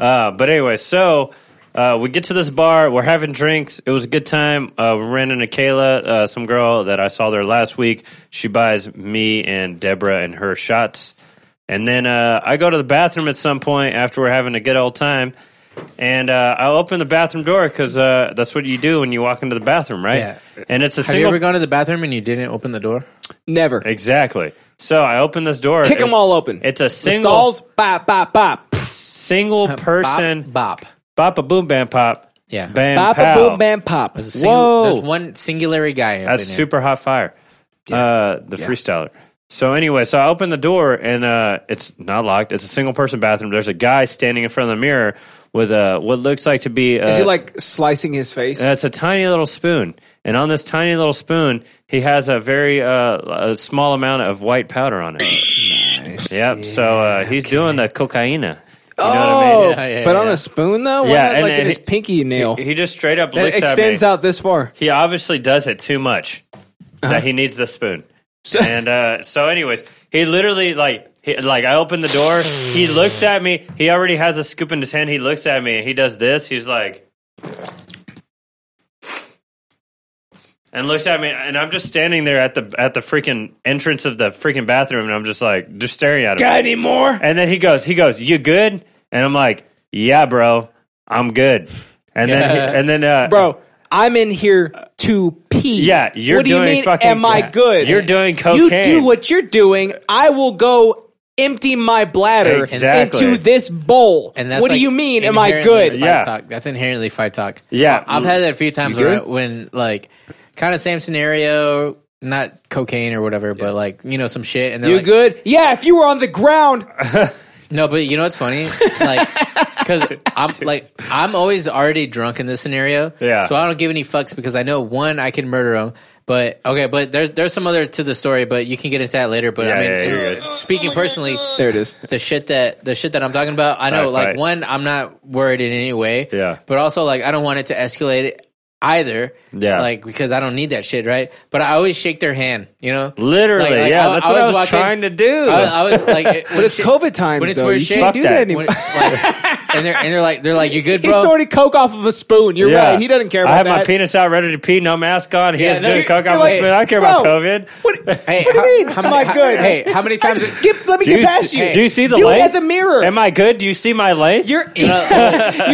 S11: Uh, but anyway, so uh, we get to this bar. We're having drinks. It was a good time. Uh, we ran into Kayla, uh, some girl that I saw there last week. She buys me and Deborah and her shots. And then uh, I go to the bathroom at some point after we're having a good old time. And uh, I open the bathroom door because uh, that's what you do when you walk into the bathroom, right?
S2: Yeah.
S11: And it's a
S2: Have you
S11: single.
S2: ever gone to the bathroom and you didn't open the door?
S1: Never.
S11: Exactly. So I open this door.
S1: Kick 'em all open.
S11: It's a
S1: The
S11: single
S1: stalls, bop, bop, bop.
S11: single person
S2: bop
S11: bop a boom bam pop
S2: yeah
S11: bam
S1: Bop, a
S11: pow.
S1: boom, bam, pop.
S2: There's a single-
S11: Whoa.
S2: There's one singularity guy. up
S11: that's
S2: in there.
S11: super hot fire uh the freestyler so anyway so i open the door and uh it's not locked it's a single person bathroom there's a guy standing in front of the mirror with uh what looks like to be uh,
S1: Is he like slicing his face?
S11: and it's a tiny little spoon and on this tiny little spoon he has a very uh a small amount of white powder on it nice. yep so uh he's doing the cocaina you know
S1: oh,
S11: what I mean?
S1: but on a spoon though? Why
S11: Yeah,
S1: not,
S11: and-
S1: like in
S11: and
S1: his
S11: he-
S1: pinky nail.
S11: He, he just straight up
S1: Oh. That
S11: licks at
S1: extends
S11: me.
S1: out this far.
S11: He obviously does it too much that he needs the spoon. and uh, so, anyways, he literally like he, like I open the door. he looks at me. He already has a scoop in his hand. He looks at me and he does this. He's like. And looks at me, and I'm just standing there at the at the freaking entrance of the freaking bathroom, and I'm just like just staring at him.
S1: Got any more?
S11: And then he goes, he goes, "You good?" And I'm like, "Yeah, bro, I'm good." And then he, and then uh,
S1: bro, I'm in here to pee.
S11: Yeah, you're
S1: what do you
S11: doing
S1: mean?
S11: fucking-
S1: am I
S11: yeah.
S1: good?
S11: You're doing
S1: You
S11: cocaine.
S1: do what you're doing. I will go empty my bladder
S11: Exactly.
S1: into this bowl. what do
S2: like
S1: you mean? Am I
S2: inherently
S1: good?
S2: Fight talk. That's inherently fight talk.
S11: Yeah.
S2: I've had that a few times
S11: You
S2: where,
S11: good?
S2: when like kind of same scenario, not cocaine or whatever, but like you know some shit. And they're
S1: You
S2: like,
S1: good? Yeah. If you were on the ground,
S2: No, but you know what's funny? Like, because I'm like I'm always already drunk in this scenario.
S11: Yeah.
S2: So I don't give any fucks because I know one I can murder him. But okay, but there's there's some other to the story, but you can get into that later. But
S11: Yeah,
S2: I mean,
S11: yeah, you're good.
S2: speaking personally,
S1: there it is.
S2: The shit that the shit that I'm talking about, I know.
S11: Alright,
S2: like
S11: fight.
S2: one, I'm not worried in any way.
S11: Yeah.
S2: But also, like I don't want it to escalate either.
S11: Yeah.
S2: Like because I don't need that shit, right? But I always shake their hand. You know.
S11: Literally,
S2: Like, like,
S11: yeah, that's what I was
S2: walking-
S11: trying to do.
S2: I was, I was, like, it-
S1: but it's COVID times.
S2: when it's
S1: though.
S2: weird
S1: you
S2: shit,
S1: can't
S2: fuck
S1: do
S2: that.
S1: that anymore.
S2: When and they're and they're like they're like you good,
S1: He's
S2: bro.
S1: snorting coke off of a spoon. You're
S11: Yeah.
S1: right. He doesn't care about
S11: I have
S1: that.
S11: my penis out, ready to pee, no mask on. He
S2: Yeah,
S11: has
S2: no,
S11: doing
S2: you're-
S11: coke
S2: you're
S11: on my
S2: like,
S11: spoon. I don't care about
S2: bro.
S11: COVID.
S2: Hey,
S1: What do you mean? Am I good?
S2: Hey, how many times?
S1: Get- let me
S11: Do
S1: get
S11: you
S1: past
S11: see-
S1: you.
S11: do you see the
S1: Do it
S11: light?
S1: at the mirror.
S11: Am I good? Do you see my life?
S1: You're you're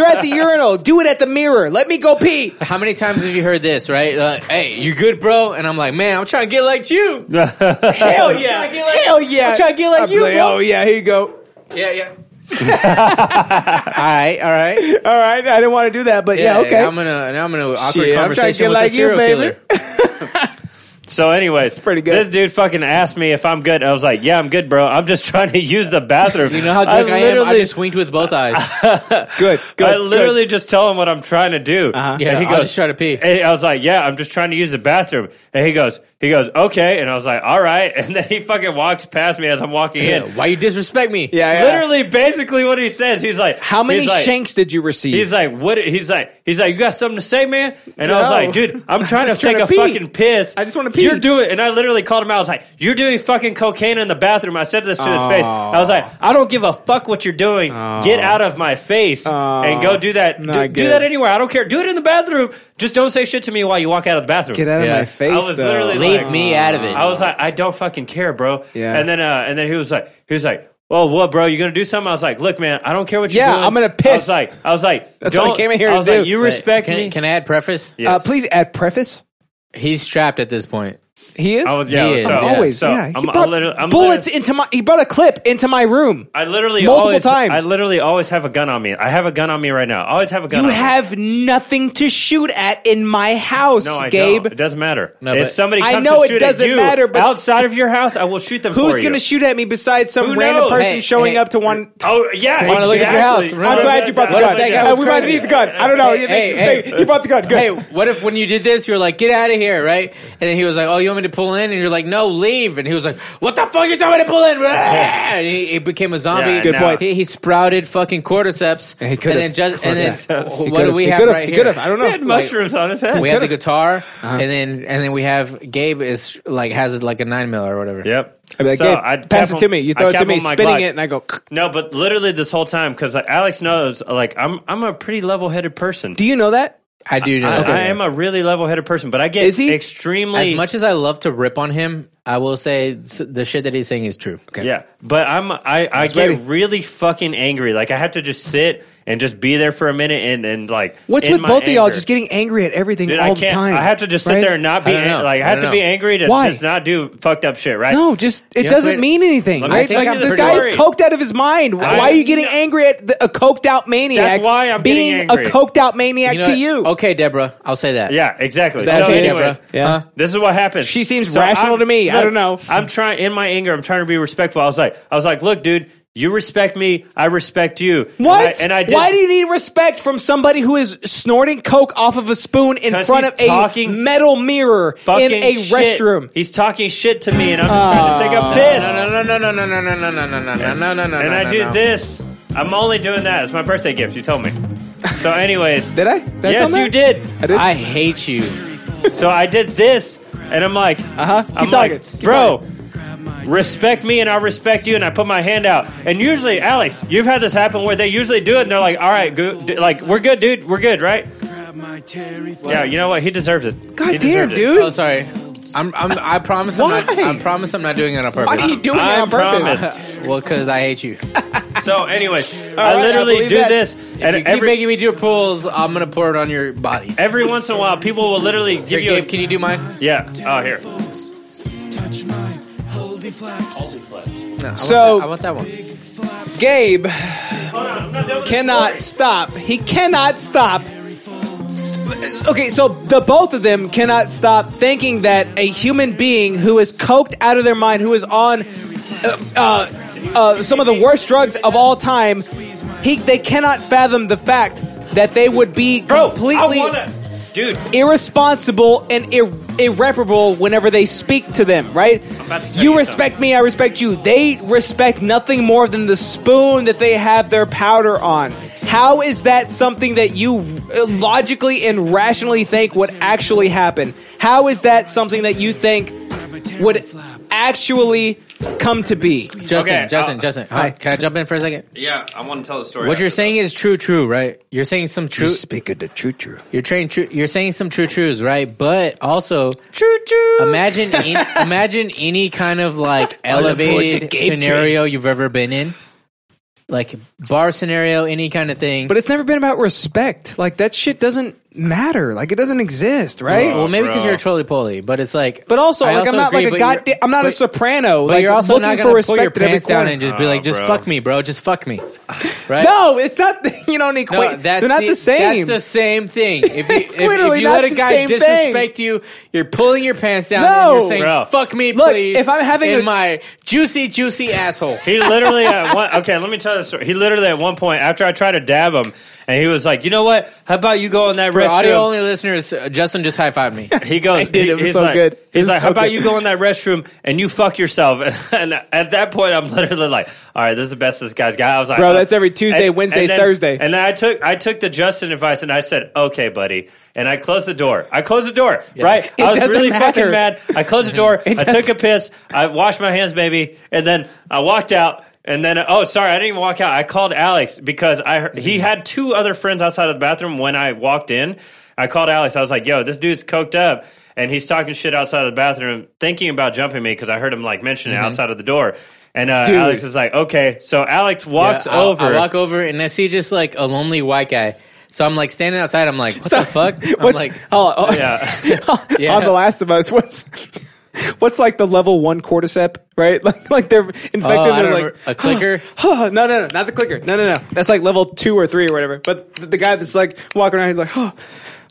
S1: at the urinal. Do it at the mirror. Let me go pee.
S2: How many times have you heard this? Right? Like, hey, you good, bro? And I'm like, man, I'm trying to get like you.
S1: Hell yeah. Hell yeah.
S2: I'm trying to get like
S1: I'd be
S2: you, bro.
S1: Oh yeah, here you go.
S2: Yeah, yeah. all right, all right,
S1: All right. I didn't want to do that, but yeah, okay.
S2: I'm gonna now I'm gonna awkward
S1: Shit, I'm trying to
S2: conversation
S1: get
S2: with
S1: like
S2: a
S1: you,
S2: serial
S1: baby.
S2: killer.
S11: So, anyways, pretty good. This dude fucking asked me if I'm good. I was like, "Yeah, I'm good, bro. I'm just trying to use the bathroom."
S2: You know how drunk I, am? I just winked with both eyes.
S11: good, I literally just tell him what I'm trying to do.
S1: Uh-huh.
S2: Yeah, I'll just try to pee.
S11: I was like, "Yeah, I'm just trying to use the bathroom." And he goes, "He goes, okay." And I was like, "All right." And then he fucking walks past me as I'm walking in.
S2: Why you disrespect me?
S1: Yeah, yeah.
S11: literally, basically what he says. He's like,
S1: How many
S11: he's like-
S1: shanks did you receive?
S11: He's like, what? He's like, he's like, you got something to say, man? And I was
S1: No.
S11: like, dude, I'm
S1: I'm
S11: trying to
S1: just trying
S11: take
S1: to
S11: a
S1: pee.
S11: fucking piss. I just want to
S1: pee.
S11: You're doing, and I literally called him out. I was like, you're doing fucking cocaine in the bathroom. I said this to his
S1: Aw.
S11: face. I was like, I don't give a fuck what you're doing. Get out of my face and go do that. Do,
S1: Not
S11: do
S1: good.
S11: that anywhere. I don't care. Do it in the bathroom. Just don't say shit to me while you walk out of the bathroom.
S1: Get out of my face,
S11: I was
S1: though.
S11: literally
S1: Leave
S11: like-
S1: me out of it.
S11: I was like, I don't fucking care, bro.
S1: Yeah.
S11: And then, uh, and then he was like, he was like. Well, what, bro? You gonna do something? I was like, look, man, I don't care what you're
S1: Yeah,
S11: doing.
S1: I'm gonna
S11: I was
S1: piss.
S11: like, I was like,
S1: That's what I
S11: don't-
S1: came in here
S11: I
S1: to
S11: was
S1: do.
S11: like, you respect
S2: Can,
S11: me.
S2: can I add preface?
S11: Yes.
S1: Uh, please add preface.
S2: He's trapped at this point.
S1: He is.
S11: I was- yeah,
S2: He
S11: I was-
S2: is,
S11: so-
S2: yeah.
S1: Always,
S11: so
S1: yeah. He
S11: I'm- I'm
S1: brought
S11: literally- I'm
S1: bullets into my. He brought a clip into my room.
S11: I literally
S1: multiple
S11: always,
S1: times.
S11: I literally always have a gun on me. I have a gun on me right now. I always have a gun.
S1: you
S11: on
S1: have nothing to shoot at in my
S11: me.
S1: house,
S11: no, I
S1: Gabe.
S11: Don't. It doesn't matter.
S1: No,
S11: if
S1: but-
S11: somebody
S1: I
S11: comes
S1: know
S11: to
S1: it
S11: shoot
S1: doesn't
S11: at you
S1: matter, but-
S11: outside of your house, I will shoot them.
S1: Who's
S11: for
S1: going to
S11: you.
S1: shoot at me besides some
S11: Who
S1: random
S11: knows?
S1: person
S11: Hey,
S1: showing
S11: hey.
S1: up to one?
S11: Oh yeah,
S1: To wanna look at your house.
S11: exactly.
S1: Remember I'm glad that- you brought that- the gun. that guy was Uh, we might crazy. need the gun. I don't know. You-
S2: Hey,
S1: they-
S2: hey,
S1: they- you brought the gun. Good.
S2: Hey, what if when you did this, you were like, "Get out of here!" Right? And then he was like, "Oh, you want me to pull in?" And you're like, "No, leave!" And he was like, "What the fuck you telling me to pull in?" And he, he became a zombie.
S1: Yeah, Good no. point.
S2: He, he sprouted fucking cordyceps. And,
S1: could've-
S2: then just and then
S1: cordyceps. He
S2: what do
S1: could've-
S2: we
S1: he
S2: have
S1: could've-
S2: right
S1: he
S2: here?
S1: could've. I don't know. Uh-huh. He had
S11: mushrooms on his head.
S2: We
S11: He
S2: have the
S11: could've.
S2: guitar, and then and then we have Gabe is like has like a nine mil or whatever.
S11: Yep.
S2: I mean,
S11: So I
S1: pass
S11: kept
S1: it to
S11: on-
S1: me. You
S11: I
S1: throw it to
S11: kept
S1: me,
S11: on my
S1: spinning
S11: Glock.
S1: it, and I go.
S11: No, but literally this whole time because like, Alex knows like I'm I'm a pretty level headed person.
S1: Do you know that?
S2: I do know.
S11: I,
S2: that.
S11: I am a really level headed person, but I get
S2: Is he?
S11: extremely
S2: As much as I love to rip on him, I will say s- the shit that he's saying is true. Okay.
S11: Yeah, but I'm I, I
S2: was
S11: get
S2: ready.
S11: really fucking angry. Like I have to just sit and just be there for a minute and and like
S1: What's
S11: in
S1: with
S11: my
S1: both of y'all
S11: anger.
S1: just getting angry at everything
S11: Dude,
S1: all
S11: I
S1: the
S11: can't.
S1: time?
S11: I have to just sit
S1: right?
S11: there and not be ang- like I have to be angry to
S1: Why?
S11: just not do fucked up shit. Right?
S1: No, just it
S11: Yeah,
S1: doesn't
S11: wait.
S1: mean anything.
S11: Let me
S1: right?
S11: think
S1: Like,
S11: I'm
S1: this
S11: pretty
S1: guy is
S11: worried.
S1: coked out of his mind.
S11: I-
S1: why are you getting angry at the, a coked out maniac?
S11: why I'm getting
S1: being
S11: angry.
S1: a coked out maniac
S2: You know
S1: to
S2: what?
S1: you.
S2: Okay, Deborah, I'll say that.
S11: Yeah, exactly.
S2: That's
S11: so,
S2: it,
S11: anyways,
S2: Deborah. Yeah.
S11: huh, this is what happens. She
S1: seems rational to me. I don't know.
S11: I'm trying in my anger. I'm trying to be respectful. I was like, I was like, look, dude, you respect me. I respect you. And I-
S1: What?
S11: And I, did,
S1: Why do you need respect from somebody who is snorting coke off of a spoon in
S11: 'Cause
S1: front
S11: he's
S1: of a
S11: talking
S1: metal mirror in
S11: fucking
S1: a
S11: shit.
S1: restroom?
S11: He's talking shit to me, and I'm just trying to take a piss.
S2: No, no, no, no, no, no, no, no, no, no, no, no, no, no, no.
S11: and I
S2: no,
S11: do
S2: no.
S11: this. I'm only doing that. It's my birthday gift. You told me. So, anyways,
S1: did I? I
S11: yes,
S1: tell that?
S11: you did.
S1: I did. I
S2: hate you.
S11: so I did this, and I'm like,
S2: Uh-huh.
S11: uh huh. I'm
S1: talking.
S11: like, bro. Respect me and I respect you, and I put my hand out. And usually, Alex, you've had this happen where they usually do it, and they're like, "All right, go, d- like we're good, dude, we're good, right?" Yeah, you know what? He deserves it. God he deserved it.
S2: Oh, sorry. I'm, I'm, I promise I'm not. I promise I'm not doing it on purpose.
S11: are you doing it I on purpose? promise.
S2: well, because I hate you.
S11: So, anyways,
S2: All right,
S11: I literally
S2: believe
S11: do
S2: that.
S11: this,
S2: If
S11: and
S2: you keep
S11: every
S2: making me do pulls, I'm gonna pour it on your body.
S11: every once in a while, people will literally give
S2: Here,
S11: you. a-
S2: Gabe, can you do mine?
S11: Yeah. Oh, here.
S14: Touch my holdy flaps.
S2: No, I want
S1: So-
S2: that- I want that one.
S1: Gabe cannot stop. He cannot stop. Okay, so the both of them cannot stop thinking that a human being who is coked out of their mind, who is on uh, uh, uh, some of the worst drugs of all time, he they cannot fathom the fact that they would be completely
S11: dude
S1: irresponsible and ir- irreparable whenever they speak to them right
S11: about to tell
S1: you
S11: you
S1: respect me i respect you they respect nothing more than the spoon that they have their powder on how is that something that you uh, logically and rationally think would actually happen how is that something that you think would actually come to be
S2: Justin,
S11: Okay, uh,
S2: Justin,
S11: I'll-
S2: Justin. Hi. Can I jump in for a second?
S11: Yeah, I want to tell the story.
S2: What you're saying is true, true, right? You're saying some true.
S1: speaking to true true
S2: You're trained. Tr- you're saying some true truths, right? But also, true true. Imagine, in, imagine any kind of like
S1: the
S2: elevated
S1: Gabe
S2: scenario you've ever been in, like bar scenario, any kind of thing.
S1: but it's never been about respect like that shit doesn't matter. Like it doesn't exist, right?
S2: Well, maybe because you're a trolley poly, but it's like.
S1: But also,
S2: I
S1: like I'm not
S2: agree,
S1: like a
S2: but you're-
S1: goddamn. I'm not a
S2: but-
S1: soprano.
S2: But
S1: like
S2: you're also
S1: looking
S2: not
S1: for
S2: gonna pull
S1: respect
S2: your
S1: at every
S2: pants down
S1: corner. Ah,
S2: and just be like, just fuck me, bro, just fuck me, right?
S1: No, it's not. You don't equate. they're not the, same.
S2: That's the same thing. If you, if, if
S1: literally
S2: you
S1: not
S2: let a
S1: the
S2: guy
S1: same thing.
S2: disrespect you, you're pulling your pants down
S1: No.
S2: and you're saying,
S1: Bro.
S2: "Fuck me,
S1: Look,
S2: please."
S1: if I'm having
S2: in
S1: a-
S2: my juicy, juicy asshole,
S11: He literally at one okay, let me tell you the story. He literally at one point after I tried to dab him and he was like, You know what? How about you go in that
S2: For
S11: restroom?
S2: audio only listeners, uh, Justin just high fived me.
S11: He goes, he- he's like, He's like, how about you go in that restroom and you fuck yourself? And, at that point, I'm literally like, all right, this is the best this guy's got. I was like,
S1: Bro,
S11: uh,
S1: that's every Tuesday, Wednesday,
S11: then-
S1: Thursday.
S11: And then I took I took the Justin advice and I said, okay, buddy. And I closed the door. I closed the door. Right?
S1: It
S11: I was
S1: doesn't
S11: really fucking
S1: matter.
S11: mad. I closed the door.
S1: It
S11: I took
S1: doesn't-
S11: a piss. I washed my hands, baby, and then I walked out. And then, oh, sorry, I didn't even walk out. I called Alex because I heard,
S2: Mm-hmm.
S11: he had two other friends outside of the bathroom when I walked in. I called Alex. I was like, "Yo, this dude's coked up." And he's talking shit outside of the bathroom, thinking about jumping me because I heard him like mention it
S2: Mhm.
S11: outside of the door. And uh,
S2: Dude.
S11: Alex is like, "Okay." So Alex walks
S2: Yeah, I-
S11: over.
S2: I walk over and I see just like a lonely white guy. So I'm like standing outside. I'm like, what the fuck? I'm
S1: what's-
S2: like,
S1: oh, oh.
S2: Yeah.
S1: on The Last of Us. What's what's like the level one cordyceps, right? Like like they're infected.
S2: Oh,
S1: they're
S2: I don't
S1: like
S2: remember. A clicker?
S1: no, no, no, not the clicker. No, no, no. That's like level two or three or whatever. But the, the guy that's like walking around, he's like, oh,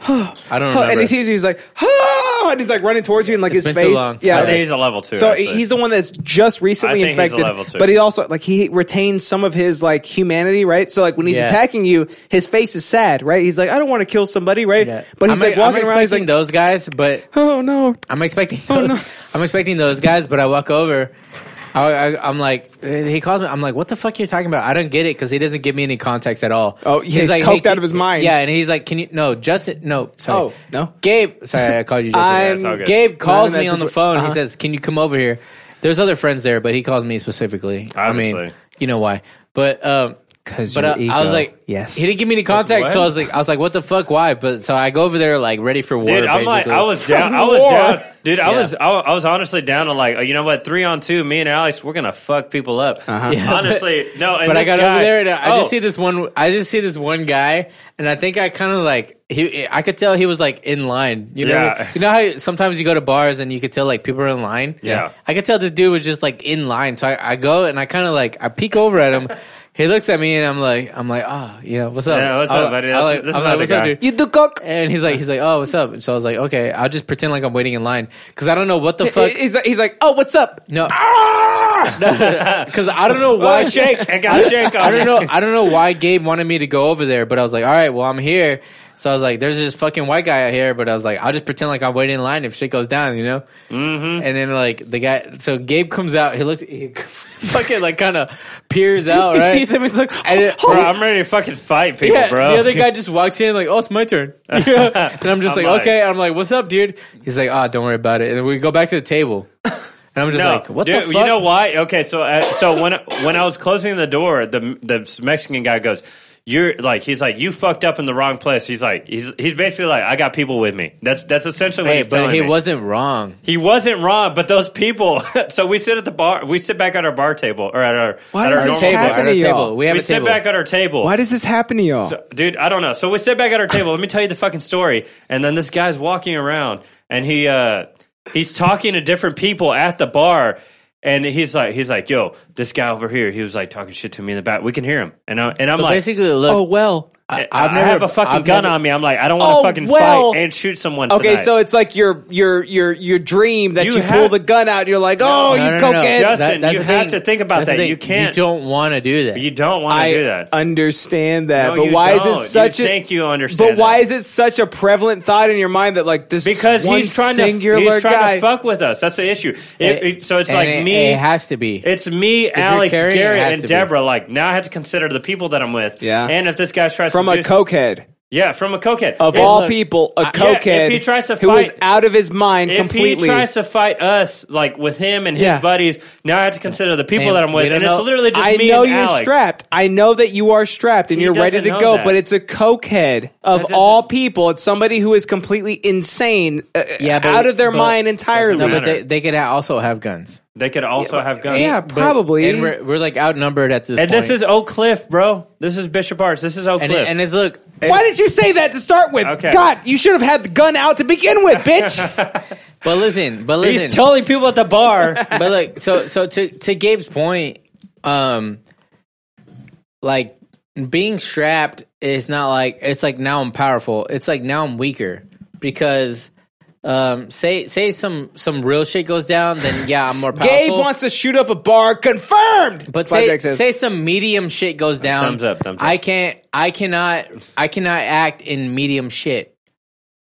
S1: oh,
S2: I don't
S1: oh,
S2: remember.
S1: And he sees you, he's like, oh, and he's like running towards you, and like
S2: It's
S1: his
S2: been too
S1: face.
S2: long.
S1: Yeah,
S11: I think he's a level two,
S1: So
S11: actually.
S1: he's the one that's just recently
S11: I think he's a
S1: infected,
S11: level two.
S1: but he also like he retains some of his like humanity, right? So like when he's
S2: Yeah.
S1: attacking you, his face is sad, right? He's like, I don't want to kill somebody, right? But he's
S2: I'm,
S1: like
S2: I'm
S1: walking around, he's
S2: expecting
S1: like,
S2: those guys, but
S1: oh no,
S2: I'm expecting those. I'm expecting those guys, but I walk over. I, I, I'm like, he calls me. I'm like, what the fuck you talking about? I don't get it because he doesn't give me any context at all. Oh,
S1: he's
S2: like,
S1: coked
S2: can-
S1: out of his mind.
S2: Yeah, and he's like, can you? No, Justin. No, sorry.
S1: Oh, no.
S2: Gabe. Sorry, I called you
S1: I'm- Yeah,
S2: Justin.
S1: it's all good.
S2: Gabe calls
S1: No, no,
S2: me
S1: that's
S2: on the
S1: what-
S2: phone. He
S1: uh-huh.
S2: says, can you come over here? There's other friends there, but he calls me specifically. I mean,
S1: Obviously.
S2: you know why? But um, because
S1: your
S2: I, I was
S1: ego.
S2: like,
S1: Yes.
S2: he didn't give me any contact,
S1: what?
S2: so I was like, I was like, what the fuck? Why? But so I go over there like ready for war.
S11: Dude, I'm like,
S2: basically.
S11: I was down. I was down, dude. I
S2: Yeah.
S11: was, I, I was honestly down to like, oh, you know what? Three on two, me and Alex, we're gonna fuck people up.
S2: Yeah, but-
S11: honestly, no. And
S2: Uh-huh. but I
S11: this
S2: got
S11: guy-
S2: over there and I
S11: oh,
S2: just see this one. I just see this one guy, and I think I kind of like he. I could tell he was like in line. You know,
S11: Yeah.
S2: you know how sometimes you go to bars and you could tell like people are in line.
S11: Yeah.
S2: I could tell this dude was just like in line. So I, I go and I kind of like I peek over at him. he looks at me and I'm like, I'm like, ah, you know, what's up?
S11: Yeah, what's
S2: I-
S11: up, buddy?
S2: I
S11: This-
S2: like-
S11: this
S2: I'm like,
S11: is not the
S2: what's up,
S11: guy.
S2: dude? You the cook. And he's like, he's like, oh, what's up? So I was like, okay, I'll just pretend like I'm waiting in line because I don't know what the fuck.
S1: He's like, he's like, oh, what's up?
S2: No, because I don't know why
S11: Ah! Oh, shake. I got a shake on
S2: I don't
S11: it.
S2: know. I don't know why Gabe wanted me to go over there, but I was like, all right, well, I'm here. So I was like, there's this fucking white guy out here, but I was like, I'll just pretend like I'm waiting in line if shit goes down, you know. Mm-hmm. And then like the guy, so Gabe comes out. He looks, he fucking like kind of peers out,
S11: He
S2: right?
S11: sees him,
S1: He's like,
S11: bro, I'm ready to fucking fight people,
S2: yeah,
S11: bro.
S2: The other guy just walks in like, oh, it's my turn. and I'm just
S11: I'm
S2: like,
S11: like-
S2: okay. I'm like, what's up, dude? He's like, ah, don't worry about it. And then we go back to the table. And I'm just like, what
S11: dude,
S2: the fuck?
S11: You know why? Okay, so uh, so when when I was closing the door, the the Mexican guy goes, "You're like," he's like, "You fucked up in the wrong place." He's like, he's he's basically like, "I got people with me." That's that's essentially what
S2: hey,
S11: he's
S2: but
S11: telling
S2: he
S11: me.
S2: wasn't wrong.
S11: He wasn't wrong, but those people. So we sit at the bar. We sit back at our bar table or at our.
S1: Why
S11: at
S1: does
S11: our
S1: this
S11: normal
S1: happen to
S11: bar.
S1: y'all?
S11: We,
S1: We have a
S11: sit
S1: table.
S11: back at our table.
S1: "Oh, Why does this happen to y'all?
S11: So, dude, I don't know. So we sit back at our table. Let me tell you the fucking story. And then this guy's walking around, and he uh, he's talking to different people at the bar. And he's like, he's like, yo, this guy over here. He was like talking shit to me in the back. We can hear him. And I, and I'm
S2: So
S11: like,
S2: basically, look-
S1: oh well.
S11: I,
S2: I've
S11: I
S2: never-
S11: have a fucking
S2: I've
S11: gun
S2: never-
S11: on me. I'm like, I don't want to
S1: Oh,
S11: fucking
S1: well.
S11: fight and shoot someone.
S1: Okay,
S11: tonight.
S1: so it's like your your your your dream that
S11: You
S1: you,
S11: have-
S1: pull the gun out. and You're like, oh, you cokehead.
S11: Justin, you have to think about
S1: That's the
S11: that.
S1: thing.
S11: You can't.
S1: You
S2: don't want to do that.
S11: You don't want to
S1: I
S11: do that.
S1: understand that,
S11: No,
S1: but
S11: you
S1: why
S11: don't.
S1: is it such
S11: You
S1: a?
S11: think you understand
S1: but why is it such a prevalent thought in your mind that like this?
S11: because
S1: one
S11: he's trying to
S1: singular
S11: he's trying
S1: guy.
S11: to fuck with us. That's the issue. It, it- so it's
S2: And
S11: like
S2: it-
S11: me.
S2: It has to be.
S11: it's me,
S2: you're
S11: Alex,
S2: carrying it, it
S11: Garrett,
S2: has
S11: and
S2: to be.
S11: Deborah. Like now, I have to consider the people that I'm with.
S1: Yeah.
S11: and if this guy tries
S1: from
S11: to
S1: a
S11: do-
S1: cokehead
S11: yeah, from a cokehead
S1: of
S11: Yeah,
S1: all
S11: look,
S1: people, a
S11: I- yeah, if
S1: cokehead
S11: he tries to
S1: who is
S11: fight-
S1: out of his mind
S11: If
S1: completely.
S11: he tries to fight us, like with him and his
S1: Yeah.
S11: buddies, now I have to consider the people
S1: Man,
S11: that I'm
S1: we
S11: with,
S1: don't
S11: and it's
S1: know-
S11: literally just
S1: I
S11: me
S1: know
S11: and
S1: you're
S11: Alex.
S1: strapped. I know that you are strapped and
S11: He
S1: you're ready
S11: doesn't
S1: to
S11: know
S1: go,
S11: that.
S1: but it's a cokehead of all people. It's somebody who is completely insane, uh,
S2: Yeah, but-
S1: out of their
S2: but-
S1: mind entirely.
S2: No, but they, they could ha- also have guns.
S11: They could also have guns.
S2: Yeah, probably. And we're, we're like outnumbered at this
S11: And
S2: point.
S11: this is Oak Cliff, bro. This is Bishop Arts. This is Oak
S2: and,
S11: Cliff.
S2: it, and it's look.
S1: Why did you say that to start with?
S11: Okay.
S1: God, you should have had the gun out to begin with, bitch.
S2: But listen, but
S1: He's
S2: listen,
S1: telling
S2: people at the bar. but like, so so to to Gabe's point, um, like being strapped is not like it's like now I'm powerful. It's like now I'm weaker because. Um, say say some some real shit goes down, then yeah, I'm more powerful.
S1: Gabe wants to shoot up a bar. Confirmed.
S2: But
S1: Five
S2: say,
S1: Jack says-
S2: say some medium shit goes down.
S11: Thumbs up, thumbs up.
S2: I can't. I cannot. I cannot act in medium shit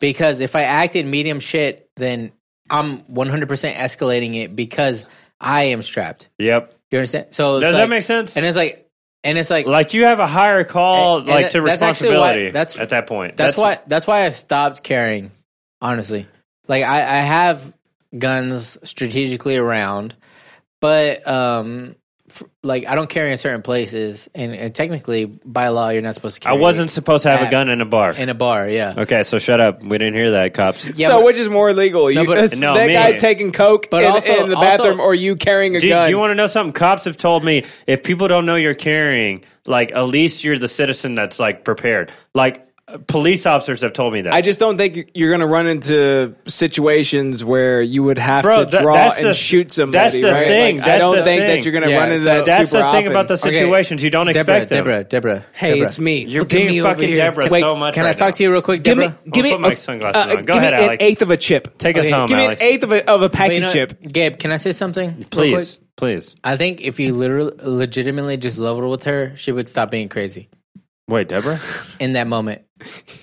S2: because if I act in medium shit, then I'm 100 percent escalating it because I am strapped.
S11: Yep.
S2: You understand? So it's
S11: Does that
S2: like-
S11: make sense?
S2: And it's like, and it's like,
S11: like you have a higher call,
S2: And- and
S11: like to
S2: that's actually
S11: responsibility.
S2: why-
S11: that's
S2: that's-
S11: at that point.
S2: that's, why. That's why I stopped caring. Honestly, like I, I have guns strategically around, but um, f- like I don't carry in certain places, and, and technically by law you're not supposed to.
S11: I
S2: carry
S11: wasn't supposed to have a
S2: at-
S11: gun in a bar.
S2: in a bar. Yeah.
S11: Okay, so shut up. We didn't hear that, cops.
S1: so which is more illegal?
S11: No,
S1: You,
S11: but-
S1: that's-
S11: No,
S1: that
S11: me.
S1: guy taking coke
S11: But
S1: in,
S11: also-
S1: in the
S11: also-
S1: bathroom, or you carrying a
S11: do,
S1: gun?
S11: do you want to know something? Cops have told me if people don't know you're carrying, like at least you're the citizen that's like prepared. Like uh, police officers have told me that.
S1: I just don't think you're going to run into situations where you would have
S11: Bro,
S1: to
S11: that-
S1: draw
S11: that's
S1: and
S11: the-
S1: shoot somebody.
S11: that's the
S1: right?
S11: thing.
S1: Like, I
S11: That's
S1: don't
S11: the
S1: think
S11: thing.
S1: that you're going to
S11: Yeah,
S1: run into
S11: so-
S1: that.
S11: that's
S1: super
S11: the thing about the
S1: often.
S11: situations. You don't
S2: Deborah,
S11: expect them.
S2: Deborah, Deborah.
S1: Hey,
S2: Deborah.
S1: it's me.
S11: You're
S1: Look at
S11: being
S1: me over
S11: fucking
S1: here.
S11: Deborah
S1: Wait,
S11: so much.
S2: Can I
S11: right
S2: talk
S11: now.
S2: to you real quick,
S1: Give me,
S2: Deborah?
S1: give me,
S11: put my
S1: a- uh,
S11: sunglasses on. Go
S1: give
S11: ahead,
S1: me
S11: Alex.
S1: an eighth of a chip.
S11: Take us home,
S1: Give me
S11: Alex.
S1: an eighth of a, of a
S2: But
S1: packy
S2: you know-
S1: chip.
S2: Gabe, can I say something? real
S11: Please,
S2: quick?
S11: please.
S2: I think if you literally, legitimately just leveled with her, she would stop being crazy
S11: Wait, Deborah.
S2: in that moment.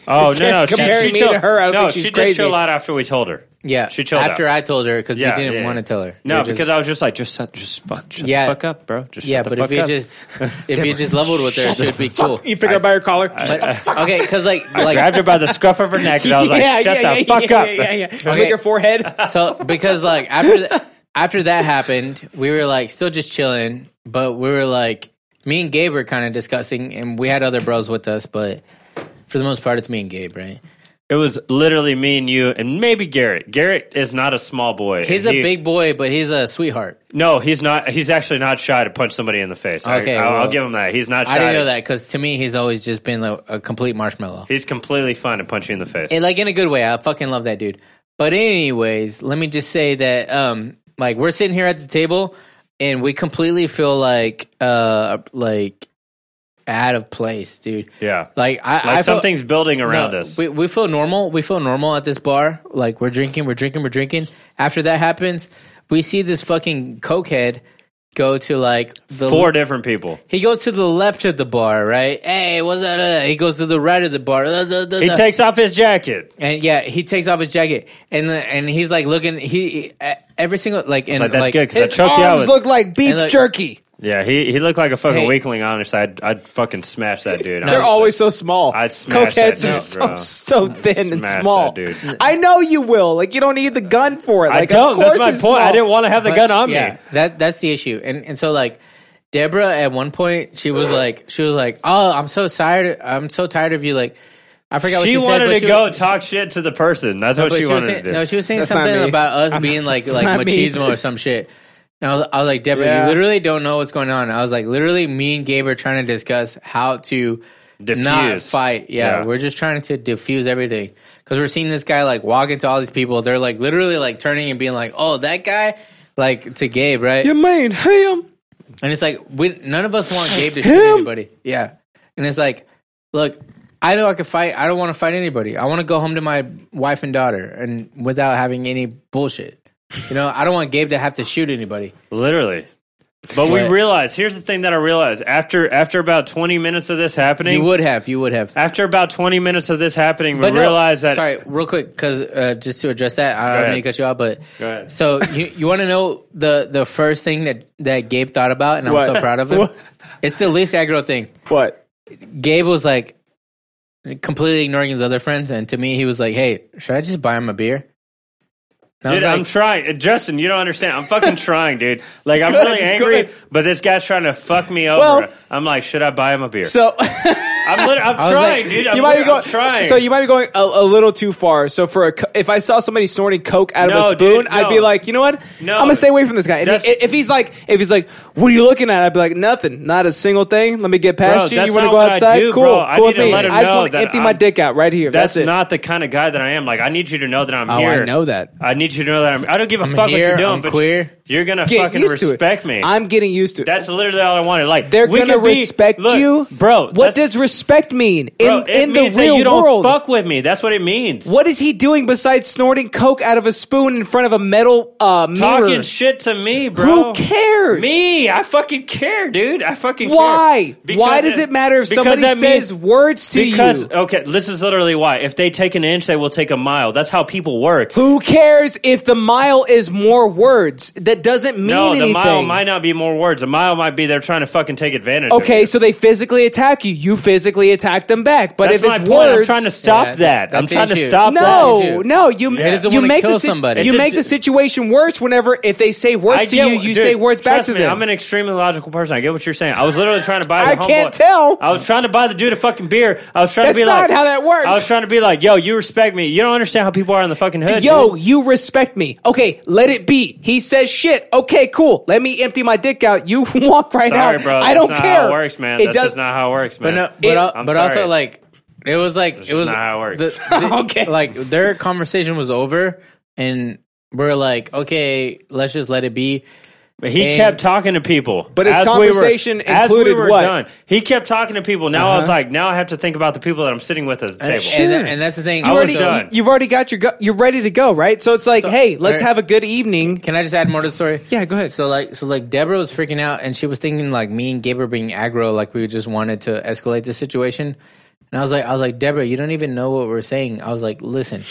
S11: Oh no, no, she,
S1: Comparing
S11: she
S1: me
S11: chilled.
S1: to her, I don't
S11: no,
S1: think she's
S11: she
S1: crazy.
S11: did chill out after we told her.
S2: Yeah,
S11: She chilled
S2: after
S11: out.
S2: I told her because
S11: Yeah,
S2: you didn't
S11: yeah,
S2: want to
S11: yeah.
S2: tell her.
S11: No,
S2: You just-
S11: because I was just like, just shut, just fuck, shut
S2: Yeah.
S11: the fuck up, bro. Just
S2: yeah,
S11: shut the
S2: but
S11: fuck
S2: if you
S11: up.
S2: just if you just leveled with her, she would be cool.
S1: You pick her up by her collar.
S2: But, okay, because like
S11: I
S2: like
S11: grabbed her by the scruff of her neck and I was like,
S1: Yeah,
S11: shut
S1: yeah,
S11: the
S1: yeah,
S11: fuck
S1: yeah,
S11: up.
S1: yeah, yeah, yeah.
S2: Okay.
S1: Lick her forehead.
S2: so because like after th- after that happened, we were like still just chilling, but we were like me and Gabe were kind of discussing, and we had other bros with us, but for the most part, it's me and Gabe, right?
S11: It was literally me and you and maybe Garrett. Garrett is not a small boy.
S2: He's
S11: And
S2: a
S11: he-
S2: big boy, but he's a sweetheart.
S11: No, he's not. He's actually not shy to punch somebody in the face.
S2: Okay,
S11: I, will
S2: well,
S11: I'll give him that. He's not shy.
S2: I didn't
S11: to-
S2: know that because to me, he's always just been like, a complete marshmallow.
S11: He's completely fine to punch you in the face.
S2: And, like in a good way. I fucking love that dude. But anyways, let me just say that um like we're sitting here at the table and we completely feel like uh like out of place, dude.
S11: yeah.
S2: Like I,
S11: Like
S2: I feel-
S11: something's building around
S2: no,
S11: us.
S2: We we feel normal. We feel normal at this bar. Like we're drinking, we're drinking, we're drinking. After that happens, we see this fucking cokehead go to like the
S11: Four different people.
S2: he goes to the left of the bar, right? Hey, what's that? Uh, He goes to the right of the bar. Uh, da, da,
S11: He
S2: da.
S11: takes off his jacket.
S2: and yeah, he takes off his jacket, and the- and he's like looking. He, he- uh, every single like and
S11: like, that's good 'cause I
S2: his
S11: choked you out with-
S1: like
S2: And, like-
S1: jerky.
S11: Yeah, he, he looked like a fucking
S2: Hey.
S11: weakling. Honestly, I'd, I'd fucking smash that dude.
S1: They're
S11: honestly.
S1: always so small.
S11: I'd smash
S1: Cokeheads
S11: that
S1: are
S11: dude,
S1: so,
S11: bro.
S1: so thin and
S11: smash that
S1: small.
S11: dude.
S1: I know you will. Like you don't need the gun for it.
S11: I
S1: Like,
S11: don't.
S1: Of course
S11: That's my
S1: it's
S11: point. I
S1: small.
S11: didn't want to have the
S2: But,
S11: gun on
S2: yeah,
S11: me.
S2: That that's the issue. And and so like Deborah at one point she was like she was like oh I'm so tired I'm so tired of you like I forgot what
S11: She,
S2: she said,
S11: wanted
S2: but
S11: to
S2: she-
S11: go talk shit to the person. That's
S2: No,
S11: what
S2: but
S11: she, wanted
S2: was saying,
S11: to do.
S2: No, she was saying
S1: That's not
S2: something
S1: me.
S2: about us being like
S1: That's
S2: like
S1: not me.
S2: machismo or some shit. And I was, I was like, Deborah,
S1: Yeah.
S2: you literally don't know what's going on. I was like, literally, me and Gabe are trying to discuss how to not
S11: Diffuse.
S2: fight. Yeah,
S11: Yeah.
S2: we're just trying to diffuse everything because we're seeing this guy like walk into all these people. They're like literally like turning and being like, "Oh, that guy," like to Gabe, right?
S1: You mean him?
S2: And it's like we none of us want Gabe to shoot anybody. Yeah. And it's like, look, I know I could fight. I don't want to fight anybody. I want to go home to my wife and daughter and without having any bullshit. You know, I don't want Gabe to have to shoot anybody.
S11: Literally. But we
S2: But-
S11: realized here's the thing that I realized after after about 20 minutes of this happening.
S2: You would have, you would have.
S11: After about 20 minutes of this happening, we
S2: But no,
S11: realized that
S2: Sorry, real quick, because uh, just to address that, I
S11: Go
S2: don't
S11: ahead.
S2: mean to cut you off, but
S11: Go ahead.
S2: so you, you want to know the the first thing that that Gabe thought about, and I'm
S1: What?
S2: so proud of him.
S1: What?
S2: it's the least aggro thing.
S1: What?
S2: Gabe was like completely ignoring his other friends, and to me, he was like, "Hey, should I just buy him a beer?" I was
S11: Dude, I'm
S2: like-
S11: trying. Uh, Justin, you don't understand. I'm fucking trying, dude. Like, I'm
S1: Good,
S11: really angry,
S1: good.
S11: but this guy's trying to fuck me over.
S1: Well-
S11: I'm like, should I buy him a beer?
S1: So
S11: I'm, lit- I'm
S1: I was
S11: trying,
S1: like-
S11: dude. I'm,
S1: you might be
S11: lit- I'm
S1: going,
S11: trying.
S1: So you might be going a, a little too far. So for a, co- if I saw somebody snorting coke out of
S11: No,
S1: a spoon,
S11: dude,
S1: I'd be
S11: no.
S1: like, you know what?
S11: No.
S1: I'm gonna stay away from this guy. And
S11: That's-
S1: if, if he's like, if he's like, what are you looking at? I'd be like, nothing, not a single thing. Let me get past
S11: Bro,
S1: you.
S11: that's
S1: You want to
S11: not
S1: go
S11: what I
S1: outside?
S11: do,
S1: cool,
S11: bro.
S1: cool
S11: I need
S1: with
S11: to
S1: me.
S11: let him
S1: I just
S11: know
S1: want to
S11: that
S1: empty
S11: I'm-
S1: my dick out right here. That's,
S11: That's,
S1: it.
S11: not the kind of guy that I am. Like, I need you to know that I'm
S1: Oh, I
S11: here.
S1: know that.
S11: I need you to know that I'm. I don't give a
S1: I'm
S11: fuck what
S1: here,
S11: you're doing,
S1: I'm
S11: but
S1: queer.
S11: you're gonna
S1: Get
S11: fucking
S1: used to it.
S11: respect me.
S1: I'm getting used to it.
S11: That's literally all I wanted. Like,
S1: They're
S11: we
S1: gonna
S11: could be-
S1: respect
S11: look,
S1: you,
S11: bro.
S1: What
S11: that's-
S1: does respect mean
S11: bro,
S1: in
S11: it
S1: in the
S11: means that
S1: real
S11: you don't
S1: world?
S11: Fuck with me. That's what it means.
S1: What is he doing besides snorting coke out of a spoon in front of a metal uh, mirror?
S11: Talking shit to me,
S1: Who
S11: bro.
S1: cares?
S11: Me, I fucking care, dude. I fucking
S1: Why?
S11: care. Because
S1: Why does it matter if
S11: because
S1: somebody
S11: that
S1: says
S11: means-
S1: words to
S11: because,
S1: you?
S11: okay, this is literally why. If they take an inch, they will take a mile. That's how people work.
S1: Who cares if the mile is more words? That doesn't mean
S11: no,
S1: anything.
S11: the mile might not be more words. A mile might be they're trying to fucking take advantage. of
S1: okay, so they physically attack you. You physically attack them back. But
S11: That's
S1: if
S11: my
S1: it's
S11: point. I'm
S1: words,
S11: trying to stop Yeah, that. I'm that's the trying to issue. stop
S1: no,
S11: that. That's the
S1: No, you
S11: issue. Yeah. He doesn't
S1: you
S11: wanna
S1: make the
S11: kill
S1: si-
S11: somebody.
S1: You
S11: It's a
S1: make
S11: d-
S1: the situation worse whenever if they say words
S11: I
S1: to
S11: get
S1: you,
S11: what-
S1: you
S11: dude,
S1: say words back
S11: trust
S1: to
S11: me,
S1: them.
S11: I'm an extremely logical person. I get what you're saying. I was literally trying to buy.
S1: I
S11: the homeboy-
S1: can't tell.
S11: I was trying to buy the dude a fucking beer. I was trying
S1: That's
S11: to be
S1: not
S11: like
S1: how that works.
S11: I was trying to be like, yo, you respect me. You don't understand how people are in the fucking hood.
S1: Yo,
S11: dude.
S1: you respect me. Okay, let it be. He says shit. Okay, cool. Let me empty my dick out. You walk right
S11: sorry,
S1: out.
S11: bro.
S1: I
S11: That's
S1: don't
S11: not
S1: care.
S11: How it works, man.
S1: It
S11: That's
S1: does.
S11: just not how it works,
S2: But
S11: man.
S2: no, but, al-
S11: I'm
S2: but
S11: sorry.
S2: also like it was like it was
S11: not how it works.
S2: okay. Like their conversation was over, and we're like, okay, let's just let it be.
S11: But he kept talking to people.
S2: But his
S11: As we were-
S2: conversation
S11: as we
S2: included
S11: were
S2: what?
S11: done, he kept talking to people. Now I was
S2: Uh-huh.
S11: like, now I have to think about the people that I'm sitting with at the
S2: And-
S11: table.
S2: and that- and that's the thing.
S1: You
S11: I was
S1: already,
S11: done.
S1: you- You've already got your. Go- you're ready to go, right? So it's like, hey, let's
S2: alright.
S1: have a good evening.
S2: Can I just add more to the story?
S1: Yeah, go ahead.
S2: So like, so like, Deborah was freaking out, and she was thinking like me and Gabriel being aggro, like we just wanted to escalate the situation. And I was like, I was like, Deborah, you don't even know what we're saying. I was like, listen,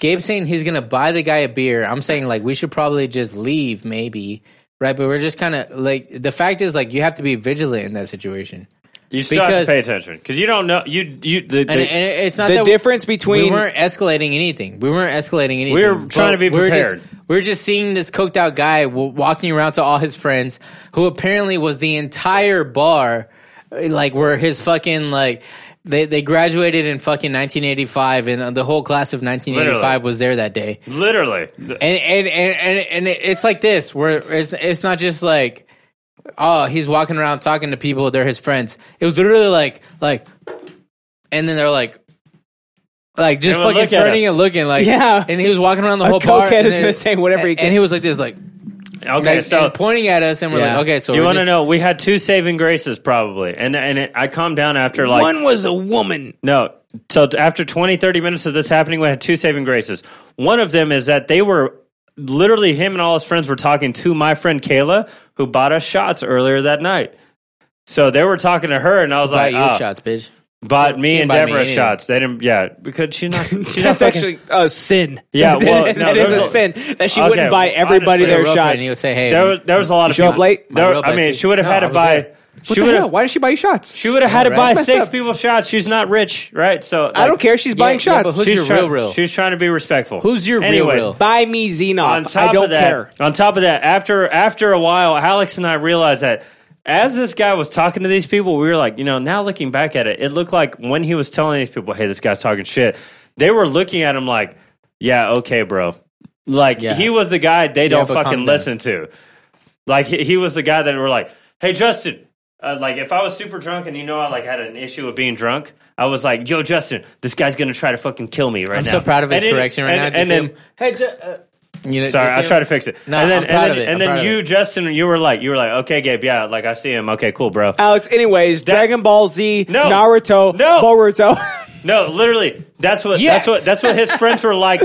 S2: Gabe's saying he's gonna buy the guy a beer. I'm saying like we should probably just leave, maybe, right? But we're just kind of like the fact is like you have to be vigilant in that situation.
S11: You still have
S2: Because-
S11: to pay attention because you don't know. You you the, the,
S2: And, and it's not
S11: the
S2: that
S11: difference
S2: we
S11: between-
S2: weren't escalating anything. We weren't escalating anything.
S11: We were trying to be
S2: we were just-
S11: prepared.
S2: we were just seeing this coked out guy w- walking around to all his friends, who apparently was the entire bar, uh, like where his fucking like they they graduated in fucking 1985, and uh, the whole class of 1985
S11: Literally.
S2: was there that day.
S11: literally.
S2: And and and and, and it- it's like this where it's it's not just like oh he's walking around talking to people they're his friends. It was literally like like, and then they're like. Like just
S1: They would
S2: fucking
S1: look at
S2: turning
S1: us.
S2: and looking like
S1: Yeah.
S2: and he was walking around the
S1: A
S2: whole bar
S1: cokehead
S2: and
S1: is
S2: then-
S1: gonna say whatever he
S2: and-
S1: can.
S2: and he was like this like
S11: Okay,
S2: like,
S11: so
S2: and pointing at us and we're like okay so
S11: do you
S2: we're
S11: want to
S2: just-
S11: know? We had two saving graces probably, and and it, I calmed down after like
S1: One was a woman.
S11: No. So t- after 20, 30 minutes of this happening, we had two saving graces. One of them is that they were literally him and all his friends were talking to my friend Kayla, who bought us shots earlier that night. So they were talking to her, and I was
S2: buy
S11: like,
S2: you
S11: oh,
S2: shots bitch
S11: Bought
S2: She
S11: me
S2: didn't
S11: and
S2: buy me
S11: Deborah
S2: anything.
S11: shots. They didn't, yeah, because she's not. She's not
S1: That's actually
S11: fucking-
S1: a sin.
S11: Yeah, well,
S1: That is
S11: no, there's
S1: a
S11: a-
S1: sin that she
S11: Okay,
S1: wouldn't buy
S11: well,
S1: everybody
S11: honestly,
S1: their
S11: real friend,
S1: shots.
S11: he would say, "Hey, There was- there was a lot of
S1: You show up
S11: people-
S1: late.
S11: there- My real I mean, bestie- she would have had
S1: I
S11: to
S1: was
S11: buy-
S1: there.
S11: she
S1: What the
S11: would have-
S1: hell? Why did she buy you shots?
S11: She would have had to
S1: Right.
S11: buy
S1: That's messed
S11: six
S1: up.
S11: people shots. She's not rich, right? So
S1: I don't care. She's buying shots.
S11: She's try- She's trying to be respectful. Anyways,
S1: Buy me
S11: On
S1: Xenoff.
S11: top
S1: I don't
S11: of that,
S1: care.
S11: on top of that, after after a while, Alex and I realized that as this guy was talking to these people, we were like, you know, now looking back at it, it looked like when he was telling these people, "Hey, this guy's talking shit," they were looking at him like, "Yeah, okay, bro." Like
S2: Yeah.
S11: he was the guy they
S2: Yeah,
S11: don't
S2: but
S11: fucking
S2: calm down.
S11: listen to. Like he, he was the guy that were like, "Hey, Justin." Uh, like if I was super drunk and you know I like had an issue with being drunk, I was like, "Yo, Justin, this guy's gonna try to fucking kill me right
S2: I'm
S11: now."
S2: so proud of his
S11: And it-
S2: correction right
S11: and-
S2: now.
S11: And then
S2: hey, ju- uh, you know,
S11: Sorry,
S2: just
S11: I'll
S2: him-
S11: try to fix it.
S2: No,
S11: and then,
S2: I'm proud
S11: and
S2: of
S11: then,
S2: it. I'm
S11: And then
S2: proud of
S11: you,
S2: it.
S11: Justin, you were like, you were like, okay, Gabe, yeah, like I see him. Okay, cool, bro.
S1: Alex, anyways, Dragon Ball Z,
S11: No.
S1: Naruto,
S11: No. Oh,
S1: Boruto.
S11: No, literally, that's what
S1: Yes!
S11: that's what that's what his friends were like.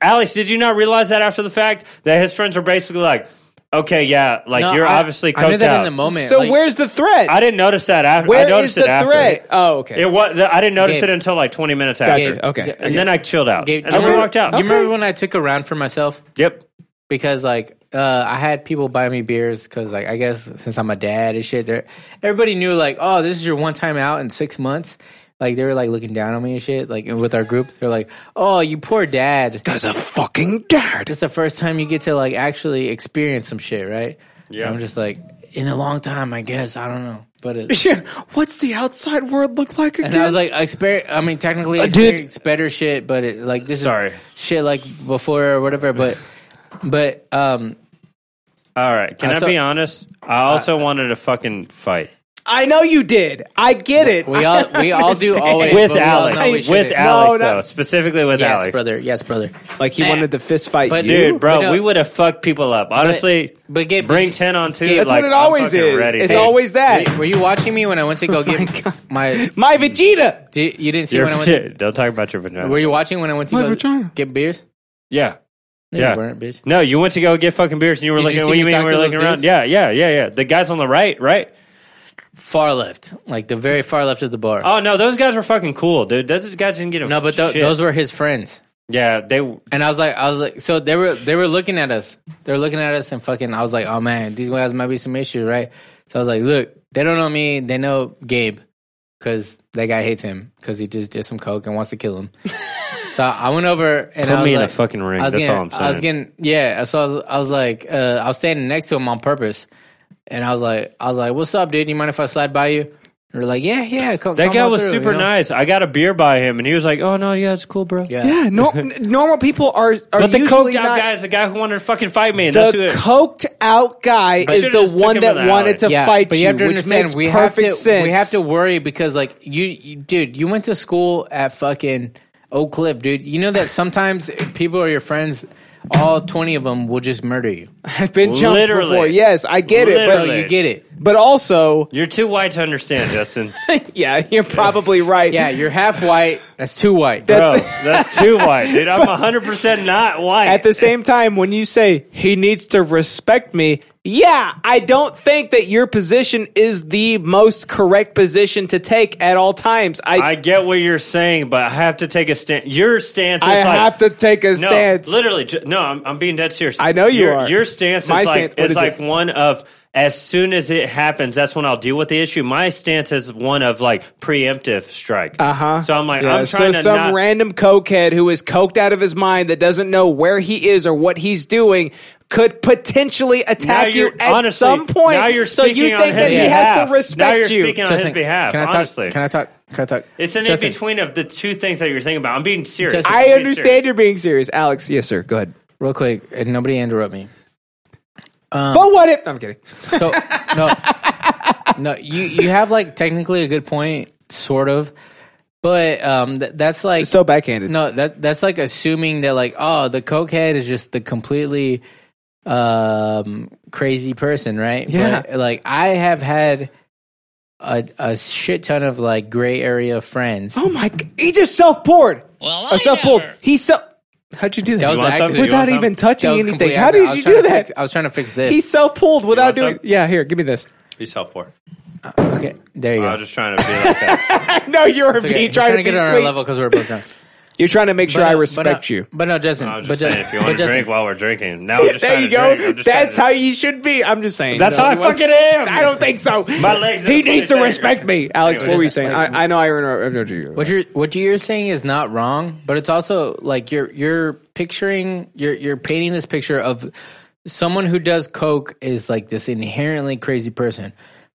S11: Alex, did you not realize that after the fact that his friends were basically like, okay, yeah, like
S1: No,
S11: you're
S1: I-
S11: obviously
S1: I
S11: coked
S1: knew that in
S11: out.
S1: the moment, So like- where's the threat?
S11: I didn't notice that after.
S1: Where
S11: I noticed
S1: is the
S11: it after.
S1: threat? Oh, okay.
S11: It was. I didn't notice
S2: Gabe.
S11: it until like 20 minutes
S2: Gotcha.
S11: after.
S2: Gabe. Okay.
S11: And then I chilled out.
S2: Gabe,
S11: and
S2: you
S11: then we
S2: remember-
S11: walked out.
S2: You remember when I took a round for myself?
S11: Yep.
S2: Because like uh, I had people buy me beers because like I guess since I'm a dad and shit, they're- everybody knew like oh this is your one time out in six months. Like they were like looking down on me and shit. Like and with our group, they're like, "Oh, you poor dad. This
S1: guy's a fucking dad.
S2: It's the first time you get to like actually experience some shit, right?
S11: Yeah.
S2: I'm just like in a long time, I guess. I don't know, but it,
S1: Yeah, what's the outside world look like again?
S2: And I was like, I, exper- I mean, technically, I
S1: Uh, dude.
S2: experienced better shit, but it, like this
S11: Sorry.
S2: is shit like before or whatever. But, but um,
S11: all right. Can
S2: Uh,
S11: I
S2: so-
S11: be honest? I also wanted to fucking fight.
S1: I know you did. I get it.
S2: We all- we all do
S1: understand.
S2: always,
S11: With Alex. with Alex, though. Specifically with
S2: yes,
S11: Alex.
S2: brother, yes, brother.
S1: Like he wanted the fist fight,
S2: But-
S1: you?
S11: Dude, bro,
S2: But no-
S11: we would have fucked people up. Honestly,
S2: but, but Gabe,
S11: bring 10 on 2.
S1: That's
S11: like,
S1: what it
S11: I'm
S1: always
S11: fucking
S1: is.
S11: Ready.
S1: It's
S11: Hey,
S1: always that. Oh
S2: were you watching me when I went to go get my?
S1: My Vegeta.
S2: Do you, you didn't see
S11: your
S2: when I went.
S11: vagina- don't talk about your
S2: To,
S11: vagina.
S2: were you watching when I went to
S1: My
S2: go
S1: vagina.
S2: get beers?
S11: yeah.
S2: No,
S11: Yeah.
S2: you weren't, bitch.
S11: No, you went to go get fucking beers and you were
S2: Did you
S11: looking.
S2: see
S11: what
S2: me
S11: you mean?
S2: talk
S11: We were
S2: to
S11: looking
S2: those
S11: around.
S2: dudes?
S11: Yeah, yeah, yeah, yeah. The guys on the right, right?
S2: Far left, like the very far left of the bar.
S11: Oh no, those guys were fucking cool, dude. Those guys didn't get a
S2: no, but tho-
S11: shit.
S2: those were his friends.
S11: yeah, they yeah,
S2: And I was like, I was like, so they were they were looking at us. They were looking at us and fucking. I was like, oh man, these guys might be some issue, right? So I was like, look, they don't know me. They know Gabe because that guy hates him because he just did some coke and wants to kill him. so I went over and
S11: Put
S2: I was
S11: me in a
S2: like-
S11: fucking ring.
S2: I was
S11: That's
S2: getting,
S11: all I'm
S2: I was
S11: saying.
S2: getting yeah. So I was, I was like, uh, I was standing next to him on purpose, and I was like, I was like, what's up, dude? You mind if I slide by you? And we're like, yeah, yeah. Come,
S11: that
S2: come
S11: guy
S2: on
S11: was
S2: through," you
S11: super
S2: know?
S11: nice. I got a beer by him, and he was like, "Oh no, yeah, it's cool, bro."
S1: Yeah, no, n- normal people are are
S11: But the
S1: usually
S11: coked out
S1: not-
S11: guy is the guy who wanted to fucking fight me, and that's who
S1: the
S11: it,
S1: coked out guy
S11: I
S1: is
S11: should've just
S1: the
S11: took
S1: one
S11: him
S1: that
S11: in the
S1: wanted to
S11: alley.
S1: fight
S2: but
S1: you,
S2: you have to
S1: which
S2: understand
S1: makes
S2: we have
S1: perfect
S2: to
S1: sense.
S2: we have to worry because like you, you dude you went to school at fucking Oak Cliff dude you know that sometimes people or your friends all 20 of them will just murder you
S1: I've been jumped
S11: Literally.
S1: before. Yes, I get
S11: Literally.
S1: it,
S2: so you get it
S1: but, but also,
S11: You're too white to understand, Justin.
S1: yeah, you're probably right.
S2: yeah you're half white that's too white
S11: bro, that's too white, dude. I'm 100 percent not white.
S1: At the same time, when you say he needs to respect me, yeah, I don't think that your position is the most correct position to take at all times. I
S11: I get what you're saying, but I have to take a stand. Your stance is
S1: I
S11: like,
S1: have to take a
S11: no,
S1: stance.
S11: Literally, ju- no. I'm, I'm being dead serious.
S1: I know you
S11: your,
S1: are.
S11: Your stance
S1: My
S11: is like
S1: stance- what
S11: is
S1: is
S11: like
S1: it?
S11: one of as soon as it happens, that's when I'll deal with the issue. My stance is one of like preemptive strike. Uh huh. So I'm like,
S1: Uh-huh. Yeah,
S11: I'm
S1: so
S11: trying to
S1: some
S11: not.
S1: random cokehead who is coked out of his mind that doesn't know where he is or what he's doing could potentially attack you
S11: you're-
S1: at
S11: honestly,
S1: some point.
S11: now you're
S1: so you
S11: speaking
S1: think
S11: on
S1: that
S11: his
S1: he has
S11: behalf.
S1: to
S11: Now you're
S1: respect you.
S11: speaking on his behalf,
S2: can I talk
S11: honestly.
S2: can I talk can I talk
S11: it's an
S2: Justin,
S11: in between of the two things that you're thinking about. I'm being serious.
S2: Justin.
S11: I'm
S1: I
S11: being
S1: understand you're being serious, Alex. Yes, sir. Go ahead.
S2: real quick and nobody interrupt me um,
S1: But what if I'm kidding?
S2: So no, no, you you have like technically a good point, sort of, but um, th- that's like
S1: It's so backhanded.
S2: no, that that's like assuming that like oh the cokehead is just the completely um crazy person, right?
S1: Yeah.
S2: But, like I have had a a shit ton of like gray area friends.
S1: Oh my! g- He just self poured. Well, self pulled. He self. How'd you do
S2: That
S1: that?
S2: was
S11: You want
S2: an
S11: something?
S2: accident.
S11: You want
S1: without even touching
S2: That was
S1: anything.
S2: complete
S1: How
S2: accident. I
S1: did you
S2: was
S1: do
S2: trying to fix-
S1: that?
S2: I was trying to fix this.
S1: He self pulled without
S11: want
S1: doing.
S11: some?
S1: Yeah, here, give me this.
S11: serious. He's self poor.
S2: okay, there you
S11: I
S2: go.
S11: was just trying to be like that.
S1: No, you were
S2: It's okay.
S1: being
S2: He's
S1: trying, to,
S2: get
S1: be
S2: it on
S1: sweet.
S2: our level because we're both drunk.
S1: You're trying to make sure
S2: But
S1: I
S2: no- but
S1: respect
S2: no-
S1: you.
S2: But no, Justin.
S11: I was
S2: but
S11: just saying, if you want to
S2: Justin,
S11: drink while we're drinking, now we're just
S1: there
S11: trying
S1: you
S11: to
S1: go.
S11: drink. I'm just
S1: That's
S11: trying
S1: how
S11: to-
S1: you should be. I'm just saying.
S11: That's
S1: No,
S11: how I
S1: it wasn't-
S11: fucking am.
S1: I don't think so.
S11: My legs are
S1: He needs to
S11: funny
S1: respect
S11: thing.
S1: me, Alex.
S11: Anyway,
S1: what were you
S2: just
S1: saying?
S2: like-
S1: I, I know I interrupted you.
S2: What you're what you're saying is not wrong, but it's also like you're you're picturing you're you're painting this picture of someone who does coke is like this inherently crazy person.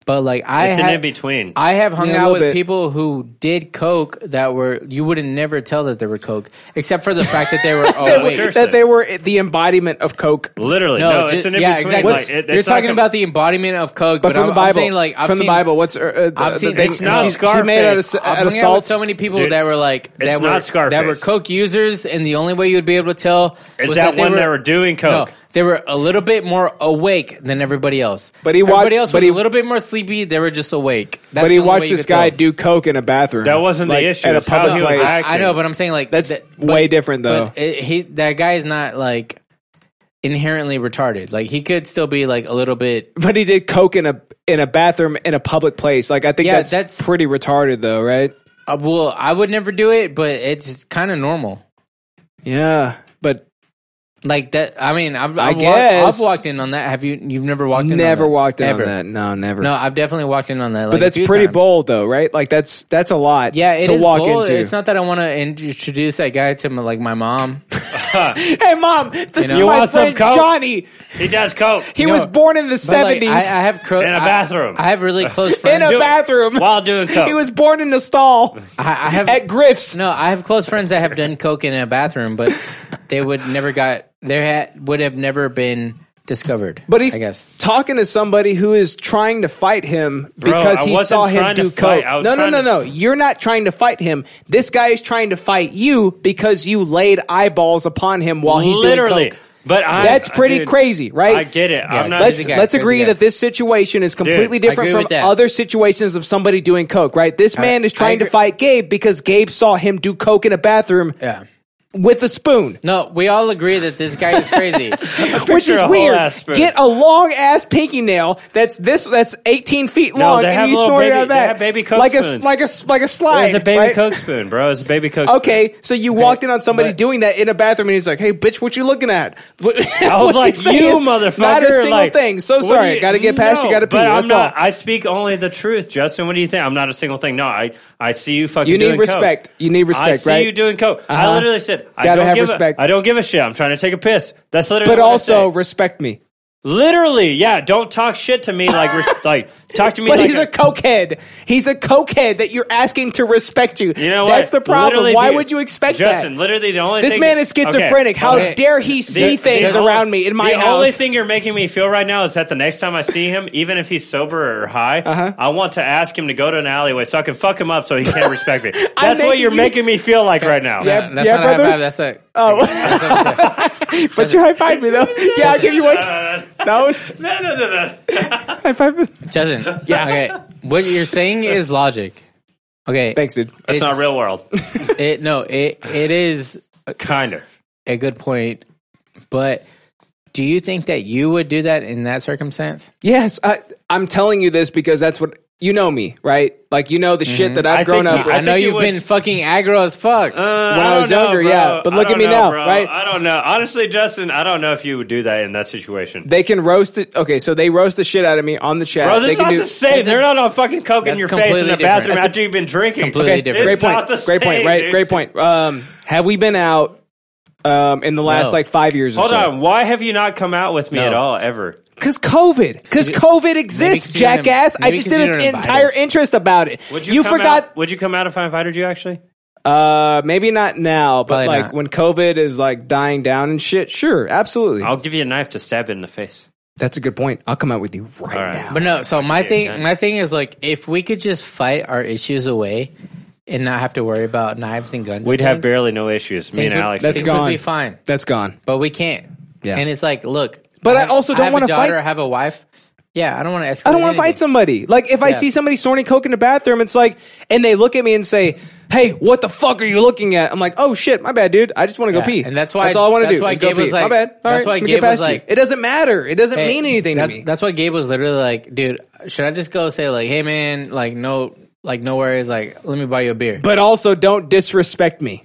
S2: But like I
S11: It's an
S2: ha-
S11: in-between.
S2: I have hung
S1: Yeah, a
S2: out
S1: little
S2: with
S1: bit.
S2: people who did coke that were you wouldn't never tell that they were coke except for the fact that they were oh
S11: were
S2: wait
S11: sure.
S1: that they were the embodiment of coke.
S11: Literally,
S2: no,
S11: no,
S2: ju-
S11: it's an in
S2: yeah
S11: between.
S2: exactly
S11: Like, it,
S2: you're talking about the embodiment of coke but,
S1: But from
S2: I'm,
S1: the Bible,
S2: I'm saying like I've
S1: from
S2: seen,
S1: the Bible, what's uh, uh,
S2: I've
S1: the
S2: seen-
S1: thing-
S2: It's not
S1: she's, she's made out of,
S11: Scarface.
S1: out
S2: I've
S1: of
S2: hung out with
S1: salt.
S2: so many people
S11: Dude,
S2: that were like
S11: it's
S2: that were
S11: not Scarface.
S2: that were coke users, and the only way you would be able to tell
S11: Is
S2: was
S11: that
S2: they
S11: when
S2: were,
S11: they were doing
S2: no,
S11: coke?
S2: they were a little bit more awake than everybody else.
S1: But he watched-
S2: everybody else
S1: but
S2: was
S1: he-
S2: a little bit more sleepy. They were just awake. That's
S1: but he
S2: the only way
S1: watched
S2: you
S1: this
S2: could tell.
S1: guy do coke in a bathroom.
S11: That wasn't the issue,
S1: At a
S11: it's how
S1: public
S11: he was
S1: place.
S11: acting.
S2: I know, but I'm saying like
S1: That's way different, though.
S2: But it, he that guy is not like inherently retarded. Like he could still be like a little bit.
S1: but he did coke in a in a bathroom in a public place. Like I think
S2: Yeah,
S1: that's,
S2: that's-
S1: pretty retarded, though, right?
S2: Uh, well, I would never do it, but it's kind of normal.
S1: Yeah, but
S2: Like that. I mean, I've
S1: I
S2: I've, walked,
S1: guess.
S2: I've walked in on that. Have you? You've never walked in?
S1: never
S2: on that?
S1: walked in
S2: Ever.
S1: on that. No, never.
S2: No, I've definitely walked in on that. Like
S1: but that's
S2: a few
S1: pretty
S2: times.
S1: bold, though, right? Like that's that's a lot.
S2: Yeah, it
S1: to
S2: is
S1: walk
S2: bold.
S1: into.
S2: It's not that I want to introduce that guy to my, like my mom.
S1: hey, mom, this
S2: You
S1: is
S2: know?
S1: my
S2: Want some
S1: friend
S2: Coke?
S1: Johnny.
S11: He does coke.
S1: He was born in the
S2: But, like,
S1: seventies.
S2: I, I have cro-
S11: In a
S2: I-
S11: bathroom.
S2: I, have really close
S1: in
S2: friends
S1: a bathroom
S11: while doing coke.
S1: He was born in a stall.
S2: I, I have
S1: at Griff's.
S2: No, I have close friends that have done coke in a bathroom, but they would never got there had would have never been discovered.
S1: But he's
S2: I guess
S1: talking to somebody who is trying to fight him
S2: Bro,
S1: because
S2: I
S1: he
S2: wasn't
S1: saw him
S2: trying to
S1: do coke.
S2: fight. I was
S1: No, no,
S2: trying
S1: no, no.
S2: to-
S1: You're not trying to fight him. This guy is trying to fight you because you laid eyeballs upon him while he's
S11: Literally.
S1: Doing coke.
S11: But I-
S1: that's pretty
S11: dude,
S1: crazy, right?
S11: I get it. I'm not-
S1: let's
S11: Crazy guy,
S1: let's
S11: crazy
S1: agree
S11: guy.
S1: that this situation is completely
S11: Dude, I
S1: different
S11: agree
S1: from
S11: with that.
S1: other situations of somebody doing coke, right? This
S11: I-
S1: man is
S11: I
S1: trying to
S11: agree-
S1: fight Gabe because Gabe saw him do coke in a bathroom.
S2: Yeah.
S1: With a spoon.
S2: No, we all agree that this guy is crazy.
S1: which is weird. Get a long ass pinky nail that's this that's eighteen feet
S11: No,
S1: long,
S11: they have
S1: and you
S11: little
S1: snort it
S11: baby-
S1: out of
S11: they
S1: that
S11: have baby Coke
S1: like a
S11: spoons.
S1: like a like a slide.
S11: It was a baby
S1: right?
S11: coke spoon, bro. It was a baby coke.
S1: Okay, so you walked in on somebody doing that in a bathroom, and he's like, "Hey, bitch, what you looking at?" I
S11: was like, "You motherfucker!"
S1: Not a single
S11: like,
S1: thing. So
S11: what do
S1: sorry,
S11: you-
S1: got to get past
S11: No,
S1: you. Got to pee.
S11: But I'm
S1: That's
S11: not.
S1: all.
S11: I speak only the truth, Justin. What do you think? I'm not a single thing. No, I I see you fucking.
S1: You need
S11: doing
S1: respect.
S11: Coke.
S1: You need
S11: I
S1: respect,
S11: see
S1: right?
S11: you doing coke. I
S1: Uh-huh.
S11: literally said, I
S1: Gotta
S11: don't
S1: have
S11: give
S1: respect.
S11: A, I don't give a shit. I'm trying to take a piss. That's literally.
S1: But
S11: what I
S1: also
S11: said.
S1: respect me.
S11: literally, yeah. Don't talk shit to me like res- like talk to me.
S1: But
S11: like
S1: he's a cokehead. He's a cokehead that you're asking to respect you.
S11: You know what?
S1: That's the problem.
S11: Literally
S1: Why
S11: the-
S1: would you expect
S11: Justin,
S1: that?
S11: literally, the only
S1: This
S11: thing
S1: man is schizophrenic. How dare he see things around me in my
S11: the
S1: house?
S11: only thing you're making me feel right now is that the next time I see him, even if he's sober or high,
S1: Uh-huh.
S11: I want to ask him to go to an alleyway so I can fuck him up so he can't respect me. That's what
S1: making
S11: you're
S1: you-
S11: making me feel like right now.
S2: Yeah, that's
S1: yeah,
S2: not a high
S1: brother. Oh.
S2: five. That's a
S1: but you high five me though. Yeah, I'll give you one. No,
S11: no, no, no, no.
S1: high five. me.
S2: Justin. Yeah. Okay. What you're saying is logic. Okay.
S1: Thanks, dude.
S11: That's
S2: It's-
S11: not real world.
S2: It no. It it is
S11: kind of
S2: a good point, but do you think that you would do that in that circumstance?
S1: Yes, I, I'm telling you this because that's what you know me, right? Like you know the
S11: Mm-hmm.
S1: shit that I've grown up.
S2: I,
S1: with.
S2: know you've been fucking aggro as fuck.
S11: Uh,
S1: When I was
S11: don't know,
S1: younger,
S11: bro.
S1: yeah. But
S11: I
S1: look at
S11: don't
S1: me
S11: know,
S1: now,
S11: bro.
S1: right?
S11: I don't know. Honestly, Justin, I don't know if you would do that in that situation.
S1: They can roast it. Okay, so they roast the shit out of me on the chat. they
S11: Bro, this is
S1: can
S11: not
S1: do-
S11: the same. They're not on fucking coke
S1: That's
S11: in your face in
S1: completely
S11: the bathroom
S1: different. That's
S11: after you've been drinking.
S1: Okay, Great
S11: It's
S1: point.
S11: not the
S1: Great point.
S11: same,
S1: Right.
S11: dude.
S1: Great point. Um, have we been out um, in the last
S11: No.
S1: like five years?
S11: Hold
S1: or so?
S11: on. Why have you not come out with me
S1: No.
S11: at all ever?
S1: Because COVID. Because COVID exists,
S11: 'cause you don't-
S1: jackass. I
S11: maybe
S1: just
S11: 'cause you
S1: did
S11: don't
S1: an
S11: invite
S1: entire
S11: us.
S1: interest about it.
S11: Would you, come
S1: forgot.
S11: Out, would you come out if I invited you? Actually,
S1: Uh, maybe not now, but
S11: Probably
S1: like
S11: not.
S1: when COVID is like dying down and shit. Sure, absolutely.
S11: I'll give you a knife to stab it in the face.
S1: That's a good point. I'll come out with you right, now.
S2: But no, so my
S11: Yeah,
S2: thing,
S11: exactly.
S2: my thing is like, if we could just fight our issues away and not have to worry about knives and guns,
S11: We'd
S2: and
S11: have
S2: things,
S11: barely no issues. Me
S2: Things
S11: and
S2: would-
S11: Alex.
S2: that's
S11: would-
S2: Things would gone. be fine.
S1: That's gone.
S2: but we can't.
S1: Yeah.
S2: and it's like, look,
S1: But I
S2: have-
S1: also don't
S2: have a
S1: wanna
S2: daughter,
S1: fight-
S2: I have a wife. Yeah, I don't want to.
S1: I don't want to fight somebody. Like if I
S2: Yeah.
S1: see somebody snorting coke in the bathroom, it's like, and they look at me and say, "Hey, what the fuck are you looking at?" I'm like, "Oh shit, my bad, dude. I just want to
S2: Yeah,
S1: go pee."
S2: and that's why-
S1: That's all I want to
S2: that's
S1: do.
S2: why
S1: is go
S2: Gabe was
S1: pee.
S2: like-
S1: "My bad. All
S2: that's
S1: right,
S2: why
S1: let me
S2: Gabe
S1: get
S2: was
S1: past you."
S2: like-
S1: "It doesn't matter. It doesn't mean anything to
S2: that's,
S1: me."
S2: That's why Gabe was literally like, dude, should I just go say like, hey man, like no, like no worries, like let me buy you a beer.
S1: But also, don't disrespect me.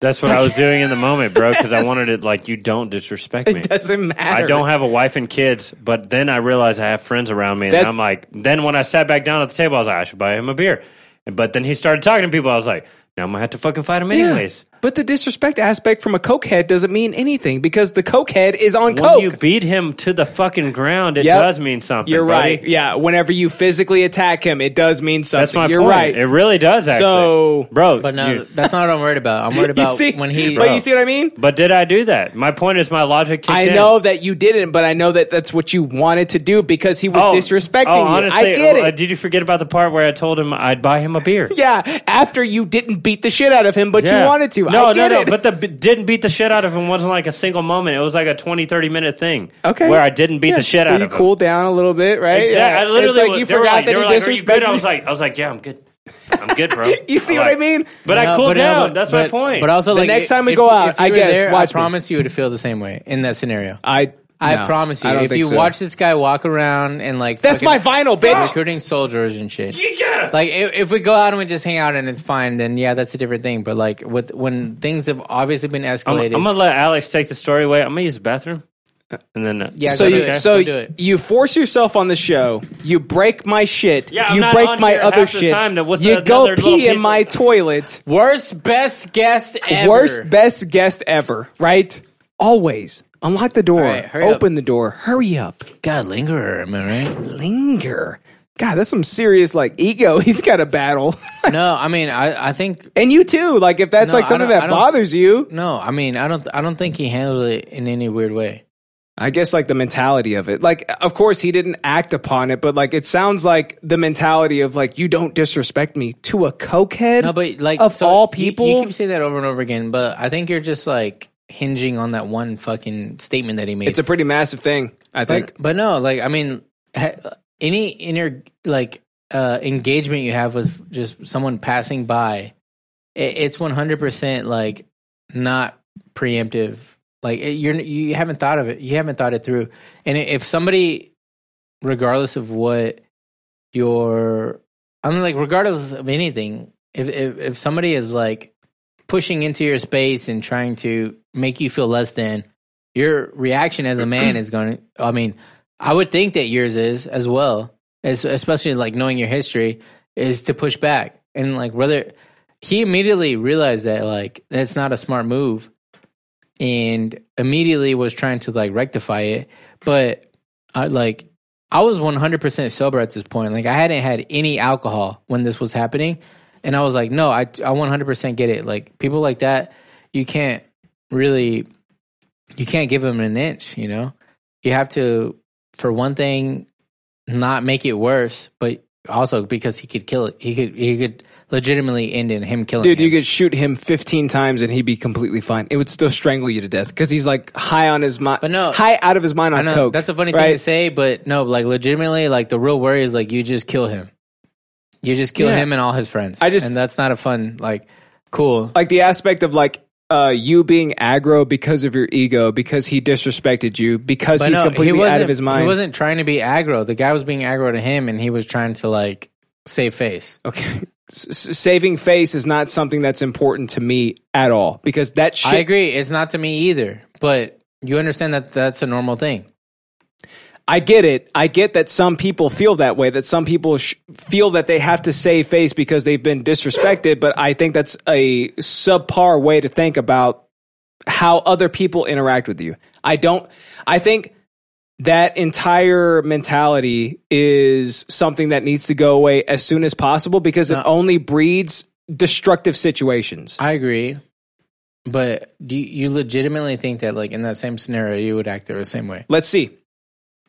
S11: That's what I was doing in the moment, bro, because I wanted it like you don't disrespect me.
S1: It doesn't matter.
S11: I don't have a wife and kids, but then I realized I have friends around me, and
S1: That's-
S11: I'm like, then when I sat back down at the table, I was like, I should buy him a beer. But then he started talking to people. I was like, now I'm gonna have to fucking fight him anyways.
S1: But the disrespect aspect from a cokehead doesn't mean anything because the cokehead is on
S11: When
S1: coke.
S11: you beat him to the fucking ground, it
S1: Yep.
S11: does mean something.
S1: You're
S11: buddy.
S1: right. Yeah, whenever you physically attack him, it does mean something.
S11: That's my
S1: You're
S11: point.
S1: right.
S11: It really does. Actually.
S1: So-
S11: bro,
S2: But no,
S11: you-
S2: that's not what I'm worried about. I'm worried about
S1: see?
S2: when he.
S1: But you see what I mean?
S11: But did I do that? My point is, my logic. Kicked
S1: I
S11: in.
S1: know that you didn't, but I know that that's what you wanted to do because he was
S11: Oh,
S1: disrespecting
S11: oh,
S1: you.
S11: honestly,
S1: I get
S11: uh,
S1: it.
S11: Did you forget about the part where I told him I'd buy him a beer?
S1: yeah, after you didn't beat the shit out of him, but
S11: Yeah.
S1: you wanted to.
S11: No,
S1: I get
S11: no,
S1: it.
S11: no. But the b- didn't beat the shit out of him wasn't like a single moment. It was like a 20, 30 minute thing.
S1: okay,
S11: Where I didn't beat
S1: Yeah.
S11: the shit
S1: Well,
S11: out
S1: you
S11: of him.
S1: cooled down a little bit, right?
S11: Exactly.
S1: Yeah.
S11: I literally
S1: it's like
S11: was-
S1: you
S11: they were
S1: forgot
S11: like-
S1: that
S11: they
S1: he
S11: were like, "Are you good?"
S1: disrespected.
S11: I was like, I was like, yeah, I'm good. I'm good, bro.
S1: You see
S11: I'm
S1: what
S11: like-
S1: I mean?
S11: But I
S2: No,
S11: cooled
S2: no,
S11: down.
S2: but-
S11: That's my
S2: but-
S11: point.
S2: But also,
S1: The
S2: like,
S1: next time we
S2: if-
S1: go
S2: if
S1: out,
S2: you
S1: I
S2: were
S1: guess,
S2: there,
S1: watch me.
S2: I promise you would feel the same way in that scenario.
S1: I
S2: I
S1: No,
S2: promise you,
S1: I don't
S2: if
S1: think
S2: you
S1: so.
S2: watch this guy walk around and like
S1: That's
S2: fucking
S1: my vinyl, bitch!
S2: recruiting soldiers and shit. Like if, if we go out and we just hang out and it's fine, then yeah, that's a different thing. But like with when things have obviously been
S11: I'm,
S2: escalated,
S11: I'm gonna let Alex take the story away. I'm gonna use the bathroom, and then uh,
S1: so you so
S11: Okay.
S1: you force yourself on the show. You break my shit.
S11: Yeah, I'm
S1: you
S11: not
S1: break
S11: on
S1: my
S11: here
S1: other
S11: half the
S1: shit.
S11: time. That was
S1: you go
S11: another little
S1: pee in
S11: piece
S1: my toilet.
S2: Worst best guest ever.
S1: Worst best guest ever. Right? Always unlock the door.
S2: right, hurry up.
S1: open the door. Hurry up.
S2: God, lingerer, am I right?
S1: Linger. God, that's some serious like ego. He's got a battle.
S2: no, I mean, I, I think,
S1: and you too. Like if that's
S2: No,
S1: like
S2: I
S1: something
S2: don't- I
S1: that
S2: don't-
S1: bothers you,
S2: no, I mean, I don't, I don't think he handled it in any weird way.
S1: I guess like the mentality of it. Like, of course, he didn't act upon it, but like it sounds like the mentality of like you don't disrespect me to a cokehead.
S2: No, but like
S1: of
S2: so
S1: all
S2: you-
S1: people,
S2: you, keep saying that over and over again. But I think you're just like hinging on that one fucking statement that he made.
S1: it's a pretty massive thing. I
S2: But-
S1: think.
S2: But, no, like I mean, ha- any inner like uh, engagement you have with just someone passing by, it, it's one hundred percent like not preemptive. Like it, you're you haven't thought of it, you haven't thought it through. And i- if somebody, regardless of what your, I mean, like regardless of anything, if if, if somebody is like pushing into your space and trying to make you feel less than your reaction as a man is going to i mean i would think that yours is as well as, especially like knowing your history is to push back and like whether he immediately realized that like that's not a smart move and immediately was trying to like rectify it but i like i was 100% sober at this point like i hadn't had any alcohol when this was happening and i was like no i, I 100% get it like people like that you can't really you can't give them an inch, you know? You have to, for one thing, not make it worse, but also because he could kill it. He could, he could legitimately end in him killing
S1: Dude,
S2: him.
S1: you could shoot him 15 times and he'd be completely fine. It would still strangle you to death because he's like high on his mind, but
S2: no,
S1: high out of his mind
S2: I
S1: on
S2: know
S1: coke.
S2: that's a funny
S1: right?
S2: thing to say, but no, like legitimately, like the real worry is like you just kill him. You just kill
S1: Yeah.
S2: him and all his friends.
S1: I just-
S2: and that's not a fun like cool.
S1: Like the aspect of like uh, you being aggro because of your ego, because he disrespected you, because
S2: But
S1: he's
S2: no,
S1: completely out
S2: wasn't-
S1: of his mind.
S2: He wasn't trying to be aggro. The guy was being aggro to him, and he was trying to like save face.
S1: Okay. S- s- saving face is not something that's important to me at all because that shit.
S2: I agree. It's not to me either, but you understand that that's a normal thing.
S1: I get it. I get that some people feel that way, that some people sh- feel that they have to save face because they've been disrespected, but I think that's a subpar way to think about how other people interact with you. I don't, I think that entire mentality is something that needs to go away as soon as possible because it only breeds destructive situations.
S2: I agree, but do you, you legitimately think that, like in that same scenario, you would act the same way?
S1: Let's see.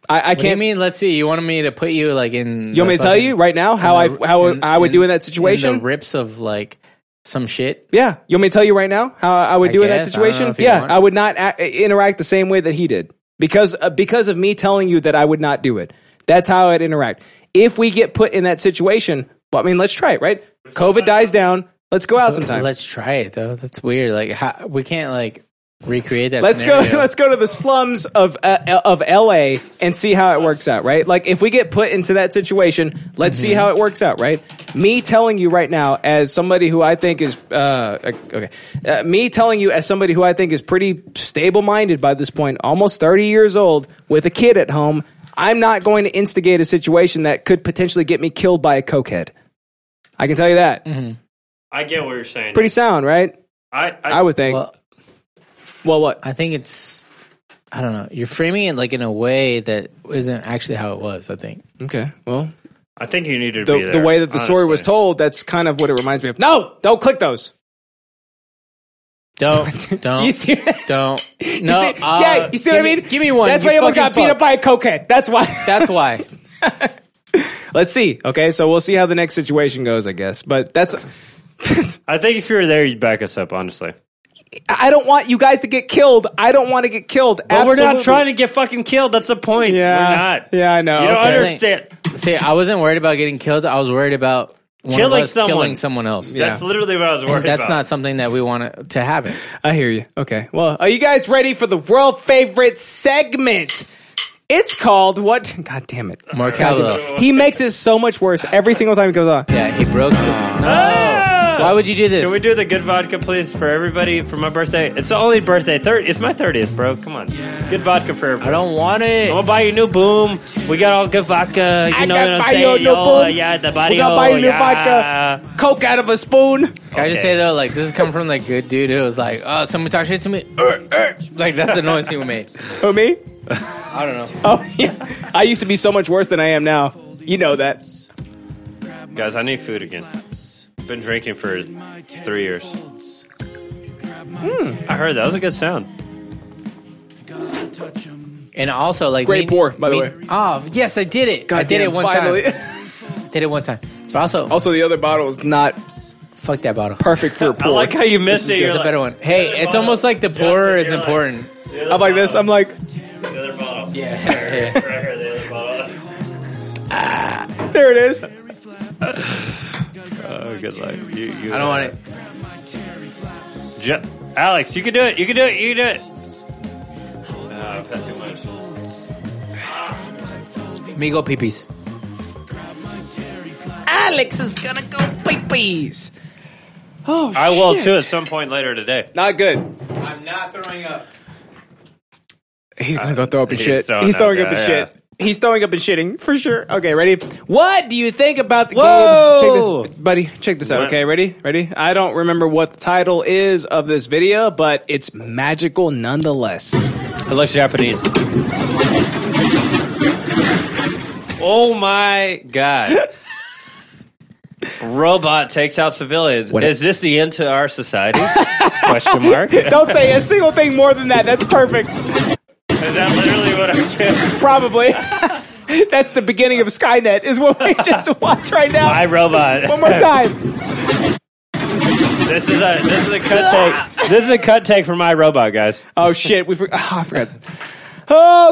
S1: I, I
S2: I
S1: can't.
S2: can't mean. Let's see. You wanted me to put you like in.
S1: You want
S2: the
S1: me to tell
S2: fucking-
S1: you right now how
S2: in the-
S1: I how
S2: in-
S1: I would do in that
S2: In
S1: situation?
S2: the rips of like some shit.
S1: Yeah, you want me to tell you right now how I would
S2: I
S1: do in that
S2: guess. I don't know
S1: situation?
S2: if you
S1: Yeah,
S2: want.
S1: I would not a- interact the same way that he did because uh, because of me telling you that I would not do it. That's how I'd interact. If we get put in that situation, well, I mean, let's try it. Right? COVID dies down. Let's go out sometime.
S2: Let's try it though. That's weird. Like how, we can't like recreate that.
S1: Let's
S2: scenario.
S1: go. Let's go to the slums of uh, of LA and see how it works out. Right? Like if we get put into that situation, let's see how it works out. Right? Me telling you right now, as somebody who I think is uh, okay, uh, me telling you as somebody who I think is pretty stable minded by this point, almost thirty years old, with a kid at home, I'm not going to instigate a situation that could potentially get me killed by a cokehead. I can tell you that.
S2: Mm-hmm.
S11: I get what you're saying.
S1: Pretty sound, right?
S11: I I,
S1: I would think.
S2: Well-
S1: well, what?
S2: I think it's. I don't know. You're framing it like in a way that isn't actually how it was. I think.
S1: Okay. Well,
S11: I think you needed to
S1: the,
S11: be there,
S1: the way that the story was
S11: honestly.
S1: told, that's kind of what it reminds me of. No, don't click those.
S2: Don't don't
S1: You see-
S2: don't. Oh. No, uh,
S1: You see- yeah, you see what I
S2: give me-
S1: mean?
S2: Give me one.
S1: That's
S2: you
S1: why he almost
S2: fucking
S1: got beat
S2: fuck.
S1: up by a cokehead. That's why.
S2: That's why.
S1: Let's see. Okay, so we'll see how the next situation goes, I guess. But that's.
S11: I think if you were there, you'd back us up. Honestly,
S1: I don't want you guys to get killed. I don't want to get killed.
S11: but we're not
S1: Absolutely.
S11: trying to get fucking killed. That's the point.
S1: Yeah.
S11: we're not.
S1: Yeah, I know.
S11: You don't
S1: Okay.
S11: understand.
S2: See, I wasn't worried about getting killed. I was worried about one of
S11: Killing
S2: us
S11: someone.
S2: killing someone else.
S11: That's literally what I was
S2: And
S11: worried
S2: that's
S11: about.
S2: not something that we want to, to happen.
S1: I hear you. Okay. Well, are you guys ready for the world favorite segment? It's called what? God damn it,
S2: Markello.
S1: God damn it. He makes it so much worse every single time he goes on.
S2: Yeah, he broke. The,
S11: Why
S2: would you do this?
S11: Ah! Can we do the good vodka, please, for everybody for my birthday? It's the only birthday. Thir- it's my 30th, bro. Come on. Good vodka for everybody. I
S2: don't want it.
S11: I'm going to buy you new boom. We got all good vodka. You
S1: I
S11: know
S1: got
S11: what I'm
S1: buy
S11: saying?
S1: you a new
S11: Yo,
S1: boom.
S11: Yeah, the
S1: We
S11: body
S1: gonna
S11: hole,
S1: buy you new
S11: yeah.
S1: vodka. Coke out of a spoon.
S2: Can I just say though, like this is coming from like good dude who was like, "Oh, someone talk shit to me." Er, er. Like that's the noise he made.
S1: Who Oh, me?
S2: I don't know.
S1: Oh yeah. I used to be so much worse than I am now. You know that.
S11: Guys, I need food again. Been drinking for three years. Hmm, I heard that was a good sound.
S2: And also, like
S11: Great
S2: me-
S11: pour, by the
S2: me-
S11: way.
S2: Oh yes, I did it. I did
S1: damn,
S2: it one
S1: finally.
S2: time. did it one time. But also,
S1: also the other bottle is not.
S2: Fuck that bottle.
S1: Perfect for a pour.
S2: like how you missed
S1: This
S2: it,
S1: is-
S2: you're
S1: this is
S2: like- Hey, it's almost like the pourer is important.
S1: I'm like this. I'm like.
S11: The other bottle.
S2: Yeah.
S11: Right here, the other bottle.
S1: There it is.
S11: Oh, good luck. You, you
S2: I don't want it.
S11: Je- Alex, you can do it. You can do it. You can do it. Oh, I've had too much.
S2: Me go peepees.
S1: Alex is gonna go peepees. Oh,
S11: I will
S1: shit.
S11: too at some point later today.
S1: Not good.
S2: I'm not throwing up.
S1: He's gonna go throw up and
S11: He's
S1: shit.
S11: throwing
S1: he's
S11: up,
S1: throwing up,
S11: yeah,
S1: and
S11: yeah.
S1: shit. He's throwing up and shitting for sure. Okay, ready? What do you think about the
S2: Whoa!
S1: game? Check this, buddy. Check this out.
S2: What?
S1: Okay, ready? Ready? I don't remember what the title is of this video, but it's magical nonetheless. It
S11: looks Japanese. Oh my god. Robot takes out civilians. Is this the end to our society? Question mark.
S1: don't say a single thing more than that. That's perfect.
S11: Is that literally what I can?
S1: Probably. That's the beginning of Skynet. Is what we just watched right now.
S11: My robot.
S1: One more time.
S11: This is a this is a cut take. This is a cut take from my robot, guys.
S1: Oh shit, we forgot. I forgot.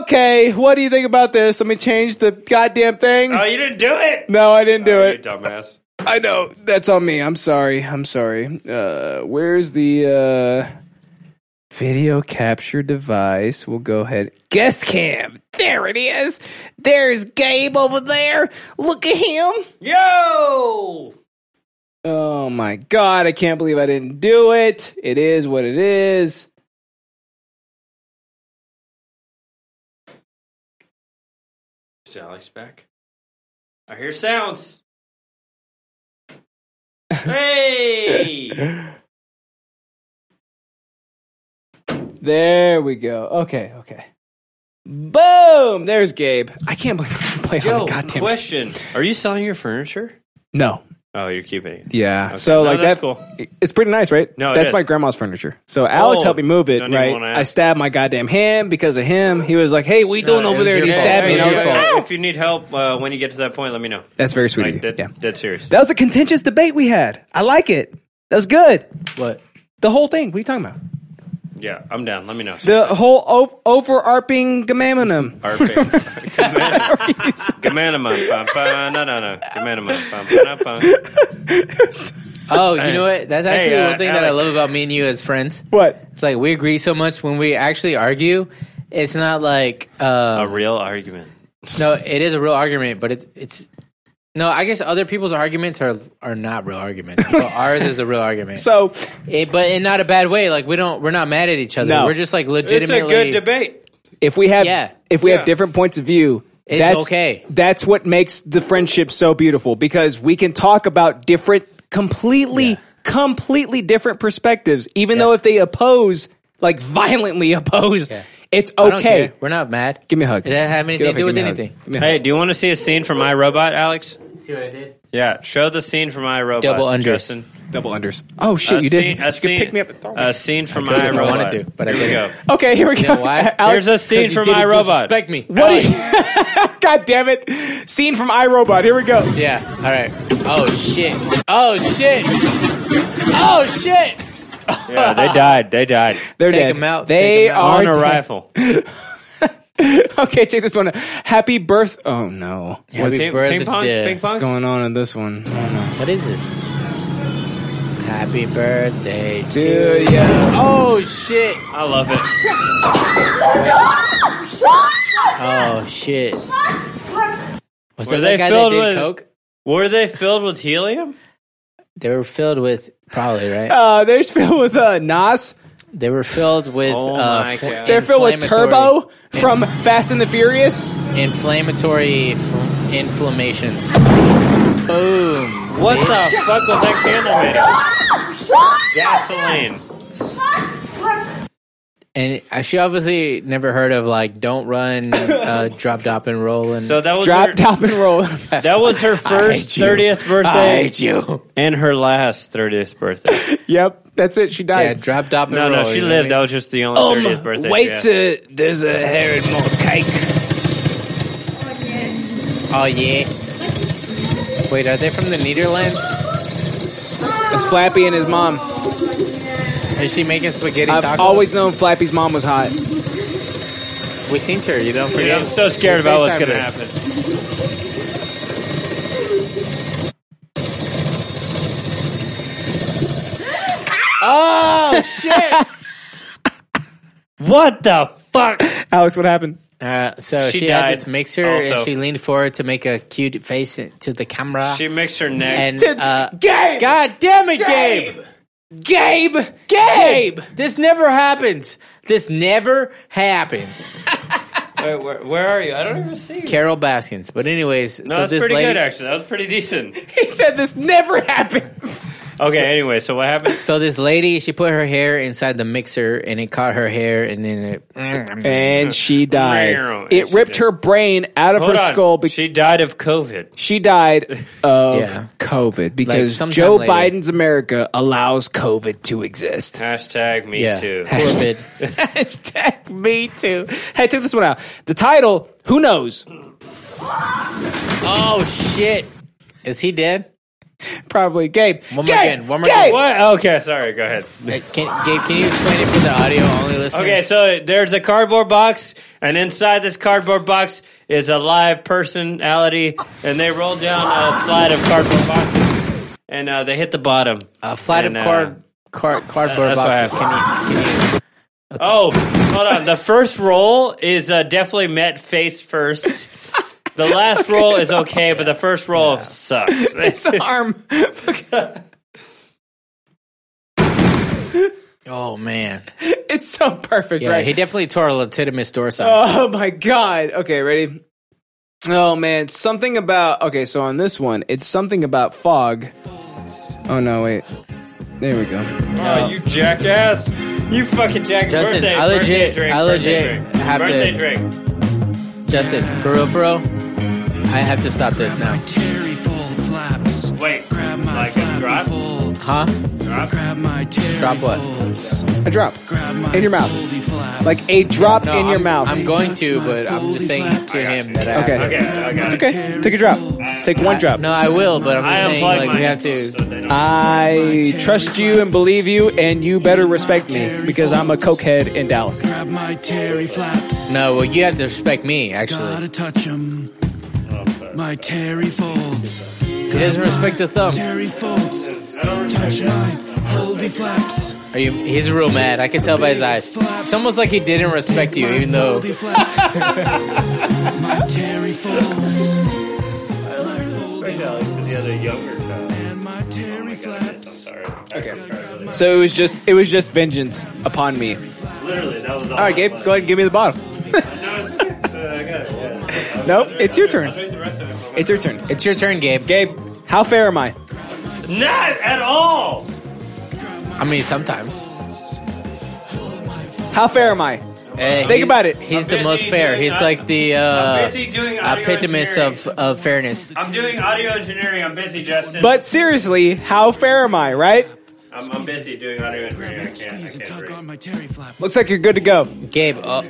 S1: Okay, what do you think about this? Let me change the goddamn thing.
S11: Oh, you didn't do it.
S1: No, I didn't do
S11: Oh,
S1: it.
S11: You dumbass.
S1: I know. That's on me. I'm sorry. I'm sorry. Uh, where's the uh, video capture device? We'll go ahead. Guest cam. There it is. There's Gabe over there. Look at him.
S11: Yo.
S1: Oh my god, I can't believe I didn't do it. It is what it is.
S11: Is Alex back? I hear sounds. Hey.
S1: There we go. Okay, okay. Boom! There's Gabe. I can't believe I can play on
S11: Yo,
S1: the goddamn.
S11: question. Are you selling your furniture?
S1: No.
S11: Oh, you're keeping it.
S1: Yeah.
S11: Okay.
S1: So
S11: No,
S1: like
S11: that's
S1: that. It's pretty nice, right?
S11: No, it
S1: that's
S11: is.
S1: my grandma's furniture. So Alex
S11: Oh,
S1: helped me move it.
S11: don't even
S1: Right.
S11: wanna
S1: I
S11: ask.
S1: stabbed my goddamn hand because of him. He was like, "Hey, what you doing
S11: No, it
S1: over
S11: was
S1: there?" And
S11: your
S1: he
S11: fault.
S1: stabbed me.
S11: It
S1: And I
S11: was
S1: was
S11: your
S1: like,
S11: fault.
S1: "Ow!"
S11: If you need help uh, when you get to that point, let me know.
S1: That's very sweet of you.
S11: Like, dead, dead serious.
S1: That was a contentious debate we had. I like it. That was good.
S2: What?
S1: The whole thing. What are you talking about?
S11: Yeah, I'm down. Let me know.
S1: The whole o- overarping gamaminum.
S11: Gamanamon. Bum, bum, No, no, no. Gamanamon. Bum, bum, bum, bum.
S2: Oh, you
S11: Hey.
S2: know what? That's actually
S11: Hey, uh,
S2: one thing that I
S11: Alex.
S2: love about me and you as friends.
S1: What?
S2: It's like we agree so much when we actually argue. It's not like uh,
S11: A real argument.
S2: no, it is a real argument, but it's it's no. I guess other people's arguments are are not real arguments, but ours is a real argument.
S1: So,
S2: it, but in not a bad way. Like we don't we're not mad at each other.
S1: No.
S2: We're just like legitimately.
S11: debate.
S1: If we have,
S2: Yeah.
S1: if we
S2: Yeah.
S1: have different points of view,
S2: It's
S1: that's
S2: okay.
S1: That's what makes the friendship so beautiful because we can talk about different, completely, completely different perspectives, even though if they oppose, like violently oppose, it's
S2: I don't
S1: okay.
S2: care. We're not mad.
S1: Give me a hug.
S2: It doesn't have anything
S1: Get
S2: to do
S1: up
S2: with
S1: and
S2: anything.
S1: give me a hug. Give me a hug.
S11: Hey, do you want to see a scene from My Robot, Alex?
S2: See what I did?
S11: Yeah, show the scene from I Robot.
S2: Double unders.
S11: Justin.
S1: Double unders. Oh shit,
S11: A
S1: you
S11: scene-
S1: did.
S11: a
S1: You
S11: scene-
S1: could
S11: Uh,
S1: pick me up and throw me.
S11: A scene
S2: I
S11: from
S2: could
S11: I
S2: if I
S11: Robot.
S2: wanted to, but I
S11: here we go.
S2: didn't.
S1: Okay, here we
S2: You
S1: go.
S2: know why?
S1: Alex,
S11: Here's a scene
S2: you
S11: from
S2: didn't
S11: I Robot.
S2: disrespect me.
S1: What? is- God damn it! Scene from iRobot. Here we go.
S2: Yeah. All right. Oh shit. Oh shit. Oh shit.
S11: Yeah, they died. They died.
S1: They're
S2: Take
S1: dead.
S2: them out.
S1: They
S2: Take 'em out.
S1: are
S11: On a
S1: dead.
S11: rifle.
S1: okay, check this one. out. Happy birth. Oh no.
S2: Happy birth- Ping pongs, yeah. ping
S1: What's
S2: pongs?
S1: going on in this one?
S2: What is this? Happy birthday to,
S1: To
S2: you.
S1: ya.
S2: Oh shit.
S11: I love it.
S2: Oh shit. Was that that guy that
S11: filled
S2: did
S11: with
S2: coke?
S11: Were they filled with helium?
S2: They were filled with probably right.
S1: Uh, they're filled with uh, Nas.
S2: They were filled with. uh,
S11: Oh my
S2: fl-
S11: God.
S1: They're filled with
S2: inflammatory-
S1: Turbo from Fast and the Furious.
S2: inflammatory fl- inflammations. Boom.
S11: What
S2: bitch.
S11: the fuck was that candle made of? Gasoline.
S2: And I- she obviously never heard of like don't run, uh, drop, drop, and roll, and
S11: So that was Drop, her-
S1: drop, and roll.
S11: That was her first
S2: hate you.
S11: 30th birthday.
S2: I hate you.
S11: And her last 30th birthday.
S1: Yep, that's it. She died.
S2: Yeah, drop, drop, and
S11: No,
S2: roll.
S11: no, she
S2: you know
S11: lived.
S2: what I
S11: That was just the only 30th birthday.
S1: wait
S11: yeah.
S1: till there's a Harold more cake.
S2: mean? Oh yeah. Wait, are they from the Netherlands?
S1: It's Flappy and his mom.
S2: Is she making spaghetti
S1: I've
S2: tacos?
S1: always known Flappy's mom was hot.
S2: we seen her. You don't
S11: Dude,
S2: forget.
S11: I'm so scared about what's going to
S2: FaceTimed her.
S11: happen.
S2: Oh shit!
S11: What the fuck?
S1: Alex, what happened?
S2: Uh, so
S11: She
S2: she, had
S11: died
S2: this mixer and
S11: also.
S2: she leaned forward to make a cute face to the camera.
S11: She mixed her neck.
S2: and
S1: To-
S2: uh,
S1: Gabe!
S2: God damn it, Gabe!
S1: Gabe!
S2: Gabe! This never happens. This never happens.
S11: Wait, where, where are you? I don't even see you.
S2: Carol Baskins. But anyways,
S11: no,
S2: so
S11: that's
S2: this
S11: pretty
S2: lady,
S11: good, actually. That was pretty decent.
S1: He said this never happens.
S11: Okay, anyway, so what happened?
S2: so this lady, she put her hair inside the mixer and it caught her hair and then it.
S1: And she
S11: Meow.
S1: died.
S11: And
S1: It
S11: she
S1: ripped
S11: did.
S1: her brain out of
S11: Hold
S1: her
S11: on.
S1: skull. Be-
S11: she died of COVID.
S1: she died of
S2: Yeah.
S1: COVID because
S2: sometime
S1: Joe
S2: later.
S1: Biden's America allows COVID to exist.
S11: Hashtag me
S2: yeah,
S11: too.
S2: Corvid.
S1: Hashtag me too. Hey, check this one out. The title, Who Knows?
S2: oh shit! Is he dead?
S1: Probably Gabe.
S2: One more
S1: Gabe!
S2: again, one more
S1: Gabe!
S2: again.
S11: What? Okay, sorry. Go ahead.
S2: Uh, Can, Gabe, can you explain it for the audio only listeners?
S11: Okay, so there's a cardboard box, and inside this cardboard box is a live personality, and they roll down a slide of cardboard boxes, and uh, they hit the bottom.
S2: a flight
S11: And,
S2: of
S11: uh,
S2: card, card cardboard
S11: that's
S2: boxes.
S11: what
S2: Can you, can you?
S11: Oh, hold on. The first roll is uh, definitely met face first. The last roll is okay, but the first roll sucks.
S1: His arm.
S2: Oh man!
S1: it's so perfect,
S2: Yeah,
S1: right?
S2: he definitely tore a latimus dorsi.
S1: Oh my god. Okay, ready? Oh man, something about okay, so on this one, it's something about fog. Oh no, wait. There we go.
S11: Oh, you jackass! You fucking jackass!
S2: Justin,
S11: birthday,
S2: I legit-
S11: birthday drink,
S2: I
S11: birthday
S2: legit
S11: drink,
S2: have to-
S11: birthday drink.
S1: Oh.
S2: Justin, for real, for real, I have to stop this now.
S14: Terry fold flaps.
S11: Wait,
S14: Grab my
S11: like a
S14: flap
S11: drop,
S14: folds.
S2: Huh?
S11: drop.
S14: Grab my Terry
S2: Drop what?
S14: folds.
S1: A drop.
S14: Grab my
S1: In your mouth.
S14: foldy flaps.
S1: Like a drop
S2: No,
S1: in
S2: I'm,
S1: your mouth.
S2: I'm going to, but I'm just saying to him that I
S1: Okay.
S2: have to.
S11: Okay, I got
S1: it's
S11: it.
S1: okay. Take a drop. Take one drop.
S2: No, I will, but I'm
S11: I
S2: just saying
S11: unplugged
S2: like
S11: mine,
S2: we have
S11: so
S2: to.
S11: they don't-
S1: I trust you and believe you and you better respect me because I'm a cokehead in Dallas.
S14: Grab my Terry flaps.
S2: No, well, you have to respect me. Actually,
S14: Gotta touch 'em. My Terry folds.
S2: he doesn't respect the thumb.
S14: Terry folds. Touch my holdy flaps.
S2: Are you? He's real mad. I can tell by his eyes. It's almost like he didn't respect you, even though.
S14: Holdy flaps. my Terry folds. My foldy
S11: The other younger guy.
S14: and my Terry flaps.
S11: Sorry. Okay.
S1: So it was just it was just vengeance upon me.
S11: Literally, that was all.
S1: All right, Gabe, go ahead and give me the bottle.
S11: No, it's- it's, uh, I got it. yeah.
S1: Nope, it's your turn.
S11: I'll drink the rest of it.
S1: It's your turn.
S2: It's your turn, Gabe.
S1: Gabe, how fair am I?
S11: Not at all.
S2: I mean, sometimes.
S1: How fair am I?
S2: Eh,
S1: Think
S2: he-
S1: about it.
S2: He's
S11: I'm
S2: the
S11: busy
S2: most fair.
S11: doing-
S2: He's
S11: I'm-
S2: like the uh,
S11: I'm busy doing audio
S2: epitome
S11: engineering.
S2: of, of fairness.
S11: I'm doing audio engineering. I'm busy, Justin.
S1: But seriously, how fair am I, right?
S11: I'm, I'm busy doing audio engineering. I can't. I
S14: Squeeze and
S11: can't
S14: tug
S11: breathe.
S14: on my Terry flap.
S1: Looks like you're good to go.
S2: Gabe, oh,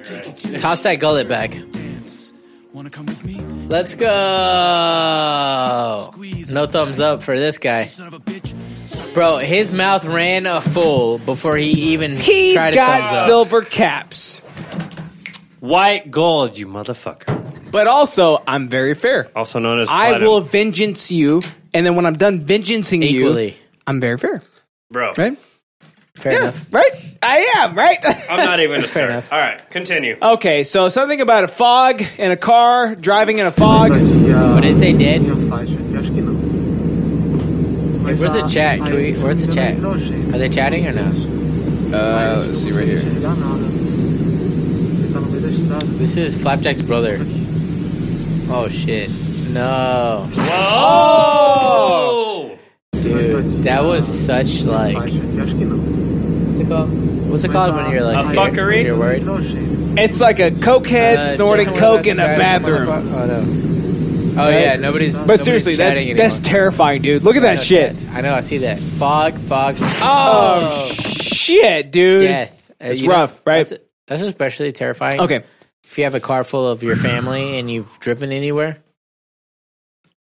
S2: toss that gullet back.
S14: Dance. Wanna come with me?
S2: Let's go. No thumbs up for this guy,
S14: Son of a bitch.
S2: bro. His mouth ran a full before he even
S1: He's
S2: tried a
S1: got
S2: thumbs up.
S1: silver caps.
S11: White gold, you motherfucker.
S1: But also, I'm very fair.
S2: Oh,
S11: Also known as
S1: I
S11: platinum.
S1: will vengeance you, and then when I'm done vengeancing you,
S11: Equally.
S1: I'm very fair.
S11: Bro.
S1: Right?
S2: Fair
S1: enough. Right? I am, right?
S11: I'm not even a Fair All right, continue.
S1: Okay, so something about a fog in a car, driving in a fog.
S2: What did they did? Hey, where's the chat? Can we, where's the chat? Are they chatting or not?
S1: Uh, let's see right here.
S2: This is Flapjack's brother. Oh shit! No. Oh!
S11: Whoa!
S2: Dude, that was such like. What's it called? What's it called when you're like
S1: A
S2: scared-
S1: fuckery?
S2: You're worried.
S1: It's like a cokehead
S2: Uh,
S1: snorting
S2: Jason,
S1: coke in a
S2: what's that?
S1: bathroom.
S2: Oh no. Oh yeah, nobody's.
S1: But
S2: nobody's
S1: seriously, that's
S2: chatting
S1: that's
S2: anymore.
S1: terrifying, dude. Look at
S2: I
S1: that
S2: know
S1: shit.
S2: chat. I know. I see that fog, fog. Oh,
S1: shit, dude.
S2: Death. Uh,
S1: It's
S2: you know,
S1: rough, right?
S2: That's, that's especially terrifying.
S1: Okay.
S2: If you have a car full of your family and you've driven anywhere,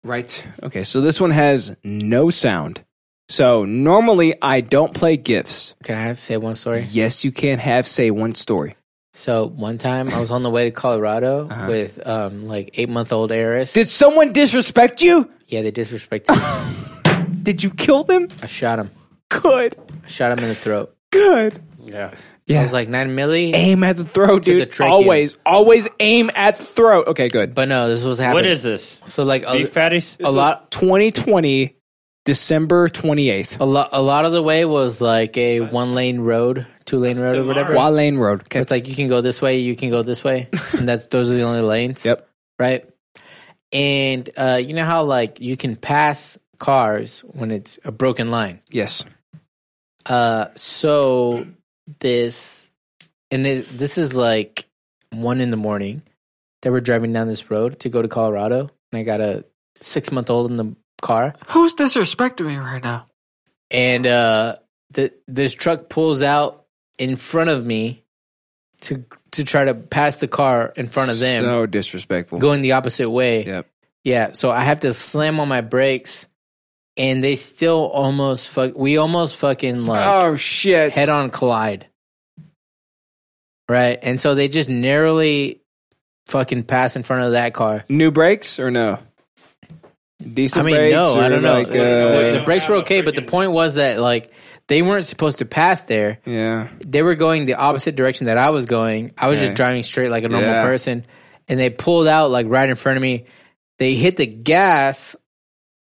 S1: Right. Okay, so this one has no sound. So normally I don't play gifts.
S2: Can I say one story?
S1: Yes, you can have say one story.
S2: So one time I was on the way to Colorado with um like eight month old Eris.
S1: Uh-huh. Did someone disrespect you?
S2: Yeah, they disrespected me.
S1: Did you kill them?
S2: I shot him.
S1: Good.
S2: I shot him in the throat.
S1: Good.
S11: Yeah.
S1: Yeah.
S2: I was like nine milli.
S1: Aim at the throat,
S2: To the
S1: dude.
S2: trachea.
S1: always, always aim at the throat. Okay, good.
S2: But no, this was happening.
S11: What is this?
S2: So like a,
S11: Beef patties?
S2: a lot
S1: 2020, December 28th.
S2: a lot a lot of the way was like a one lane road, two lane road or whatever.
S1: Wild Lane Road. Okay.
S2: It's like you can go this way, you can go this way, and that's those are the only lanes.
S1: Yep.
S2: Right. And uh, you know how like you can pass cars when it's a broken line.
S1: Yes.
S2: Uh, so this and it, this is like one in the morning. They were driving down this road to go to Colorado, and I got a six month old in the car.
S15: Who's disrespecting me right now?
S2: and uh the this truck pulls out in front of me to to try to pass the car in front of them
S1: So disrespectful.
S2: going the opposite way
S1: Yep.
S2: yeah so i have to slam on my brakes and they still almost fuck we almost fucking like
S1: Oh shit.
S2: head on collide right and so they just narrowly fucking pass in front of that car
S1: New brakes or no?
S2: I
S1: Decent
S2: mean,
S1: brakes.
S2: no, I
S1: or
S2: don't know.
S1: like, uh,
S2: the, the brakes were okay, but the point was that like they weren't supposed to pass there.
S1: Yeah,
S2: they were going the opposite direction that I was going. I was
S1: Okay.
S2: just driving straight like a normal
S1: Yeah.
S2: person, and they pulled out like right in front of me. They hit the gas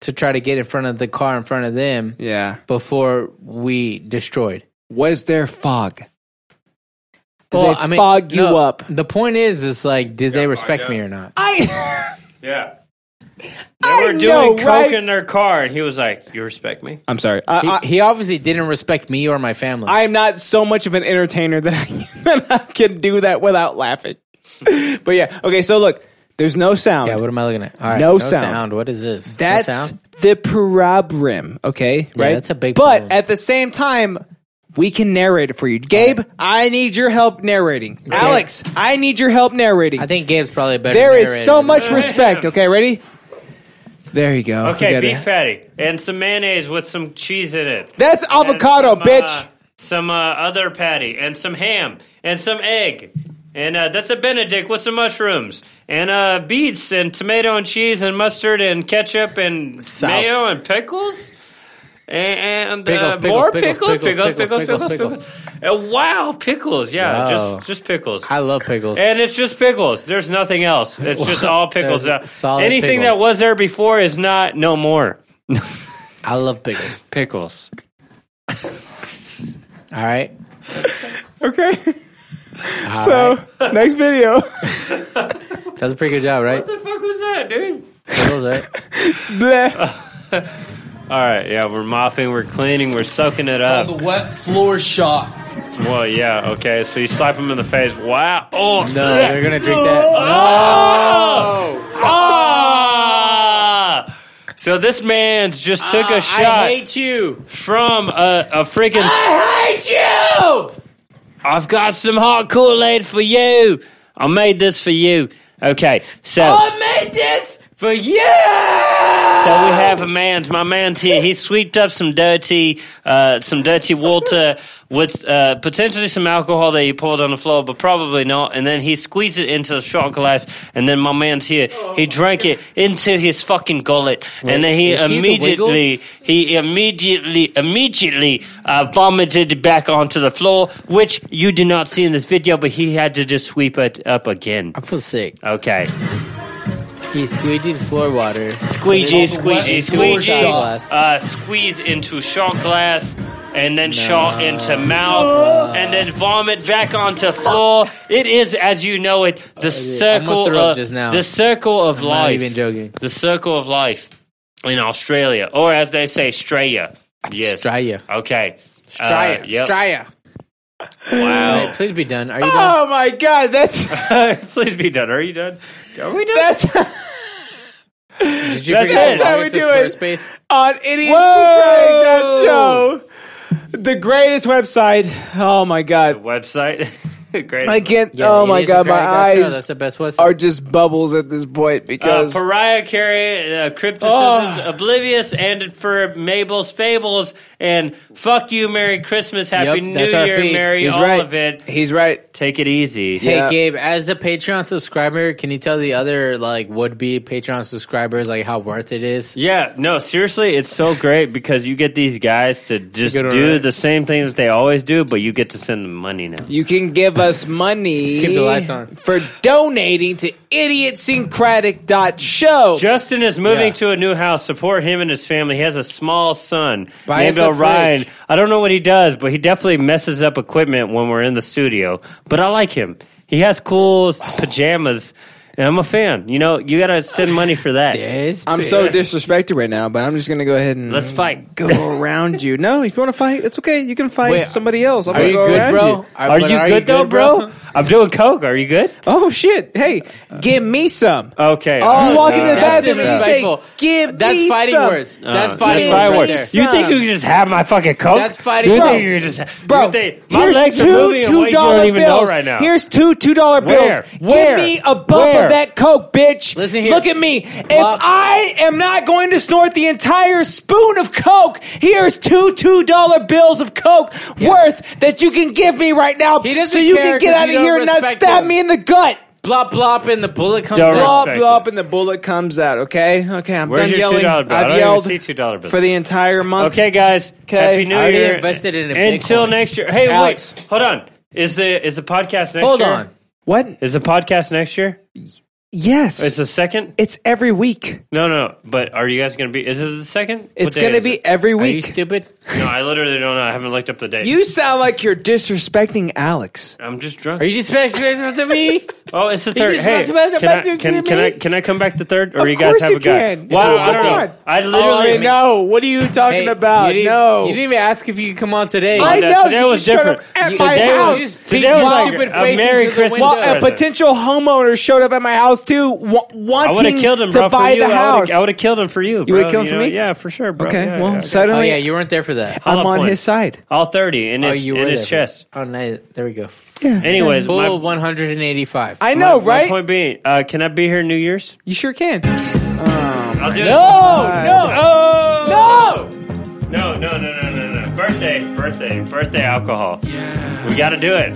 S2: to try to get in front of the car in front of them
S1: yeah.
S2: before we destroyed.
S1: Was there fog? Did
S2: Well,
S1: they
S2: I mean,
S1: fog you
S2: no,
S1: up?
S2: The point is, is like, did they respect me or not?
S1: I.
S11: Yeah. They
S1: I
S11: were doing
S1: know,
S11: coke
S1: right?
S11: in their car, and he was like, "You respect me."
S1: I'm sorry. I, I,
S2: he, he obviously didn't respect me or my family.
S1: I am not so much of an entertainer that I, that I can do that without laughing. but yeah, okay. So look, there's no sound.
S2: yeah, what am I looking at? All right,
S1: No
S2: no,
S1: sound.
S2: sound. What is this? No
S1: That's
S2: sound?
S1: the problem, okay?
S2: Yeah,
S1: right?
S2: that's a big
S1: But
S2: problem.
S1: at the same time, we can narrate it for you. Gabe, I need your help narrating. Alex, I need your help narrating.
S2: I think Gabe's probably a better.
S1: There is so
S2: narrator.
S1: much respect, okay? Ready? There you go.
S11: Okay,
S1: You gotta-
S11: beef patty and some mayonnaise with some cheese in it.
S1: That's
S11: And
S1: avocado,
S11: some, uh,
S1: bitch.
S11: some uh, other patty and some ham and some egg. And uh, that's a Benedict with some mushrooms and uh, beets and tomato and cheese and mustard and ketchup and
S2: Sauce.
S11: mayo and pickles and, and
S2: Pickles,
S11: uh,
S2: pickles,
S11: more
S2: pickles,
S11: pickles,
S2: pickles,
S11: pickles, pickles,
S2: pickles,
S11: pickles,
S2: pickles,
S11: pickles. Uh, wow, pickles! Yeah,
S2: Wow.
S11: just just pickles.
S2: I love pickles.
S11: And it's just pickles. There's nothing else. It's just all pickles.
S2: There's
S11: Uh,
S2: solid
S11: Anything
S2: pickles.
S11: that was there before is not no more.
S2: I love pickles.
S11: Pickles.
S2: All right.
S1: Okay.
S2: All
S1: so, next video.
S2: right. That's a pretty good job, right?
S11: What the fuck was that, dude?
S2: Pickles, right?
S1: Bleh.
S11: All right, yeah, we're mopping, we're cleaning, we're soaking it up.
S15: The wet floor shot.
S11: Well, yeah, okay. So you slap him in the face. Wow. Oh,
S2: No, they're gonna drink that.
S11: Oh! Ah! So this man's just took a shot
S2: you.
S11: from a, a freaking.
S2: I hate you.
S11: I've got some hot
S2: Oh,
S11: Kool Aid for you. I made this for you. Okay, so
S2: made this
S11: for yeah. So we have a man. My man's here. He sweeped up some dirty, uh, some dirty water with uh, potentially some alcohol that he poured on the floor, but probably not. And then he squeezed it into a shot glass. And then my man's here. He drank it into his fucking gullet, and then he
S2: Wait, is he the
S11: immediately
S2: Wiggles?
S11: he immediately immediately uh, vomited back onto the floor, which you do not see in this video. But he had to just sweep it up again. I
S2: feel sick.
S11: Okay.
S2: He squeegeed floor water.
S11: Squeegee,
S2: Into a
S11: squeegee, squeegee.
S2: shot glass.
S11: Uh, squeeze into shot glass, and then shot into mouth,
S2: No.
S11: and then vomit back onto floor. It is, as you know it, the circle
S2: almost threw up
S11: of
S2: just now.
S11: the circle of
S2: I'm not
S11: life.
S2: even joking.
S11: The circle of life in Australia, or as they say, Straya. Yes, Straya. Okay,
S2: Straya.
S11: Uh, yep.
S2: Straya.
S11: Wow.
S2: Alright, please be done. Are you done?
S1: Oh my god, that's
S11: Please be done. Are you done? Are we done?
S1: That's,
S2: Did you
S1: That's
S2: forget
S1: it. That's how we do it. Oh
S2: Space?
S1: on idiotsuperag.show. The greatest website. Oh my god.
S11: website. Great.
S1: I can't. oh my god, my eyes
S2: That's the best website.
S1: are just bubbles at this point
S11: Uh,
S1: because
S11: pariah carry uh, crypticisms
S2: Oh.
S11: oblivious and for Mabel's fables and fuck you Merry Christmas Happy
S2: Yep,
S11: New
S2: that's our
S11: Year
S2: feed.
S11: Merry
S2: He's
S11: all
S2: right.
S11: of it
S1: he's right.
S11: Take it easy.
S2: Hey Gabe, as a Patreon subscriber, can you tell the other like would be Patreon subscribers like how worth it is?
S11: Yeah, no, seriously, it's so great because you get these guys to just
S2: Good,
S11: do
S2: alright.
S11: the same thing that they always do, but you get to send them money now.
S1: you can give us money
S11: Keep the lights on.
S1: for donating to idiotsyncratic.show.
S11: Justin is moving to a new house. Support him and his family. He has a small son
S1: Buy
S11: named
S1: us a
S11: Orion.
S1: fridge.
S11: I don't know what he does, but he definitely messes up equipment when we're in the studio. But I like him. He has cool pajamas, and I'm a fan. You know, you gotta send money for that.
S1: I'm so disrespected right now, but I'm just gonna go ahead and
S11: Let's fight.
S1: Go around you. No, if you want to fight, it's okay. You can fight
S11: Wait,
S1: somebody else. I'm
S11: are
S1: gonna
S11: you
S1: go
S11: good,
S1: around
S11: bro?
S1: you.
S11: Are- Are but you are you good, though, good, bro? bro? I'm doing coke. Are you good?
S1: Oh shit! Hey, give me some.
S11: Okay. Uh,
S1: you Oh, walk into the
S2: Oh, that's
S1: bathroom and you say,
S2: disrespectful.
S1: "Give
S2: That's
S1: me
S2: fighting
S1: some."
S2: words. That's
S11: Uh,
S2: fighting words.
S11: that's fighting
S2: right
S11: words.
S2: there.
S11: You think you can just have my fucking coke?
S2: That's fighting
S11: You
S2: words.
S11: think you can just,
S1: Bro,
S11: you think, my
S1: Here's
S11: legs are
S1: two
S11: moving in
S1: two
S11: ways you don't
S1: dollar
S11: even know
S1: bills.
S11: right now.
S1: Here's two two dollar bills.
S11: Where?
S1: Give
S11: Where?
S1: me a bump
S11: Where?
S1: of that coke, bitch.
S2: Listen here.
S1: Look at me. If
S2: Lop-
S1: I am not going to snort the entire spoon of coke, here's two two dollar bills of coke worth that you can give me right now,
S2: He doesn't
S1: so you
S2: care
S1: can
S2: 'cause
S1: get out
S2: you
S1: of
S2: don't
S1: here and not
S2: respect
S1: stab
S2: him.
S1: me in the gut.
S2: Blop blop and the bullet comes
S1: Blop
S2: out.
S1: blop and the bullet comes out. Okay, okay. I'm done
S11: Where's your
S1: yelling.
S11: $2 bill? I don't
S1: I've
S11: even
S1: yelled
S11: see $2 bills.
S1: for the entire month.
S11: Okay, guys. Happy New
S1: I
S11: Year.
S2: invested in a
S11: Until
S2: Bitcoin.
S11: next year. Hey,
S1: Alex.
S11: wait. Hold on. Is the is the podcast next
S2: Hold
S11: year?
S2: on.
S1: What?
S11: Is the podcast next year?
S1: Yes,
S11: It's the second?
S1: it's every week.
S11: No, no. But are you guys going to be? Is it the second?
S1: It's
S11: What day
S1: going to
S11: is
S1: be
S11: it?
S1: every
S2: Are you
S1: week.
S2: stupid?
S11: No, I literally don't know. I haven't looked up the date.
S1: You sound like you're disrespecting Alex.
S11: I'm just
S2: Are
S11: drunk.
S2: you just disrespectful to me?
S11: Oh, it's the
S2: You
S11: third.
S2: just
S11: Hey,
S2: must have
S11: can I,
S2: been
S11: can,
S2: to
S11: can
S2: me.
S11: I can I come back the third, or
S1: Of
S11: you guys
S1: course
S11: have
S1: you
S11: a guy?
S1: can.
S11: Wow,
S1: It's
S11: I don't
S1: on.
S11: know. I literally
S1: I know. What are you talking
S2: Hey,
S1: about?
S2: you didn't-
S1: no.
S2: You didn't even ask if you could come on today.
S1: I
S11: that
S1: know.
S11: today
S1: you
S11: was
S1: just showed up
S11: different.
S1: at
S11: You-
S1: my
S11: today was-
S1: house.
S11: you just Today peeked was your like stupid a face Merry into the Christmas window.
S1: Well, a
S11: present.
S1: potential homeowner showed up at my house too, wa-
S11: I would
S1: wanting
S11: have killed him,
S1: to
S11: bro. for
S1: buy
S11: you.
S1: the house.
S11: I would have killed him for you. Bro.
S1: You would've killed him
S11: know?
S1: for me?
S11: Yeah, for sure, bro.
S1: Okay,
S11: Yeah,
S1: well,
S11: yeah,
S2: Oh
S1: suddenly
S2: yeah, you weren't there for that.
S1: I'm
S11: Holla
S1: on
S11: point.
S1: his side.
S11: all thirty in
S2: oh,
S11: his
S2: you were
S11: in his
S2: there for
S11: chest.
S2: that. Oh, nice. There we go.
S1: Yeah.
S11: Anyways,
S2: Full
S11: my,
S2: 185.
S1: I know,
S11: my
S1: right?
S11: point being, uh, can I be here New Year's?
S1: You sure can. Um,
S11: I'll do
S1: no, no,
S11: it. No, no, no, no, no, no. Birthday, birthday, birthday alcohol. We got to do it.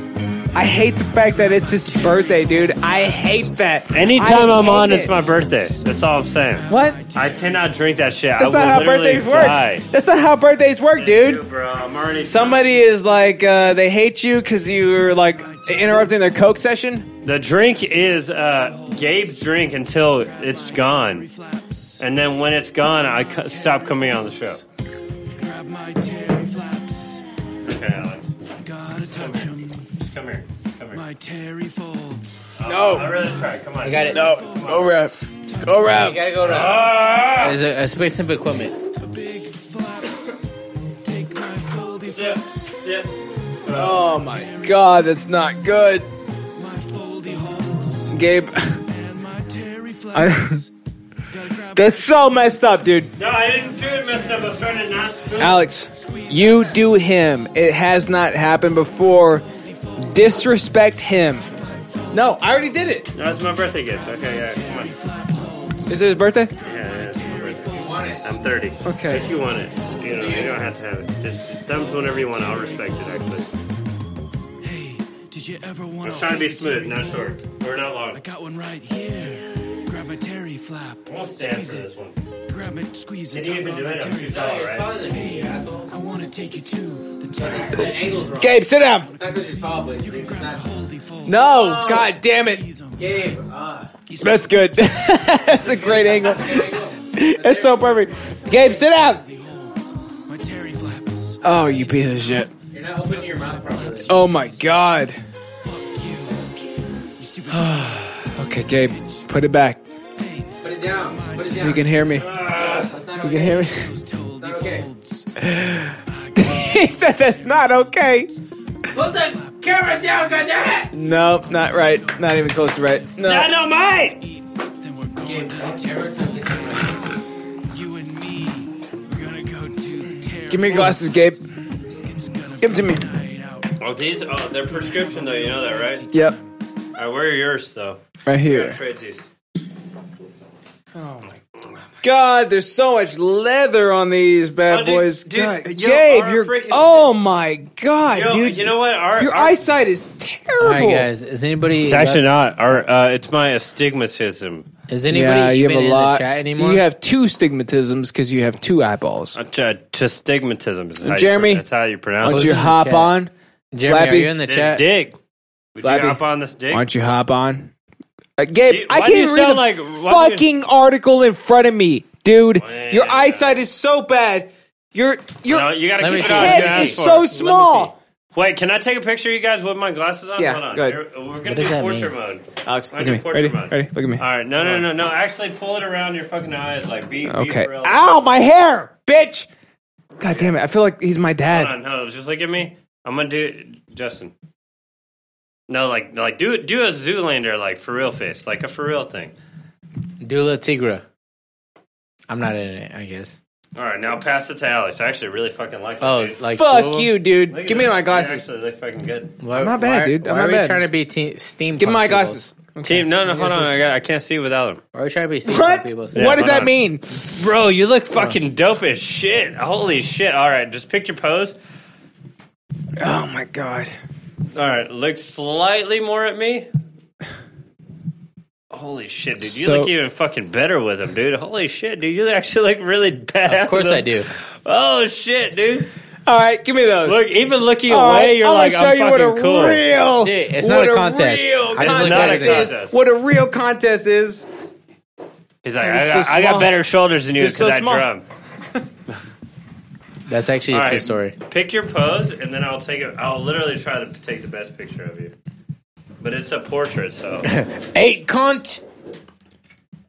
S1: I hate the fact that it's his birthday, dude. I hate that.
S11: Anytime
S1: I
S11: I'm
S1: hate
S11: on,
S1: it.
S11: it's my birthday. That's all I'm saying.
S1: What?
S11: I cannot drink that shit.
S1: That's
S11: I will
S1: not how
S11: literally
S1: birthdays work.
S11: die.
S1: That's not how birthdays work, dude.
S11: Bro, I'm already.
S1: Somebody is like, uh, they hate you because you were like interrupting their Coke session.
S11: The drink is uh, Gabe's drink until it's gone, and then when it's gone, I cu- stop coming on the show.
S16: Grab my terry flaps.
S11: Okay, Alex,
S16: I gotta touch him.
S11: just come here. Come here.
S16: My terry folds.
S11: No, I really try. Come on.
S2: I got it.
S1: No, go rap, go
S2: You gotta go to.
S11: Ah.
S2: There's a, a space simple equipment.
S16: A big flap. Take my foldy
S11: Dip,
S16: flaps.
S11: dip.
S1: Oh my god, that's not good,
S16: My foldy holds.
S1: Gabe.
S16: And my terry
S1: I-
S16: flaps. Gotta grab
S1: that's so messed up, dude.
S11: No, I didn't do it. Messed up. I'm trying to not spill.
S1: Alex, you do him. It has not happened before. Disrespect him. No, I already did it.
S11: That's my birthday gift. Okay, yeah. Come on.
S1: Is it his birthday?
S11: Yeah, it's my birthday. I'm 30.
S1: Okay.
S11: If you want it, you know, you don't have to have it. Just thumbs whenever you want. I'll respect it. Actually,
S14: Did you ever
S11: I'm
S14: want
S11: trying to be smooth, not short or not long.
S14: I got one right here. Grab my terry flap.
S11: I'll stand for this one.
S14: Grab it, squeeze
S11: Can
S14: it.
S11: you even do it? I'm too tall, right?
S14: Hey, I want to take you to the terry flap.
S17: The angle's wrong.
S1: Gabe, sit down.
S17: Not because you're tall, but you're just not.
S1: No, god damn it.
S17: Gabe, ah.
S1: That's good. That's a great angle. That's so perfect. Gabe, sit down. Oh, you piece of shit.
S17: You're not opening your mouth properly.
S1: Oh my god. okay, Gabe, put it back.
S17: Put it down. Put it down. Uh,
S1: You can hear me. You
S17: That's not okay.
S1: can hear me.
S17: It's not okay.
S1: he said that's not okay.
S17: Put the camera down, goddammit!
S1: No, not right. Not even close to right. No.
S18: Dynamite!
S14: Going to the terry flap. You and me, we're gonna go to the terry
S1: Give me your glasses, Gabe. Give them to me.
S11: Oh, these, oh, they're prescription though. You know that, right?
S1: Yep.
S11: All right, where are yours though?
S1: Right here.
S11: I got Tracy's.
S1: God, there's so much leather on these bad
S11: Oh, dude,
S1: boys.
S11: dude,
S1: God,
S11: yo,
S1: Gabe,
S11: our
S1: you're
S11: freaking-
S1: oh my god,
S11: Yo,
S1: dude.
S11: you know what? Our-
S1: your
S11: our-
S1: eyesight is terrible.
S2: Is anybody?
S11: It's actually not. Our, uh, it's my astigmatism.
S2: Is
S1: Yeah, you have a lot- You have two stigmatisms because you have two eyeballs.
S11: Uh, t- t- stigmatism. Is how
S1: Jeremy,
S11: you, pro- that's how you
S1: why
S11: pronounce
S1: don't
S11: it.
S1: you Who's in the hop chat? on? Jeremy, are Flappy? you in the
S11: This
S1: chat?
S11: Dick. Would
S1: Flappy,
S11: you hop on this dick?
S1: Why don't you hop on? Uh, Gabe,
S11: You-
S1: I
S11: why do you
S1: can't read
S11: sound
S1: the
S11: like- why do you-
S1: fucking article in front of me, dude. Your eyesight is so bad. Your your
S11: No, you gotta
S1: your
S11: keep it on.
S1: head
S11: Ask
S1: is
S11: for it.
S1: so small.
S11: Wait, can I take a picture of you guys with my glasses on?
S1: Yeah,
S11: Hold on.
S1: go ahead.
S11: Here- We're
S1: What
S11: gonna
S1: does
S11: do
S1: that
S11: portrait
S1: mean? Uh,
S11: mode.
S1: Alex,
S11: We're
S1: look
S11: gonna
S1: at me.
S11: do
S1: Ready?
S11: portrait mode.
S1: Ready? Look at me.
S11: All right, no, no, no, no. Actually, pull it around your fucking eyes, like be. be
S1: Okay.
S11: real.
S1: Ow, my hair, bitch. God damn it! I feel like he's my
S11: Hold
S1: dad.
S11: on, hold on. Just look at me. I'm gonna do Justin. No, like, like do do a Zoolander, like for real face, like a for real thing.
S2: Dula Tigra. I'm not in it, I guess.
S11: All right, now pass it to Alex. I actually really fucking like. that,
S2: Oh,
S11: dude.
S2: like
S1: Fuck you, dude.
S11: Look at
S1: Give me
S11: that.
S1: my
S11: They
S1: glasses.
S11: actually look fucking good.
S2: Why-
S1: I'm not bad,
S2: why-
S1: dude. I'm
S2: why
S1: not
S2: are we
S1: bad.
S2: trying to be te- steam?
S1: Give me my glasses.
S11: Team, no, no, hold on. I, got, I can't see without them.
S2: Why are we trying to be steampunk
S1: What?
S2: people?
S1: what does that mean?
S11: Bro, you look fucking dope as shit. Holy shit. All right, just pick your pose.
S1: Oh my god.
S11: All right, look slightly more at me. Holy shit, dude. You
S1: So-
S11: look even fucking better with him, dude. Holy shit, dude. You actually look really badass.
S2: Of course
S11: with
S2: I
S11: him.
S2: do.
S11: Oh shit, dude.
S1: All right, give me those.
S11: Look, even looking
S1: All
S11: away,
S1: right,
S11: you're
S1: I'm
S11: like,
S1: gonna show
S11: I'm
S1: you what
S11: fucking
S1: a
S11: cool.
S1: real,
S2: Dude, it's
S1: what
S2: not a contest.
S1: Real
S2: I just
S1: contest
S2: look at it.
S1: is. What a real contest is.
S11: He's like,
S1: They're
S11: I
S1: so
S11: got, I got
S1: small.
S11: better shoulders than you
S1: They're
S11: because
S1: so
S11: that
S1: small.
S11: drum.
S2: That's actually
S11: All
S2: a
S11: right,
S2: true story.
S11: Pick your pose, and then I'll take it. I'll literally try to take the best picture of you. But it's a portrait, so.
S2: Eight cunt.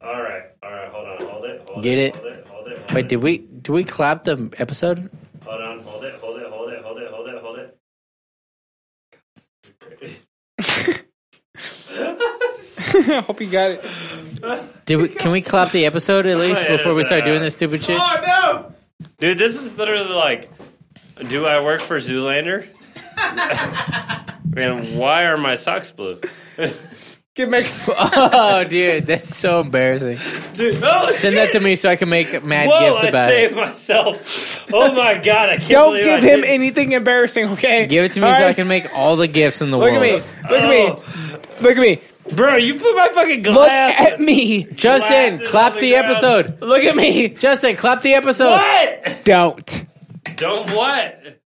S11: all right, all right, hold on, hold it, hold
S2: Get
S11: hold it, hold it, hold
S2: Wait,
S11: it.
S2: did we did we clap the episode?
S11: Hold on, hold it, hold it, hold it, hold it, hold it, hold it.
S1: I hope you got it.
S2: Did we? Can we clap the episode at least
S11: Oh, yeah,
S2: before we
S11: yeah,
S2: start
S11: yeah.
S2: doing this stupid shit?
S1: no!
S11: Dude, this is literally like, do I work for Zoolander? Man, why are my socks blue?
S1: Get make.
S2: oh, dude, that's so embarrassing.
S11: Dude, oh,
S2: Send that to me so I can make mad
S11: Whoa,
S2: gifts
S11: I
S2: about
S11: saved
S2: it.
S11: myself. Oh my god, I can't
S1: Don't
S11: believe
S1: give
S11: I
S1: him
S11: did-
S1: anything embarrassing, okay?
S2: Give it to me
S1: All
S2: so I
S1: right?
S2: can make all the gifts in the
S1: Look at
S2: world.
S1: me. Look at me. Look at me.
S11: Bro, you put my fucking
S1: Look
S11: glass.
S1: at me.
S2: Justin, clap the, episode.
S1: Look at me.
S2: Justin, clap the episode.
S11: What?
S1: Don't.
S11: Don't what?